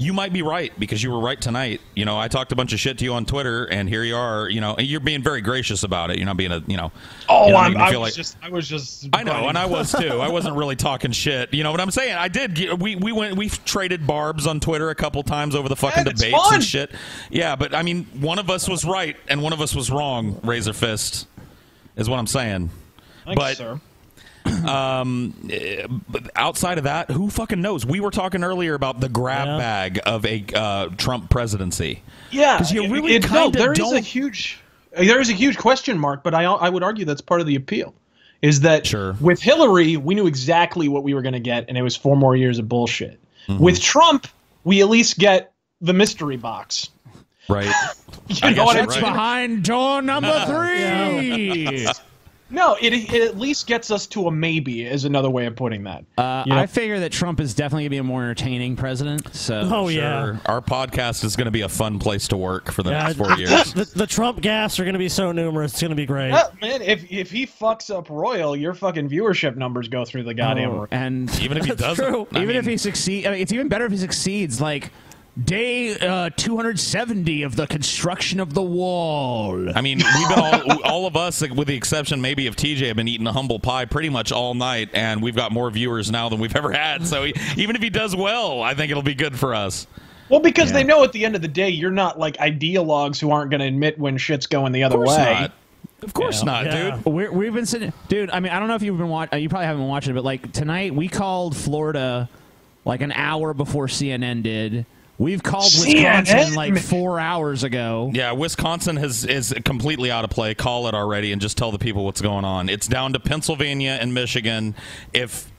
S4: you might be right because you were right tonight. You know, I talked a bunch of shit to you on Twitter, and here you are. You know, and you're being very gracious about it. You're not being a you know.
S12: Oh,
S4: you're not
S12: I'm,
S4: making me
S12: I was
S4: feel like-
S12: just, I was just.
S4: I know, and I was too. I wasn't really talking shit. You know what I'm saying? I did. get- We we went. We've traded barbs on Twitter a couple times over the fucking
S12: Yeah, it's
S4: debates
S12: fun.
S4: and shit. Yeah, but I mean, one of us was right and one of us was wrong. Razor fist is what I'm saying.
S12: Thanks,
S4: but
S12: sir.
S4: um, eh, but outside of that, who fucking knows? We were talking earlier about the grab bag of a uh, Trump presidency.
S12: Yeah,
S4: 'Cause you
S12: it-
S4: really
S12: it-
S4: kinda
S12: there is a
S4: don't-
S12: huge, there is a huge question mark. But I, I would argue that's part of the appeal, is that with Hillary we knew exactly what we were going to get, and it was four more years of bullshit. With Trump, we at least get the mystery box.
S4: Right.
S12: You know what I
S11: It's
S12: mean?
S11: behind door number three.
S12: No, it, it at least gets us to a maybe. Is another way of putting that.
S3: Uh,
S12: You know?
S3: I figure that Trump is definitely going to be a more entertaining president. So,
S12: Oh,
S4: Sure. Our podcast is going to be a fun place to work for the
S6: Yeah,
S4: next four years.
S6: The, the Trump gaffes are going to be so numerous. It's going to be great.
S12: Yeah, man, if if he fucks up Royal, your fucking viewership numbers go through the goddamn
S3: Oh,
S12: roof.
S3: and That's true. even if he succeeds, I mean, it's even better if he succeeds. Like day uh, 270 of the construction of the wall.
S4: I mean, we've been all, all of us, like, with the exception maybe of TJ, have been eating a humble pie pretty much all night, e, and we've got more viewers now than we've ever had. So he, even if he does well, I think it'll be good for us.
S12: Well, because they know at the end of the day, you're not like ideologues who aren't going to admit when shit's going the other
S4: Of course
S12: way.
S4: not. Of course not, dude.
S3: We're, we've been sitting, dude. I mean, I don't know if you've been watching. You probably haven't been watching it, but like tonight, we called Florida like an hour before CNN did. We've called Wisconsin
S4: CNN?
S3: like four hours ago.
S4: Yeah, Wisconsin has is completely out of play. Call it already and just tell the people what's going on. It's down to Pennsylvania and Michigan. If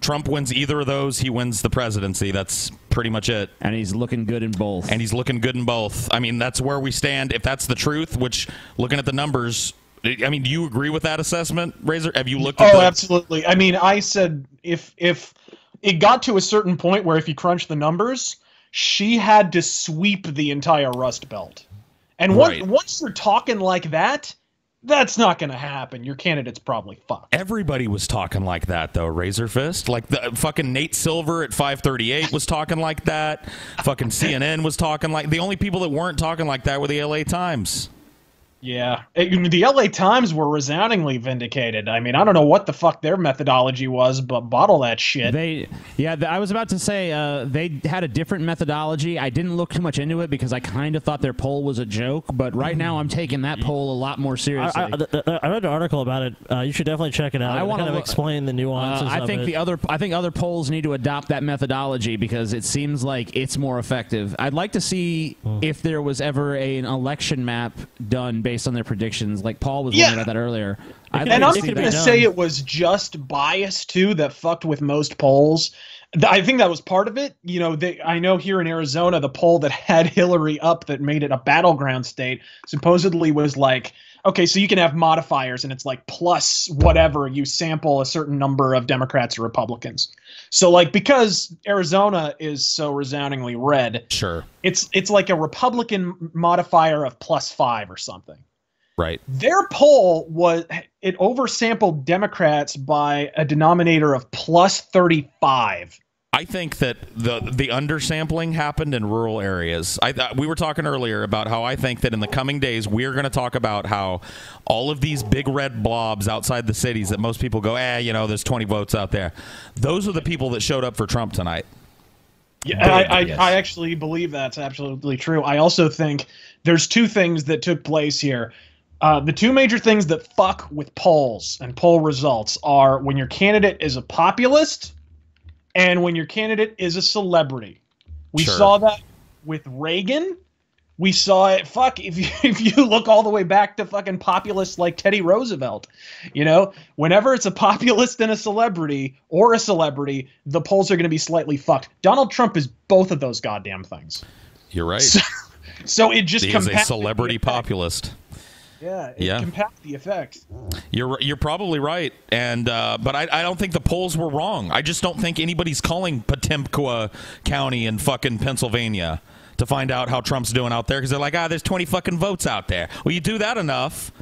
S4: Trump wins either of those, he wins the presidency. That's pretty much it.
S3: And he's looking good in both.
S4: And he's looking good in both. I mean, that's where we stand. If that's the truth, which looking at the numbers, I mean, do you agree with that assessment, Razor? Have you looked at
S12: Oh,
S4: the,
S12: absolutely. I mean, I said if if it got to a certain point where if you crunch the numbers, she had to sweep the entire Rust Belt. And once
S4: Right.
S12: once you're talking like that, that's not going to happen. Your candidate's probably fucked.
S4: Everybody was talking like that though, Razor Fist. Like the fucking Nate Silver at 538 was talking like that. fucking CNN was talking like the only people that weren't talking like that were the LA Times.
S12: Yeah, It- the LA Times were resoundingly vindicated. I mean, I don't know what the fuck their methodology was, but bottle that shit.
S3: They, yeah, th- I was about to say uh, they had a different methodology. I didn't look too much into it because I kind of thought their poll was a joke. But right now, I'm taking that poll a lot more seriously.
S6: I, I, th- th- I read an article about it. Uh, you should definitely check it out.
S3: I
S6: It
S3: wanna
S6: kind of
S3: look-
S6: explain the nuances.
S3: Uh, I
S6: of
S3: think
S6: it.
S3: the other I think other polls need to adopt that methodology because it seems like it's more effective. I'd like to see
S6: Hmm.
S3: if there was ever a- an election map done based on their predictions, like Paul was
S12: Yeah.
S3: wondering about that earlier. I'd
S12: and
S3: like to
S12: I'm not
S3: see
S12: going
S3: that
S12: to
S3: done.
S12: say it was just bias too that fucked with most polls. Th- I think that was part of it. You know, they, I know here in Arizona, the poll that had Hillary up that made it a battleground state supposedly was like, okay, so you can have modifiers and it's like plus whatever you sample a certain number of Democrats or Republicans. So like because Arizona is so resoundingly red,
S4: sure,
S12: it's it's like a Republican modifier of plus five or something
S4: Right.
S12: their poll was it oversampled Democrats by a denominator of plus 35.
S4: I think that the the undersampling happened in rural areas. I th- we were talking earlier about how I think that in the coming days we are going to talk about how all of these big red blobs outside the cities that most people go, eh, you know, there's 20 votes out there. Those are the people that showed up for Trump tonight.
S12: Yeah, and I, I,
S4: Yes.
S12: I actually believe that's absolutely true. I also think there's two things that took place here. Uh, the two major things that fuck with polls and poll results are when your candidate is a populist and when your candidate is a celebrity. We
S28: Sure.
S12: saw that with Reagan. We saw it. Fuck, if you if you look all the way back to fucking populists like Teddy Roosevelt, you know, whenever it's a populist and a celebrity or a celebrity, the polls are going to be slightly fucked. Donald Trump is both of those goddamn things.
S4: You're right.
S12: So it just
S4: he is a
S12: compounded the
S4: celebrity populist.
S12: Yeah,
S4: it Yeah.
S12: compounds the effect.
S4: You're you're probably right, and uh, but I, I don't think the polls were wrong. I just don't think anybody's calling Potemkin County in fucking Pennsylvania to find out how Trump's doing out there because they're like, ah, there's 20 fucking votes out there. Well, you do that enough,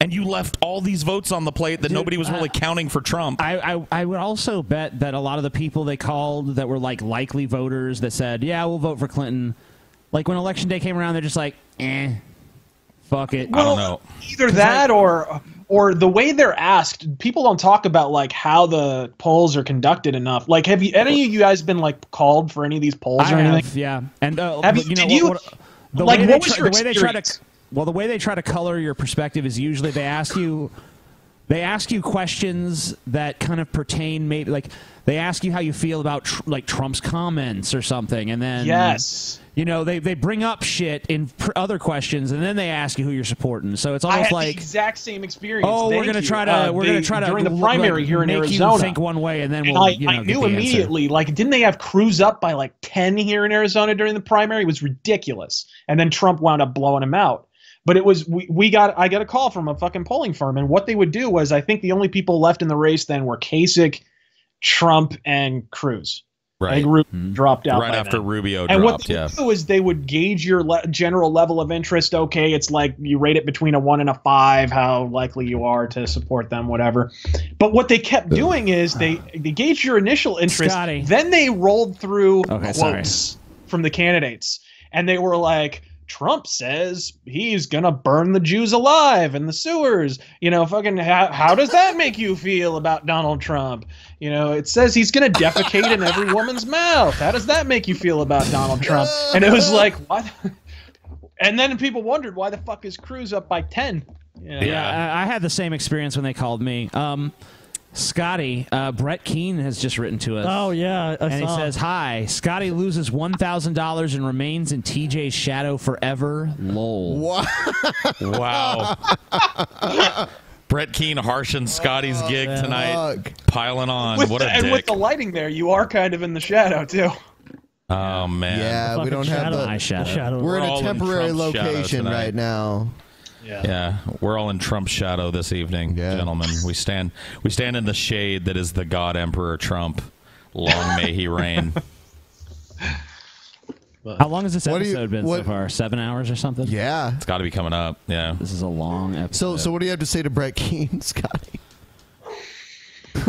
S4: and you left all these votes on the plate that nobody was really counting for Trump.
S3: I, I, I would also bet that a lot of the people they called that were like likely voters that said, yeah, we'll vote for Clinton. Like when election day came around, they're just like, eh, fuck it.
S12: Well, Either that or or the way they're asked, people don't talk about like how the polls are conducted enough. Like, have you any of you guys been like called for any of these polls
S3: I
S12: or
S3: have,
S12: anything?
S3: yeah. And uh,
S12: Have
S3: but
S12: you-
S3: know
S12: did you-
S3: what, what- the
S12: like,
S3: way
S12: what
S3: they
S12: was
S3: try,
S12: your
S3: the way they try to well the way they try to color your perspective is usually they ask you they ask you questions that kind of pertain maybe like they ask you how you feel about tr- like Trump's comments or something and then
S12: Yes.
S3: you know they, they bring up shit in pr- other questions and then they ask you who you're supporting so it's
S12: I
S3: almost
S12: had
S3: like
S12: the exact same experience.
S3: oh we're
S12: Thank
S3: gonna
S12: you.
S3: try to
S12: Uh,
S3: we're
S12: they-
S3: gonna try to
S12: during the
S3: like,
S12: primary here in
S3: make
S12: Arizona.
S3: you think one way and then
S12: And
S3: we'll
S12: I,
S3: you know,
S12: I
S3: get
S12: knew
S3: the answer.
S12: immediately. Like, didn't they have Cruz up by like ten here in Arizona during the primary? It was ridiculous. And then Trump wound up blowing him out. But it was we, we got I got a call from a fucking polling firm, and what they would do was I think the only people left in the race then were Kasich, Trump, and Cruz. I think Ru- dropped out
S4: Mm-hmm. right
S12: by
S4: after
S12: then.
S4: Rubio
S12: and what
S4: dropped.
S12: they
S4: yeah,
S12: would do is they would gauge your le- general level of interest. Okay, it's like you rate it between a one and a five, how likely you are to support them, whatever. But what they kept doing is they they gauge your initial interest, then they rolled through
S3: Okay,
S12: quotes
S3: sorry.
S12: from the candidates, and they were like. Trump says he's gonna burn the Jews alive in the sewers. You know, fucking how, how does that make you feel about Donald Trump? You know, it says he's gonna defecate in every woman's mouth. How does that make you feel about Donald Trump? And it was like what? And then people wondered why the fuck is Cruz up by ten?
S11: Yeah, I, I had the same experience when they called me. Um, Scotty, uh, Brett Keene has just written to us.
S6: Oh, yeah, I
S11: and he
S6: saw.
S11: says, "Hi, Scotty loses one thousand dollars and remains in TJ's shadow forever." Lol.
S4: Wow. Brett Keene harshing Scotty's gig
S12: Oh, man.
S4: tonight, piling on.
S12: With
S4: what
S12: the-
S4: a
S12: and with
S4: dick!
S12: the lighting there, you are kind of in the shadow too.
S4: oh man.
S2: Yeah, we don't have the, We're in a
S4: all
S2: temporary
S4: Trump's shadow
S2: location
S4: tonight.
S2: right now.
S4: Yeah. we're all in Trump's shadow this evening, gentlemen. We stand, we stand in the shade that is the God Emperor Trump. Long may he reign.
S11: How long has this
S2: What do you-
S11: episode been so
S2: what-
S11: far? Seven hours or something?
S2: Yeah.
S4: It's got to be coming up. Yeah.
S11: This is a long episode.
S2: So, so what do you have to say to Brett Keane, Scotty?
S6: Dude,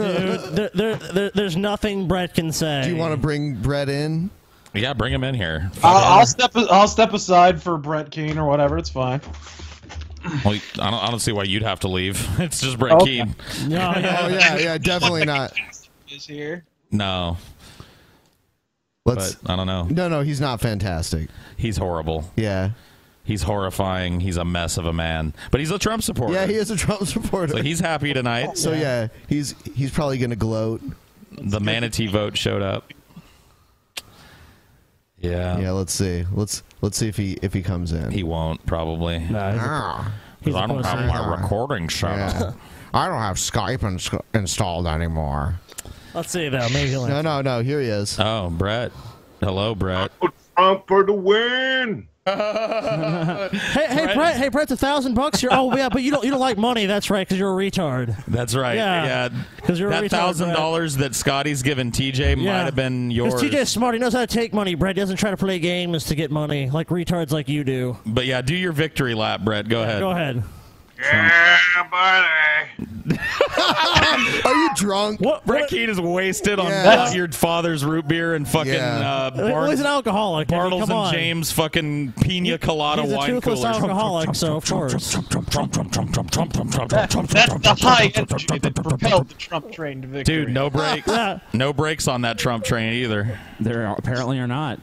S6: there, there, there, there's nothing Brett can say. Do you want
S2: to bring Brett in?
S4: Yeah, bring him in here.
S12: I'll, I'll step. I'll step aside for Brett Keene or whatever. It's fine.
S4: Well, I don't, I don't see why you'd have to leave. It's just Brett
S12: Okay.
S4: Keene.
S12: No,
S2: Oh, yeah, yeah, definitely not.
S12: Is here.
S4: No.
S2: Let's-
S4: But I don't know.
S2: No, no, he's not fantastic.
S4: He's horrible.
S2: Yeah.
S4: He's horrifying. He's a mess of a man. But he's a Trump supporter.
S2: Yeah, he is a Trump supporter.
S4: So he's happy tonight.
S2: So yeah, he's he's probably going to gloat.
S4: The manatee vote showed up. Yeah.
S2: Yeah, let's see. Let's let's see if he if he comes in. He
S4: won't probably.
S2: Nah,
S4: Because I don't have my recording set up.
S2: I don't have Skype ins- installed anymore.
S6: Let's see though. Maybe he'll.
S2: No, no, no. Here he is.
S4: Oh, Brett. Hello, Brett.
S28: Trump for the win.
S6: Hey, hey,
S28: Brett-
S6: Brett. Hey, Brett. It's a thousand bucks. You're. Oh, yeah, but you don't. You don't like money. That's right, because you're a retard.
S4: That's right.
S6: Yeah.
S4: Yeah.
S6: 'Cause you're a
S4: that
S6: retard,
S4: thousand dollars that Scotty's given TJ might have been yours.
S6: Because TJ's smart. He knows how to take money. Brett doesn't try to play games to get money like retards like you do.
S4: But yeah, do your victory lap, Brett. Go ahead.
S6: Go ahead.
S2: Are you drunk?
S6: What,
S4: Brett Keane is wasted on
S6: Yeah.
S4: that's your father's root beer and fucking uh,
S6: Well,
S4: Barnes-
S6: he's an alcoholic. I mean,
S4: Bartles
S6: come on.
S4: and James fucking pina colada
S6: He's a
S4: wine
S6: toothless
S4: cooler.
S6: alcoholic, so of course.
S12: That's the high energy that propelled the Trump train to victory.
S4: Dude, no brakes. no brakes on that Trump train either.
S11: There apparently are not.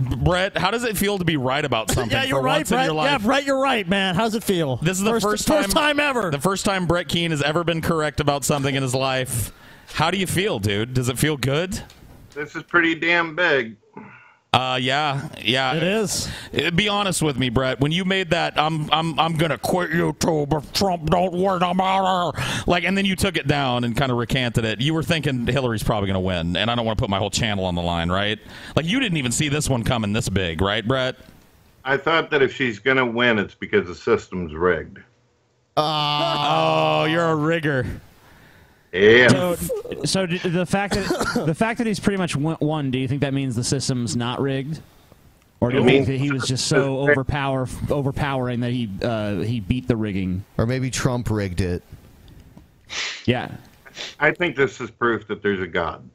S4: Brett, how does it feel to be right about something
S6: Yeah, you're
S4: for
S6: right,
S4: once in
S6: Brett.
S4: your
S6: Yeah,
S4: life?
S6: Brett, you're right, man. How's it feel?
S4: This is the first, time,
S6: first time ever.
S4: The first time Brett Keane has ever been correct about something in his life. How do you feel, dude? Does it feel good?
S28: This is pretty damn big.
S4: Uh, yeah, yeah. It
S6: is.
S4: be honest with me, Brett. When you made that, I'm, I'm, I'm gonna quit YouTube if Trump don't win. I'm out of here." Like, and then you took it down and kind of recanted it. You were thinking Hillary's probably gonna win, and I don't want to put my whole channel on the line, right? Like, you didn't even see this one coming this big, right, Brett?
S28: I thought that if she's going to win, it's because the system's rigged.
S3: Uh,
S4: Oh, you're a rigger.
S28: Yeah.
S11: So, so d- the fact that the fact that he's pretty much won- won, do you think that means the system's not rigged, or do
S28: It
S11: you think
S28: means-
S11: that he was just so overpower overpowering that he uh, he beat the rigging?
S2: Or maybe Trump rigged it.
S11: Yeah.
S28: I think this is proof that there's a God.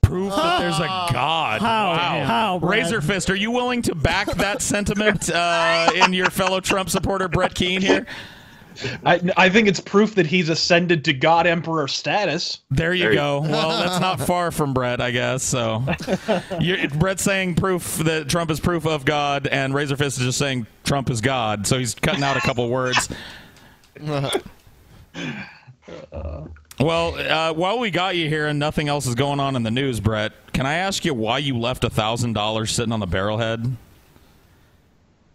S4: Proof that there's a God.
S28: Ah. How?
S4: Wow.
S28: How, Brett?
S4: Razor Fist, are you willing to back that sentiment uh, in your fellow Trump supporter, Brett Keene, here?
S12: I, I think it's proof that he's ascended to God Emperor status.
S4: There you go. Well, that's not far from Brett, I guess. So, You're, Brett's saying proof that Trump is proof of God, and Razor Fist is just saying Trump is God. So he's cutting out a couple words. Well, uh, while we got you here and nothing else is going on in the news, Brett, can I ask you why you left a thousand dollars sitting on the barrelhead?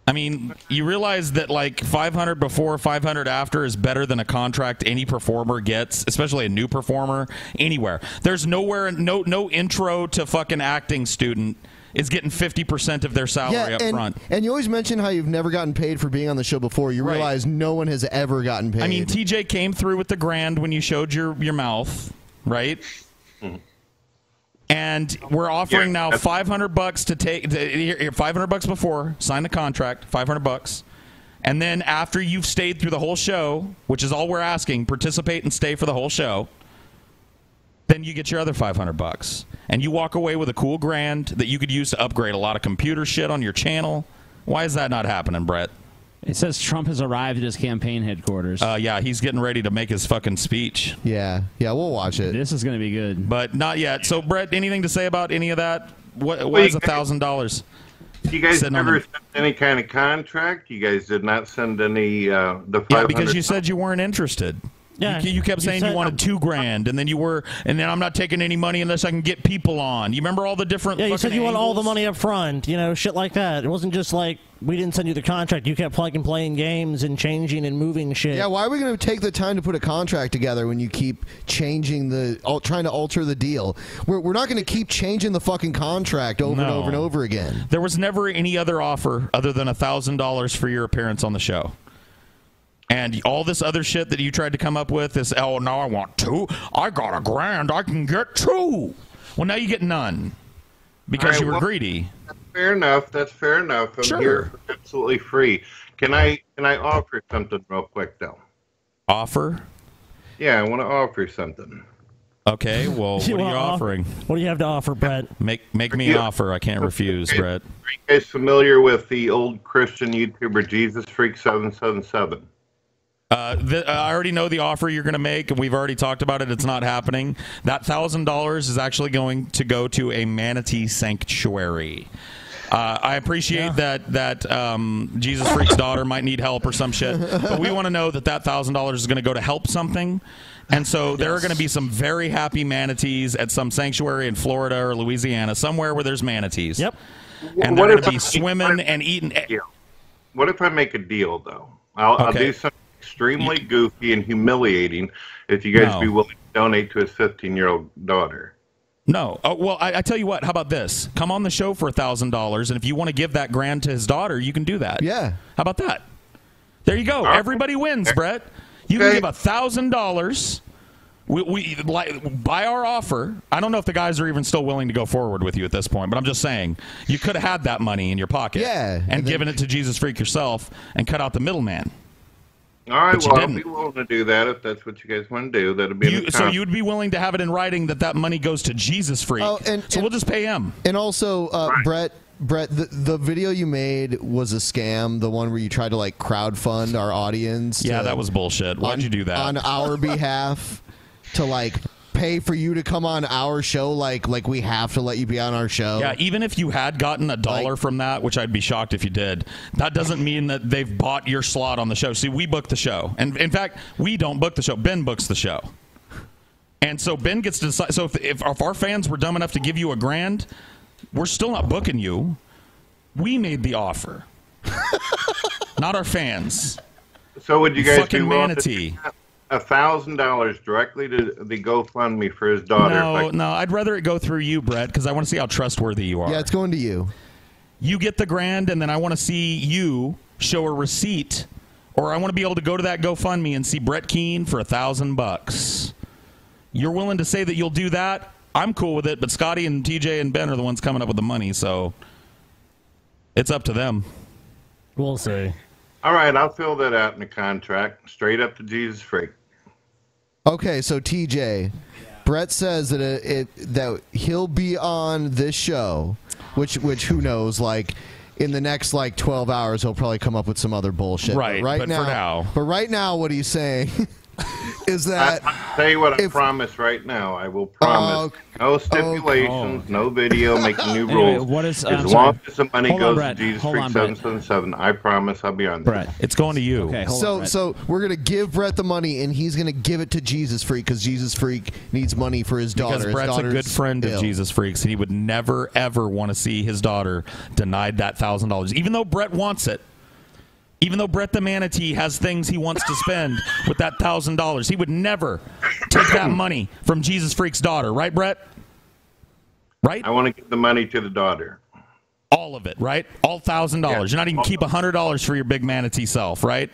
S4: I mean, you realize that like 500 before, 500 after is better than a contract any performer gets, especially a new performer anywhere. There's nowhere, no, no intro to fucking acting student is getting 50% of their salary
S2: yeah,
S4: up
S2: and,
S4: front.
S2: and you always mention how you've never gotten paid for being on the show before. You realize no one has ever gotten paid.
S4: I mean, TJ came through with the grand when you showed your, your mouth, right? And we're offering now 500 bucks to take to- here- here, 500 bucks before sign the contract, 500 bucks. And then after you've stayed through the whole show, which is all we're asking, participate and stay for the whole show, then you get your other 500 bucks. and you walk away with a cool grand that you could use to upgrade a lot of computer shit on your channel. Why is that not happening, Brett?
S3: It says Trump has arrived at his campaign headquarters.
S4: Uh, yeah, he's getting ready to make his fucking speech.
S2: Yeah, yeah, we'll watch it.
S3: This is going to be good.
S4: But not yet. So, Brett, anything to say about any of that? What, why
S28: Well, you
S4: is a
S28: guys-
S4: thousand dollars?
S28: You guys
S4: Sitting on
S28: never
S4: the-
S28: sent any kind of contract. You guys did not send any uh, the five hundred.
S4: Yeah, because you said you weren't interested.
S28: Yeah,
S4: you, you kept
S28: you
S4: saying
S28: said-
S4: you wanted two grand, and then you were, and then I'm not taking any money unless I can get people on. You remember all the different.
S6: Yeah, you said
S4: fucking
S6: you want all the
S4: angles?
S6: money up front, you know, shit like that. It wasn't just like we didn't send you the contract. You kept plug and playing games and changing and moving shit.
S2: Yeah, why are we going to take the time to put a contract together when you keep changing the, al- trying to alter the deal? We're, we're not going to keep changing the fucking contract over and
S4: No.
S2: over and over again.
S4: There was never any other offer other than thousand dollars for your appearance on the show. And all this other shit that you tried to come up with is, oh no, I want two. I got a grand. I can get two. Well, now you get none because
S28: All right,
S4: you were
S28: well-
S4: greedy.
S28: Fair enough. That's fair enough. I'm
S4: Sure.
S28: here for absolutely free. Can I can I offer something real quick though?
S4: Offer.
S28: Yeah, I want to offer something.
S4: Okay. Well, what are you
S6: wanna off-
S4: offering?
S6: What do you have to offer, Brett?
S4: Make make me an
S28: Yeah.
S4: offer. I can't refuse, Brett.
S28: Are you guys familiar with the old Christian YouTuber Jesus Freak Seven Seven Seven?
S4: Uh, the, I already know the offer you're going to make, and we've already talked about it. It's not happening. That thousand dollars is actually going to go to a manatee sanctuary. Uh, I appreciate that that um, Jesus Freak's daughter might need help or some shit, but we want to know that that thousand dollars is going to go to help something. And so there are going to be some very happy manatees at some sanctuary in Florida or Louisiana, somewhere where there's manatees. Yep. And
S28: What
S4: they're going
S28: if
S4: to be
S28: I-
S4: swimming and eating.
S28: What if I make a deal though? I'll, I'll
S4: Okay.
S28: do something extremely goofy and humiliating if you guys
S4: No.
S28: be willing to donate to his 15 year old daughter.
S4: No. Oh, well, I, I tell you what. How about this? Come on the show for a thousand dollars, and if you want to give that grand to his daughter, you can do that. Yeah. How about that? There you go. Everybody wins, Brett. You can give a thousand dollars. We, we like, by our offer. I don't know if the guys are even still willing to go forward with you at this point, but I'm just saying you could have had that money in your pocket,
S2: Yeah,
S4: and,
S2: and then-
S4: given it to Jesus Freak yourself and cut out the middleman.
S28: All right,
S4: But you
S28: well, I'll
S4: didn't.
S28: be willing to do that if that's what you guys want to do. That'll be an
S4: You, so you'd be willing to have it in writing that that money goes to Jesus Freak.
S2: Oh, and,
S4: so we'll just pay him.
S2: And also, uh, Brett, Brett, the, the video you made was a scam. The one where you tried to like crowdfund our audience.
S4: Yeah,
S2: to-
S4: that was bullshit. Why'd
S2: on-
S4: you do that?
S2: on our behalf to like pay for you to come on our show? Like, like we have to let you be on our show.
S4: Yeah, even if you had gotten a dollar from that, which I'd be shocked if you did, that doesn't mean that they've bought your slot on the show. See, we book the show. And in fact, we don't book the show. Ben books the show. And so Ben gets to decide. So if, if, if our fans were dumb enough to give you a grand, we're still not booking you. We made the offer, not our fans.
S28: So would you guys
S4: fucking
S28: be willing to
S4: manatee?
S28: a thousand dollars directly to the GoFundMe for his daughter?
S4: No,
S28: if I-
S4: no, I'd rather it go through you, Brett, because I want to see how trustworthy you are.
S2: Yeah, it's going to you.
S4: You get the grand, and then I want to see you show a receipt, or I want to be able to go to that GoFundMe and see Brett Keene for a thousand bucks. You're willing to say that you'll do that? I'm cool with it, but Scotty and TJ and Ben are the ones coming up with the money, so it's up to them.
S6: We'll see.
S28: All right, I'll fill that out in the contract, straight up to Jesus Freak.
S2: Okay, so TJ, Brett says that it, it that he'll be on this show, which which who knows like. In the next like twelve hours, he'll probably come up with some other bullshit. But
S4: Right,
S2: right
S4: but for
S2: now,
S4: now-
S2: But right now, what he's saying is that
S28: I tell you what, I promise right now, I will promise no stipulations, no video, make new
S4: Anyway,
S28: rules.
S4: what is-
S28: as
S4: I'm
S28: long
S4: sorry.
S28: as the money
S4: Hold on,
S28: goes
S4: Brett.
S28: to Jesus
S4: Hold
S28: Freak
S4: on, Brett.
S28: seven seven seven, I promise I'll be on. There.
S4: Brett, it's going to you. Okay,
S2: so so we're gonna give Brett the money, and he's gonna give it to Jesus Freak because Jesus Freak needs money for his daughter.
S4: Because
S2: His
S4: Brett's a
S2: daughter's
S4: good friend
S2: ill.
S4: of Jesus Freaks, and he would never ever want to see his daughter denied that thousand dollars, even though Brett wants it. Even though Brett the manatee has things he wants to spend with that thousand dollars, he would never take that money from Jesus Freak's daughter, right, Brett? Right?
S28: I want to give the money to the daughter.
S4: All of it, right? All thousand dollars. You're not even keep hundred dollars for your big manatee self, right?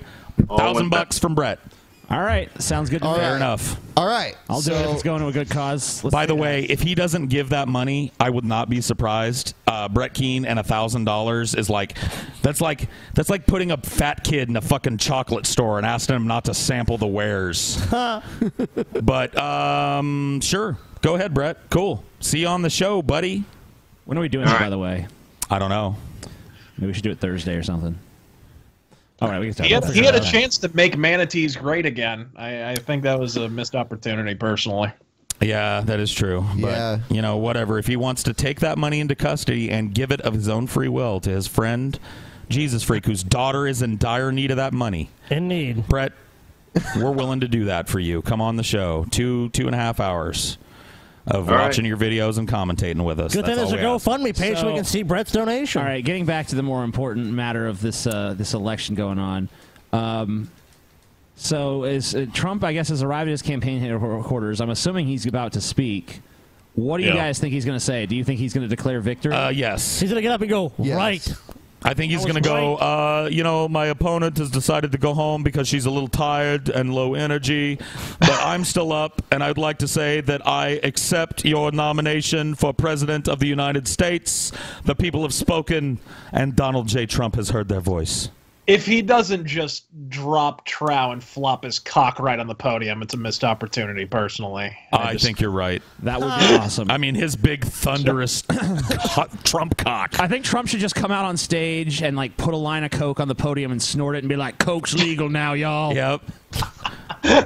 S28: All
S4: Thousand
S28: with that-
S4: bucks from Brett. All right, sounds good.
S3: to me.
S4: Fair
S3: All right.
S4: enough.
S2: All right,
S3: I'll do it if it's going to a good cause. Let's
S4: By the
S3: do it.
S4: way, if he doesn't give that money, I would not be surprised. Uh, Brett Keene and thousand dollars is like that's like that's like putting a fat kid in a fucking chocolate store and asking him not to sample the wares. but um, sure, Go ahead, Brett. Cool. See you on the show, buddy.
S3: When are we doing
S4: All
S3: this,
S4: right.
S3: by the way?
S4: I don't know.
S3: Maybe we should do it Thursday or something. All right, we can talk
S12: He had,
S3: about
S12: he had a
S3: that.
S12: chance to make manatees great again. I, I think that was a missed opportunity, personally.
S4: Yeah, that is true. But, you know, whatever. If he wants to take that money into custody and give it of his own free will to his friend, Jesus Freak, whose daughter is in dire need of that money.
S6: In need.
S4: Brett, we're willing to do that for you. Come on the show. Two, two and a half hours of
S6: All right.
S4: watching your videos and commentating with us.
S6: Good thing
S4: That's
S6: there's
S4: all
S6: a
S4: we
S6: GoFundMe
S4: ask.
S6: page so we can see Brett's donation.
S3: All right, getting back to the more important matter of this uh, this election going on. Um, so, is uh, Trump? I guess has arrived at his campaign headquarters. I'm assuming he's about to speak. What do you
S4: Yeah.
S3: guys think he's going to say? Do you think he's going to declare victory? Uh,
S4: yes.
S6: He's going to get up and go right.
S4: I think he's
S6: That was
S4: going to go, uh, you know, my opponent has decided to go home because she's a little tired and low energy, but I'm still up, and I'd like to say that I accept your nomination for President of the United States. The people have spoken, and Donald J. Trump has heard their voice.
S12: If he doesn't just drop Trow and flop his cock right on the podium, it's a missed opportunity, personally.
S4: I think you're right.
S3: That would be awesome.
S4: I mean, his big, thunderous Trump cock.
S3: I think Trump should just come out on stage and like put a line of coke on the podium and snort it and be like, "Coke's legal now, y'all."
S4: Yep.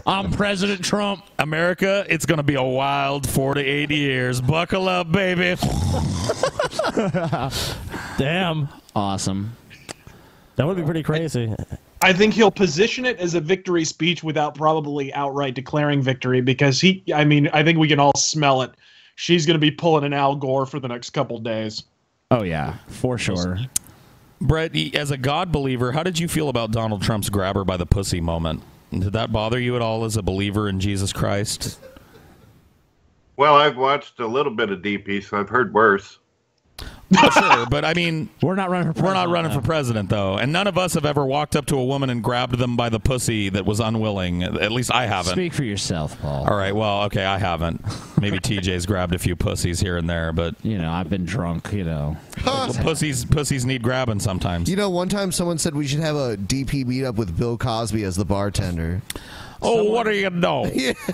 S3: I'm President Trump.
S4: America, it's going to be a wild four to eight years. Buckle up, baby.
S6: Damn.
S3: Awesome.
S6: That would be pretty crazy.
S12: I think he'll position it as a victory speech without probably outright declaring victory because he, I mean, I think we can all smell it. She's going to be pulling an Al Gore for the next couple days.
S3: Oh yeah, for sure.
S4: Brett, e- as a God believer, how did you feel about Donald Trump's grabber by the pussy moment? Did that bother you at all as a believer in Jesus Christ?
S28: Well, I've watched a little bit of DP, so I've heard worse.
S4: Well, sure, but I mean,
S3: we're not running for
S4: we're not
S28: president,
S4: running
S28: though.
S4: for president though, and none of us have ever walked up to a woman and grabbed them by the pussy that was unwilling. At least I haven't.
S3: Speak for yourself, Paul.
S4: All right, well, okay, I haven't. Maybe TJ's grabbed a few pussies here and there, but
S3: you know, I've been drunk. You know,
S4: pussies pussies need grabbing sometimes.
S2: You know, one time someone said we should have a DP meetup with Bill Cosby as the bartender.
S4: Oh, what do you know?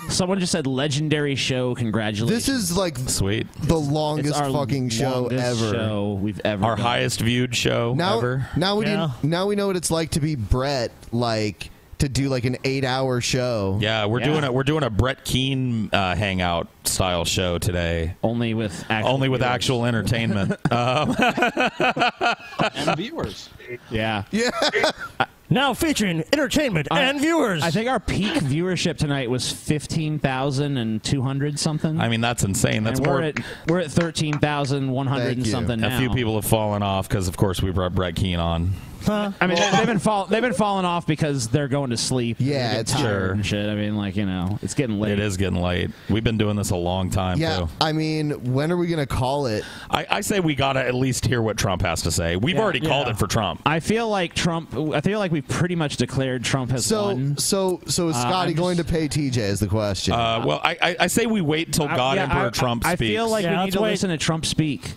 S3: Someone just said legendary show. Congratulations.
S2: This is like
S4: sweet.
S2: the longest
S3: our
S2: fucking show
S3: longest
S2: ever.
S3: show we've ever
S4: Our
S3: done.
S4: highest viewed show
S2: Now,
S4: ever.
S2: now we do, now we know what it's like to be Brett, like to do like an eight-hour show.
S4: Yeah, we're doing a we're doing a Brett Keen uh, hangout style show today.
S3: Only with actual
S4: only with actual entertainment. um,
S12: and viewers.
S3: Yeah.
S2: Yeah.
S6: now featuring entertainment
S3: I-
S6: and viewers.
S3: I think our peak viewership tonight was fifteen thousand and two hundred something.
S4: I mean, that's insane. That's
S3: and
S4: more.
S3: We're at, we're at thirteen thousand one hundred and something
S4: A
S3: now.
S4: few people have fallen off because, of course, we brought Brett Keen on.
S3: I mean, they- they've been fall, they've been falling off because they're going to sleep. Yeah,
S4: it's-
S3: tired
S4: Sure.
S3: and shit. I mean, like you know, it's getting late.
S4: It is getting late. We've been doing this a long time
S2: Yeah,
S4: too.
S2: I mean, when are we gonna call it?
S4: I, I say we gotta at least hear what Trump has to say. We've
S3: Yeah,
S4: already called
S3: yeah.
S4: it for Trump.
S3: I feel like Trump. I feel like we've pretty much declared Trump has
S2: So,
S3: won.
S2: so, so is
S3: Uh,
S2: Scotty
S3: I'm
S2: going to pay TJ? Is the question.
S4: Uh, well, I, I, I say we wait till
S3: I-
S4: God
S3: yeah,
S4: Emperor
S3: I-
S4: Trump
S3: I
S4: speaks.
S3: feel like we need to listen to Trump speak.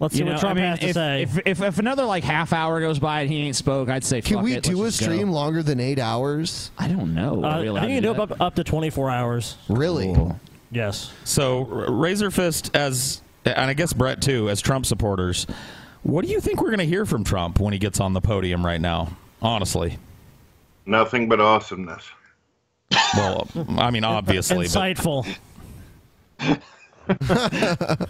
S6: Let's
S3: You know, I mean, if, If, if, if another like half hour goes by and he ain't spoke, I'd say.
S2: Can
S3: fuck
S2: we
S3: it,
S2: do a
S3: let's just
S2: stream
S3: Go.
S2: longer than eight hours?
S3: I don't know.
S6: Uh, I think you do up, up to 24 hours.
S2: Really?
S6: Yes.
S4: So, R- Razor Fist, as and I guess Brett too, as Trump supporters, what do you think we're going to hear from Trump when he gets on the podium right now? Honestly,
S28: Nothing but awesomeness.
S4: well, I mean, obviously, but
S6: Insightful.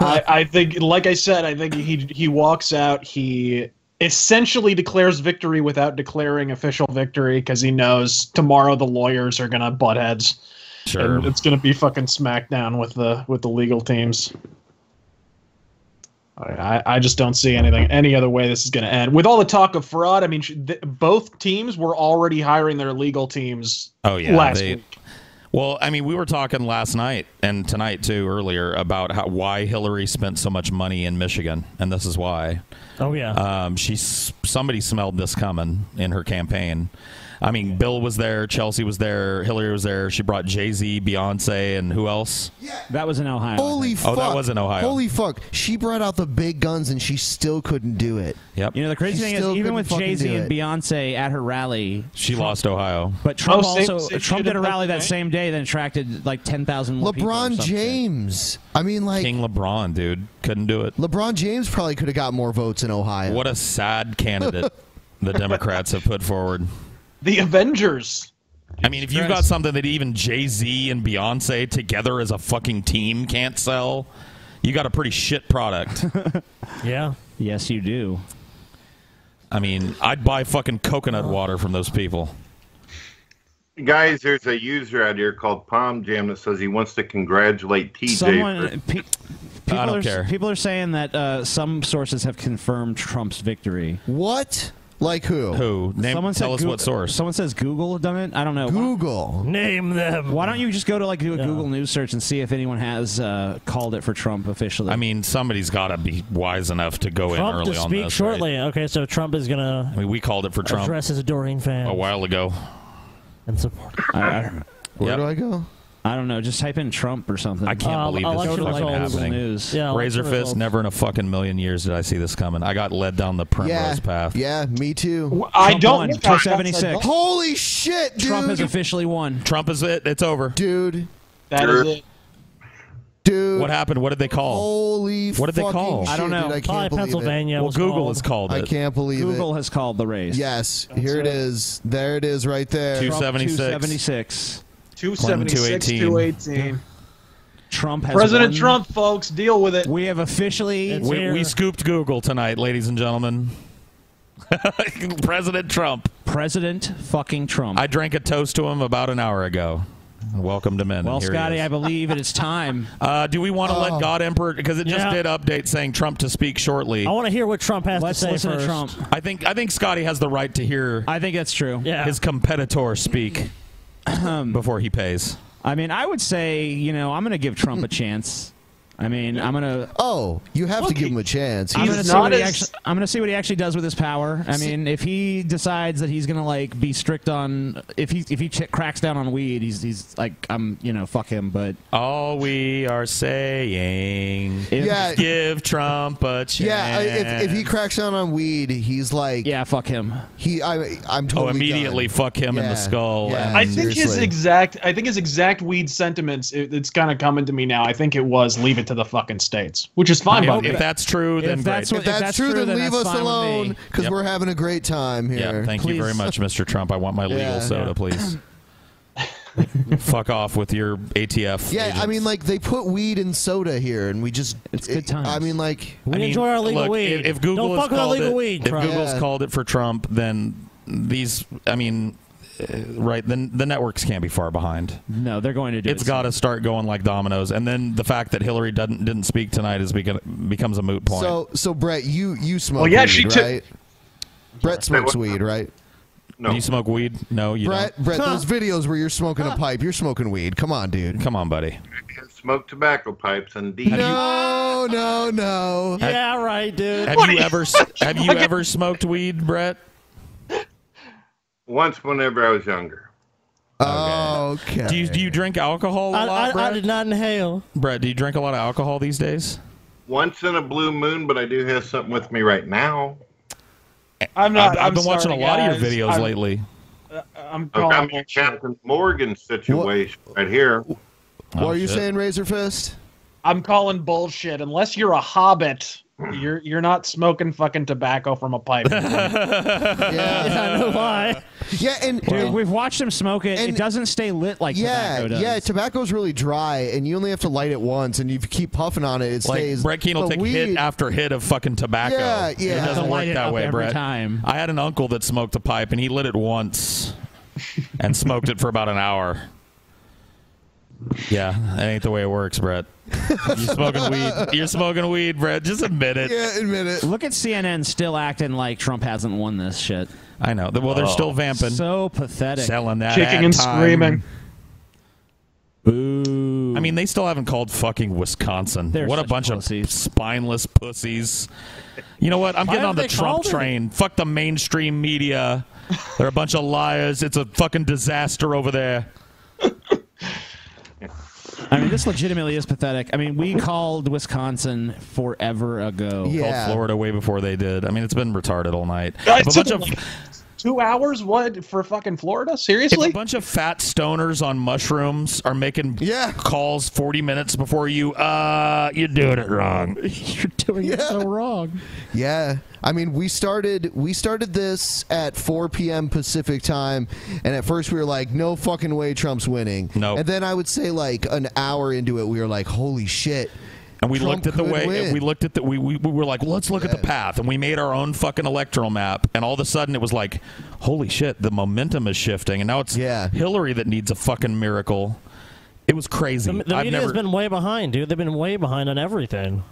S12: I, I think, like I said, I think he he walks out. He essentially declares victory without declaring official victory because he knows tomorrow the lawyers are gonna butt heads.
S4: Sure.
S12: And it's gonna be fucking smackdown with the with the legal teams. I, I just don't see anything any other way this is going to end. With all the talk of fraud, I mean, sh- th- both teams were already hiring their legal teams.
S4: oh yeah,
S12: last
S4: they-
S12: week.
S4: Well, I mean, we were talking last night and tonight too earlier about how, why Hillary spent so much money in Michigan, and this is why.
S6: Oh yeah.
S4: Um, she s- somebody smelled this coming in her campaign. I mean, Bill was there, Chelsea was there, Hillary was there. She brought Jay Z, Beyonce, and who else?
S3: That was in Ohio.
S2: Holy fuck.
S4: Oh, that was in Ohio.
S2: Holy fuck. She brought out the big guns and she still couldn't do it.
S4: Yep.
S3: You know, the crazy
S2: She
S3: thing is,
S2: still
S3: even
S2: couldn't
S3: with
S2: fucking
S3: Jay Z
S2: do
S3: and
S2: it.
S3: Beyonce at her rally,
S4: she lost Ohio.
S3: But Trump
S2: Oh, same-
S3: also
S2: same
S3: Trump
S2: shit
S3: did a
S2: in
S3: rally that
S2: Pennsylvania.
S3: same day that attracted like ten thousand more. people or
S2: LeBron
S3: something.
S2: James. I mean, like.
S4: King LeBron, dude, couldn't do it.
S2: LeBron James probably could have got more votes in Ohio.
S4: What a sad candidate the Democrats have put forward.
S12: The Avengers.
S4: I mean, if you've got something that even Jay Z and Beyonce together as a fucking team can't sell, you got a pretty shit product.
S6: yeah.
S3: Yes, you do.
S4: I mean, I'd buy fucking
S3: Uh.
S4: coconut water from those people.
S28: Guys, there's a user out here called Palm Jam that says he wants to congratulate TJ.
S4: uh,
S28: for-
S3: Someone, uh, pe- people
S28: don't
S3: are,
S28: care.
S3: People are saying that uh, some sources have confirmed Trump's victory.
S2: What? Like who?
S4: Who? Name- tell us what source.
S3: Someone says Google have done it. I don't know.
S2: Google.
S6: Name them.
S3: Why don't you just go to like do a Google News search and see if anyone has uh, called it for Trump officially?
S4: I mean, somebody's got to be wise enough to
S3: Trump
S4: go in
S3: to
S4: early on
S3: speak
S4: this.
S6: Shortly. Okay, so Trump is gonna
S4: I mean, we called it for Trump Oh,
S6: address his adoring
S4: a
S6: fans
S4: while ago.
S6: and support.
S3: Where
S4: do
S3: I
S2: go?
S3: I don't know. Just type in Trump or something. Uh,
S4: I can't believe this is fucking happening.
S3: News.
S4: Razor Fist, never in a fucking million years did I see this coming. I got led down the primrose path.
S2: Yeah, me too.
S4: I Trump don't won, think I- 276.
S2: Holy shit, dude.
S4: Trump has
S3: officially won.
S4: Trump is it. It's over.
S2: Dude.
S4: That
S2: is
S4: it.
S2: Dude.
S4: What happened? What did they call?
S2: Holy
S4: What did they
S2: fucking
S4: call?
S2: shit, dude, I can't believe it.
S4: Well, Google has called it.
S2: I can't believe it.
S3: Google has called the race.
S2: Yes, here it is. There it is right there.
S3: Trump 276.
S12: 276, 218.
S3: Trump has
S12: President
S3: won.
S12: Trump, folks, deal with it.
S3: We have officially.
S4: We, we scooped Google tonight, ladies and gentlemen. President Trump.
S3: President fucking Trump.
S4: I drank a toast to him about an hour ago. Welcomed him in.
S3: Well,
S4: and here he
S3: Scotty,
S4: is.
S3: I believe it is time.
S4: Uh, do we want to
S3: Oh.
S4: let God Emperor because it just
S3: Yeah.
S4: did update saying Trump to speak shortly.
S6: I want to hear what Trump has
S3: Let's
S6: to say
S3: listen to
S6: first.
S3: Trump.
S4: I think I think Scotty has the right to hear.
S3: I think that's true.
S6: Yeah.
S4: His competitor speak before he pays.
S3: I mean, I would say, you know, I'm going to give Trump a chance. I mean, I'm going to.
S2: Oh, you have to give him a chance.
S3: I'm
S2: He's
S3: gonna, see
S2: not
S3: what he
S2: as-
S3: actually, I'm gonna see what he actually does with his power. I mean, if he decides that he's gonna like be strict on, if he if he ch- cracks down on weed, he's he's like, I'm you know, fuck him. But
S4: All we are saying is
S2: Yeah.
S4: give Trump a chance.
S2: Yeah, I- if, if he cracks down on weed, he's like,
S3: yeah, fuck him.
S2: He, I, I'm
S4: oh,
S2: totally
S4: immediately
S2: done.
S4: fuck him in
S2: Yeah,
S4: the skull.
S2: yeah.
S4: and-
S12: I think his
S2: seriously.
S12: exact, I think his exact weed sentiments. It, it's kind of coming to me now. I think it was leave it to the fucking states, which is fine.
S4: If-
S12: by
S4: if
S12: me.
S4: that's true, then If that's great. what-
S2: If that's, true, then, leave us alone because
S4: Yep.
S2: we're having a great time here.
S4: Yeah, thank you very
S2: Please.
S4: much, Mr. Trump. I want my legal
S2: Yeah.
S4: soda,
S2: Yeah.
S4: please. Fuck off with your ATF.
S2: Yeah, I mean, like they put weed in soda here, and we just it's good time. I mean, like
S4: I mean, look, If, if Google has called it, if Google's called it for Trump, then these, I mean, uh, right? Then the networks can't be far behind.
S3: No, they're going to do.
S4: It's got to start going like dominoes, and then the fact that Hillary doesn't didn't speak tonight is become, becomes a moot point.
S2: so, so Brett, you you smoke.
S4: yeah,
S2: weed,
S4: she took-
S2: right. Brett smokes weed, right?
S4: Do you smoke weed? No, you
S2: Brett,
S4: don't.
S2: Brett, those videos where you're smoking a pipe, you're smoking weed. Come on, dude.
S4: Come on, buddy.
S28: Smoke tobacco pipes, indeed.
S2: No, Oh, no, no.
S4: Have- Yeah,
S6: right, dude.
S4: Have you ever s- have you ever smoked weed, Brett?
S28: Once, whenever I was younger.
S2: Okay.
S4: Do you do you drink alcohol a
S6: I,
S4: lot,
S6: I, I
S4: Brett?
S6: did not inhale.
S4: Brett, do you drink a lot of alcohol these days?
S28: Once in a blue moon, but I do have something with me right now.
S12: I'm
S4: not- I've- I've I'm been watching sorry, a lot of your guys. videos I'm- lately.
S12: Uh, I'm
S28: Okay, I'm
S12: calling.
S28: in Captain Morgan situation right here.
S2: What
S4: Oh,
S2: are you saying, Razor Fist?
S12: I'm calling bullshit. Unless you're a hobbit, you're you're not smoking fucking tobacco from a pipe.
S6: I know why.
S2: Yeah, and
S3: dude, we've watched him smoke it. it doesn't stay lit like
S2: yeah,
S3: tobacco does.
S2: yeah. Tobacco's really dry, and you only have to light it once, and if you keep puffing on it, it
S4: Like
S2: stays.
S4: Brett Keane will
S2: But
S4: take
S2: weed,
S4: hit after hit of fucking tobacco.
S2: Yeah, yeah.
S4: It doesn't
S2: Light
S4: work
S2: it
S4: that
S2: up
S4: way,
S2: every
S4: Brett.
S3: time.
S4: I had an uncle that smoked a pipe and he lit it once and smoked it for about an hour. Yeah, that ain't the way it works, Brett. You're smoking weed. You're smoking weed, Brett. Just admit it.
S2: admit it.
S3: Look at CNN still acting like Trump hasn't won this shit. Oh,
S4: I know. Well, they're still vamping.
S3: So pathetic.
S4: Selling that Kicking ad and time. screaming. Boo. I mean, they still haven't called fucking Wisconsin.
S3: They're
S4: what a
S3: such
S4: bunch of spineless pussies. You know what? I'm
S3: Why
S4: getting on
S3: haven't
S4: the
S3: they
S4: Trump
S3: called it?
S4: train. Fuck the mainstream media. They're a bunch of liars. It's a fucking disaster over there.
S3: I mean, this legitimately is pathetic. I mean, we called Wisconsin forever ago.
S4: Called Florida way before they did. I mean, it's been retarded all night.
S12: Guys,
S4: If a
S12: took
S4: bunch of
S12: like two hours. What for? Fucking Florida?
S4: if
S12: Seriously?
S4: a bunch of fat stoners on mushrooms are making calls 40 minutes before you, uh, you're doing it wrong.
S3: You're doing it so wrong.
S2: Yeah, I mean, we started we started this at 4 p.m. Pacific time, and at first we were like, "No fucking way, Trump's winning." No, and then I would say like an hour into it, we were like, "Holy shit!"
S4: And we
S2: Trump
S4: looked at the
S2: could
S4: way
S2: win.
S4: we looked at the we, we, we were like well, let's look at the path and we made our own fucking electoral map and all of a sudden it was like holy shit the momentum is shifting and now it's Hillary that needs a fucking miracle it was crazy
S6: The, the
S4: I've
S6: media has
S4: never
S6: been way behind, dude. They've been way behind on everything.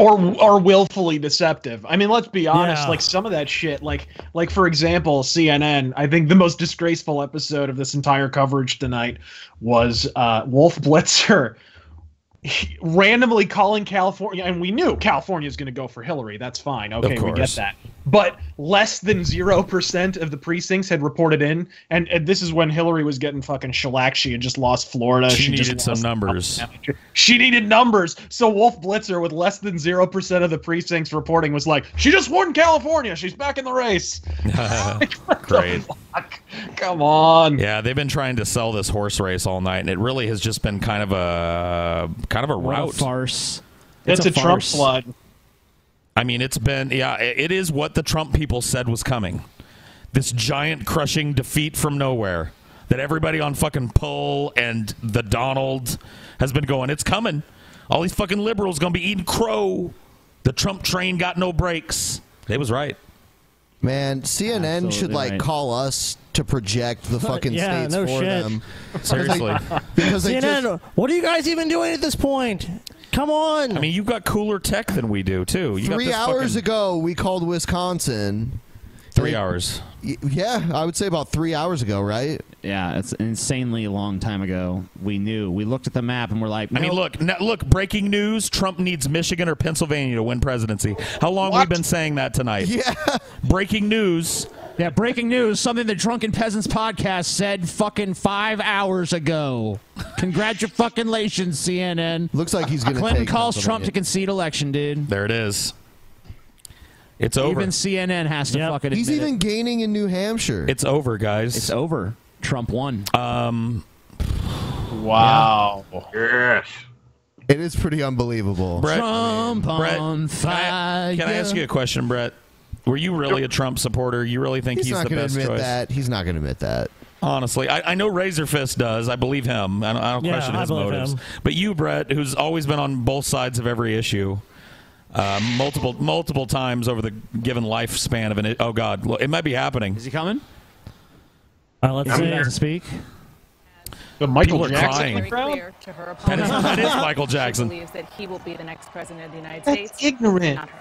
S12: or or willfully deceptive. I mean, let's be honest.
S6: Yeah.
S12: Like some of that shit, like like for example, CNN. I think the most disgraceful episode of this entire coverage tonight was uh, Wolf Blitzer randomly calling California, and we knew California is going to go for Hillary. That's fine. Okay, we get
S4: course.
S12: that. But less than zero percent of the precincts had reported in, and, and this is when Hillary was getting fucking shellacked. She had just lost Florida.
S4: she,
S12: just
S4: needed some
S12: lost-
S4: numbers
S12: she needed numbers. So Wolf Blitzer, with less than 0% of the precincts reporting, was like, She just won California. She's back in the race.
S4: great
S12: come on
S4: yeah they've been trying to sell this horse race all night and it really has just been kind of a kind of a
S3: What a
S4: route
S3: farce.
S4: It's a Trump
S3: farce.
S4: slide. I mean, it's been yeah, i- it is what the Trump people said was coming. This giant crushing defeat from nowhere that everybody on fucking poll and the Donald has been going. It's coming. All these fucking liberals gonna be eating crow. The Trump train got no brakes. They was right.
S2: Man, CNN should
S4: Absolutely
S2: like
S4: right.
S2: call us to project the fucking
S6: Yeah,
S2: states
S6: no
S2: for
S6: shit.
S2: them.
S4: Seriously.
S2: because they
S6: CNN,
S2: just-
S6: what are you guys even doing at this point? Come on.
S4: I mean, you've got cooler tech than we do too. You got
S2: three
S4: this
S2: hours
S4: fucking-
S2: ago, we called Wisconsin.
S4: Three hours.
S2: Y- Yeah, I would say about three hours ago, right?
S3: Yeah, it's an insanely long time ago. We knew. We looked at the map and we're like,
S4: I mean,
S3: "Nope."
S4: look, no, look! Breaking news: Trump needs Michigan or Pennsylvania to win presidency. How long we've been saying that tonight? Yeah. Breaking news.
S3: Yeah, breaking news. Something the Drunken Peasants podcast said fucking five hours ago. Congratulations, CNN.
S2: Looks like he's gonna
S3: Clinton
S2: take
S3: calls Trump
S2: Pennsylvania.
S3: to concede election, dude.
S4: There it is. It's over.
S3: Even CNN has to fucking.
S2: He's
S3: admit
S2: even
S3: it.
S2: gaining in New Hampshire.
S4: It's over, guys. It's
S3: over. Trump won.
S4: Um. Oh.
S12: Wow.
S28: Yes.
S2: It is pretty unbelievable.
S4: Brett,
S3: Trump
S4: Brett,
S3: on fire.
S4: Can I ask you a question, Brett? Were you really a Trump supporter? You really think
S2: He's
S4: he's,
S2: not
S4: the
S2: gonna
S4: best
S2: admit
S4: choice?
S2: that. He's not going to admit that.
S4: Honestly, I, I know Razor Fist does. I believe him. I don't, I don't
S2: Yeah,
S4: question
S2: I
S4: his
S2: believe
S4: motives.
S2: him.
S4: But you, Brett, who's always been on both sides of every issue, uh, multiple multiple times over the given lifespan of an. i- Oh God, look, it might be happening. Is
S3: he coming?
S6: Uh, let's
S4: I'm
S6: see.
S4: here.
S3: speak.
S12: The
S4: People are crying.
S18: clear to her
S4: That is,
S18: opponent.
S4: that is Michael
S18: She
S4: Jackson.
S18: believes that he will be the next president of the United
S12: That's
S18: States.
S12: ignorant.
S18: not her.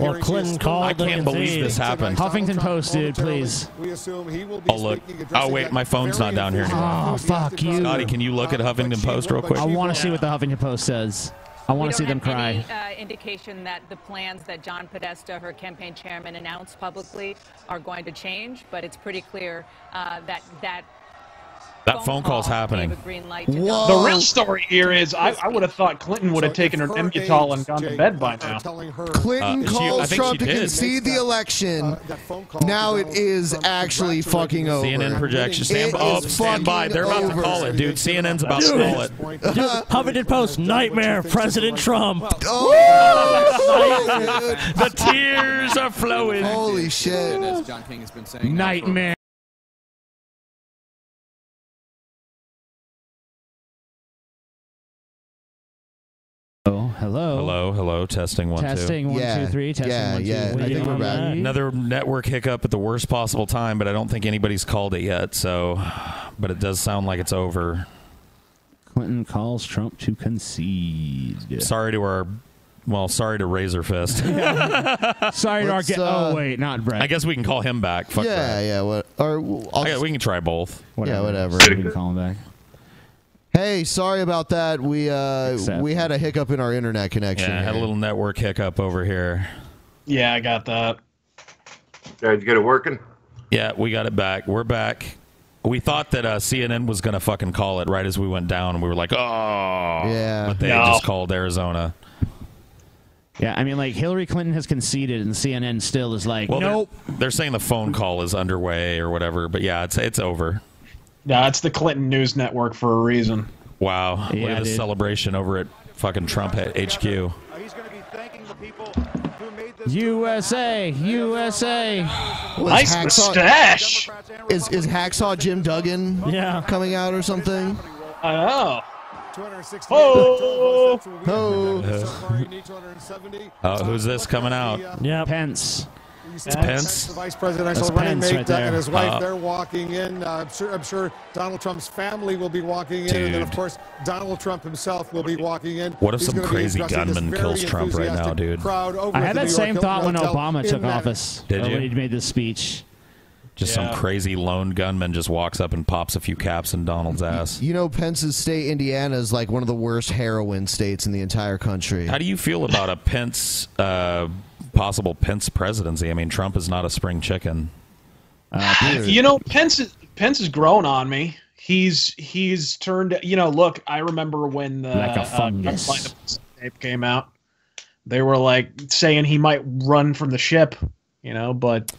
S3: Or Clinton called.
S4: I can't
S3: and
S4: believe
S3: said-
S4: this happened.
S3: Huffington Post, dude, please.
S7: We assume he will be
S4: Oh look! Oh wait, my phone's not down here anymore.
S3: Oh, fuck you.
S4: Scotty, can you look at Huffington Post real quick?
S3: I want to see what the Huffington Post says. I want to see them cry.
S18: Any, uh, indication that the plans that John Podesta, her campaign chairman, announced publicly are going to change, but it's pretty clear uh, that that
S4: That phone call's happening.
S18: gave a green light to Donald
S12: The
S18: Trump.
S12: real story here is I, I would have thought Clinton would have taken her Embutal and gone to bed by now.
S4: Uh,
S2: Clinton
S12: Uh, I
S2: calls
S12: think
S2: Trump
S12: she
S2: to
S12: did.
S2: concede the election. now it is actually fucking over.
S4: CNN projection. Stand,
S2: It
S4: oh,
S2: is
S4: stand by.
S2: fucking
S4: They're about
S2: over.
S4: to call it, dude. CNN's about
S6: Dude.
S4: to call it.
S6: Dude, Huffington Post nightmare, President Trump.
S4: the tears are flowing.
S2: Holy shit.
S21: As John King has been saying, uh, now for-
S3: Nightmare. Oh, hello.
S4: Hello, hello. Testing one,
S3: Testing
S4: two.
S3: one, two, three. Testing one, two, three.
S4: Another network hiccup at the worst possible time, but I don't think anybody's called it yet. So, but it does sound like it's over.
S3: Clinton calls Trump to concede.
S4: Sorry to our, well, sorry to Razor Fist.
S3: Sorry to our.
S2: Let's,
S3: Get-
S2: uh,
S3: oh wait, not Brett.
S4: I guess we can call him back. Fuck
S2: yeah,
S4: that.
S2: yeah. What? Or well, I'll
S4: I-
S2: just-
S4: we can try both.
S2: Yeah, whatever.
S4: See if we can
S3: call him back.
S2: hey, sorry about that. We uh,
S4: Except-
S2: we had a hiccup in our internet connection.
S4: Yeah, I had a
S2: here.
S4: little network hiccup over here.
S12: Yeah, I got that.
S28: Guys, get it working.
S4: Yeah, we got it back. We're back. We thought that uh, CNN was going to fucking call it right as we went down. We were like, oh. Yeah. But they
S3: No.
S4: just called Arizona.
S3: Yeah, I mean, like Hillary Clinton has conceded, and CNN still is like,
S4: Well,
S3: nope.
S4: they're, they're saying the phone call is underway or whatever. But yeah, it's it's over.
S12: Yeah, it's the Clinton News Network for a reason.
S4: Wow. Look
S12: Yeah,
S4: at this
S12: dude.
S4: celebration over at fucking Trump at HQ.
S3: USA, USA.
S2: is Hacksaw- Is is Hacksaw Jim Duggan? Yeah. coming out or something?
S12: I know.
S2: Oh.
S4: Uh, who's this coming out?
S3: Yeah, Pence.
S7: It's
S4: Pence?
S7: The vice presidential
S4: That's
S7: running
S4: Pence
S7: mate
S4: right
S7: Doug,
S4: there.
S7: and his wife,
S4: Uh,
S7: they're walking in. Uh, I'm, sure, I'm sure Donald Trump's family will be walking in. And then, of
S4: Dude.
S7: course, Donald Trump himself will be walking in.
S4: What if
S7: He's
S4: some
S7: gonna be
S4: crazy
S7: addressing this
S4: gunman
S7: very
S4: kills Trump right now,
S7: enthusiastic
S4: dude?
S7: crowd over
S3: I
S7: at
S3: had
S7: the
S3: that
S7: New
S3: same
S7: York
S3: thought when
S7: Hilton
S3: Obama
S7: Hotel
S3: took
S7: in Manhattan.
S3: office.
S4: Did
S3: uh,
S4: you?
S3: When he made this speech.
S4: Just
S3: Yeah.
S4: some crazy lone gunman just walks up and pops a few caps in Donald's ass.
S2: You know, Pence's state, Indiana, is like one of the worst heroin states in the entire country.
S4: How do you feel about a Pence uh, possible Pence presidency? I mean, Trump is not a spring chicken.
S3: Uh,
S12: you know, Pence is, Pence has grown on me. He's he's turned. You know, look, I remember when the
S3: Like a
S12: uh,
S3: fungus.
S12: Flight of the Conchords tape came out. They were like saying he might run from the ship. You know, but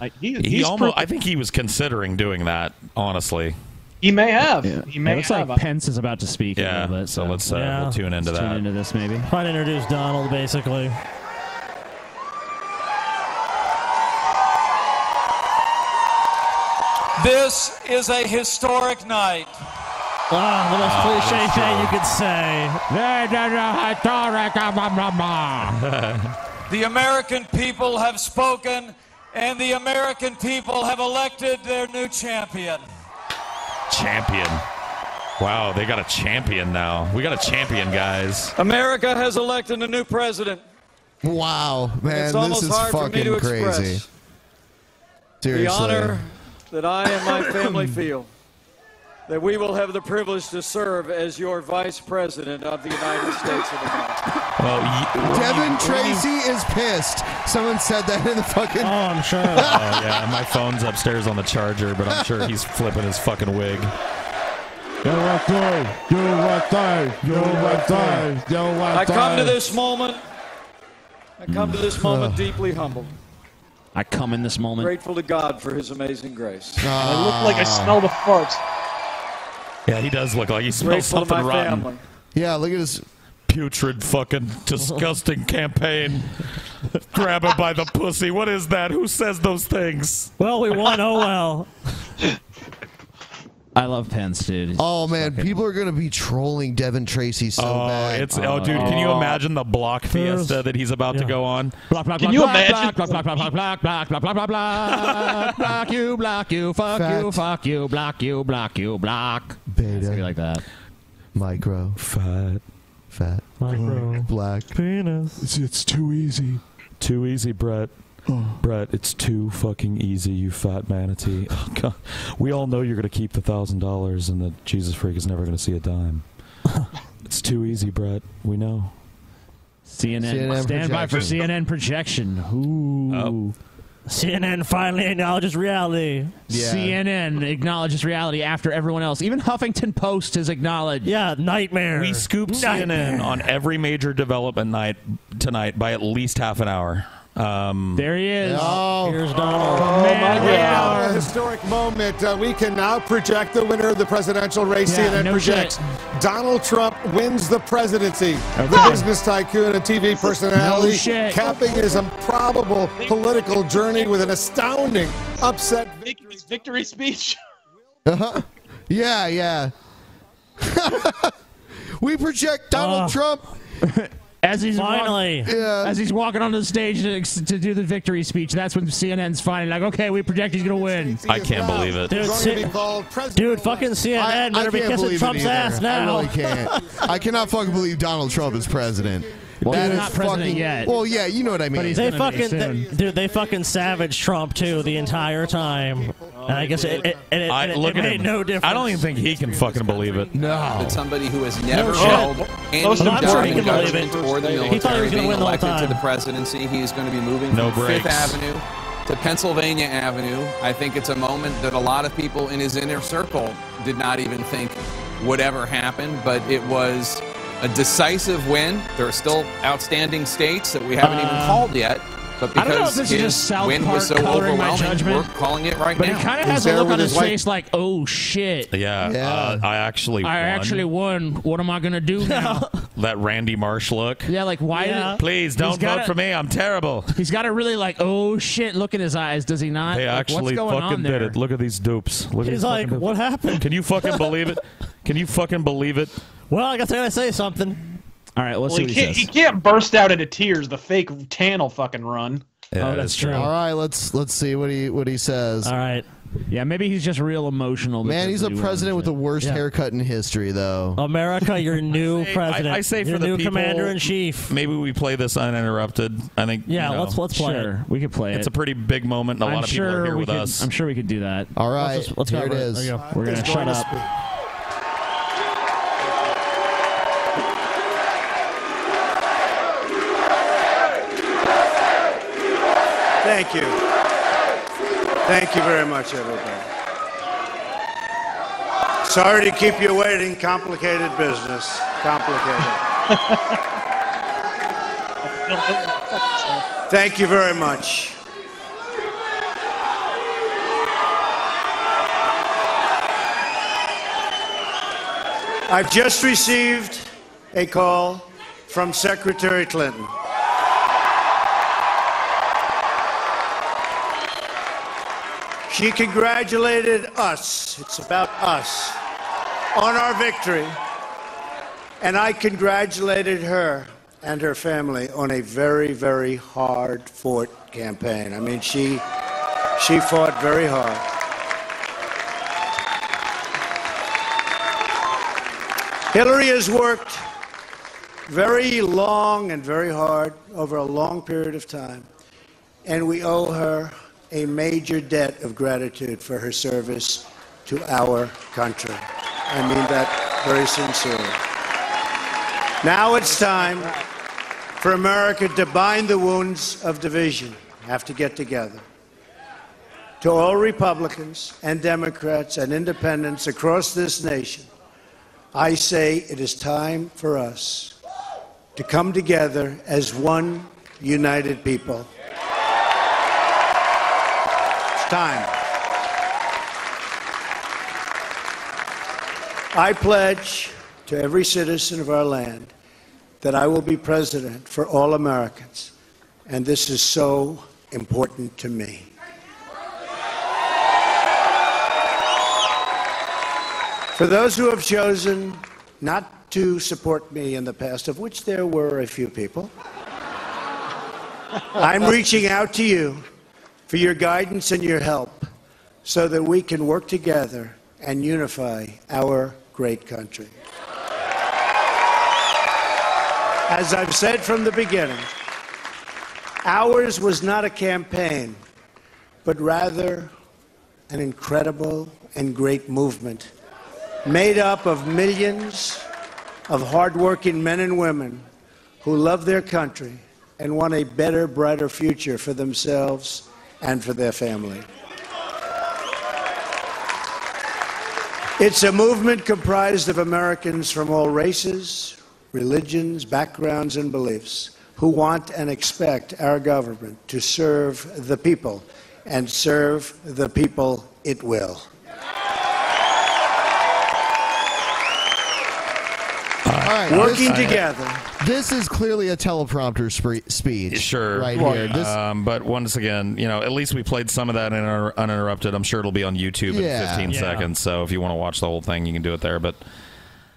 S12: like, he,
S4: he
S12: he's
S4: almost,
S12: pro-
S4: I think he was considering doing that. Honestly,
S12: he may have. He may
S3: it looks
S12: have.
S3: like Pence is about to speak.
S4: yeah. so let's uh,
S3: Yeah.
S4: we'll tune into
S3: Let's
S4: that.
S3: tune into this maybe.
S6: Trying to introduce Donald, basically.
S26: This is a historic night.
S6: Ah, the most
S26: Ah,
S6: cliche
S26: that's
S6: thing
S26: true.
S6: you could say.
S26: The American people have spoken, and the American people have elected their new champion.
S4: Champion. Wow, they got a champion now. We got a champion, guys.
S26: America has elected a new president.
S2: Wow, man,
S26: It's
S2: this
S26: almost
S2: is
S26: hard for me
S2: fucking
S26: to express.
S2: crazy. Seriously.
S26: The honor that I and my family feel that we will have the privilege to serve as your vice president of the United States of America.
S4: Well,
S2: Devin Tracy is pissed. Someone said that in the fucking. Oh,
S6: I'm sure.
S4: oh yeah, my phone's upstairs on the charger, but I'm sure he's flipping his fucking wig.
S26: I come to this moment. I come to this moment deeply humbled,
S3: I come in this moment.
S26: grateful to God for His amazing grace.
S3: I look like I smell
S12: the fart.
S4: Yeah, he does look like he smells
S26: Grateful to
S4: something
S26: my
S4: rotten.
S26: family.
S2: Yeah, look at his
S4: putrid fucking disgusting campaign. Grab her by the pussy. What is that? Who says those things?
S6: Well, we won. Oh well.
S3: I love Pence, dude.
S2: Oh man, people are gonna be trolling Devin Tracy so
S4: Oh,
S2: bad.
S4: it's oh, dude! Can you imagine the block fiesta that he's about to go on? Block, block,
S3: Can you imagine? Block, block, block, block, block, block, block, block, block, block you, block you, fuck you, fuck you, block you, block you, block.
S2: Beta.
S3: Something like that.
S2: Micro.
S4: Fat.
S2: Fat.
S3: Micro.
S2: Black.
S6: Penis.
S19: It's, it's too easy. Oh. Too easy, Brett. Brett, it's too fucking easy, you fat manatee. Oh, God. We all know you're going to keep the thousand dollars and that Jesus Freak is never going to see a dime. it's too easy, Brett. We know.
S3: CNN. Stand by for CNN projection. Ooh.
S4: Oh.
S6: CNN finally acknowledges reality.
S3: CNN acknowledges reality after everyone else. Even Huffington Post has acknowledged.
S6: Yeah, nightmare.
S4: We scoop CNN on every major development night tonight by at least half an hour. Um,
S3: there he is.
S7: Oh,
S6: here's Donald. Oh,
S7: my God. A historic moment. Uh, we can now project the winner of the presidential race.
S3: Yeah,
S7: CNN
S3: no
S7: projects Donald Trump wins the presidency. The
S3: Okay.
S7: business tycoon and TV personality
S3: No shit.
S7: capping his improbable political journey with an astounding upset
S12: victory. Victory speech.
S2: Uh-huh. Yeah, yeah. we project Donald
S6: Uh,
S2: Trump.
S3: As he's walk-
S2: Finally. Yeah.
S3: as he's walking onto the stage to, to do the victory speech, that's when CNN's finally like, okay, we project he's gonna win.
S4: I can't believe it.
S6: Dude, si- dude fucking CNN better be kissing Trump's
S2: either.
S6: ass now.
S2: I really can't. I cannot fucking believe Donald Trump is president.
S6: Well,
S2: That
S6: he's
S2: is
S6: not president
S2: fucking,
S6: yet.
S2: Well, yeah, you know what I mean.
S6: they fucking, they- dude, they fucking savage Trump too the entire time. and I guess it, it, and it, and it, it made no difference.
S4: I don't even think he can fucking believe it.
S21: No. That somebody who has never
S4: shit.
S21: held any
S4: Most
S21: job
S4: important
S21: in
S4: can believe
S21: government
S4: it.
S21: or the
S4: He thought he
S21: military,
S4: was gonna
S21: being
S4: win the whole
S21: elected to
S4: time.
S21: the presidency, he is going to be moving
S4: No
S21: from Fifth
S4: breaks.
S21: Avenue to Pennsylvania Avenue. I think it's a moment that a lot of people in his inner circle did not even think would ever happen, but it was a decisive win. There are still outstanding states that we haven't even
S3: Uh,
S21: called yet. But
S3: I don't know
S21: because
S3: if this is
S21: his
S3: just South
S21: win was so
S3: Park coloring my
S21: overwhelming,
S3: judgment,
S21: we're calling it right
S3: but
S21: now.
S3: he kind of has a look on his face like, oh shit.
S4: Yeah, Uh, I actually
S3: I
S4: won.
S3: actually won. What am I gonna do now?
S4: that Randy Marsh look.
S3: yeah, like why?
S4: Yeah.
S3: did-
S4: Please
S3: He's
S4: don't
S3: got
S4: vote
S3: a-
S4: for me. I'm terrible.
S3: He's got a really like, oh shit, look in his eyes. Does he not?
S4: They
S3: Like,
S4: actually
S3: what's going
S4: fucking
S3: on
S4: did
S3: there?
S4: it. Look at these dupes. Look at
S3: He's
S4: these fucking
S3: like,
S4: dupes.
S3: "What
S4: happened? Can you fucking believe it? Can you fucking believe it?
S6: Well, I guess I gotta say something.
S4: All right,
S12: Well, he, can't, he can't burst out into tears. The fake tan will fucking run.
S6: Oh,
S2: All right, let's let's see what he what he says. All
S6: right.
S3: Yeah, maybe he's just real emotional.
S2: Man, he's
S3: because
S2: a
S3: he won
S2: president with the worst
S3: Yeah.
S2: haircut in history, though.
S6: America, your new president.
S4: I, I say
S6: your
S4: for the
S6: new
S4: people,
S6: commander in chief.
S4: Maybe we play this uninterrupted. I think.
S6: Yeah,
S4: you know,
S6: let's- let's play it. Sure,
S4: we could play It's
S6: it.
S4: a pretty big moment, and a lot of people are here
S3: we
S4: with
S3: could,
S4: us.
S3: I'm sure we could do that.
S2: All
S4: right,
S3: let's, just- let's
S4: here
S3: go.
S4: it is.
S3: There you go. We're
S4: Is
S3: gonna
S4: going
S3: shut
S4: to
S3: up.
S5: Thank you. Thank you very much, everybody. Sorry to keep you waiting. Complicated business. Complicated. Thank you very much. I've just received a call from Secretary Clinton. She congratulated us, it's about us, on our victory. And I congratulated her and her family on a very, very hard fought campaign. I mean, she, she fought very hard. Hillary has worked very long and very hard over a long period of time, and we owe her a major debt of gratitude for her service to our country. I mean that very sincerely. Now it's time for America to bind the wounds of division, have to get together. To all Republicans and Democrats and independents across this nation, I say it is time for us to come together as one united people. It's time. I pledge to every citizen of our land that I will be president for all Americans, and this is so important to me. For those who have chosen not to support me in the past, of which there were a few people, I'm reaching out to you for your guidance and your help so that we can work together and unify our great country. As I've said from the beginning, ours was not a campaign, but rather an incredible and great movement made up of millions of hardworking men and women who love their country and want a better, brighter future for themselves and for their family. It's a movement comprised of Americans from all races, religions, backgrounds, and beliefs who want and expect our government to serve the people and serve the people it will.
S2: All right,
S5: Working together.
S2: This is clearly a teleprompter spre- speech.
S4: Sure.
S2: right here. This,
S4: Um, but once again, you know, at least we played some of that in our uninterrupted. I'm sure it'll be on YouTube
S2: Yeah.
S4: in 15
S2: Yeah.
S4: seconds. So if you want to watch the whole thing, you can do it there. But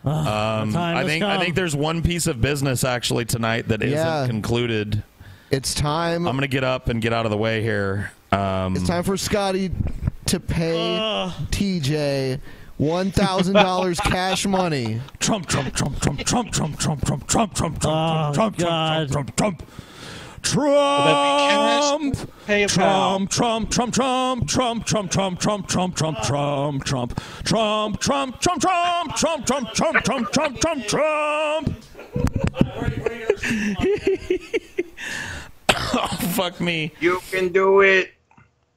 S4: um,
S2: Ah, time
S4: I
S2: has
S4: think I
S2: come.
S4: think there's one piece of business actually tonight that
S2: Yeah.
S4: not concluded.
S2: It's time.
S4: I'm gonna get up and get out of the way here. Um,
S2: it's time for Scotty to pay TJ one thousand dollars cash money.
S11: Trump, Trump, Trump, Trump, Trump, Trump, Trump, Trump, Trump, Trump, Trump, Trump, Trump, Trump, Trump, Trump, Trump,
S15: Trump,
S29: pay a
S15: Trump, Trump, Trump, Trump, Trump, Trump, Trump, Trump, Trump, Trump, Trump, Trump, Trump, Trump, Trump, Trump, Trump, Trump, Trump, Trump, Trump, Trump, Trump.
S4: oh fuck me!
S28: You can do it.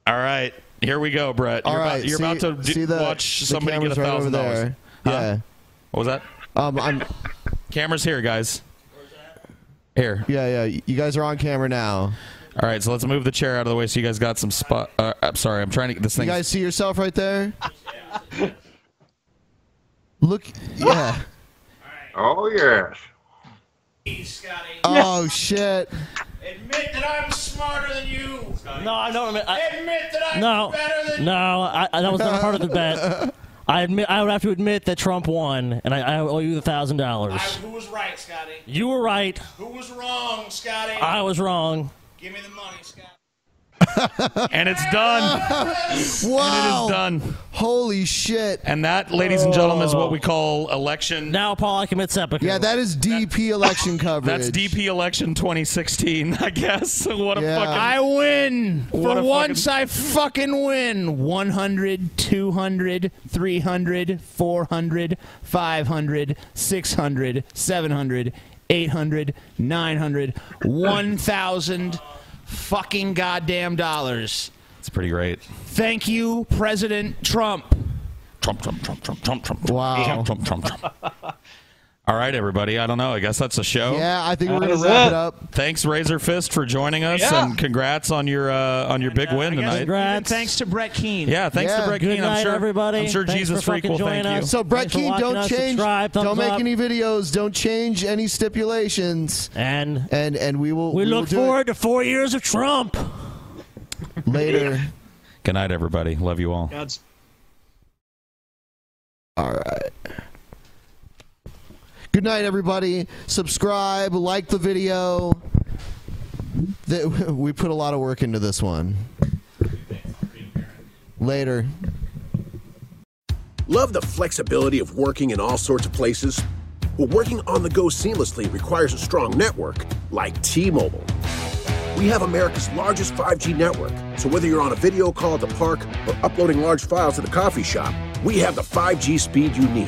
S4: All right, here we go, Brett.
S2: All
S4: you're
S2: right,
S4: about, you're
S2: see-
S4: about to do-
S2: see the-
S4: watch
S2: the
S4: somebody get a
S2: camera's right over
S4: thousand dollars.
S2: there. Yeah.
S4: What was that?
S2: Um, I'm.
S4: Camera's here, guys. Here.
S2: Yeah, yeah. You guys are on camera now.
S4: All right, so let's move the chair out of the way so you guys got some spot. Uh, I'm sorry, I'm trying to get this
S2: You
S4: thing.
S2: guys see yourself right there? Look, yeah.
S28: Oh yes.
S2: Oh shit.
S30: Admit that I'm smarter than you.
S6: No, I don't admit. I,
S30: admit that I'm
S6: no,
S30: better than
S6: no, I, I- that was not part of the bet. I admit, I would have to admit that Trump won, and I, I owe you the thousand dollars.
S30: Who was right, Scotty?
S6: You were right.
S30: Who was wrong, Scotty?
S6: I was wrong.
S30: Give me the money, Scotty.
S4: and it's done.
S2: Wow.
S4: And it is done.
S2: Holy shit.
S4: And that, ladies and gentlemen, is what we call election.
S6: Now, Paul, I commit sepulchre.
S2: Yeah, that is DP election coverage.
S4: That's DP election 2016, I guess. What a fucking.
S3: I win.
S4: What
S3: For
S4: a
S3: once, I fucking win. 100, 200, 300, 400, 500, 600, 700, 800, 900, 1,000 fucking goddamn dollars.
S4: It's pretty great.
S3: Thank you, President Trump.
S4: Trump, Trump, Trump, Trump, Trump, Trump.
S2: Wow.
S4: Trump, Trump, Trump, Trump. All right, everybody. I don't know. I guess that's the show.
S2: Yeah, I think we're
S4: That
S2: gonna
S4: is
S2: wrap it up.
S4: Thanks, Razor Fist, for joining us,
S3: Yeah.
S4: and congrats on your uh, on your big win tonight.
S3: And thanks to Brett Keene.
S4: Yeah, thanks to Brett Keene. I'm sure I'm sure Jesus Freak will thank you.
S2: So Brett
S6: Thanks for
S2: Keane,
S6: watching
S2: don't
S6: us.
S2: change,
S6: Subscribe, thumbs
S2: don't make
S6: up.
S2: any videos, don't change any stipulations,
S6: and
S2: and and we will.
S6: We,
S2: will
S6: look
S2: do it.
S6: forward to four years of Trump.
S2: later.
S4: Good night, everybody. Love you all.
S29: God's
S2: All right. Good night, everybody. Subscribe, like the video. That we put a lot of work into this one. Later.
S31: Love the flexibility of working in all sorts of places? Well, working on the go seamlessly requires a strong network like T Mobile. We have America's largest 5G network, so whether you're on a video call at the park or uploading large files at the coffee shop, we have the 5G speed you need.